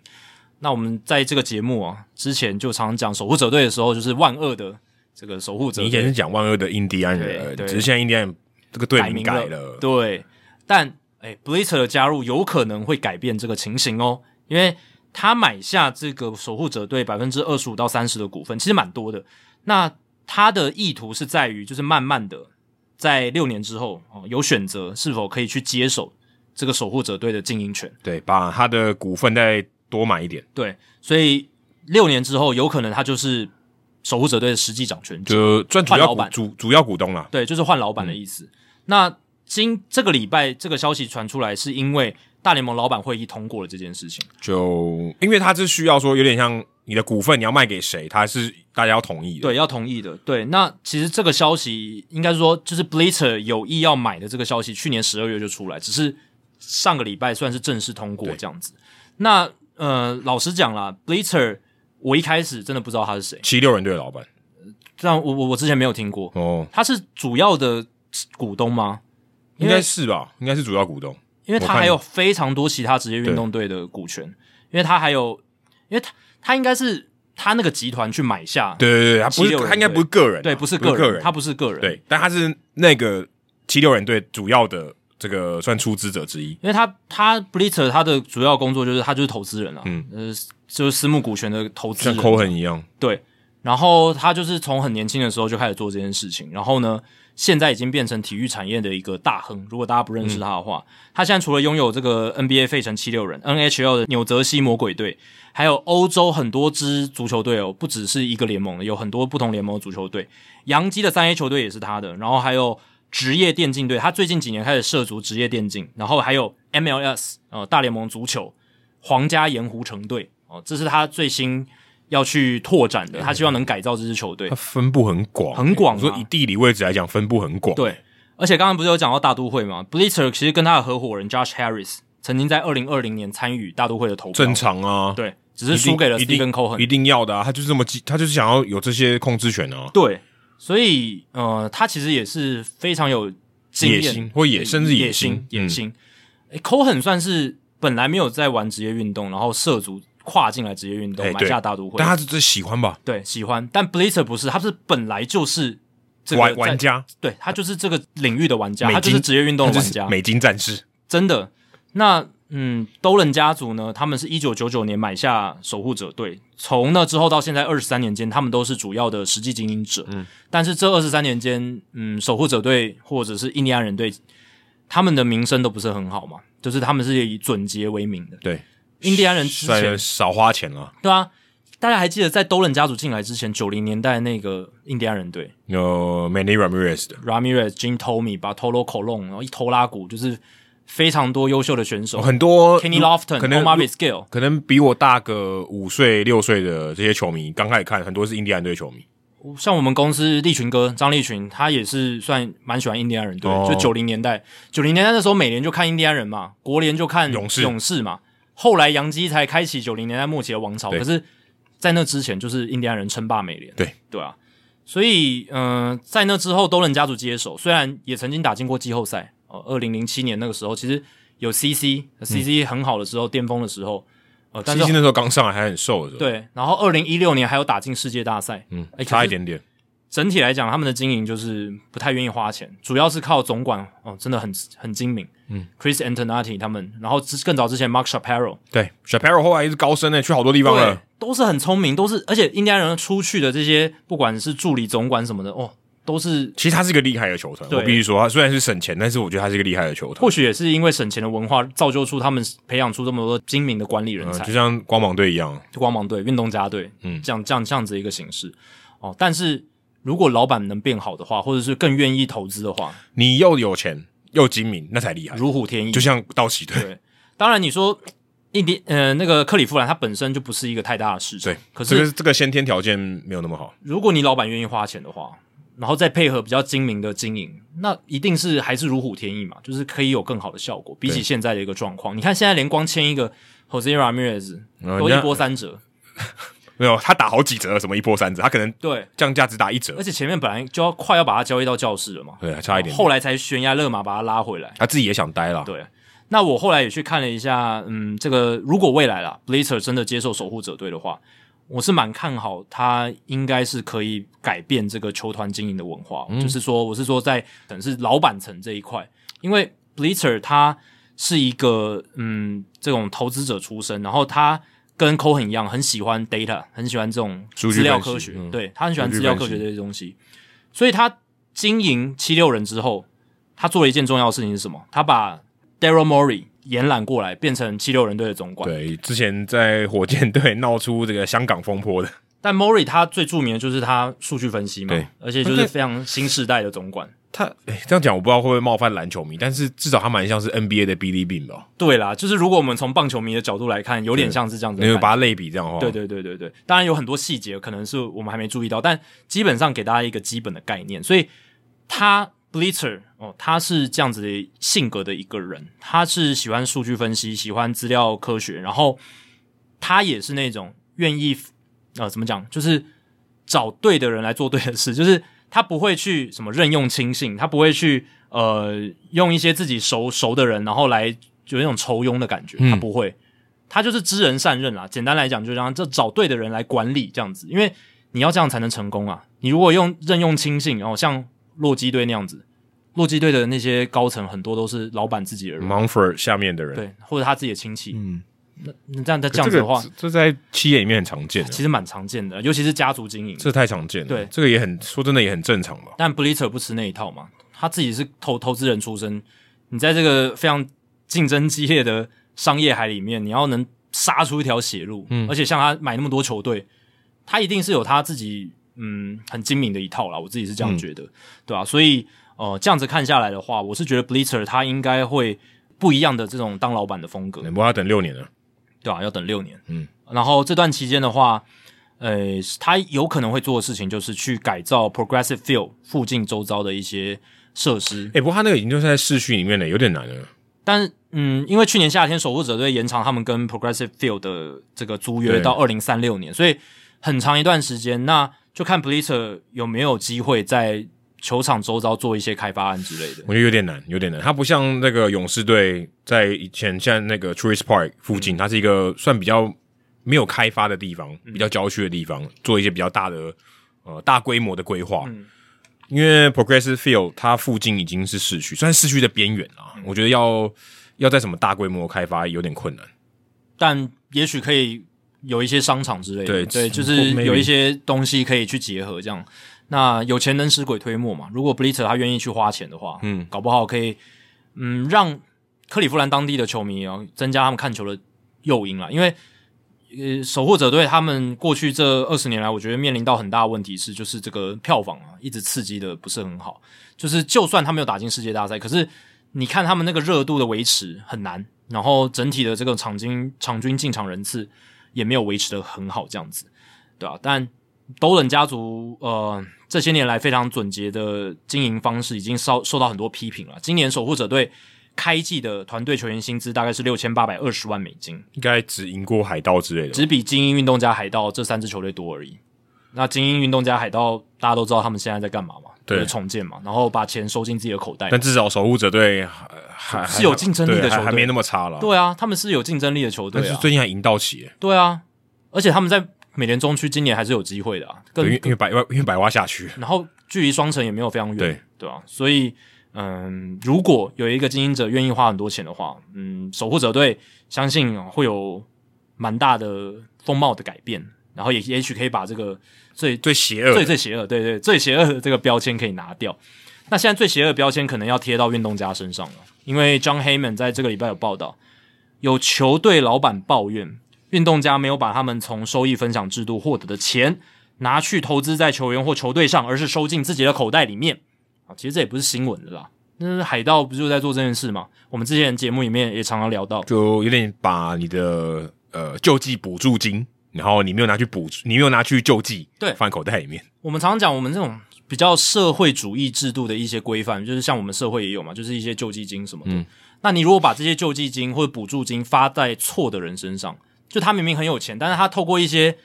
Speaker 1: 那我们在这个节目啊之前就常讲守护者队的时候，就是万恶的这个守护者
Speaker 2: 你以前
Speaker 1: 队
Speaker 2: 是讲万恶的印第安人，
Speaker 1: 对对
Speaker 2: 只是现在印第安人这个队
Speaker 1: 改
Speaker 2: 名
Speaker 1: 名
Speaker 2: 改
Speaker 1: 了
Speaker 2: 了，，
Speaker 1: 对，但哎、b l i t z e r 的加入有可能会改变这个情形哦，因为他买下这个守护者队百分之二十五到三十的股份，其实蛮多的。那他的意图是在于，就是慢慢的在六年之后哦，有选择是否可以去接手这个守护者队的经营权。
Speaker 2: 对，把他的股份再多买一点，
Speaker 1: 对，所以六年之后有可能他就是守护者队的实际掌权者。
Speaker 2: 就赚主要
Speaker 1: 换老
Speaker 2: 股
Speaker 1: 板
Speaker 2: 主主要股东啦，
Speaker 1: 对，就是换老板的意思。那今这个礼拜这个消息传出来，是因为大联盟老板会议通过了这件事情。
Speaker 2: 就因为他是需要说有点像你的股份你要卖给谁，他是大家要同意的，
Speaker 1: 对，要同意的。对，那其实这个消息应该说，就是 Bleacher 有意要买的这个消息，去年十二月就出来，只是上个礼拜算是正式通过这样子。那呃，老实讲啦，Bleacher 我一开始真的不知道他是谁，
Speaker 2: 七六人队的老板
Speaker 1: 但我我我之前没有听过，
Speaker 2: 哦，
Speaker 1: 他是主要的股东吗？
Speaker 2: 应
Speaker 1: 因为
Speaker 2: 该是吧，应该是主要股东，
Speaker 1: 因为他
Speaker 2: 我看
Speaker 1: 还有非常多其他职业运动队的股权，因为他还有，因为他他应该是他那个集团去买下，
Speaker 2: 对对对，他不
Speaker 1: 七
Speaker 2: 是
Speaker 1: 六人
Speaker 2: 他应该不是个人啊，
Speaker 1: 对不是
Speaker 2: 个
Speaker 1: 个人，
Speaker 2: 人，
Speaker 1: 他不是个人，，
Speaker 2: 对，但他是那个七六人队主要的这个算出资者之一，
Speaker 1: 因为他他 Blitzer 他的主要工作就是他就是投资人啊，
Speaker 2: 嗯
Speaker 1: 呃，就是私募股权的投资
Speaker 2: 像
Speaker 1: 人，
Speaker 2: Cohen 一样，
Speaker 1: 对，然后他就是从很年轻的时候就开始做这件事情，然后呢，现在已经变成体育产业的一个大亨。如果大家不认识他的话，他现在除了拥有这个 NBA 费城七六人、NHL 的纽泽西魔鬼队，还有欧洲很多支足球队哦，不只是一个联盟的，有很多不同联盟的足球队。洋基的三 A 球队也是他的，然后还有职业电竞队，他最近几年开始涉足职业电竞，然后还有 MLS 呃大联盟足球，皇家盐湖城队哦，这是他最新要去拓展的，他希望能改造这支球队
Speaker 2: 他。分布很广，
Speaker 1: 很广啊
Speaker 2: 我说以地理位置来讲，分布很广，
Speaker 1: 对，而且刚刚不是有讲到大都会嘛？Blitzer 其实跟他的合伙人 Josh Harris 曾经在二零二零年参与大都会的投票，
Speaker 2: 正常啊，，
Speaker 1: 对，只
Speaker 2: 一
Speaker 1: 是
Speaker 2: 定
Speaker 1: 输给了
Speaker 2: 一定
Speaker 1: Stephen Cohen
Speaker 2: 一。定要的啊，他就是这么激，他就是想要有这些控制权啊，
Speaker 1: 对，所以呃，他其实也是非常有经
Speaker 2: 野
Speaker 1: 验
Speaker 2: 心或野甚至
Speaker 1: 野
Speaker 2: 心，
Speaker 1: 野
Speaker 2: 嗯，
Speaker 1: 心。诶 Cohen 算是本来没有在玩职业运动，然后涉足跨进来职业运动，
Speaker 2: 哎
Speaker 1: 买
Speaker 2: 对
Speaker 1: 下大都会
Speaker 2: 但，他是最喜欢吧，
Speaker 1: 对，喜欢。但 Blitzer 不是，他是本来就是这个
Speaker 2: 玩
Speaker 1: 在
Speaker 2: 玩，家，
Speaker 1: 对他就是这个领域的玩家，
Speaker 2: 美
Speaker 1: 他就
Speaker 2: 金
Speaker 1: 是职业运动的
Speaker 2: 他就
Speaker 1: 玩
Speaker 2: 是
Speaker 1: 家，
Speaker 2: 美金战士，
Speaker 1: 真的。那嗯，兜人家族呢，他们是一九九九年买下守护者队，从那之后到现在二十三年间，他们都是主要的实际经营者。嗯，但是这二十三年间，嗯，守护者队或者是印第安人队，他们的名声都不是很好嘛，就是他们是以准节为名的。
Speaker 2: 对，
Speaker 1: 印第安人之
Speaker 2: 算
Speaker 1: 前
Speaker 2: 是少花钱了，
Speaker 1: 对啊，大家还记得在兜人家族进来之前，九零年代那个印第安人队
Speaker 2: 有 Manny Ramirez 的，
Speaker 1: ，Ramirez、Jim Tomey、Bartolo Colon，然后一头拉骨，就是非常多优秀的选手、
Speaker 2: 很多
Speaker 1: k e n n y Lofton、
Speaker 2: 呃可能
Speaker 1: Omar Vizquel，
Speaker 2: 可能比我大个五岁六岁的这些球迷，刚开始看很多是印第安队球迷，
Speaker 1: 像我们公司立群哥张立群，他也是算蛮喜欢印第安人队的，
Speaker 2: 哦
Speaker 1: 就九零年代，九零年代那时候美联就看印第安人嘛，国联就看
Speaker 2: 勇士
Speaker 1: 勇士嘛，后来洋基才开启九零年代末期的王朝，
Speaker 2: 对
Speaker 1: 可是，在那之前就是印第安人称霸美联，
Speaker 2: 对
Speaker 1: 对啊，所以嗯、呃在那之后都能家族接手，虽然也曾经打进过季后赛，呃，二零零七年那个时候其实有 CC CC 很好的时候，巅峰的时候，呃，但
Speaker 2: 西
Speaker 1: 是
Speaker 2: 西嗯那时候刚上来还很瘦的时候，
Speaker 1: 对，然后二零一六年还有打进世界大赛，
Speaker 2: 嗯
Speaker 1: 哎可，是
Speaker 2: 差一点点。
Speaker 1: 整体来讲，他们的经营就是不太愿意花钱，主要是靠总管哦，真的很很精明。嗯，Chris Antonati 他们，然后之更早之前 Mark Shapiro，
Speaker 2: 对，Shapiro 后来一直高升呢，欸去好多地方
Speaker 1: 对
Speaker 2: 了。，
Speaker 1: 都是很聪明，都是而且印第安人出去的这些，不管是助理总管什么的，哦，都是
Speaker 2: 其实他是一个厉害的球团，
Speaker 1: 对
Speaker 2: 我必须说，他虽然是省钱，但是我觉得他是一个厉害的球团
Speaker 1: 或。许也是因为省钱的文化，造就出他们培养出这么多精明的管理人
Speaker 2: 嗯，
Speaker 1: 才。
Speaker 2: 就像光芒队一样，
Speaker 1: 光芒队、运动家队，
Speaker 2: 嗯
Speaker 1: 这样这样这样子一个形式哦。但是如果老板能变好的话，或者是更愿意投资的话，
Speaker 2: 你又有钱又精明，那才厉害。
Speaker 1: 如虎添翼。
Speaker 2: 哎就像道奇队，
Speaker 1: 对，当然你说印第呃那个克利夫兰，它本身就不是一个太大的市场，
Speaker 2: 对，
Speaker 1: 可
Speaker 2: 这
Speaker 1: 是
Speaker 2: 个这个先天条件没有那么好，
Speaker 1: 如果你老板愿意花钱的话，然后再配合比较精明的经营，那一定是还是如虎添翼嘛，就是可以有更好的效果。比起现在的一个状况，你看现在连光签一个 Jose Ramirez
Speaker 2: 嗯
Speaker 1: 都
Speaker 2: 人
Speaker 1: 一
Speaker 2: 家
Speaker 1: 波三折，
Speaker 2: 没有他打好几折，什么一波三折，他可能
Speaker 1: 对，
Speaker 2: 降价只打一折
Speaker 1: 而，且前面本来就要快要把他交易到教室了嘛，
Speaker 2: 对，差一点点。
Speaker 1: 后来才悬崖勒马把他拉回来。
Speaker 2: 他自己也想待了，
Speaker 1: 对，那我后来也去看了一下，嗯，这个如果未来啦 b l i t z e r 真的接受守护者队的话，我是蛮看好他应该是可以改变这个球团经营的文化，
Speaker 2: 嗯
Speaker 1: 就是说，我是说在可能是老板层这一块，因为 b l i t z e r 他是一个嗯这种投资者出身，然后他。跟 Cohen 一样，很喜欢 data，很喜欢这种
Speaker 2: 数据
Speaker 1: 资料
Speaker 2: 分析
Speaker 1: 科学，
Speaker 2: 嗯
Speaker 1: 对他很喜欢
Speaker 2: 数据
Speaker 1: 资料
Speaker 2: 分
Speaker 1: 科学
Speaker 2: 析
Speaker 1: 这些东西，所以他经营七六人之后，他做了一件重要的事情是什么？他把 Daryl Morey 延揽过来，变成七六人队的总管。
Speaker 2: 对，之前在火箭队闹出这个香港风波的，
Speaker 1: 但 Morey 他最著名的就是他数据分析嘛
Speaker 2: 对，
Speaker 1: 而且就是非常新时代的总管。
Speaker 2: 他哎这样讲我不知道会不会冒犯篮球迷，但是至少他蛮像是 NBA 的 b i l l 病吧，
Speaker 1: 对啦，就是如果我们从棒球迷的角度来看，有点
Speaker 2: 对
Speaker 1: 像是这样子
Speaker 2: 你
Speaker 1: 的
Speaker 2: 有
Speaker 1: 感觉。
Speaker 2: 把他类比这样的话，
Speaker 1: 对对对对对，当然有很多细节可能是我们还没注意到，但基本上给大家一个基本的概念。所以他 Blitzer 哦，他是这样子的性格的一个人，他是喜欢数据分析，喜欢资料科学，然后他也是那种愿意呃怎么讲，就是找对的人来做对的事，就是他不会去什么任用亲信，他不会去呃用一些自己熟熟的人，然后来有那种仇庸的感觉，
Speaker 2: 嗯
Speaker 1: 他不会，他就是知人善任啦。简单来讲，就是让这找对的人来管理这样子，因为你要这样才能成功啊。你如果用任用亲信，然、后像洛基队那样子，洛基队的那些高层很多都是老板自己的人，
Speaker 2: Monfort 下面的人，
Speaker 1: 对，或者他自己的亲戚。
Speaker 2: 嗯，
Speaker 1: 那这样这样子的话，
Speaker 2: 这个这在企业里面很常见的，
Speaker 1: 其实蛮常见的，尤其是家族经营。
Speaker 2: 这太常见了，
Speaker 1: 对
Speaker 2: 这个也很说真的也很正常吧。
Speaker 1: 但 Blitzer 不吃那一套嘛，他自己是投投资人出身，你在这个非常竞争激烈的商业海里面，你要能杀出一条血路，嗯，而且像他买那么多球队，他一定是有他自己嗯很精明的一套啦，我自己是这样觉得，对吧、所以呃这样子看下来的话，我是觉得 Blitzer 他应该会不一样的这种当老板的风格，
Speaker 2: 不过他等六年了，
Speaker 1: 对吧、要等六年，
Speaker 2: 嗯，
Speaker 1: 然后这段期间的话，呃，他有可能会做的事情就是去改造 Progressive Field 附近周遭的一些设施
Speaker 2: 哎、，不过他那个已经就是在市区里面了，有点难了。
Speaker 1: 但嗯，因为去年夏天守护者队延长他们跟 Progressive Field 的这个租约
Speaker 2: 对
Speaker 1: 到二零三六年，所以很长一段时间，那就看 Blitzer 有没有机会在球场周遭做一些开发案之类的。
Speaker 2: 我觉得有点难，有点难。它不像那个勇士队在以前像那个 Tourist Park 附
Speaker 1: 嗯
Speaker 2: 近，它是一个算比较没有开发的地方，比较郊区的地方，做一些比较大的呃大规模的规划。
Speaker 1: 嗯
Speaker 2: 因为 Progressive Field 它附近已经是市区，算是市区的边缘啊。
Speaker 1: 嗯
Speaker 2: 我觉得要要在什么大规模开发有点困难。
Speaker 1: 但也许可以有一些商场之类的，
Speaker 2: 对
Speaker 1: 对，就
Speaker 2: 或
Speaker 1: 是
Speaker 2: maybe
Speaker 1: 有一些东西可以去结合这样。那有钱能使鬼推磨嘛？如果 Blitzer 他愿意去花钱的话，嗯，搞不好可以，嗯，让克利夫兰当地的球迷啊、增加他们看球的诱因啦。因为呃，守护者队他们过去这二十年来，我觉得面临到很大的问题是，就是这个票房啊，一直刺激的不是很好。就是就算他没有打进世界大赛，可是你看他们那个热度的维持很难，然后整体的这个场均场均进场人次也没有维持的很好，这样子，对啊，但斗冷家族呃这些年来非常准捷的经营方式已经受受到很多批评了。今年守护者队开季的团队球员薪资大概是六千八百二十万美金，
Speaker 2: 应该只赢过海盗之类的吧，
Speaker 1: 只比精英运动家、海盗这三支球队多而已。那精英运动家、海盗，大家都知道他们现在在干嘛嘛？
Speaker 2: 对
Speaker 1: 就是重建嘛，然后把钱收进自己的口袋嘛。
Speaker 2: 但至少守护者队呃还
Speaker 1: 是有竞争力的
Speaker 2: 对
Speaker 1: 球
Speaker 2: 还
Speaker 1: 队
Speaker 2: 还没那么差了。
Speaker 1: 对啊，他们是有竞争力的球
Speaker 2: 但
Speaker 1: 队
Speaker 2: 是
Speaker 1: 啊，
Speaker 2: 最近还赢到起耶，
Speaker 1: 对啊，而且他们在美联中区今年还是有机会的啊，
Speaker 2: 对因
Speaker 1: 更
Speaker 2: 为因为百因为百花下去，
Speaker 1: 然后距离双城也没有非常远，
Speaker 2: 对
Speaker 1: 对啊，所以嗯，如果有一个经营者愿意花很多钱的话，嗯，守护者队相信会有蛮大的风貌的改变，然后也也许可以把这个最
Speaker 2: 最邪恶的
Speaker 1: 最最邪恶，对对，最邪恶的这个标签可以拿掉。那现在最邪恶的标签可能要贴到运动家身上了，因为 John Heyman 在这个礼拜有报道，有球队老板抱怨运动家没有把他们从收益分享制度获得的钱拿去投资在球员或球队上，而是收进自己的口袋里面啊。其实这也不是新闻的啦，那海盗不就在做这件事吗？我们之前节目里面也常常聊到，
Speaker 2: 就有点把你的呃救济补助金，然后你没有拿去补，你没有拿去救济，
Speaker 1: 对
Speaker 2: 放在口袋里面。
Speaker 1: 我们常常讲我们这种比较社会主义制度的一些规范，就是像我们社会也有嘛，就是一些救济金什么的。
Speaker 2: 嗯
Speaker 1: 那你如果把这些救济金或者补助金发在错的人身上，就他明明很有钱，但是他透过一些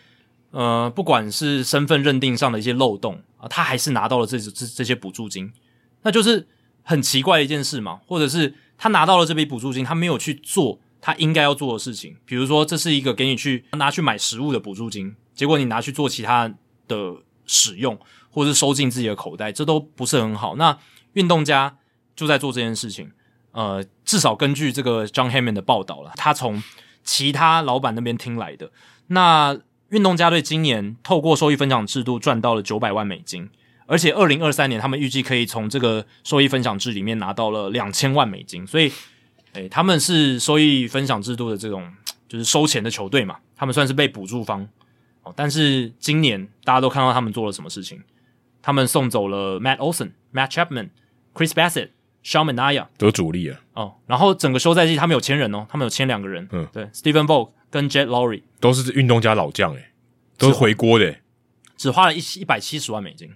Speaker 1: 呃，不管是身份认定上的一些漏洞啊，他还是拿到了这这这些补助金，那就是很奇怪的一件事嘛。或者是他拿到了这笔补助金，他没有去做他应该要做的事情，比如说这是一个给你去拿去买食物的补助金，结果你拿去做其他的使用，或是收进自己的口袋，这都不是很好。那运动家就在做这件事情。呃，至少根据这个 John Hammond 的报道了，他从其他老板那边听来的。那运动家队今年透过收益分享制度赚到了九百万美金，而且二零二三年他们预计可以从这个收益分享制里面拿到了两千万美金，所以，诶、他们是收益分享制度的这种就是收钱的球队嘛，他们算是被补助方哦。但是今年大家都看到他们做了什么事情，他们送走了 Matt Olson、Matt Chapman、Chris Bassett、Shawn Mania，
Speaker 2: 都是主力啊，
Speaker 1: 哦，然后整个休赛季他们有签人哦，他们有签两个人，
Speaker 2: 嗯
Speaker 1: 对，Stephen v o g 跟 Jet Lowry
Speaker 2: 都是运动家老将诶、欸都是回锅的、欸。
Speaker 1: 只花了一一百七十万美金，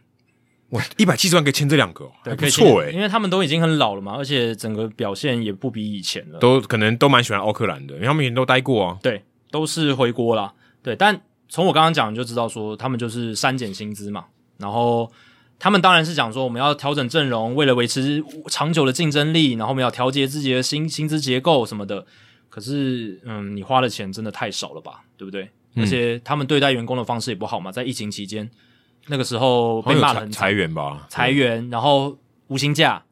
Speaker 2: 哇，一百七十万可以签这两个、哦，还
Speaker 1: 对，
Speaker 2: 不错
Speaker 1: 诶，
Speaker 2: 诶、
Speaker 1: 因为他们都已经很老了嘛，而且整个表现也不比以前了，
Speaker 2: 都可能都蛮喜欢奥克兰的，因为他们以前都待过啊。
Speaker 1: 对，都是回国啦，对，但从我刚刚讲你就知道说他们就是删减薪资嘛，然后他们当然是讲说我们要调整阵容，为了维持长久的竞争力，然后我们要调节自己的薪薪资结构什么的。可是，嗯，你花的钱真的太少了吧，对不对？
Speaker 2: 嗯
Speaker 1: 而且他们对待员工的方式也不好嘛，在疫情期间，那个时候
Speaker 2: 好
Speaker 1: 被
Speaker 2: 像
Speaker 1: 骂的
Speaker 2: 有裁
Speaker 1: 很惨
Speaker 2: 裁，员吧？
Speaker 1: 裁
Speaker 2: 嗯
Speaker 1: 员，然后无薪假，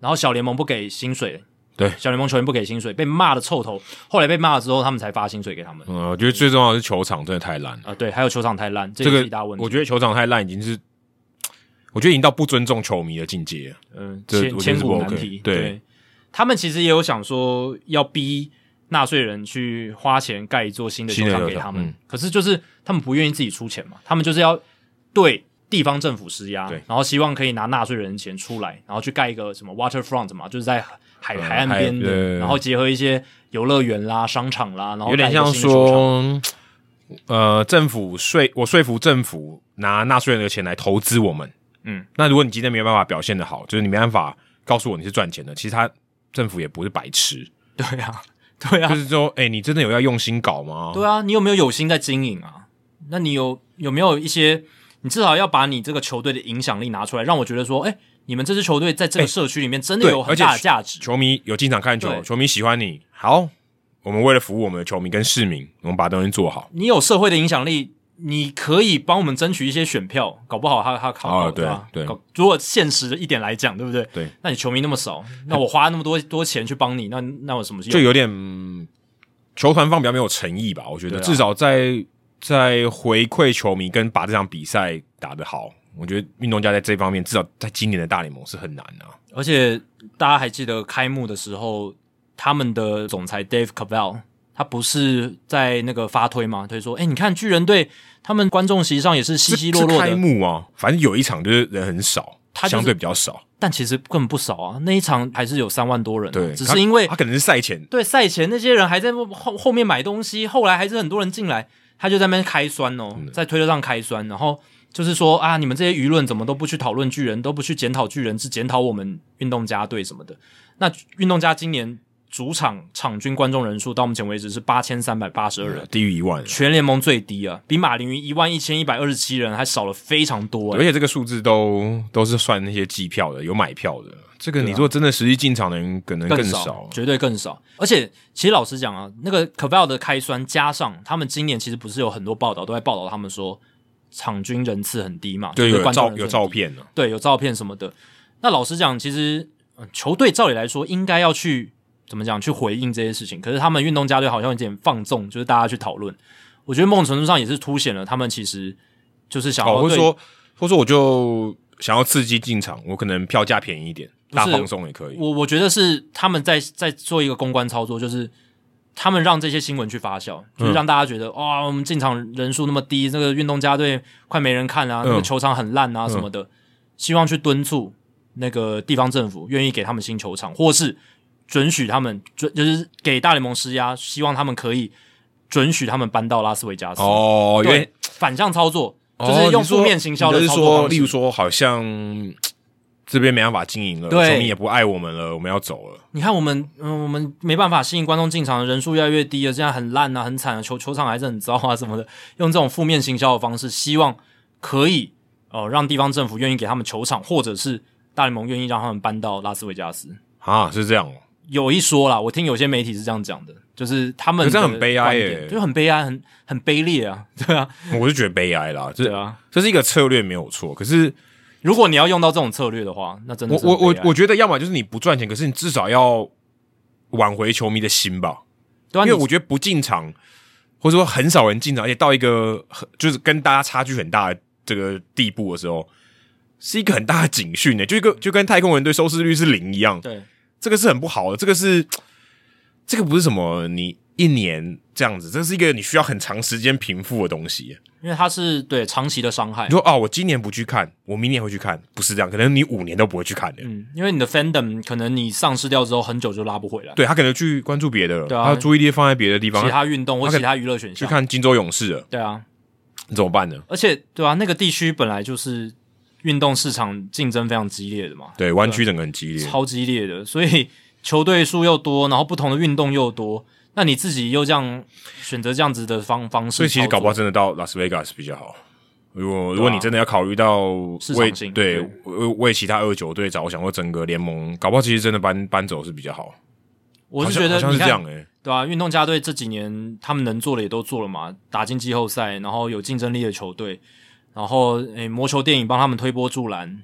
Speaker 1: 然后小联盟不给薪水，
Speaker 2: 对
Speaker 1: 小联盟球员不给薪水，被骂的臭头。后来被骂了之后，他们才发薪水给他们。
Speaker 2: 嗯，我觉得最重要的是球场真的太烂了，
Speaker 1: 啊，对，还有球场太烂，这
Speaker 2: 这
Speaker 1: 也
Speaker 2: 个
Speaker 1: 是一大问题。
Speaker 2: 我觉得球场太烂已经是，我觉得已经到不尊重球迷的境界了。
Speaker 1: 嗯，
Speaker 2: 这
Speaker 1: 千
Speaker 2: 我觉得
Speaker 1: 千
Speaker 2: 是
Speaker 1: 古
Speaker 2: 不
Speaker 1: 难
Speaker 2: OK
Speaker 1: 题。
Speaker 2: 对
Speaker 1: 他们其实也有想说要逼纳税人去花钱盖一座新的
Speaker 2: 新
Speaker 1: 球
Speaker 2: 的
Speaker 1: 场
Speaker 2: 球
Speaker 1: 给
Speaker 2: 场
Speaker 1: 他们，
Speaker 2: 嗯
Speaker 1: 可是就是他们不愿意自己出钱嘛，他们就是要对地方政府施压
Speaker 2: 对，
Speaker 1: 然后希望可以拿纳税人的钱出来，然后去盖一个什么 waterfront 嘛，就是在海、
Speaker 2: 嗯
Speaker 1: 海岸边
Speaker 2: 海对对
Speaker 1: 的，
Speaker 2: 对
Speaker 1: 然后结合一些游乐园啦、商场啦，然后
Speaker 2: 有点
Speaker 1: 盖一个
Speaker 2: 像
Speaker 1: 新的球场，
Speaker 2: 说，呃，政府说我说服政府拿纳税人的钱来投资我们，
Speaker 1: 嗯，
Speaker 2: 那如果你今天没有办法表现的好，就是你没办法告诉我你是赚钱的，其实他政府也不是白痴，
Speaker 1: 对啊，对啊，
Speaker 2: 就是说，哎、你真的有要用心搞吗？
Speaker 1: 对啊，你有没有有心在经营啊？那你有有没有一些，你至少要把你这个球队的影响力拿出来，让我觉得说，哎、你们这支球队在这个社区里面真的
Speaker 2: 对
Speaker 1: 有很
Speaker 2: 而且
Speaker 1: 大的价值。
Speaker 2: 球迷有进场看球，
Speaker 1: 对
Speaker 2: 球迷喜欢你，好，我们为了服务我们的球迷跟市民，我们把东西做好。
Speaker 1: 你有社会的影响力，你可以帮我们争取一些选票，搞不好他他考
Speaker 2: 啊
Speaker 1: 到对吧？
Speaker 2: 对对
Speaker 1: 搞如果现实的一点来讲，对不对？
Speaker 2: 对，
Speaker 1: 那你球迷那么少，那我花那么多多钱去帮你，那那有什么
Speaker 2: 就
Speaker 1: 用？
Speaker 2: 有点、嗯球团方比较没有诚意吧，我觉得、
Speaker 1: 对啊
Speaker 2: 至少在在回馈球迷跟把这场比赛打得好，我觉得运动家在这方面至少在今年的大联盟是很难啊。
Speaker 1: 而且大家还记得开幕的时候，他们的总裁 Dave Cavell 他不是在那个发推吗？推说，哎、你看巨人队他们观众席上也是稀稀落落
Speaker 2: 是开
Speaker 1: 的，
Speaker 2: 幕啊，反正有一场就是人很少，
Speaker 1: 他就是
Speaker 2: 相对比较少，
Speaker 1: 但其实根本不少啊，那一场还是有三万多人啊、
Speaker 2: 对，
Speaker 1: 只
Speaker 2: 他
Speaker 1: 是因为
Speaker 2: 他可能是赛前
Speaker 1: 对赛前那些人还在后后面买东西，后来还是很多人进来，他就在那边开酸哦，在推特上开酸，然后就是说啊，你们这些舆论怎么都不去讨论巨人，都不去检讨巨人，只检讨我们运动家队什么的。那运动家今年主场场均观众人数到目前为止是八千三百八十二人，
Speaker 2: 呃低于一万，
Speaker 1: 全联盟最低啊，比马林鱼一万一千一百二十七人还少了非常多、
Speaker 2: 而
Speaker 1: 欸。
Speaker 2: 且这个数字都都是算那些计票的，有买票的。这个你说真的实际进场的人可能
Speaker 1: 啊更
Speaker 2: 少，
Speaker 1: 绝对更少。而且，其实老实讲啊，那个 Cavell 的开酸加上他们今年其实不是有很多报道都在报道他们说场均人次很低嘛，
Speaker 2: 对，
Speaker 1: 就是
Speaker 2: 有
Speaker 1: 观众
Speaker 2: 照
Speaker 1: 人次
Speaker 2: 有
Speaker 1: 很低
Speaker 2: 照片啊呢、
Speaker 1: 对，有照片什么的。那老实讲，其实、呃球队照理来说应该要去怎么讲去回应这些事情，可是他们运动家队好像有点放纵，就是大家去讨论。我觉得某种程度上也是凸显了他们其实就是想要
Speaker 2: 哦，或者
Speaker 1: 对
Speaker 2: 说或者说我就想要刺激进场，我可能票价便宜一点，
Speaker 1: 是
Speaker 2: 大放松也可以。
Speaker 1: 我我觉得是他们在在做一个公关操作，就是他们让这些新闻去发酵，
Speaker 2: 嗯
Speaker 1: 就是让大家觉得哇、我们进场人数那么低，这个运动家队快没人看啊，那个
Speaker 2: 嗯
Speaker 1: 球场很烂啊什么的，希望去敦促那个地方政府愿意给他们新球场，或是准许他们准就是给大联盟施压，希望他们可以准许他们搬到拉斯维加斯。
Speaker 2: 哦，因为
Speaker 1: 对，反向操作就
Speaker 2: 哦
Speaker 1: 是用
Speaker 2: 你说
Speaker 1: 负面行销的
Speaker 2: 你就
Speaker 1: 操
Speaker 2: 是
Speaker 1: 作
Speaker 2: 说，
Speaker 1: 方式
Speaker 2: 例如说，好像嗯这边没办法经营了，
Speaker 1: 对
Speaker 2: 球迷也不爱我们了，我们要走了。
Speaker 1: 你看我们，嗯，我们没办法吸引观众进场，人数越来越低了，这样很烂啊，很惨啊，球球场还是很糟啊什么的，用这种负面行销的方式，希望可以哦、呃让地方政府愿意给他们球场，或者是大联盟愿意让他们搬到拉斯维加斯。
Speaker 2: 啊，是这样哦。
Speaker 1: 有一说啦，我听有些媒体是这样讲的，就是他们
Speaker 2: 可是这样
Speaker 1: 的
Speaker 2: 很悲哀
Speaker 1: 观点
Speaker 2: 耶
Speaker 1: 就很悲哀，很很卑劣啊， *laughs* 对啊，
Speaker 2: 我是觉得悲哀啦，
Speaker 1: 对
Speaker 2: 这
Speaker 1: 啊。
Speaker 2: 这是一个策略没有错。可是
Speaker 1: 如果你要用到这种策略的话，那真的
Speaker 2: 我
Speaker 1: 是
Speaker 2: 我
Speaker 1: 很
Speaker 2: 我
Speaker 1: 悲哀
Speaker 2: 我觉得，要么就是你不赚钱，可是你至少要挽回球迷的心吧，
Speaker 1: 对啊，
Speaker 2: 因为
Speaker 1: 你
Speaker 2: 我觉得不进场，或者说很少人进场，而且到一个很就是跟大家差距很大的这个地步的时候，是一个很大的警讯欸呢、就一个就跟太空人对收视率是零一样。
Speaker 1: 对
Speaker 2: 这个是很不好的，这个是这个不是什么你一年这样子，这是一个你需要很长时间平复的东西。欸
Speaker 1: 因为它是对长期的伤害
Speaker 2: 你。说啊，我今年不去看，我明年会去看，不是这样，可能你五年都不会去看的。
Speaker 1: 嗯，因为你的 fandom 可能你丧失掉之后，很久就拉不回来。
Speaker 2: 对他可能去关注别的了，
Speaker 1: 对啊
Speaker 2: 他的注意力放在别的地方，
Speaker 1: 其他
Speaker 2: 他
Speaker 1: 运动或
Speaker 2: 他可
Speaker 1: 其他娱乐选
Speaker 2: 去
Speaker 1: 项。
Speaker 2: 看金州勇士了，
Speaker 1: 对啊，
Speaker 2: 你怎么办呢？
Speaker 1: 而且对啊，那个地区本来就是运动市场竞争非常激烈的嘛，
Speaker 2: 对，湾区整个很激烈，
Speaker 1: 超激烈的，所以球队数又多，然后不同的运动又多，那你自己又这样选择这样子的方方式操作，啊
Speaker 2: 所以其实搞不好真的到拉斯维加斯比较好。如果如果你真的要考虑到
Speaker 1: 市
Speaker 2: 为
Speaker 1: 场性
Speaker 2: 对
Speaker 1: 对
Speaker 2: 为为其他二九队着想，或整个联盟，搞不好其实真的搬搬走是比较好。
Speaker 1: 我是
Speaker 2: 好
Speaker 1: 觉
Speaker 2: 像
Speaker 1: 得
Speaker 2: 好像
Speaker 1: 你
Speaker 2: 是
Speaker 1: 看
Speaker 2: 这样哎、
Speaker 1: 对啊，运动家队这几年他们能做的也都做了嘛，打进季后赛，然后有竞争力的球队，然后诶魔球电影帮他们推波助澜，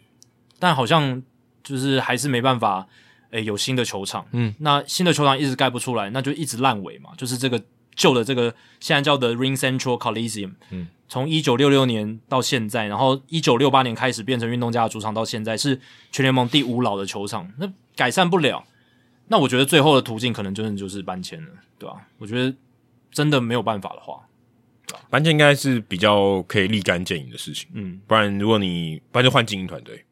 Speaker 1: 但好像就是还是没办法诶有新的球场，
Speaker 2: 嗯，
Speaker 1: 那新的球场一直盖不出来，那就一直烂尾嘛，就是这个旧的这个现在叫的 Ring Central Coliseum，
Speaker 2: 嗯，
Speaker 1: 从一九六六年到现在，然后一九六八年开始变成运动家的主场，到现在是全联盟第五老的球场，那改善不了。那我觉得最后的途径可能真的就是搬迁了，对吧、我觉得真的没有办法的话，
Speaker 2: 搬迁应该是比较可以立竿见影的事情，
Speaker 1: 嗯，
Speaker 2: 不然如果你不然就换经营团队，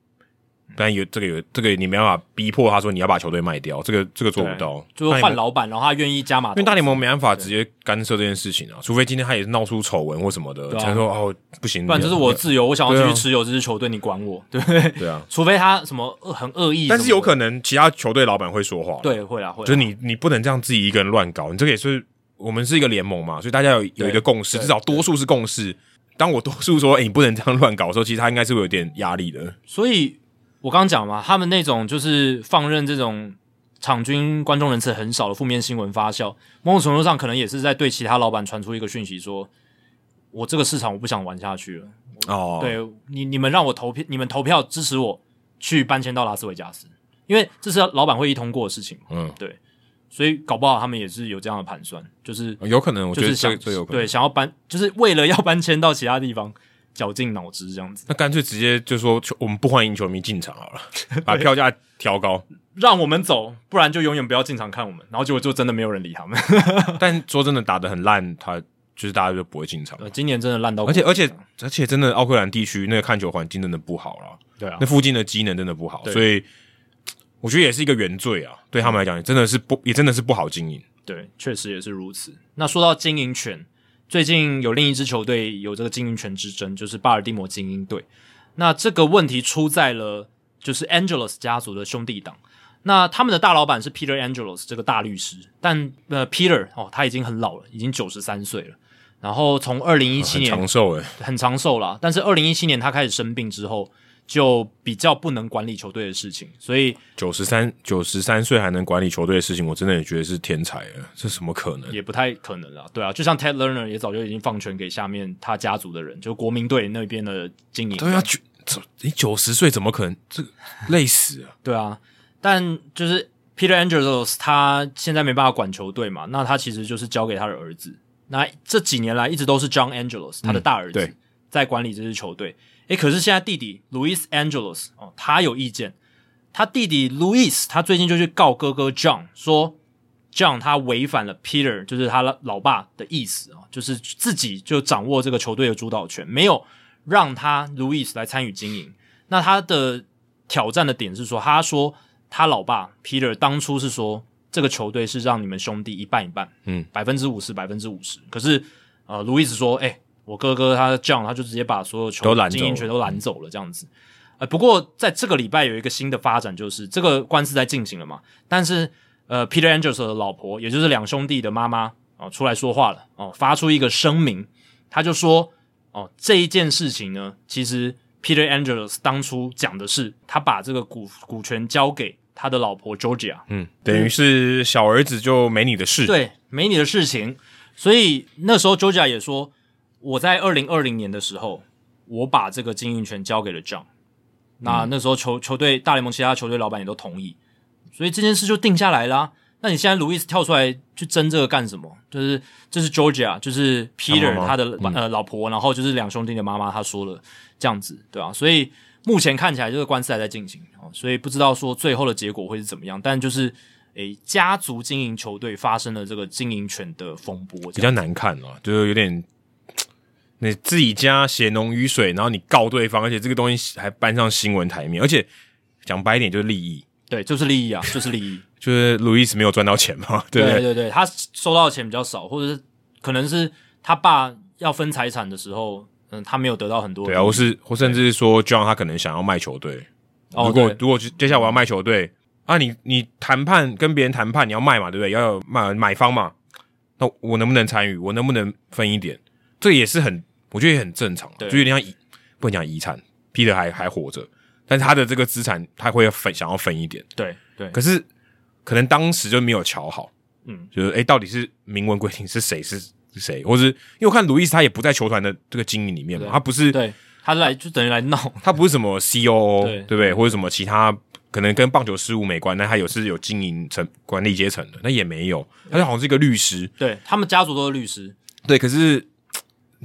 Speaker 2: 不然有这个有这个你没办法逼迫他说你要把球队卖掉，这个这个做不到，
Speaker 1: 就是换
Speaker 2: 老，
Speaker 1: 老板，然后他愿意加码投资，
Speaker 2: 因为大联盟没办法直接干涉这件事情啊，除非今天他也是闹出丑闻或什么的，
Speaker 1: 对啊
Speaker 2: 才说哦不行，
Speaker 1: 不然就是我自由，我想要
Speaker 2: 对
Speaker 1: 继续
Speaker 2: 啊
Speaker 1: 持有这支球队，你管我，对不对？
Speaker 2: 对啊，
Speaker 1: 除非他什么恶很恶意什么的，
Speaker 2: 但是有可能其他球队老板会说话，，
Speaker 1: 对会啊啦会啦，
Speaker 2: 就是你你不能这样自己一个人乱搞，你这个也是我们是一个联盟嘛，所以大家有有一个共识，
Speaker 1: 对
Speaker 2: 至少多数是共识。当我多数说，哎、你不能这样乱搞的时候，其实他应该是会有点压力的。
Speaker 1: 所以我刚刚讲嘛，他们那种就是放任这种场均观众人次很少的负面新闻发酵，某种程度上可能也是在对其他老板传出一个讯息说我这个市场我不想玩下去了。
Speaker 2: 哦，
Speaker 1: 对你，你们让我投票，你们投票支持我去搬迁到拉斯维加斯，因为这是老板会议通过的事情嘛，
Speaker 2: 嗯，
Speaker 1: 所以搞不好他们也是有这样的盘算，就是
Speaker 2: 有可能，我
Speaker 1: 就
Speaker 2: 觉得
Speaker 1: 是
Speaker 2: 这
Speaker 1: 想
Speaker 2: 个这有可能。
Speaker 1: 对想要搬，就是为了要搬迁到其他地方，绞尽脑汁这样子，
Speaker 2: 那干脆直接就说球，我们不欢迎球迷进场好了，把票价调高。
Speaker 1: 让我们走，不然就永远不要进场看我们，然后结果就真的没有人理他们。
Speaker 2: 但说真的，打得很烂，他就是大家就不会进场。
Speaker 1: 呃今年真的烂到，
Speaker 2: 而且而且而且，真的奥克兰地区那个看球环境真的不好了，
Speaker 1: 对啊
Speaker 2: 那，附近的机能真的不好，
Speaker 1: 对
Speaker 2: 所以我觉得也是一个原罪啊。对他们来讲，真的是不也真的是不好经营。
Speaker 1: 对，确实也是如此。那说到经营权，最近有另一支球队有这个经营权之争，就是巴尔的摩精英队。那这个问题出在了就是 Angelos 家族的兄弟党。那他们的大老板是 Peter Angelos 这个大律师，但呃 Peter 哦他已经很老了，已经九十三岁了。然后从二零一七
Speaker 2: 很
Speaker 1: 年
Speaker 2: 长寿诶、欸
Speaker 1: 很长寿啦，但是二零一七年他开始生病之后，就比较不能管理球队的事情，所以
Speaker 2: 九十三九十三岁还能管理球队的事情，我真的也觉得是天才了，这什么可能？
Speaker 1: 也不太可能啦，对啊，就像 Ted Lerner 也早就已经放权给下面他家族的人，就国民队那边的经营，
Speaker 2: 对啊，九怎你九十岁怎么可能？这个累
Speaker 1: *laughs*
Speaker 2: 死啊！
Speaker 1: 对啊，但就是 Peter Angelos 他现在没办法管球队嘛，那他其实就是交给他的儿子。那这几年来一直都是 John Angelos 他的大儿子、
Speaker 2: 对
Speaker 1: 在管理这支球队。诶，可是现在弟弟 Louis Angelos 哦，他有意见，他弟弟 Louis 他最近就去告哥哥 John 说 John 他违反了 Peter，就是他老爸的意思啊，就是自己就掌握这个球队的主导权，没有让他 Louis 来参与经营。那他的挑战的点是说，他说他老爸 Peter 当初是说这个球队是让你们兄弟一半一半，
Speaker 2: 嗯，
Speaker 1: 百分之五十，百分之五十。可是呃，Louis 说，哎、我哥哥他 John 他就直接把所有球
Speaker 2: 都揽走了
Speaker 1: 经营权都揽走了，这样子。呃，不过在这个礼拜有一个新的发展，就是这个官司在进行了嘛，但是呃，Peter Angels 的老婆，也就是两兄弟的妈妈哦，出来说话了哦，发出一个声明，他就说哦，这一件事情呢，其实 Peter Angels 当初讲的是他把这个股股权交给他的老婆 Georgia，
Speaker 2: 嗯，等于是小儿子就没你的事，，
Speaker 1: 对，没你的事情。所以那时候 Georgia 也说，我在二零二零年的时候，我把这个经营权交给了 John。那那时候球球队大联盟其他球队老板也都同意，所以这件事就定下来啦、那你现在 Louis 跳出来去争这个干什么？就是这是 Georgia，就是 Peter
Speaker 2: 妈妈
Speaker 1: 他的、呃老婆，然后就是两兄弟的妈妈，她说了这样子，对吧、啊所以目前看起来这个官司还在进行哦，所以不知道说最后的结果会是怎么样，但就是诶、家族经营球队发生了这个经营权的风波，
Speaker 2: 比
Speaker 1: 这样
Speaker 2: 较难看啊，就是有点你自己家血浓于水，然后你告对方，而且这个东西还搬上新闻台面，而且讲白一点就是利益，
Speaker 1: 对，就是利益啊，就是利益。
Speaker 2: 就是路易斯没有赚到钱嘛， *laughs* 对不
Speaker 1: 对
Speaker 2: 对？啊
Speaker 1: 对对，他收到的钱比较少，或者是可能是他爸要分财产的时候，嗯，他没有得到很多的
Speaker 2: 对
Speaker 1: 利益。
Speaker 2: 啊，或是或甚至是说，John 他可能想要卖球队。
Speaker 1: 哦
Speaker 2: 如果
Speaker 1: 对
Speaker 2: 如果接下来我要卖球队啊，你你谈判跟别人谈判，你要卖嘛，对不对？要有买买方嘛，那我能不能参与？我能不能分一点？这也是很，我觉得也很正常啊，
Speaker 1: 对
Speaker 2: 就有点像遗，不能讲遗产，Peter 还还活着，但是他的这个资产他会分想要分一点，
Speaker 1: 对对
Speaker 2: 可是可能当时就没有瞧好，
Speaker 1: 嗯，
Speaker 2: 就是诶，到底是明文规定是谁是是谁，或是因为我看鲁伊斯他也不在球团的这个经营里面嘛，
Speaker 1: 对
Speaker 2: 他不是
Speaker 1: 对，他来就等于来闹，
Speaker 2: 他不是什么 COO，
Speaker 1: 对
Speaker 2: 不对？或者什么其他可能跟棒球事务没关，但他有是有经营层管理阶层的，那也没有，他就好像是一个律师，
Speaker 1: 对他们家族都是律师，
Speaker 2: 对，可是嘖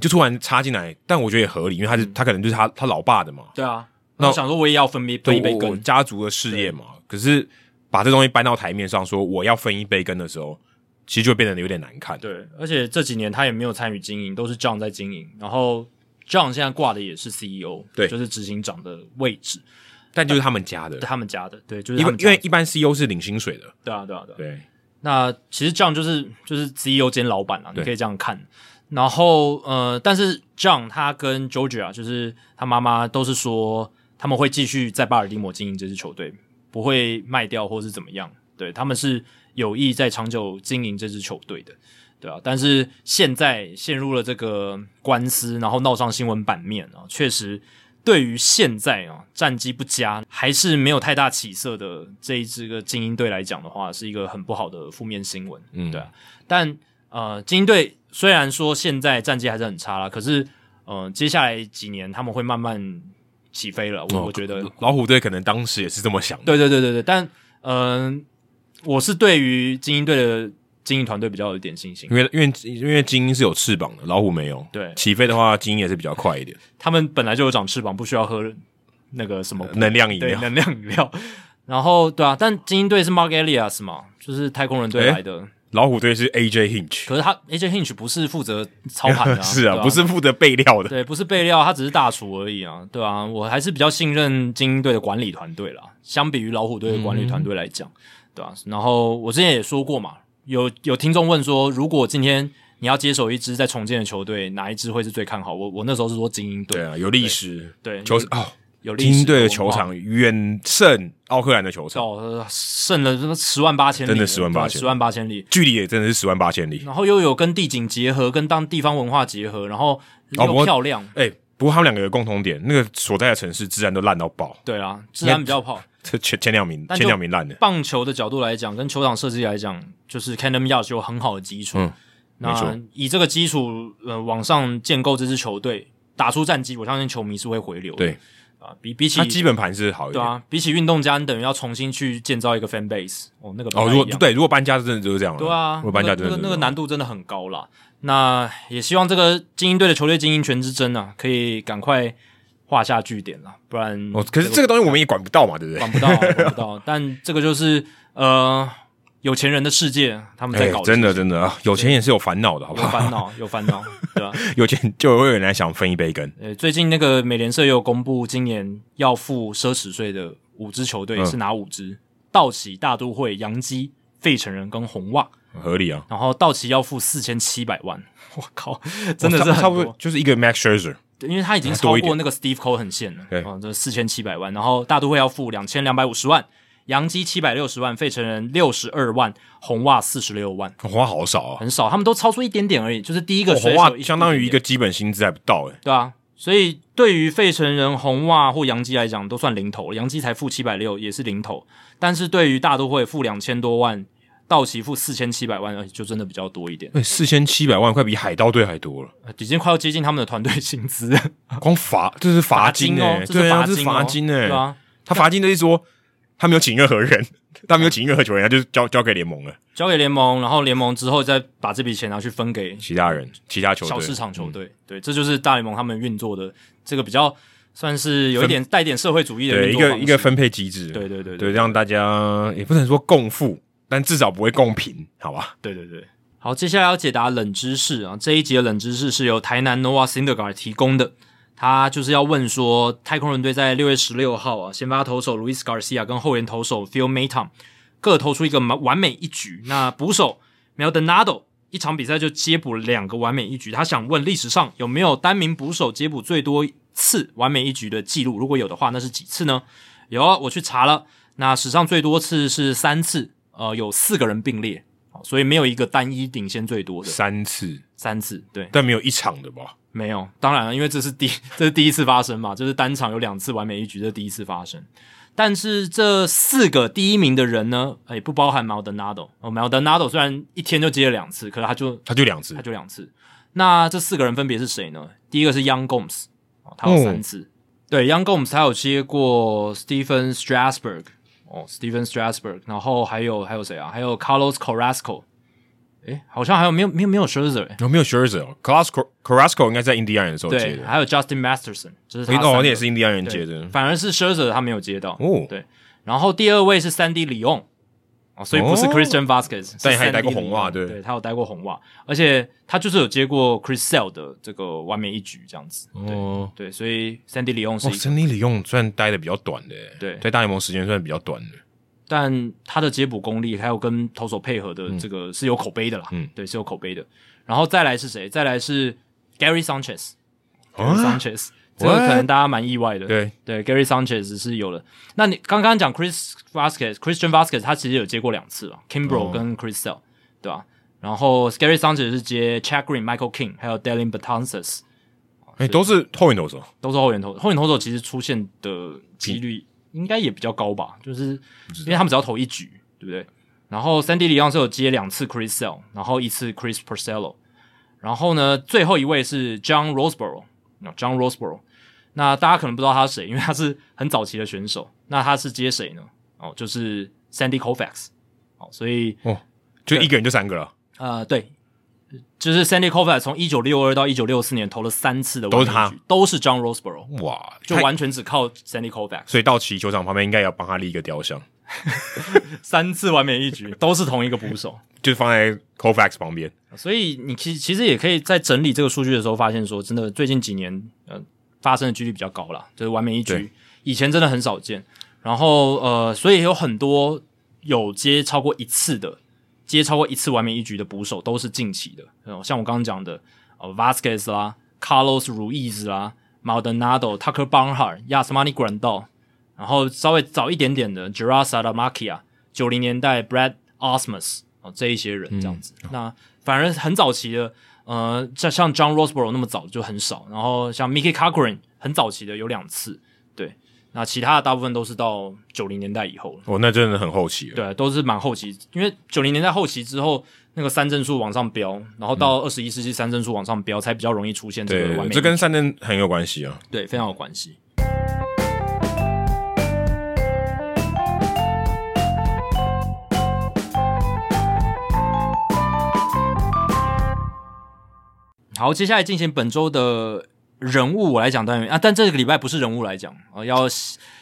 Speaker 2: 就突然插进来，但我觉得也合理，因为他是、
Speaker 1: 嗯
Speaker 2: 他可能就是他他老爸的嘛，
Speaker 1: 对啊，
Speaker 2: 那
Speaker 1: 那我想说我也要分一分一杯
Speaker 2: 我我
Speaker 1: 羹，
Speaker 2: 家族的事业嘛，可是把这东西搬到台面上说我要分一杯羹的时候，其实就变得有点难看，
Speaker 1: 对，而且这几年他也没有参与经营，都是 John 在经营，然后 John 现在挂的也是 CEO，
Speaker 2: 对
Speaker 1: 就是执行长的位置，
Speaker 2: 但就是他们家的，
Speaker 1: 他们家的，对，就是
Speaker 2: 因
Speaker 1: 他
Speaker 2: 为
Speaker 1: 们
Speaker 2: 因
Speaker 1: 家
Speaker 2: 为
Speaker 1: 的
Speaker 2: 一般 CEO 是领薪水的，
Speaker 1: 对啊，对啊，对啊。
Speaker 2: 对，
Speaker 1: 那其实 John 就是就是 CEO 兼老板啊，
Speaker 2: 对
Speaker 1: 你可以这样看。然后呃，但是 John 他跟 Georgia 就是他妈妈都是说他们会继续在巴尔的摩经营这支球队，不会卖掉或是怎么样。对，他们是有意在长久经营这支球队的，对啊。但是现在陷入了这个官司，然后闹上新闻版面啊，确实对于现在啊战绩不佳，还是没有太大起色的这一支个精英队来讲的话，是一个很不好的负面新闻。
Speaker 2: 嗯
Speaker 1: 对啊。但呃，精英队虽然说现在战绩还是很差啦，可是呃，接下来几年他们会慢慢起飞了，我、
Speaker 2: 哦
Speaker 1: 我觉得。
Speaker 2: 老虎队可能当时也是这么想的，
Speaker 1: 对对对对对，但嗯、我是对于精英队的精英团队比较有一点信心
Speaker 2: 因，为因为因为精英是有翅膀的，老虎没有。
Speaker 1: 对
Speaker 2: 起飞的话，精英也是比较快一点，
Speaker 1: 他们本来就有长翅膀，不需要喝那个什么补
Speaker 2: 能量饮
Speaker 1: 对
Speaker 2: 料。
Speaker 1: 能量饮料。然后对啊，但精英队是 Mark Elias 嘛，就是太空人队来的。
Speaker 2: 老虎队是 AJ Hinch，
Speaker 1: 可是他 AJ Hinch 不是负责操盘的、
Speaker 2: *laughs* 是
Speaker 1: 对
Speaker 2: 啊，不是负责备料的。
Speaker 1: 对，不是备料，他只是大厨而已啊，对啊，我还是比较信任精英队的管理团队啦，相比于老虎队的管理团队来讲，
Speaker 2: 嗯
Speaker 1: 对啊，然后我之前也说过嘛，有有听众问说，如果今天你要接手一支在重建的球队，哪一支会是最看好？我我那时候是说精英队，
Speaker 2: 对啊，有历史，
Speaker 1: 对
Speaker 2: 球哦，
Speaker 1: 有历史
Speaker 2: 精英队的球
Speaker 1: 文化
Speaker 2: 场远胜奥克兰的球场，
Speaker 1: 哦，呃胜了什么十万八千里，
Speaker 2: 真的10万八千
Speaker 1: 十万八千里，
Speaker 2: 距离也真的是十万八千里。
Speaker 1: 然后又有跟地景结合，跟当地方文化结合，然后
Speaker 2: 哦不
Speaker 1: 又
Speaker 2: 过
Speaker 1: 漂亮，
Speaker 2: 哎，不过他们两个有共同点，那个所在的城市治安都烂到爆，
Speaker 1: 对啊，治安比较好。
Speaker 2: 这前前两名
Speaker 1: 但就
Speaker 2: 前两名烂的，
Speaker 1: 棒球的角度来讲，跟球场设计来讲，就是 c a n d o m Yash 有很好的基础。
Speaker 2: 嗯没错
Speaker 1: 那以这个基础，呃，往上建构这支球队，打出战绩，我相信球迷是会回流的。
Speaker 2: 对
Speaker 1: 啊，比比起
Speaker 2: 他基本盘是好一
Speaker 1: 对
Speaker 2: 点。
Speaker 1: 啊，比起运动家，你等于要重新去建造一个 fan base。哦，那个不
Speaker 2: 哦，
Speaker 1: 太
Speaker 2: 如果
Speaker 1: 一样
Speaker 2: 对，如果搬家真的就是这样了，
Speaker 1: 对啊，
Speaker 2: 如果搬家
Speaker 1: 那
Speaker 2: 真
Speaker 1: 个
Speaker 2: 的
Speaker 1: 那
Speaker 2: 就
Speaker 1: 个
Speaker 2: 是这样
Speaker 1: 难度真的很高啦。那也希望这个精英队的球队精英权之争啊，可以赶快画下句点啦，不然
Speaker 2: 哦哦，可是这个东西我们也管不到嘛，对不对？
Speaker 1: 管不到啊，管不到。但这个就是呃，有钱人的世界，他 *laughs* 们在搞、
Speaker 2: 哎真的真的，有钱也是有烦恼的，好
Speaker 1: *laughs*
Speaker 2: 不
Speaker 1: 有烦
Speaker 2: 好？ *laughs*
Speaker 1: 恼，有烦恼，对吧、啊
Speaker 2: 有钱就会有人来想分一杯羹，
Speaker 1: 呃，最近那个美联社又公布，今年要付奢侈税的五支球队
Speaker 2: 嗯
Speaker 1: 是哪五支？道奇、大都会、洋基、费城人跟红袜。
Speaker 2: 合理啊。
Speaker 1: 然后道奇要付四千七百万， *laughs* 我靠，真的
Speaker 2: 哦
Speaker 1: 是
Speaker 2: 差
Speaker 1: 很
Speaker 2: 差不多
Speaker 1: 多，
Speaker 2: 就是一个 Max Scherzer，
Speaker 1: 因为他已经超
Speaker 2: 多一点
Speaker 1: 过那个 Steve Cohen 线了，
Speaker 2: 对
Speaker 1: 哦，这四千七百万。然后大都会要付两千两百五十万，洋基七百六十万，费城人六十二万，红袜四十六万，
Speaker 2: 红袜好少啊，
Speaker 1: 很少，他们都超出一点点而已，就是第一个
Speaker 2: 哦
Speaker 1: 水
Speaker 2: 红
Speaker 1: 手
Speaker 2: 袜相当于一
Speaker 1: 点
Speaker 2: 个基本薪资还不到哎诶、
Speaker 1: 点对啊。所以对于费城人、红袜或洋基来讲，都算零头，洋基才付七百六，也是零头。但是对于大都会付两千多万，道奇付四千七百万，而且哎就真的比较多一点。
Speaker 2: 欸，四千七百万块比海盗队还多
Speaker 1: *laughs*
Speaker 2: 了，
Speaker 1: 已经快要接近他们的团队薪资了，
Speaker 2: 光罚这是罚金
Speaker 1: 哦
Speaker 2: 诶、，
Speaker 1: 是
Speaker 2: 对啊，这
Speaker 1: 金
Speaker 2: 是
Speaker 1: 哦，
Speaker 2: 罚金诶、
Speaker 1: 对啊，
Speaker 2: 他罚金的意思说他没有请任何人， *laughs* 他没有请任何球员，他就是交交给联盟了，
Speaker 1: 交给联盟，然后联盟之后再把这笔钱拿去分给
Speaker 2: 其他人其他球队
Speaker 1: 小
Speaker 2: 嗯
Speaker 1: 市场球队，对，这就是大联盟他们运作的这个比较算是有一
Speaker 2: 分
Speaker 1: 点带点社会主义的
Speaker 2: 对
Speaker 1: 运
Speaker 2: 一
Speaker 1: 作
Speaker 2: 个
Speaker 1: 方式
Speaker 2: 一个，分配机制，
Speaker 1: 对对对
Speaker 2: 对，
Speaker 1: 对
Speaker 2: 让大家也不能说共富，但至少不会共贫，好吧？
Speaker 1: 对对对。好，接下来要解答冷知识啊，这一节冷知识是由台南 Nova Syndergaard 提供的。他就是要问说，太空人队在六月十六号啊，先发投手 Luis Garcia 跟后援投手 Phil Maton 各投出一个完完美一局。那捕手 Maldonado 一场比赛就接捕两个完美一局。他想问历史上有没有单名捕手接捕最多次完美一局的记录？如果有的话，那是几次呢？有啊，我去查了，那史上最多次是三次，呃，有四个人并列，好所以没有一个单一领先最多的
Speaker 2: 三次，
Speaker 1: 三次，对。
Speaker 2: 但没有一场的吧？
Speaker 1: 没有，当然了，因为这是第这是第一次发生嘛，就是单场有两次完美一局，这是第一次发生。但是这四个第一名的人呢，也不包含 Maldonado。哦，Maldonado 虽然一天就接了两次，可是他就
Speaker 2: 他就两次
Speaker 1: 他，就两次。那这四个人分别是谁呢？第一个是 Young Gomes，、哦、他有三次。对，Young Gomes 他有接过 Stephen Strasburg，哦，Stephen Strasburg，然后还有还有谁啊？还有 Carlos Carrasco，诶，好像还有没有没有没有 Scherzer，诶
Speaker 2: 有哦没有 Scherzer？Carrasco Carrasco 应该在印第安人的时候接
Speaker 1: 对，
Speaker 2: 的，
Speaker 1: 还有 Justin Masterson，就是他
Speaker 2: 诶
Speaker 1: 三个
Speaker 2: 哦，那也是印第安人
Speaker 1: 对
Speaker 2: 接的，
Speaker 1: 反而是 Scherzer 他没有接到。
Speaker 2: 哦
Speaker 1: 对，然后第二位是三 D 李用，哦，所以不是
Speaker 2: 哦
Speaker 1: Christian Vasquez，、
Speaker 2: 但他也待过
Speaker 1: Sandy
Speaker 2: 红袜
Speaker 1: Leon，
Speaker 2: 对
Speaker 1: 对，他有待过红袜，而且他就是有接过 Chris Sale 的这个完美一局这样子。对、
Speaker 2: 哦。
Speaker 1: 对，所以三 D 李用是
Speaker 2: 哦，
Speaker 1: 一个，
Speaker 2: 森林里用算待的比较短的，
Speaker 1: 对
Speaker 2: 在大联盟时间算比较短的，
Speaker 1: 但他的接捕功力还有跟投手配合的这个是有口碑的啦。
Speaker 2: 嗯
Speaker 1: 对，是有口碑的。然后再来是谁？再来是 Gary Sanchez，Gary、
Speaker 2: 啊
Speaker 1: Sanchez，这个可
Speaker 2: What？
Speaker 1: 能大家蛮意外的。
Speaker 2: 对，
Speaker 1: 对，Gary Sanchez 是有了。那你刚刚讲 Chris Vasquez、Christian Vasquez，他其实有接过两次了 k i m b r o
Speaker 2: 哦
Speaker 1: 跟 Chris Sale，、对吧、然后 Gary Sanchez 是接 Chad Green、Michael King，还有 Delin Betances，
Speaker 2: 哎，都是后援投手，
Speaker 1: 都是后援投。后援投手其实出现的
Speaker 2: 嗯
Speaker 1: 几率应该也比较高吧，就是因为他们只要投一局，对不对？然后 Sandy 里昂是有接两次 Chris Sale，然后一次 Chris Porcello，然后呢，最后一位是 John Roseboro。John Roseboro，那大家可能不知道他是谁，因为他是很早期的选手。那他是接谁呢？哦，就是 Sandy Koufax。哦，所以
Speaker 2: 就一个人就三个了，
Speaker 1: 呃，对，就是 Sandy Koufax 从一九六二到一九六四年投了三次的完
Speaker 2: 都是
Speaker 1: 美局，都是 John Roseboro。
Speaker 2: 哇，
Speaker 1: 就
Speaker 2: 太。
Speaker 1: 完全只靠 Sandy Koufax
Speaker 2: 所以到奇球场旁边应该也要帮他立一个雕像，
Speaker 1: *laughs* 三次完美一局，都是同一个捕手，
Speaker 2: 就是放在 Kovacs 旁边，
Speaker 1: *laughs* 所以你其其实也可以在整理这个数据的时候发现说，真的最近几年呃发生的几率比较高啦，就是完美一局
Speaker 2: 对，
Speaker 1: 以前真的很少见。然后呃，所以有很多有接超过一次的，接超过一次完美一局的捕手都是近期的，呃像我刚刚讲的呃 Vasquez 啦、Carlos Ruiz 啦、Maldonado、Tucker Barnhart、Yasmani Grandal，然后稍微早一点点的 g e r a s a d a m a k i a 九零年代 Brad Osmus 哦这一些人这样子。那反而很早期的，呃，像像 John Roseboro 那么早就很少，然后像 Mickey Cochran 很早期的有两次，对。那其他的大部分都是到九零年代以后了，
Speaker 2: 哦，那真的很后期了。
Speaker 1: 对，都是蛮后期，因为九零年代后期之后，那个三振数往上飙，然后到二十一世纪三振数往上飙，才比较容易出现这个完
Speaker 2: 嗯对，
Speaker 1: 美。
Speaker 2: 这跟三振很有关系啊。
Speaker 1: 对，非常有关系。好，接下来进行本周的人物我来讲单元啊，但这个礼拜不是人物来讲啊、呃要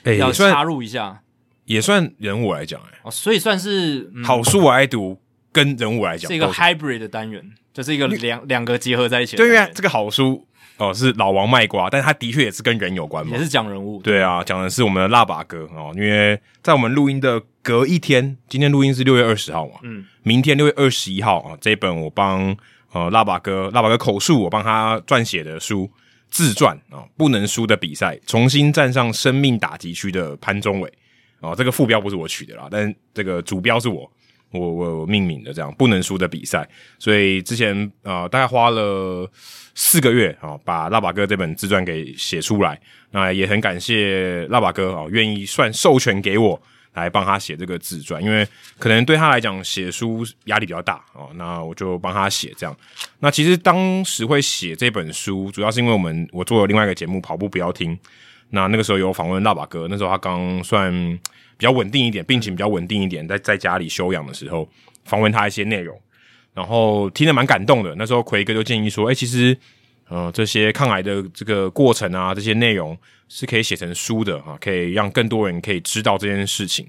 Speaker 2: 哎
Speaker 1: 要
Speaker 2: 虽然
Speaker 1: 插入一下，
Speaker 2: 也算人我来讲、欸，
Speaker 1: 哦，所以算是、嗯、
Speaker 2: 好数我爱读跟人我来讲
Speaker 1: 是一个
Speaker 2: 都
Speaker 1: hybrid 的单元，就是一个两两个结合在一起的单
Speaker 2: 对
Speaker 1: 元。
Speaker 2: 啊，这个好书哦是老王卖瓜，但他的确也是跟人有关嘛
Speaker 1: 也。是讲人物，
Speaker 2: 对啊，讲的是我们的腊八哥哦，因为在我们录音的隔一天，今天录音是六月二十号嘛，
Speaker 1: 嗯，
Speaker 2: 明天六月二十一号啊、哦这一本我帮呃腊八哥腊八哥口述我帮他撰写的书自传啊、哦不能输的比赛，重新站上生命打击区的潘宗伟哦，这个副标不是我取的啦，但这个主标是我。我我我命名的这样不能输的比赛，所以之前呃大概花了四个月啊、哦把腊八哥这本自传给写出来，那也很感谢腊八哥啊、哦，愿意算授权给我来帮他写这个自传，因为可能对他来讲写书压力比较大哦，那我就帮他写这样。那其实当时会写这本书，主要是因为我们我做了另外一个节目《跑步不要听》，那那个时候有访问辣爸哥，那时候他刚算比较稳定一点，病情比较稳定一点，在在家里休养的时候，访问他一些内容，然后听得蛮感动的。那时候奎哥就建议说，哎、其实。呃，这些抗癌的这个过程啊，这些内容是可以写成书的啊，可以让更多人可以知道这件事情。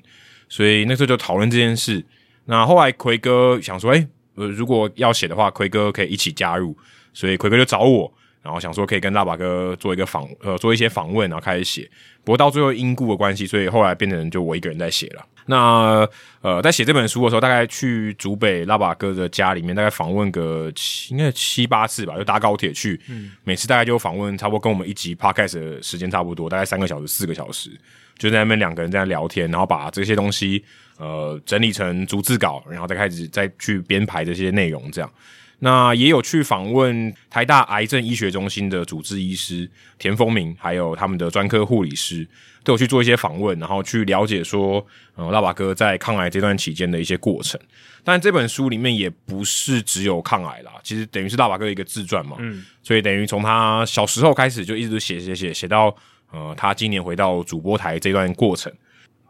Speaker 2: 所以那时候就讨论这件事。那后来奎哥想说，哎、呃，如果要写的话，奎哥可以一起加入，所以奎哥就找我，然后想说可以跟大把哥做一个访，呃，做一些访问，然后开始写。不过到最后因故的关系，所以后来变成就我一个人在写了。那呃，在写这本书的时候，大概去竹北拉把哥的家里面，大概访问个七应该有七八次吧，就搭高铁去，每次大概就访问差不多跟我们一集 podcast 的时间差不多，大概三个小时、四个小时，就在那边两个人在那聊天，然后把这些东西呃整理成逐字稿，然后再开始再去编排这些内容，这样。那也有去访问台大癌症医学中心的主治医师田丰明，还有他们的专科护理师，都有去做一些访问，然后去了解说，呃，拉瓦哥在抗癌这段期间的一些过程。但这本书里面也不是只有抗癌啦，其实等于是拉瓦哥的一个自传嘛，嗯，所以等于从他小时候开始就一直写写写写到呃，他今年回到主播台这段过程。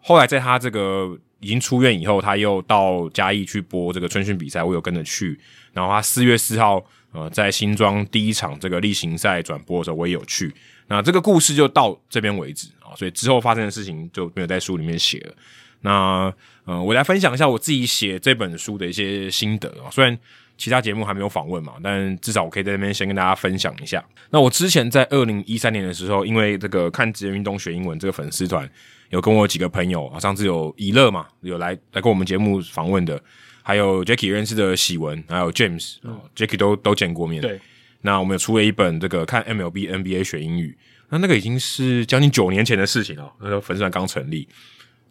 Speaker 2: 后来在他这个已经出院以后，他又到嘉义去播这个春训比赛，我有跟着去。然后他四月四号，呃，在新庄第一场这个例行赛转播的时候，我也有去。那这个故事就到这边为止啊，所以之后发生的事情就没有在书里面写了。那呃，我来分享一下我自己写这本书的一些心得啊。虽然其他节目还没有访问嘛，但至少我可以在这边先跟大家分享一下。那我之前在二零一三年的时候，因为这个看职业运动学英文这个粉丝团，有跟我几个朋友啊，上次有以乐嘛，有来来跟我们节目访问的，还有 Jacky 认识的喜文，还有 James 啊、j a c k y 都都见过面。
Speaker 1: 对，
Speaker 2: 那我们有出了一本这个看 MLB、NBA 学英语，那那个已经是将近九年前的事情了，那时候粉丝团刚成立。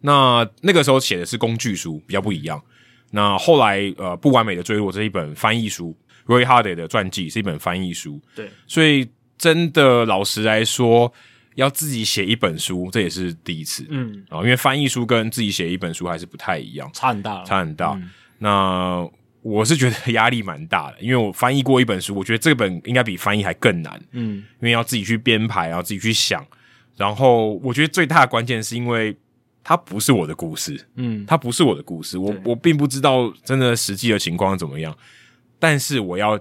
Speaker 2: 那那个时候写的是工具书，比较不一样。那后来呃，《不完美的坠落》这一本翻译书，Roy Hardy 的传记是一本翻译书，
Speaker 1: 对，
Speaker 2: 所以真的老实来说，要自己写一本书，这也是第一次
Speaker 1: 嗯，
Speaker 2: 啊、因为翻译书跟自己写一本书还是不太一样。
Speaker 1: 差很大了，
Speaker 2: 差很大。那我是觉得压力蛮大的，因为我翻译过一本书，我觉得这本应该比翻译还更难，
Speaker 1: 嗯，
Speaker 2: 因为要自己去编排，然后自己去想。然后我觉得最大的关键是因为它不是我的故事，
Speaker 1: 嗯，
Speaker 2: 它不是我的故事，我
Speaker 1: 对
Speaker 2: 我并不知道真的实际的情况怎么样，但是我要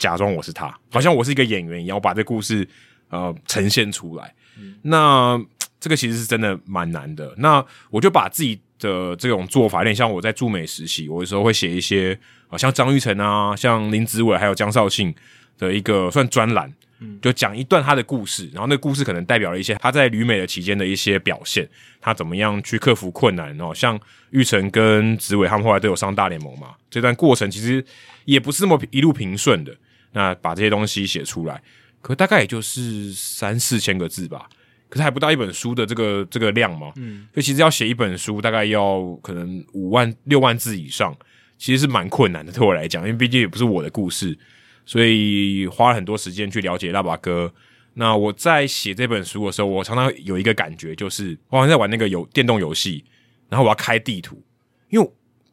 Speaker 2: 假装我是他，好像我是一个演员一样，我把这故事呃呈现出来。
Speaker 1: 嗯
Speaker 2: 那这个其实是真的蛮难的。那我就把自己的这种做法，有点像我在驻美实习，我有时候会写一些啊、呃像张玉成啊，像林子伟，还有江绍庆的一个算专栏，
Speaker 1: 嗯
Speaker 2: 就讲一段他的故事，然后那故事可能代表了一些他在旅美的期间的一些表现，他怎么样去克服困难哦。像玉成跟子伟他们后来都有上大联盟嘛，这段过程其实也不是那么一路平顺的。那把这些东西写出来，可大概也就是三四千个字吧，可是还不到一本书的这个这个量嘛。嗯，所以其实要写一本书，大概要可能五万六万字以上，其实是蛮困难的。对我来讲，因为毕竟也不是我的故事，所以花了很多时间去了解腊八哥。那我在写这本书的时候，我常常有一个感觉，就是我好像在玩那个游电动游戏，然后我要开地图，因为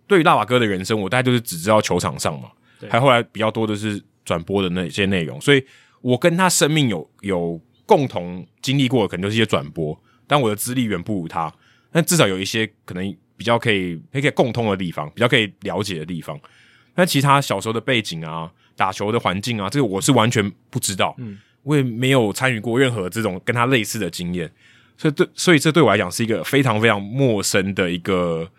Speaker 2: 对于腊八哥的人生，我大概就是只知道球场上嘛，
Speaker 1: 对
Speaker 2: 还有后来比较多的是转播的那些内容，所以我跟他生命有有共同经历过的，可能就是一些转播，但我的资历远不如他，但至少有一些可能比较可以可以可以共通的地方，比较可以了解的地方。那其他小时候的背景啊，打球的环境啊，这个我是完全不知道，嗯，我也没有参与过任何这种跟他类似的经验，所以对，所以这对我来讲是一个非常非常陌生的一个。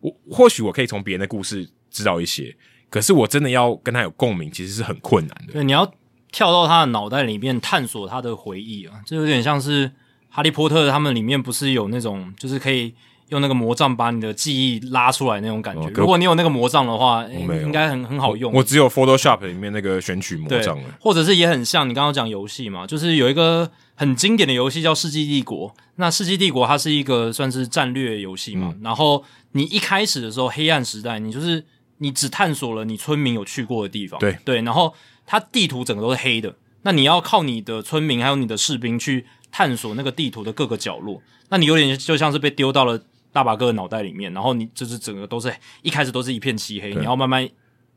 Speaker 2: 我或许我可以从别人的故事知道一些，可是我真的要跟他有共鸣，其实是很困难的。
Speaker 1: 对，你要跳到他的脑袋里面探索他的回忆啊，这有点像是《哈利波特》他们里面不是有那种就是可以用那个魔杖把你的记忆拉出来那种感觉。
Speaker 2: 哦可
Speaker 1: 如果你有那个魔杖的话，诶
Speaker 2: 没有
Speaker 1: 应该很很好用。
Speaker 2: 我只有 Photoshop 里面那个选取魔
Speaker 1: 对
Speaker 2: 杖了。，
Speaker 1: 或者是也很像你刚刚讲游戏嘛，就是有一个很经典的游戏叫《世纪帝国》。那《世纪帝国》它是一个算是战略游戏
Speaker 2: 嗯
Speaker 1: 嘛，然后你一开始的时候，黑暗时代，你就是你只探索了你村民有去过的地方，
Speaker 2: 对
Speaker 1: 对，然后它地图整个都是黑的，那你要靠你的村民还有你的士兵去探索那个地图的各个角落，那你有点就像是被丢到了。大把哥的脑袋里面，然后你就是整个都是一开始都是一片漆黑，你要慢慢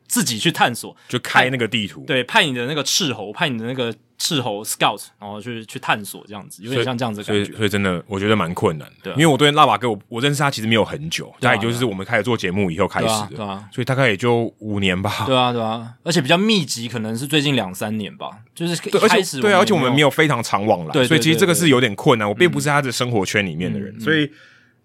Speaker 1: 自己去探索，
Speaker 2: 就开那个地图，
Speaker 1: 对，派你的那个斥候，派你的那个斥候 scout，然后去去探索这样子，有点像这样子的
Speaker 2: 所以
Speaker 1: 感觉。
Speaker 2: 所以真的我觉得蛮困难的。
Speaker 1: 对啊
Speaker 2: 因为我对辣爸哥，我我认识他其实没有很久，
Speaker 1: 对啊
Speaker 2: 大概就是我们开始做节目以后开
Speaker 1: 对
Speaker 2: 始
Speaker 1: 啊，
Speaker 2: 的，
Speaker 1: 对啊，
Speaker 2: 所以大概也就五年吧。
Speaker 1: 对啊，对啊，而且比较密集，可能是最近两三年吧，就是一
Speaker 2: 对，而
Speaker 1: 开
Speaker 2: 且
Speaker 1: 始
Speaker 2: 对啊，而且我们没
Speaker 1: 有
Speaker 2: 有非常常往来，
Speaker 1: 对对
Speaker 2: 所以其实
Speaker 1: 对
Speaker 2: 这个
Speaker 1: 对嗯
Speaker 2: 是有点困难。我并不是他的生活圈里面的人，所以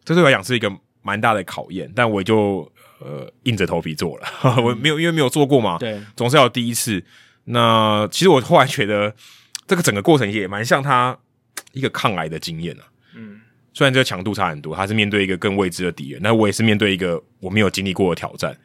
Speaker 2: 这对我来讲是一个蛮大的考验。但我就呃硬着头皮做了， *laughs* 我没有因为没有做过嘛，
Speaker 1: 对
Speaker 2: 总是要有第一次。那其实我后来觉得这个整个过程也蛮像他一个抗癌的经验啊。
Speaker 1: 嗯，
Speaker 2: 虽然这个强度差很多，他是面对一个更未知的敌人，那我也是面对一个我没有经历过的挑战。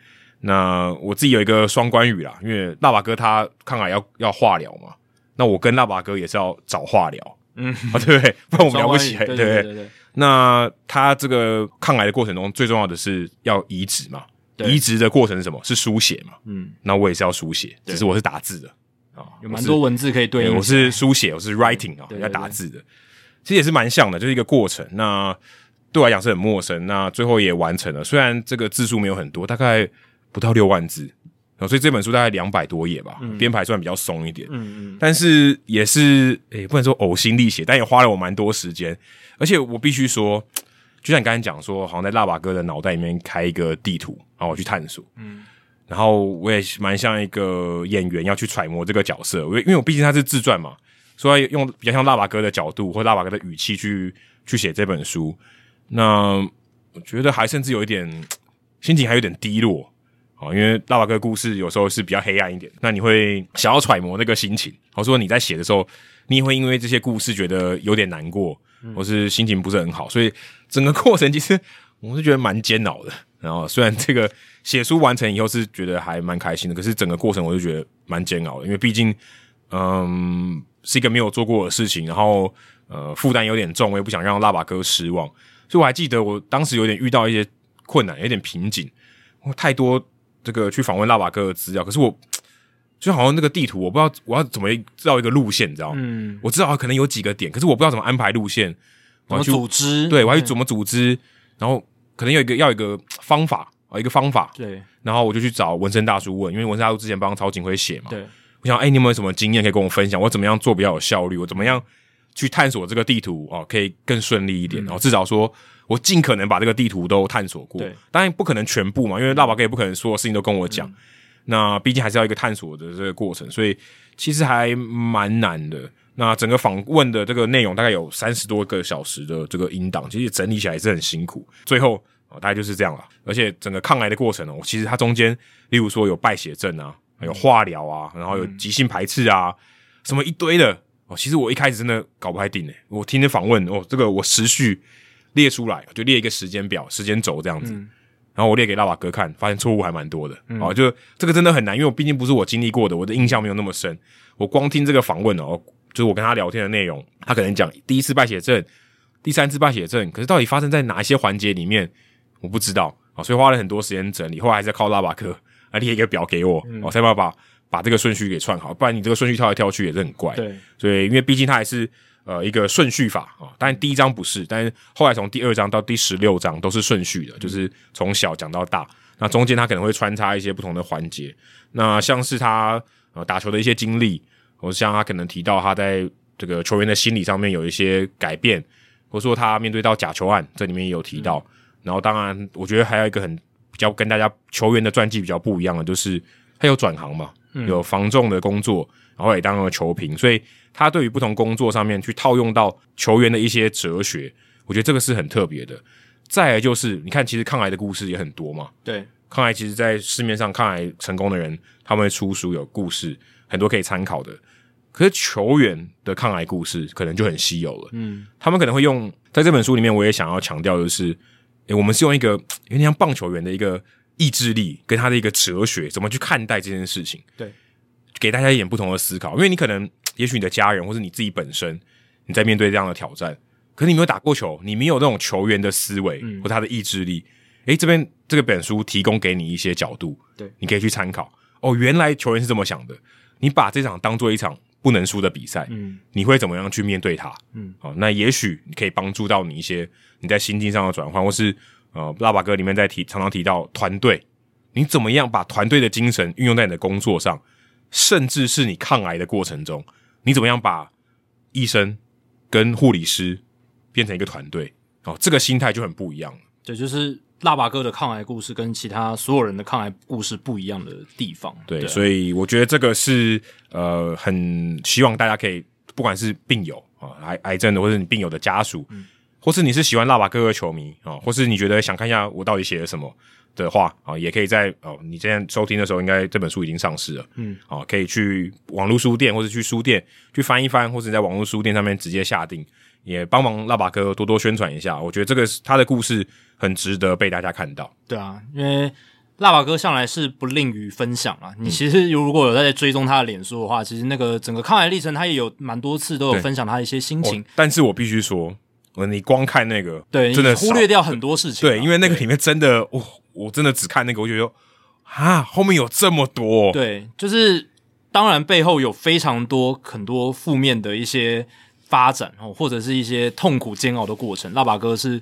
Speaker 2: 那我自己有一个双关语啦，因为辣爸哥他抗癌要要化疗嘛，那我跟辣爸哥也是要找化疗，
Speaker 1: 嗯
Speaker 2: 啊，对不对？不然我们聊不起
Speaker 1: 双
Speaker 2: 来，
Speaker 1: 关语对
Speaker 2: 不
Speaker 1: 对对，
Speaker 2: 那他这个抗癌的过程中，最重要的是要移植嘛，
Speaker 1: 对
Speaker 2: 移植的过程是什么？是书写嘛？
Speaker 1: 嗯，
Speaker 2: 那我也是要书写，
Speaker 1: 对哦
Speaker 2: 只是我是打字的啊，
Speaker 1: 有
Speaker 2: 我
Speaker 1: 蛮
Speaker 2: 是
Speaker 1: 多文字可以对应。
Speaker 2: 我是书写，我是 writing 啊，
Speaker 1: 对对
Speaker 2: 要打字的，其实也是蛮像的，就是一个过程。那对我来讲是很陌生，那最后也完成了，虽然这个字数没有很多，大概不到六万字，哦、所以这本书大概两百多页吧，
Speaker 1: 嗯
Speaker 2: 编、排算比较松一点。
Speaker 1: 嗯嗯，
Speaker 2: 但是也是也、不能说呕心沥血，但也花了我蛮多时间。而且我必须说，就像你刚才讲说，好像在辣爸哥的脑袋里面开一个地图，然后我去探索。嗯，然后我也蛮像一个演员要去揣摩这个角色，因为因为我毕竟他是自传嘛，所以要用比较像辣爸哥的角度或辣爸哥的语气去去写这本书。那我觉得还甚至有一点心情还有点低落。哦，因为大瓦哥故事有时候是比较黑暗一点，那你会想要揣摩那个心情，或者说你在写的时候，你也会因为这些故事觉得有点难过，或是心情不是很好，所以整个过程其实我是觉得蛮煎熬的。然后虽然这个写书完成以后是觉得还蛮开心的，可是整个过程我就觉得蛮煎熬的，因为毕竟嗯是一个没有做过的事情，然后呃负担有点重，我也不想让辣爸哥失望，所以我还记得我当时有点遇到一些困难，有点瓶颈。我太多这个去访问拉瓦哥的资料，可是我就好像那个地图，我不知道我要怎么知道一个路线，你知道吗？
Speaker 1: 嗯，
Speaker 2: 我知道可能有几个点，可是我不知道怎么安排路线，我
Speaker 1: 然
Speaker 2: 要
Speaker 1: 后
Speaker 2: 去
Speaker 1: 组织，
Speaker 2: 对，我要去怎么组织，然后可能有一个要有一个方法啊，一个方法，
Speaker 1: 对
Speaker 2: 然后我就去找纹身大叔问，因为纹身大叔之前帮曹景辉写嘛，
Speaker 1: 对，
Speaker 2: 我想，哎、你有没有什么经验可以跟我分享？我怎么样做比较有效率？我怎么样去探索这个地图哦，可以更顺利一点？然哦后至少说我尽可能把这个地图都探索过
Speaker 1: 对。
Speaker 2: 当然不可能全部嘛，因为大宝哥也不可能所有事情都跟我讲。那毕竟还是要一个探索的这个过程，所以其实还蛮难的。那整个访问的这个内容大概有三十多个小时的这个音档，其实整理起来也是很辛苦。最后啊、哦大概就是这样了。而且整个抗癌的过程呢、哦，其实它中间，例如说有败血症啊，有化疗啊，然后有急性排斥啊，什么一堆的哦。其实我一开始真的搞不太定诶、欸我听你访问哦，这个我时序列出来，就列一个时间表、时间轴这样子。然后我列给拉瓦哥看，发现错误还蛮多的。哦，就这个真的很难，因为我毕竟不是我经历过的，我的印象没有那么深。我光听这个访问哦，就是我跟他聊天的内容，他可能讲第一次败血症、第三次败血症，可是到底发生在哪一些环节里面，我不知道啊、哦所以花了很多时间整理，后来还是靠拉瓦哥来列一个表给我，我、才把把把这个顺序给串好，不然你这个顺序跳来跳去也是很怪。
Speaker 1: 对，
Speaker 2: 所以因为毕竟它还是呃一个顺序法啊、当然第一章不是，但是后来从第二章到第十六章都是顺序的，就是从小讲到大。那中间它可能会穿插一些不同的环节，那像是他呃打球的一些经历，或者像他可能提到他在这个球员的心理上面有一些改变，或者说他面对到假球案，这里面也有提到。然后当然，我觉得还有一个很比较跟大家球员的传记比较不一样的，就是他有转行嘛，有防重的工作，然后也当了球评，所以他对于不同工作上面去套用到球员的一些哲学，我觉得这个是很特别的。再来就是，你看，其实抗癌的故事也很多嘛，
Speaker 1: 对，
Speaker 2: 抗癌其实，在市面上抗癌成功的人，他们会出书有故事，很多可以参考的。可是球员的抗癌故事可能就很稀有了，
Speaker 1: 嗯，
Speaker 2: 他们可能会用在这本书里面，我也想要强调的是，诶，我们是用一个有点像棒球员的一个意志力跟他的一个哲学，怎么去看待这件事情，
Speaker 1: 对，
Speaker 2: 给大家一点不同的思考。因为你可能，也许你的家人或是你自己本身，你在面对这样的挑战，可是你没有打过球，你没有那种球员的思维
Speaker 1: 嗯
Speaker 2: 或他的意志力，诶，这边这个本书提供给你一些角度，
Speaker 1: 对，
Speaker 2: 你可以去参考。哦，原来球员是这么想的。你把这场当做一场不能输的比赛，
Speaker 1: 嗯，
Speaker 2: 你会怎么样去面对它？
Speaker 1: 嗯，
Speaker 2: 哦，那也许你可以帮助到你一些你在心境上的转换，或是呃，拉巴哥里面在提常常提到团队，你怎么样把团队的精神运用在你的工作上，甚至是你抗癌的过程中，你怎么样把医生跟护理师变成一个团队？哦，这个心态就很不一样了。
Speaker 1: 这就是腊八哥的抗癌故事跟其他所有人的抗癌故事不一样的地方。
Speaker 2: 对，
Speaker 1: 对啊
Speaker 2: 所以我觉得这个是呃，很希望大家可以，不管是病友啊，癌癌症的，或者你病友的家属，或是你是喜欢辣把哥哥球迷啊，或是你觉得想看一下我到底写了什么的话啊，也可以在哦，你今天收听的时候，应该这本书已经上市了，
Speaker 1: 嗯，
Speaker 2: 啊，可以去网络书店或者去书店去翻一翻，或者在网络书店上面直接下定，也帮忙辣把哥多多宣传一下，我觉得这个是他的故事很值得被大家看到。
Speaker 1: 对啊，因为辣爸哥向来是不吝于分享啊。
Speaker 2: 嗯
Speaker 1: 你其实如果有在追踪他的脸书的话，其实那个整个抗癌历程，他也有蛮多次都有
Speaker 2: 对
Speaker 1: 分享他的一些心
Speaker 2: 哦
Speaker 1: 情。
Speaker 2: 但是我必须说。呃你光看那个，
Speaker 1: 对，
Speaker 2: 真的
Speaker 1: 你忽
Speaker 2: 少
Speaker 1: 略掉很多事情啊、
Speaker 2: 对，因为那个里面真的，我、我真的只看那个，我就觉得啊，后面有这么多、哦，
Speaker 1: 对，就是当然背后有非常多很多负面的一些发展哦，或者是一些痛苦煎熬的过程。辣爸哥是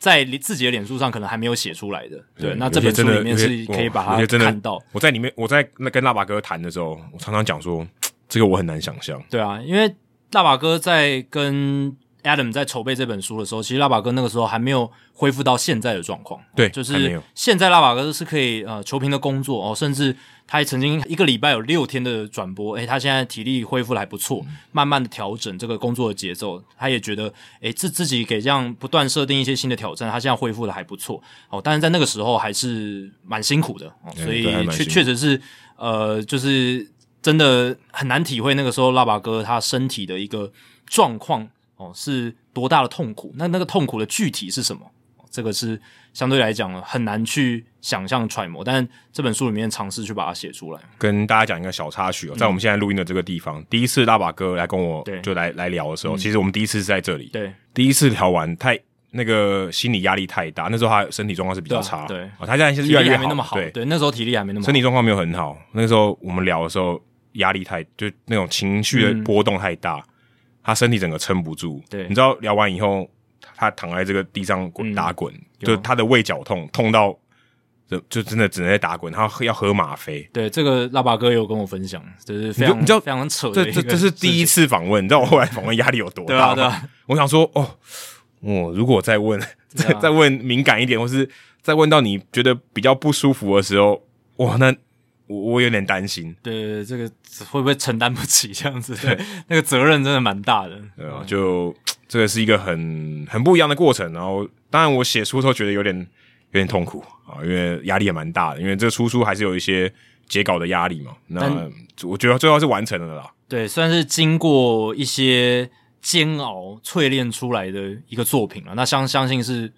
Speaker 1: 在自己的脸书上可能还没有写出来的，对，那这
Speaker 2: 有
Speaker 1: 本书
Speaker 2: 些真的
Speaker 1: 里面
Speaker 2: 有些哦
Speaker 1: 是可以把
Speaker 2: 哇有
Speaker 1: 它
Speaker 2: 些真的
Speaker 1: 看到。
Speaker 2: 我在里面，我在那跟辣爸哥谈的时候，我常常讲说，这个我很难想象。
Speaker 1: 对啊，因为辣爸哥在跟 Adam 在筹备这本书的时候，其实辣爸哥那个时候还没有恢复到现在的状况。
Speaker 2: 对
Speaker 1: 就
Speaker 2: 还没有
Speaker 1: 是现在辣爸哥是可以呃球评的工作哦，甚至他还曾经一个礼拜有六天的转播。诶，他现在体力恢复的还不错，
Speaker 2: 嗯
Speaker 1: 慢慢的调整这个工作的节奏。他也觉得诶，自自己给这样不断设定一些新的挑战，他现在恢复的还不错。哦，但是在那个时候还是蛮辛苦的，哦、
Speaker 2: 嗯
Speaker 1: 所
Speaker 2: 对还
Speaker 1: 以
Speaker 2: 蛮
Speaker 1: 确
Speaker 2: 辛苦
Speaker 1: 确实是呃，就是真的很难体会那个时候拉巴哥他身体的一个状况哦，是多大的痛苦。那那个痛苦的具体是什么？哦这个是相对来讲呢很难去想象揣摩，但这本书里面尝试去把它写出来。
Speaker 2: 跟大家讲一个小插曲、哦，在我们现在录音的这个地方，第一次辣爸哥来跟我
Speaker 1: 嗯对嗯
Speaker 2: 就来来聊的时候，其实我们第一次是在这里，
Speaker 1: 对，
Speaker 2: 第一次聊完太那个心理压力太大，那时候他身体状况是比
Speaker 1: 对
Speaker 2: 较
Speaker 1: 啊
Speaker 2: 差，
Speaker 1: 对
Speaker 2: 哦，他现在是
Speaker 1: 体
Speaker 2: 越来
Speaker 1: 力
Speaker 2: 越
Speaker 1: 还没那么好，
Speaker 2: 对，
Speaker 1: 对，那时候体力还没那么好
Speaker 2: 身。体状况没有很好。那时候我们聊的时候，压力太就那种情绪的波动太大，他身体整个撑不住。
Speaker 1: 嗯对
Speaker 2: 你知道聊完以后，他躺在这个地上滚
Speaker 1: 嗯
Speaker 2: 打滚，
Speaker 1: 有
Speaker 2: 就他的胃绞痛，痛到就就真的只能在打滚，他要喝吗啡。
Speaker 1: 对，这个拉巴哥有跟我分享，就是非常
Speaker 2: 你知道
Speaker 1: 非常扯的
Speaker 2: 这
Speaker 1: 一
Speaker 2: 这
Speaker 1: 个
Speaker 2: 这是第一
Speaker 1: 事情，
Speaker 2: 次访问，你知道我后来访问压力有多
Speaker 1: *laughs* 对
Speaker 2: 大吗？
Speaker 1: 啊对啊，
Speaker 2: 我想说，哦，我如果
Speaker 1: *laughs*
Speaker 2: 再问，再
Speaker 1: 啊
Speaker 2: 再问敏感一点，或是再问到你觉得比较不舒服的时候，哇，那我我有点担心。
Speaker 1: 对对对，这个会不会承担不起这样子？对， *laughs* 那个责任真的蛮大的。
Speaker 2: 对啊，就这个是一个很很不一样的过程。然后，当然我写书的时候觉得有点有点痛苦啊，因为压力也蛮大的，因为这个出书还是有一些截稿的压力嘛。那
Speaker 1: 但
Speaker 2: 我觉得最后是完成了啦。
Speaker 1: 对，算是经过一些煎熬淬炼出来的一个作品了。那相相信是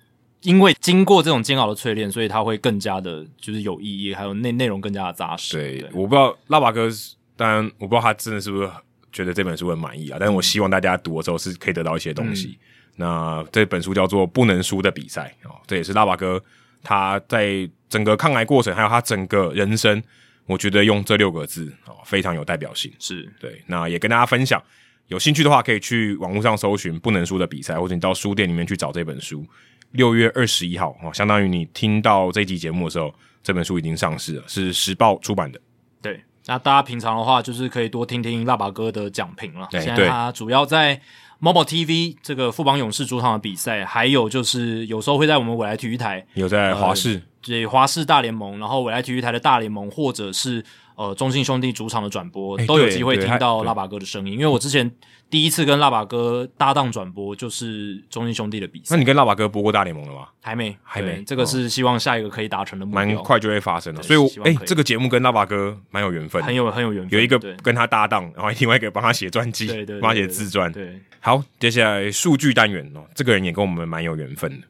Speaker 1: 因为经过这种煎熬的淬炼，所以它会更加的，就是有意义，还有内内容更加的扎实。
Speaker 2: 对，我不知道拉瓦哥是，当然我不知道他真的是不是觉得这本书很满意啊，但是我希望大家读的时候是可以得到一些东西。那这本书叫做《不能输的比赛》哦，这也是拉瓦哥他在整个抗癌过程，还有他整个人生，我觉得用这六个字哦非常有代表性。
Speaker 1: 是
Speaker 2: 对，那也跟大家分享，有兴趣的话可以去网络上搜寻“不能输的比赛”，或者你到书店里面去找这本书。六月二十一号哦，相当于你听到这集节目的时候，这本书已经上市了，是时报出版的。
Speaker 1: 对。那大家平常的话，就是可以多听听辣爸哥的讲评了。
Speaker 2: 对
Speaker 1: 现在
Speaker 2: 对
Speaker 1: 他主要在 Mobile TV 这个富邦勇士主场的比赛，还有就是有时候会在我们未来体育台
Speaker 2: 有在华视，
Speaker 1: 这华视大联盟，然后未来体育台的大联盟，或者是呃中信兄弟主场的转播，
Speaker 2: 哎
Speaker 1: 都有
Speaker 2: 对
Speaker 1: 机会
Speaker 2: 对
Speaker 1: 听
Speaker 2: 还
Speaker 1: 到
Speaker 2: 对
Speaker 1: 拉把哥的声音。因为我之前第一次跟拉把哥搭档转播，就是中信兄弟的比
Speaker 2: 那
Speaker 1: 赛，
Speaker 2: 你跟拉瓦哥播过大联盟了吗？
Speaker 1: 还没
Speaker 2: 还
Speaker 1: 对
Speaker 2: 没
Speaker 1: 这个
Speaker 2: 哦
Speaker 1: 是希望下一个可以达成的目
Speaker 2: 蛮
Speaker 1: 标，
Speaker 2: 快就会发生了，
Speaker 1: 对
Speaker 2: 所以我
Speaker 1: 希望
Speaker 2: 哎、
Speaker 1: 可以
Speaker 2: 这个节目跟拉瓦哥蛮有缘分的，
Speaker 1: 很有很有缘分，
Speaker 2: 有一个
Speaker 1: 对
Speaker 2: 跟他搭档，然后另外一个帮他写传记，
Speaker 1: 对对对
Speaker 2: 帮他写
Speaker 1: 对
Speaker 2: 自传。
Speaker 1: 对
Speaker 2: 好，接下来数据单元哦，这个人也跟我们蛮有缘分的。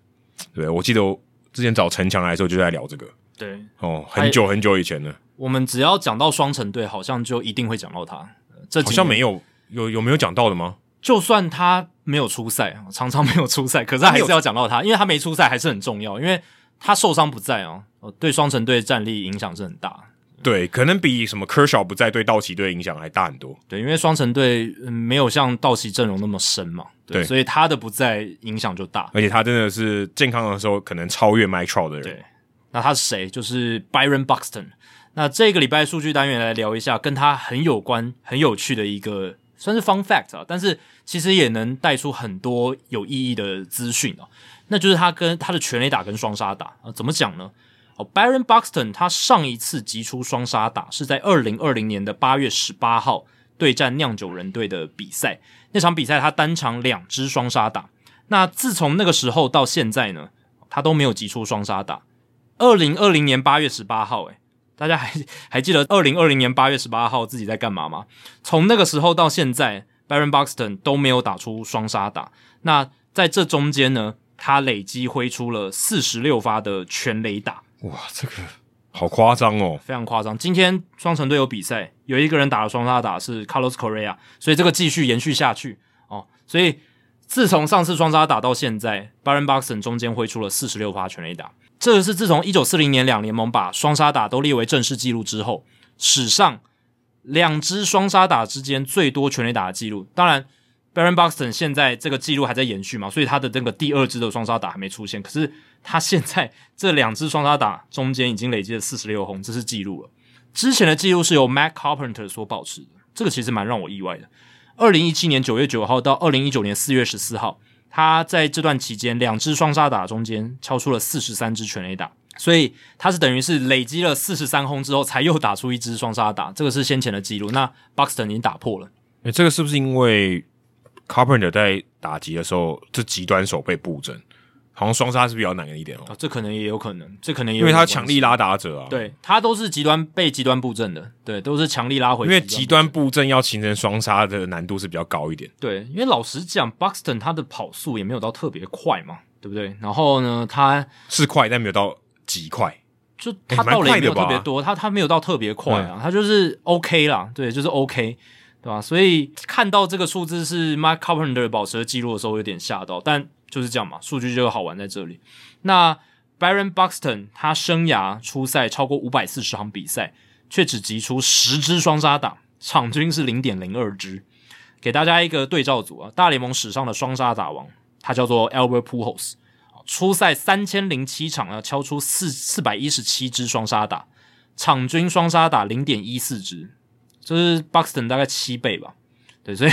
Speaker 2: 对，我记得我之前找陈强来的时候就在聊这个
Speaker 1: 对，
Speaker 2: 哦，很久很久以前了，
Speaker 1: 我们只要讲到双城队，好像就一定会讲到他。呃这
Speaker 2: 好
Speaker 1: 几
Speaker 2: 像
Speaker 1: 年
Speaker 2: 没有有有没有讲到的吗？
Speaker 1: 就算他没有出赛，常常没有出赛，可是还是要讲到他，因为他没出赛还是很重要，因为他受伤不在哦，呃对双城队战力影响是很大。
Speaker 2: 对，可能比什么科小不在对道奇队影响还大很多。
Speaker 1: 对，因为双城队嗯没有像道奇阵容那么深嘛，
Speaker 2: 对
Speaker 1: 所以他的不在影响就大。
Speaker 2: 而且他真的是健康的时候可能超越 Mike Trout 的人
Speaker 1: 对，那他是谁？就是 Byron Buxton。那这个礼拜数据单元来聊一下跟他很有关、很有趣的一个算是 fun fact 啊，但是其实也能带出很多有意义的资讯啊。那就是他跟他的全垒打跟双杀打啊，怎么讲呢？哦，Byron Buxton 他上一次击出双杀打是在二零二零年的八月十八号对战酿酒人队的比赛，那场比赛他单场两支双杀打。那自从那个时候到现在呢，他都没有击出双杀打。二零二零年八月十八号、欸，诶，大家还 *laughs* 还记得二零二零年八月十八号自己在干嘛吗？从那个时候到现在，Baron Buxton 都没有打出双杀打。那在这中间呢，他累积挥出了四十六发的全垒打，
Speaker 2: 哇，这个好夸张哦！
Speaker 1: 非常夸张。今天双城队有比赛，有一个人打了双杀打是 Carlos Correa，所以这个继续延续下去哦。所以自从上次双杀打到现在，Baron Buxton 中间挥出了四十六发全垒打，这个是自从一九四零年两联盟把双杀打都列为正式纪录之后，史上两支双杀打之间最多全垒打的记录。当然。Baron Buxton 现在这个记录还在延续嘛，所以他的这个第二支的双杀打还没出现。可是他现在这两支双杀打中间已经累积了四十六轰，这是记录了。之前的记录是由 Matt Carpenter 所保持的，这个其实蛮让我意外的。二零一七年九月九号到二零一九年四月十四号，他在这段期间两支双杀打中间敲出了四十三支全垒打，所以他是等于是累积了四十三轰之后才又打出一支双杀打，这个是先前的记录。那 Buxton 已经打破了。
Speaker 2: 哎、这个是不是因为 Carpenter 在打击的时候，这极端手被布阵，好像双杀是比较难一点
Speaker 1: 啊
Speaker 2: 哦，，
Speaker 1: 这可能也有可能，这可能也
Speaker 2: 因
Speaker 1: 有
Speaker 2: 为他
Speaker 1: 关系
Speaker 2: 强力，拉打者啊，，
Speaker 1: 对他都是极端被极端布阵的，对，都是强力拉回，
Speaker 2: 因为极端布阵要形成双杀的难度是比较高一点，
Speaker 1: 对，因为老实讲，Buxton 他的跑速也没有到特别快嘛，对不对？然后呢，他
Speaker 2: 是快但没有到极快，
Speaker 1: 就
Speaker 2: 诶
Speaker 1: 他
Speaker 2: 哎蛮
Speaker 1: 到垒
Speaker 2: 快
Speaker 1: 也没有
Speaker 2: 的吧嗯
Speaker 1: 特别多，他他没有到特别快啊，他就是 OK 啦，对，就是 OK，对吧？所以看到这个数字是 Mark Carpenter 保持的记录的时候，有点吓到，但就是这样嘛，数据就好玩在这里。那 Baron Buxton 他生涯出赛超过五百四十场比赛，却只击出十支双杀打，场均是零点零二支。给大家一个对照组啊，大联盟史上的双杀打王，他叫做 Albert Pujols，出啊赛三千零七场呢，敲出四四百一十七支双杀打，场均双杀打零点一四支，这是 Buxton 大概七倍吧。对，所以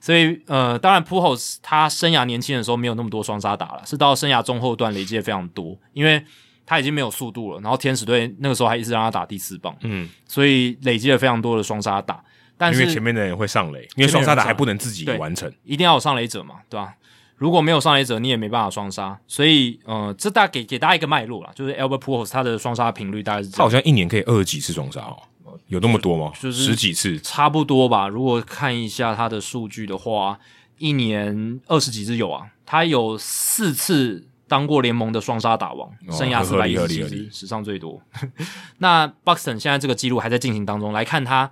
Speaker 1: 所以呃，当然 Pujols 他生涯年轻的时候没有那么多双杀打了，是到生涯中后段累积的非常多，因为他已经没有速度了，然后天使队那个时候还一直让他打第四棒，
Speaker 2: 嗯，
Speaker 1: 所以累积了非常多的双杀打。但
Speaker 2: 因
Speaker 1: 是
Speaker 2: 为前面的人会上垒，因
Speaker 1: 前面
Speaker 2: 为
Speaker 1: 有
Speaker 2: 双
Speaker 1: 人
Speaker 2: 杀打
Speaker 1: 上
Speaker 2: 还不能自己
Speaker 1: 对
Speaker 2: 完成，
Speaker 1: 一定要有上垒者嘛，对吧、如果没有上垒者，你也没办法双杀。所以，呃，这大给给大家一个脉络啦，就是 Albert Pujols 他的双杀频率大概是这
Speaker 2: 他
Speaker 1: 样
Speaker 2: 好像一年可以二十几次双杀哦，有那么多吗？
Speaker 1: 就是
Speaker 2: 十几次，
Speaker 1: 差不多吧。如果看一下他的数据的话，一年二十几支有啊，他有四次当过联盟的双杀打王，
Speaker 2: 哦
Speaker 1: 生涯四
Speaker 2: 合
Speaker 1: 百
Speaker 2: 理
Speaker 1: 一
Speaker 2: 合
Speaker 1: 十
Speaker 2: 理
Speaker 1: 七
Speaker 2: 合
Speaker 1: 支
Speaker 2: 理，
Speaker 1: 史上最多。 *laughs* 那 Buxton 现在这个记录还在进行当中，来看他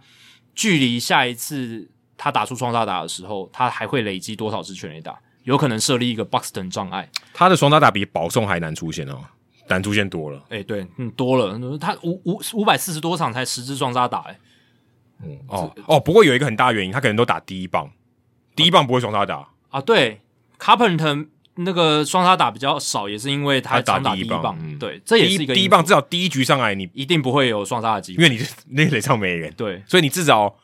Speaker 1: 距离下一次他打出双杀打的时候，他还会累积多少支全垒打，有可能设立一个 Buxton 障碍。
Speaker 2: 他的双杀打比保送还难出现哦，难出现多了，
Speaker 1: 哎、对，嗯，多了，他五五五百四十多场才十支双杀打、哎，
Speaker 2: 哦哦，不过有一个很大原因，他可能都打第一棒，第一棒不会双杀打，
Speaker 1: 啊，对，Carpenter 那个双杀打比较少，也是因为他
Speaker 2: 他打
Speaker 1: 常打
Speaker 2: 第一
Speaker 1: 一
Speaker 2: 棒
Speaker 1: 棒，
Speaker 2: 嗯
Speaker 1: 对，这也
Speaker 2: 第
Speaker 1: 是
Speaker 2: 一
Speaker 1: 一个
Speaker 2: 第一
Speaker 1: 因
Speaker 2: 棒
Speaker 1: 素
Speaker 2: 至少第一局上来你，
Speaker 1: 一定不会有双杀的机
Speaker 2: 因
Speaker 1: 会，
Speaker 2: 为你是那个垒上没人，
Speaker 1: 对
Speaker 2: 所以你至少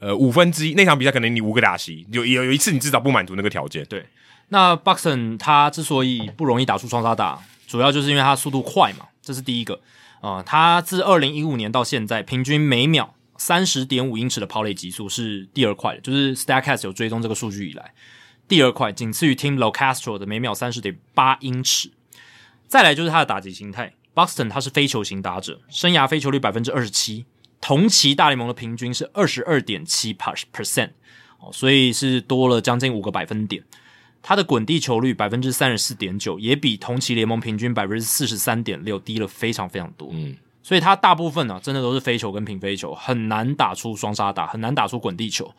Speaker 2: 呃五分之一那场比赛可能你五个打席，有有有一次你至少不满足那个条件，
Speaker 1: 对。那 Buxton 他之所以不容易打出双杀打，主要就是因为他速度快嘛，这是第一个。呃，他自二零一五年到现在，平均每秒三十点五英尺的跑垒极速是第二快的，就是 Statcast 有追踪这个数据以来第二快，仅次于 Tim Locastro 的每秒三十点八英尺。再来就是他的打击形态，Buxton 他是非球型打者，生涯非球率百分之二十七，同期大联盟的平均是二十二点七 percent，哦，所以是多了将近五个百分点。他的滚地球率百分之三十四点九，也比同期联盟平均百分之四十三点六低了非常非常多。
Speaker 2: 嗯，
Speaker 1: 所以他大部分呢、啊，真的都是飞球跟平飞球，很难打出双杀打，很难打出滚地球。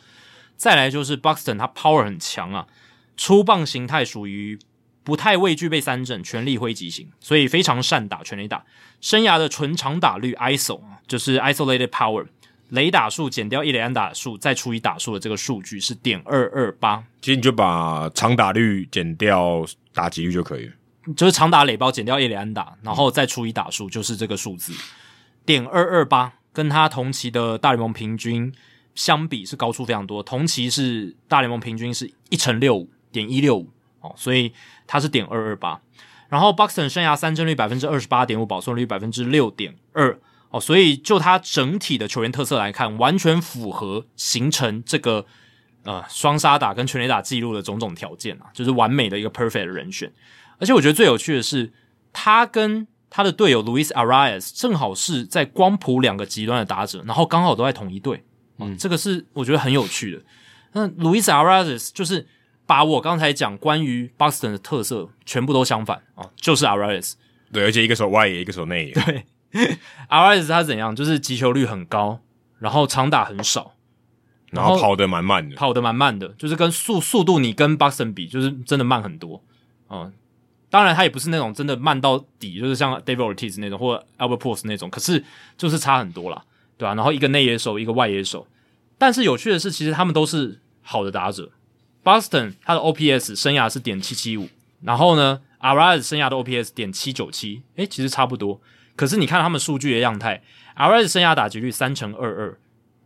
Speaker 1: 再来就是 Buxton，他 power 很强啊，出棒形态属于不太畏惧被三振，全力挥击型，所以非常善打全垒打。生涯的纯长打率 ISO 就是 isolated power，雷打数减掉一垒安打数，再除以打数的这个数据是点二二八，
Speaker 2: 其实你就把长打率减掉打击率就可以了。
Speaker 1: 就是长打垒包减掉一垒安打，然后再除以打数，就是这个数字点二二八，跟他同期的大联盟平均相比是高出非常多。同期是大联盟平均是一乘六五点一六五哦，所以他是点二二八。然后 Buxton 生涯三振率百分之二十八点五，保送率百分之六点二哦，所以就他整体的球员特色来看，完全符合形成这个呃双杀打跟全垒打记录的种种条件啊，就是完美的一个 perfect 的人选。而且我觉得最有趣的是，他跟他的队友 Luis Arias 正好是在光谱两个极端的打者，然后刚好都在同一队，嗯，这个是我觉得很有趣的。那 Luis Arias 就是把我刚才讲关于 Boston 的特色全部都相反啊，就是 Arias。
Speaker 2: 对，而且一个手外野，一个手内野。
Speaker 1: 对，Arias 他怎样？就是击球率很高，然后长打很少，
Speaker 2: 然后跑得蛮慢的，
Speaker 1: 跑得蛮慢的，就是跟速速度你跟 Boston 比，就是真的慢很多啊。嗯当然，他也不是那种真的慢到底，就是像 David Ortiz 那种或 Albert p o r s 那种，可是就是差很多啦，对吧、啊？然后一个内野手，一个外野手。但是有趣的是，其实他们都是好的打者。Boston 他的 OPS 生涯是点七七五，然后呢 a r a z 生涯的 OPS 点七九七，诶，其实差不多。可是你看他们数据的样态 a r a z 生涯打击率三乘二二，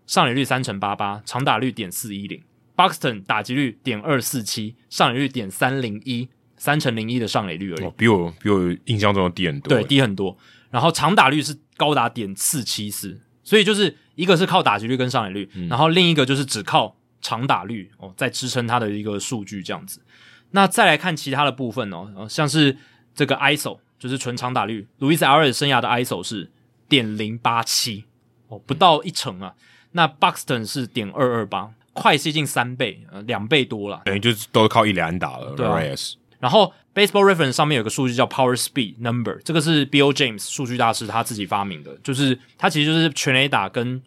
Speaker 1: 上垒率三乘八八，长打率点四一零，Boston 打击率点二四七，上垒率点三零一。三乘零一的上垒率而已，
Speaker 2: 哦、比我比我印象中的低很多，
Speaker 1: 对，低很多。然后长打率是高达点四七四，所以就是一个是靠打击率跟上垒率、嗯，然后另一个就是只靠长打率哦，在支撑它的一个数据这样子。那再来看其他的部分哦，像是这个 ISO 就是纯长打率，路易斯 R 生涯的 ISO 是点零八七哦，不到一成啊。嗯、那 Buxton 是点二二八，快接近三倍，呃，两倍多了，
Speaker 2: 等于就是都靠一连打了，
Speaker 1: 对啊。
Speaker 2: RS
Speaker 1: 然后 Baseball Reference 上面有个数据叫 Power Speed Number，这个是 Bill James 数据大师他自己发明的，就是它其实就是全垒打跟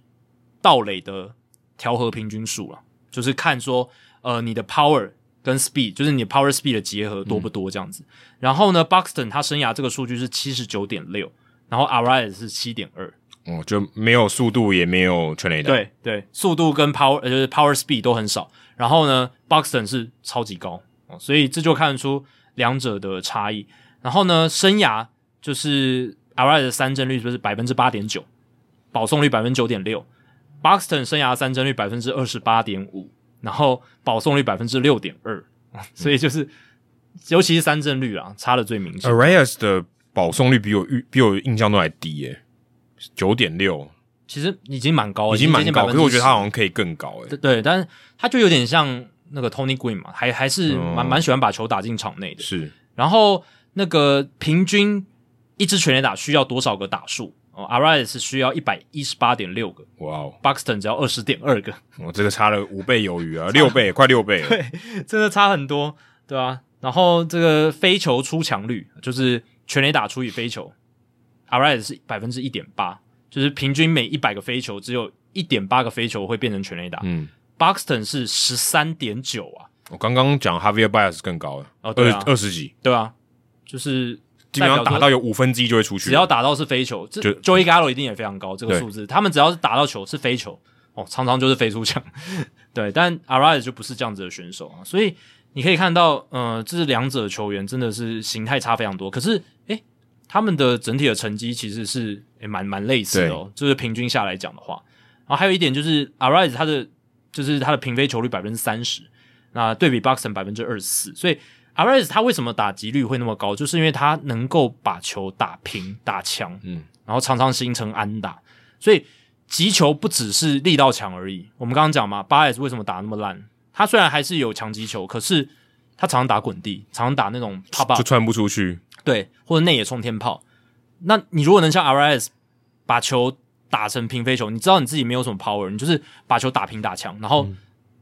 Speaker 1: 盗垒的调和平均数了，啊就是看说呃你的 Power 跟 Speed，就是你 Power Speed 的结合多不多这样子。嗯、然后呢，Buxton 他生涯这个数据是七十九点六，然后 Arias 是七点二，
Speaker 2: 哦，就没有速度也没有全垒打，
Speaker 1: 对对，速度跟 Power 呃就是 Power Speed 都很少。然后呢，Buxton 是超级高。哦所以这就看出两者的差异。然后呢，生涯就是 a r i a 的三振率就是百分之八点九，保送率百分之九点六，Buxton 生涯三振率百分之二十八点五，然后保送率百分之六点二。 *laughs* 所以就是，尤其是三振率啊，差的最明显。
Speaker 2: a r i a 呃的保送率比我预比我印象中还低耶、欸，九点六，
Speaker 1: 其实已哦经蛮高了，
Speaker 2: 已经蛮高。
Speaker 1: 可
Speaker 2: 是我觉得他好像可以更高哎、欸。
Speaker 1: 对，但是他就有点像。那个 Tony Green 嘛，还还是蛮蛮、嗯、喜欢把球打进场内的。
Speaker 2: 是，
Speaker 1: 然后那个平均一支全垒打需要多少个打数？哦，Arias 需要一百一十八点六个，
Speaker 2: 哇、wow、哦
Speaker 1: ，Buxton 只要二十点二个， *laughs*
Speaker 2: 哦，这个差了五倍有余啊，六倍，快六倍了，
Speaker 1: 对，啊真的差很多，对啊。然后这个飞球出墙率就是全垒打除以飞球，Arias 是百分之一点八，就是平均每一百个飞球只有一点八个飞球会变成全垒打，
Speaker 2: 嗯。
Speaker 1: Buxton 是十三点九啊！
Speaker 2: 我刚刚讲 Javier Baez 更高了，
Speaker 1: 哦，对啊，
Speaker 2: 二十几，
Speaker 1: 对啊，就是
Speaker 2: 基本上打到有五分之一就会出去，
Speaker 1: 只要打到是飞球，这 Joey Gallo 一定也非常高，这个数字，他们只要是打到球是飞球，哦，常常就是飞出墙， *laughs* 对，但 Arias 就不是这样子的选手啊，所以你可以看到，呃，这是两者球员真的是形态差非常多，可是，诶、欸，他们的整体的成绩其实是也蛮蛮类似的哦，就是平均下来讲的话，然后还有一点就是 Arias 他的。就是他的平飞球率百分之三十，那对比 Buxton 百分之二十四，所以 a r i a s 他为什么打击率会那么高？就是因为他
Speaker 2: *laughs*
Speaker 1: 能够把球打平、打强，
Speaker 2: 嗯，
Speaker 1: 然后常常形成安打，所以击球不只是力道强而已。我们刚刚讲嘛，巴尔为什么打那么烂？他虽然还是有强击球，可是他常常打滚地，常常打那种 pop up，
Speaker 2: 就传不出去。
Speaker 1: 对，或者内野冲天炮。那你如果能像 RIS 把球打成平飞球，你知道你自己没有什么 power，你就是把球打平打强，然
Speaker 2: 嗯
Speaker 1: 后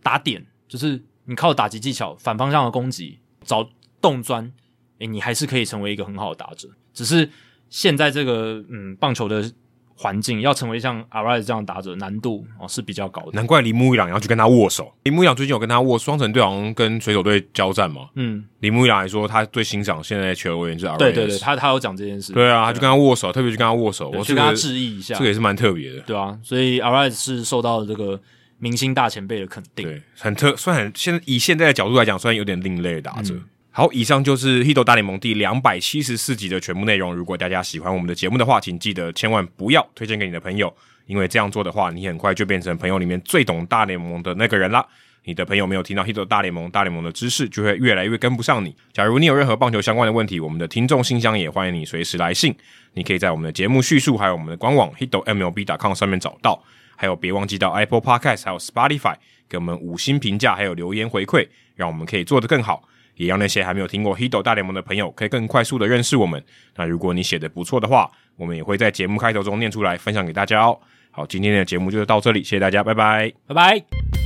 Speaker 1: 打点，就是你靠打击技巧、反方向的攻击找洞钻，诶、你还是可以成为一个很好的打者。只是现在这个嗯棒球的环境，要成为像 RIS 这样的打者，难度哦是比较高的。
Speaker 2: 难怪铃木一朗要去跟他握手。铃木一朗最近有跟他握，双城队好像跟水手队交战嘛。
Speaker 1: 嗯，
Speaker 2: 铃木一朗还说他最欣赏现在球员是 R，
Speaker 1: 对对对，他他有讲这件事，
Speaker 2: 对啊，他就跟他握手，特别去跟他握手，我
Speaker 1: 去跟他致意一下
Speaker 2: 这个，也是蛮特别的。
Speaker 1: 对啊，所以 RIS 是受到这个明星大前辈的肯定。
Speaker 2: 对，很特，算很现在以现在的角度来讲，算有点另类的打折。好，以上就是《h i t 大联盟》第两百七十四集的全部内容。如果大家喜欢我们的节目的话，请记得千万不要推荐给你的朋友，因为这样做的话，你很快就变成朋友里面最懂大联盟的那个人啦。你的朋友没有听到《h i t 大联盟》大联盟的知识，就会越来越跟不上你。假如你有任何棒球相关的问题，我们的听众信箱也欢迎你随时来信。你可以在我们的节目叙述还有我们的官网 h i t mlb.com 上面找到。还有别忘记到 Apple Podcast 还有 Spotify 给我们五星评价，还有留言回馈，让我们可以做得更好，也让那些还没有听过 Hido 大联盟的朋友可以更快速的认识我们。那如果你写的不错的话，我们也会在节目开头中念出来，分享给大家哦。好，今天的节目就到这里，谢谢大家，拜拜。
Speaker 1: 拜拜。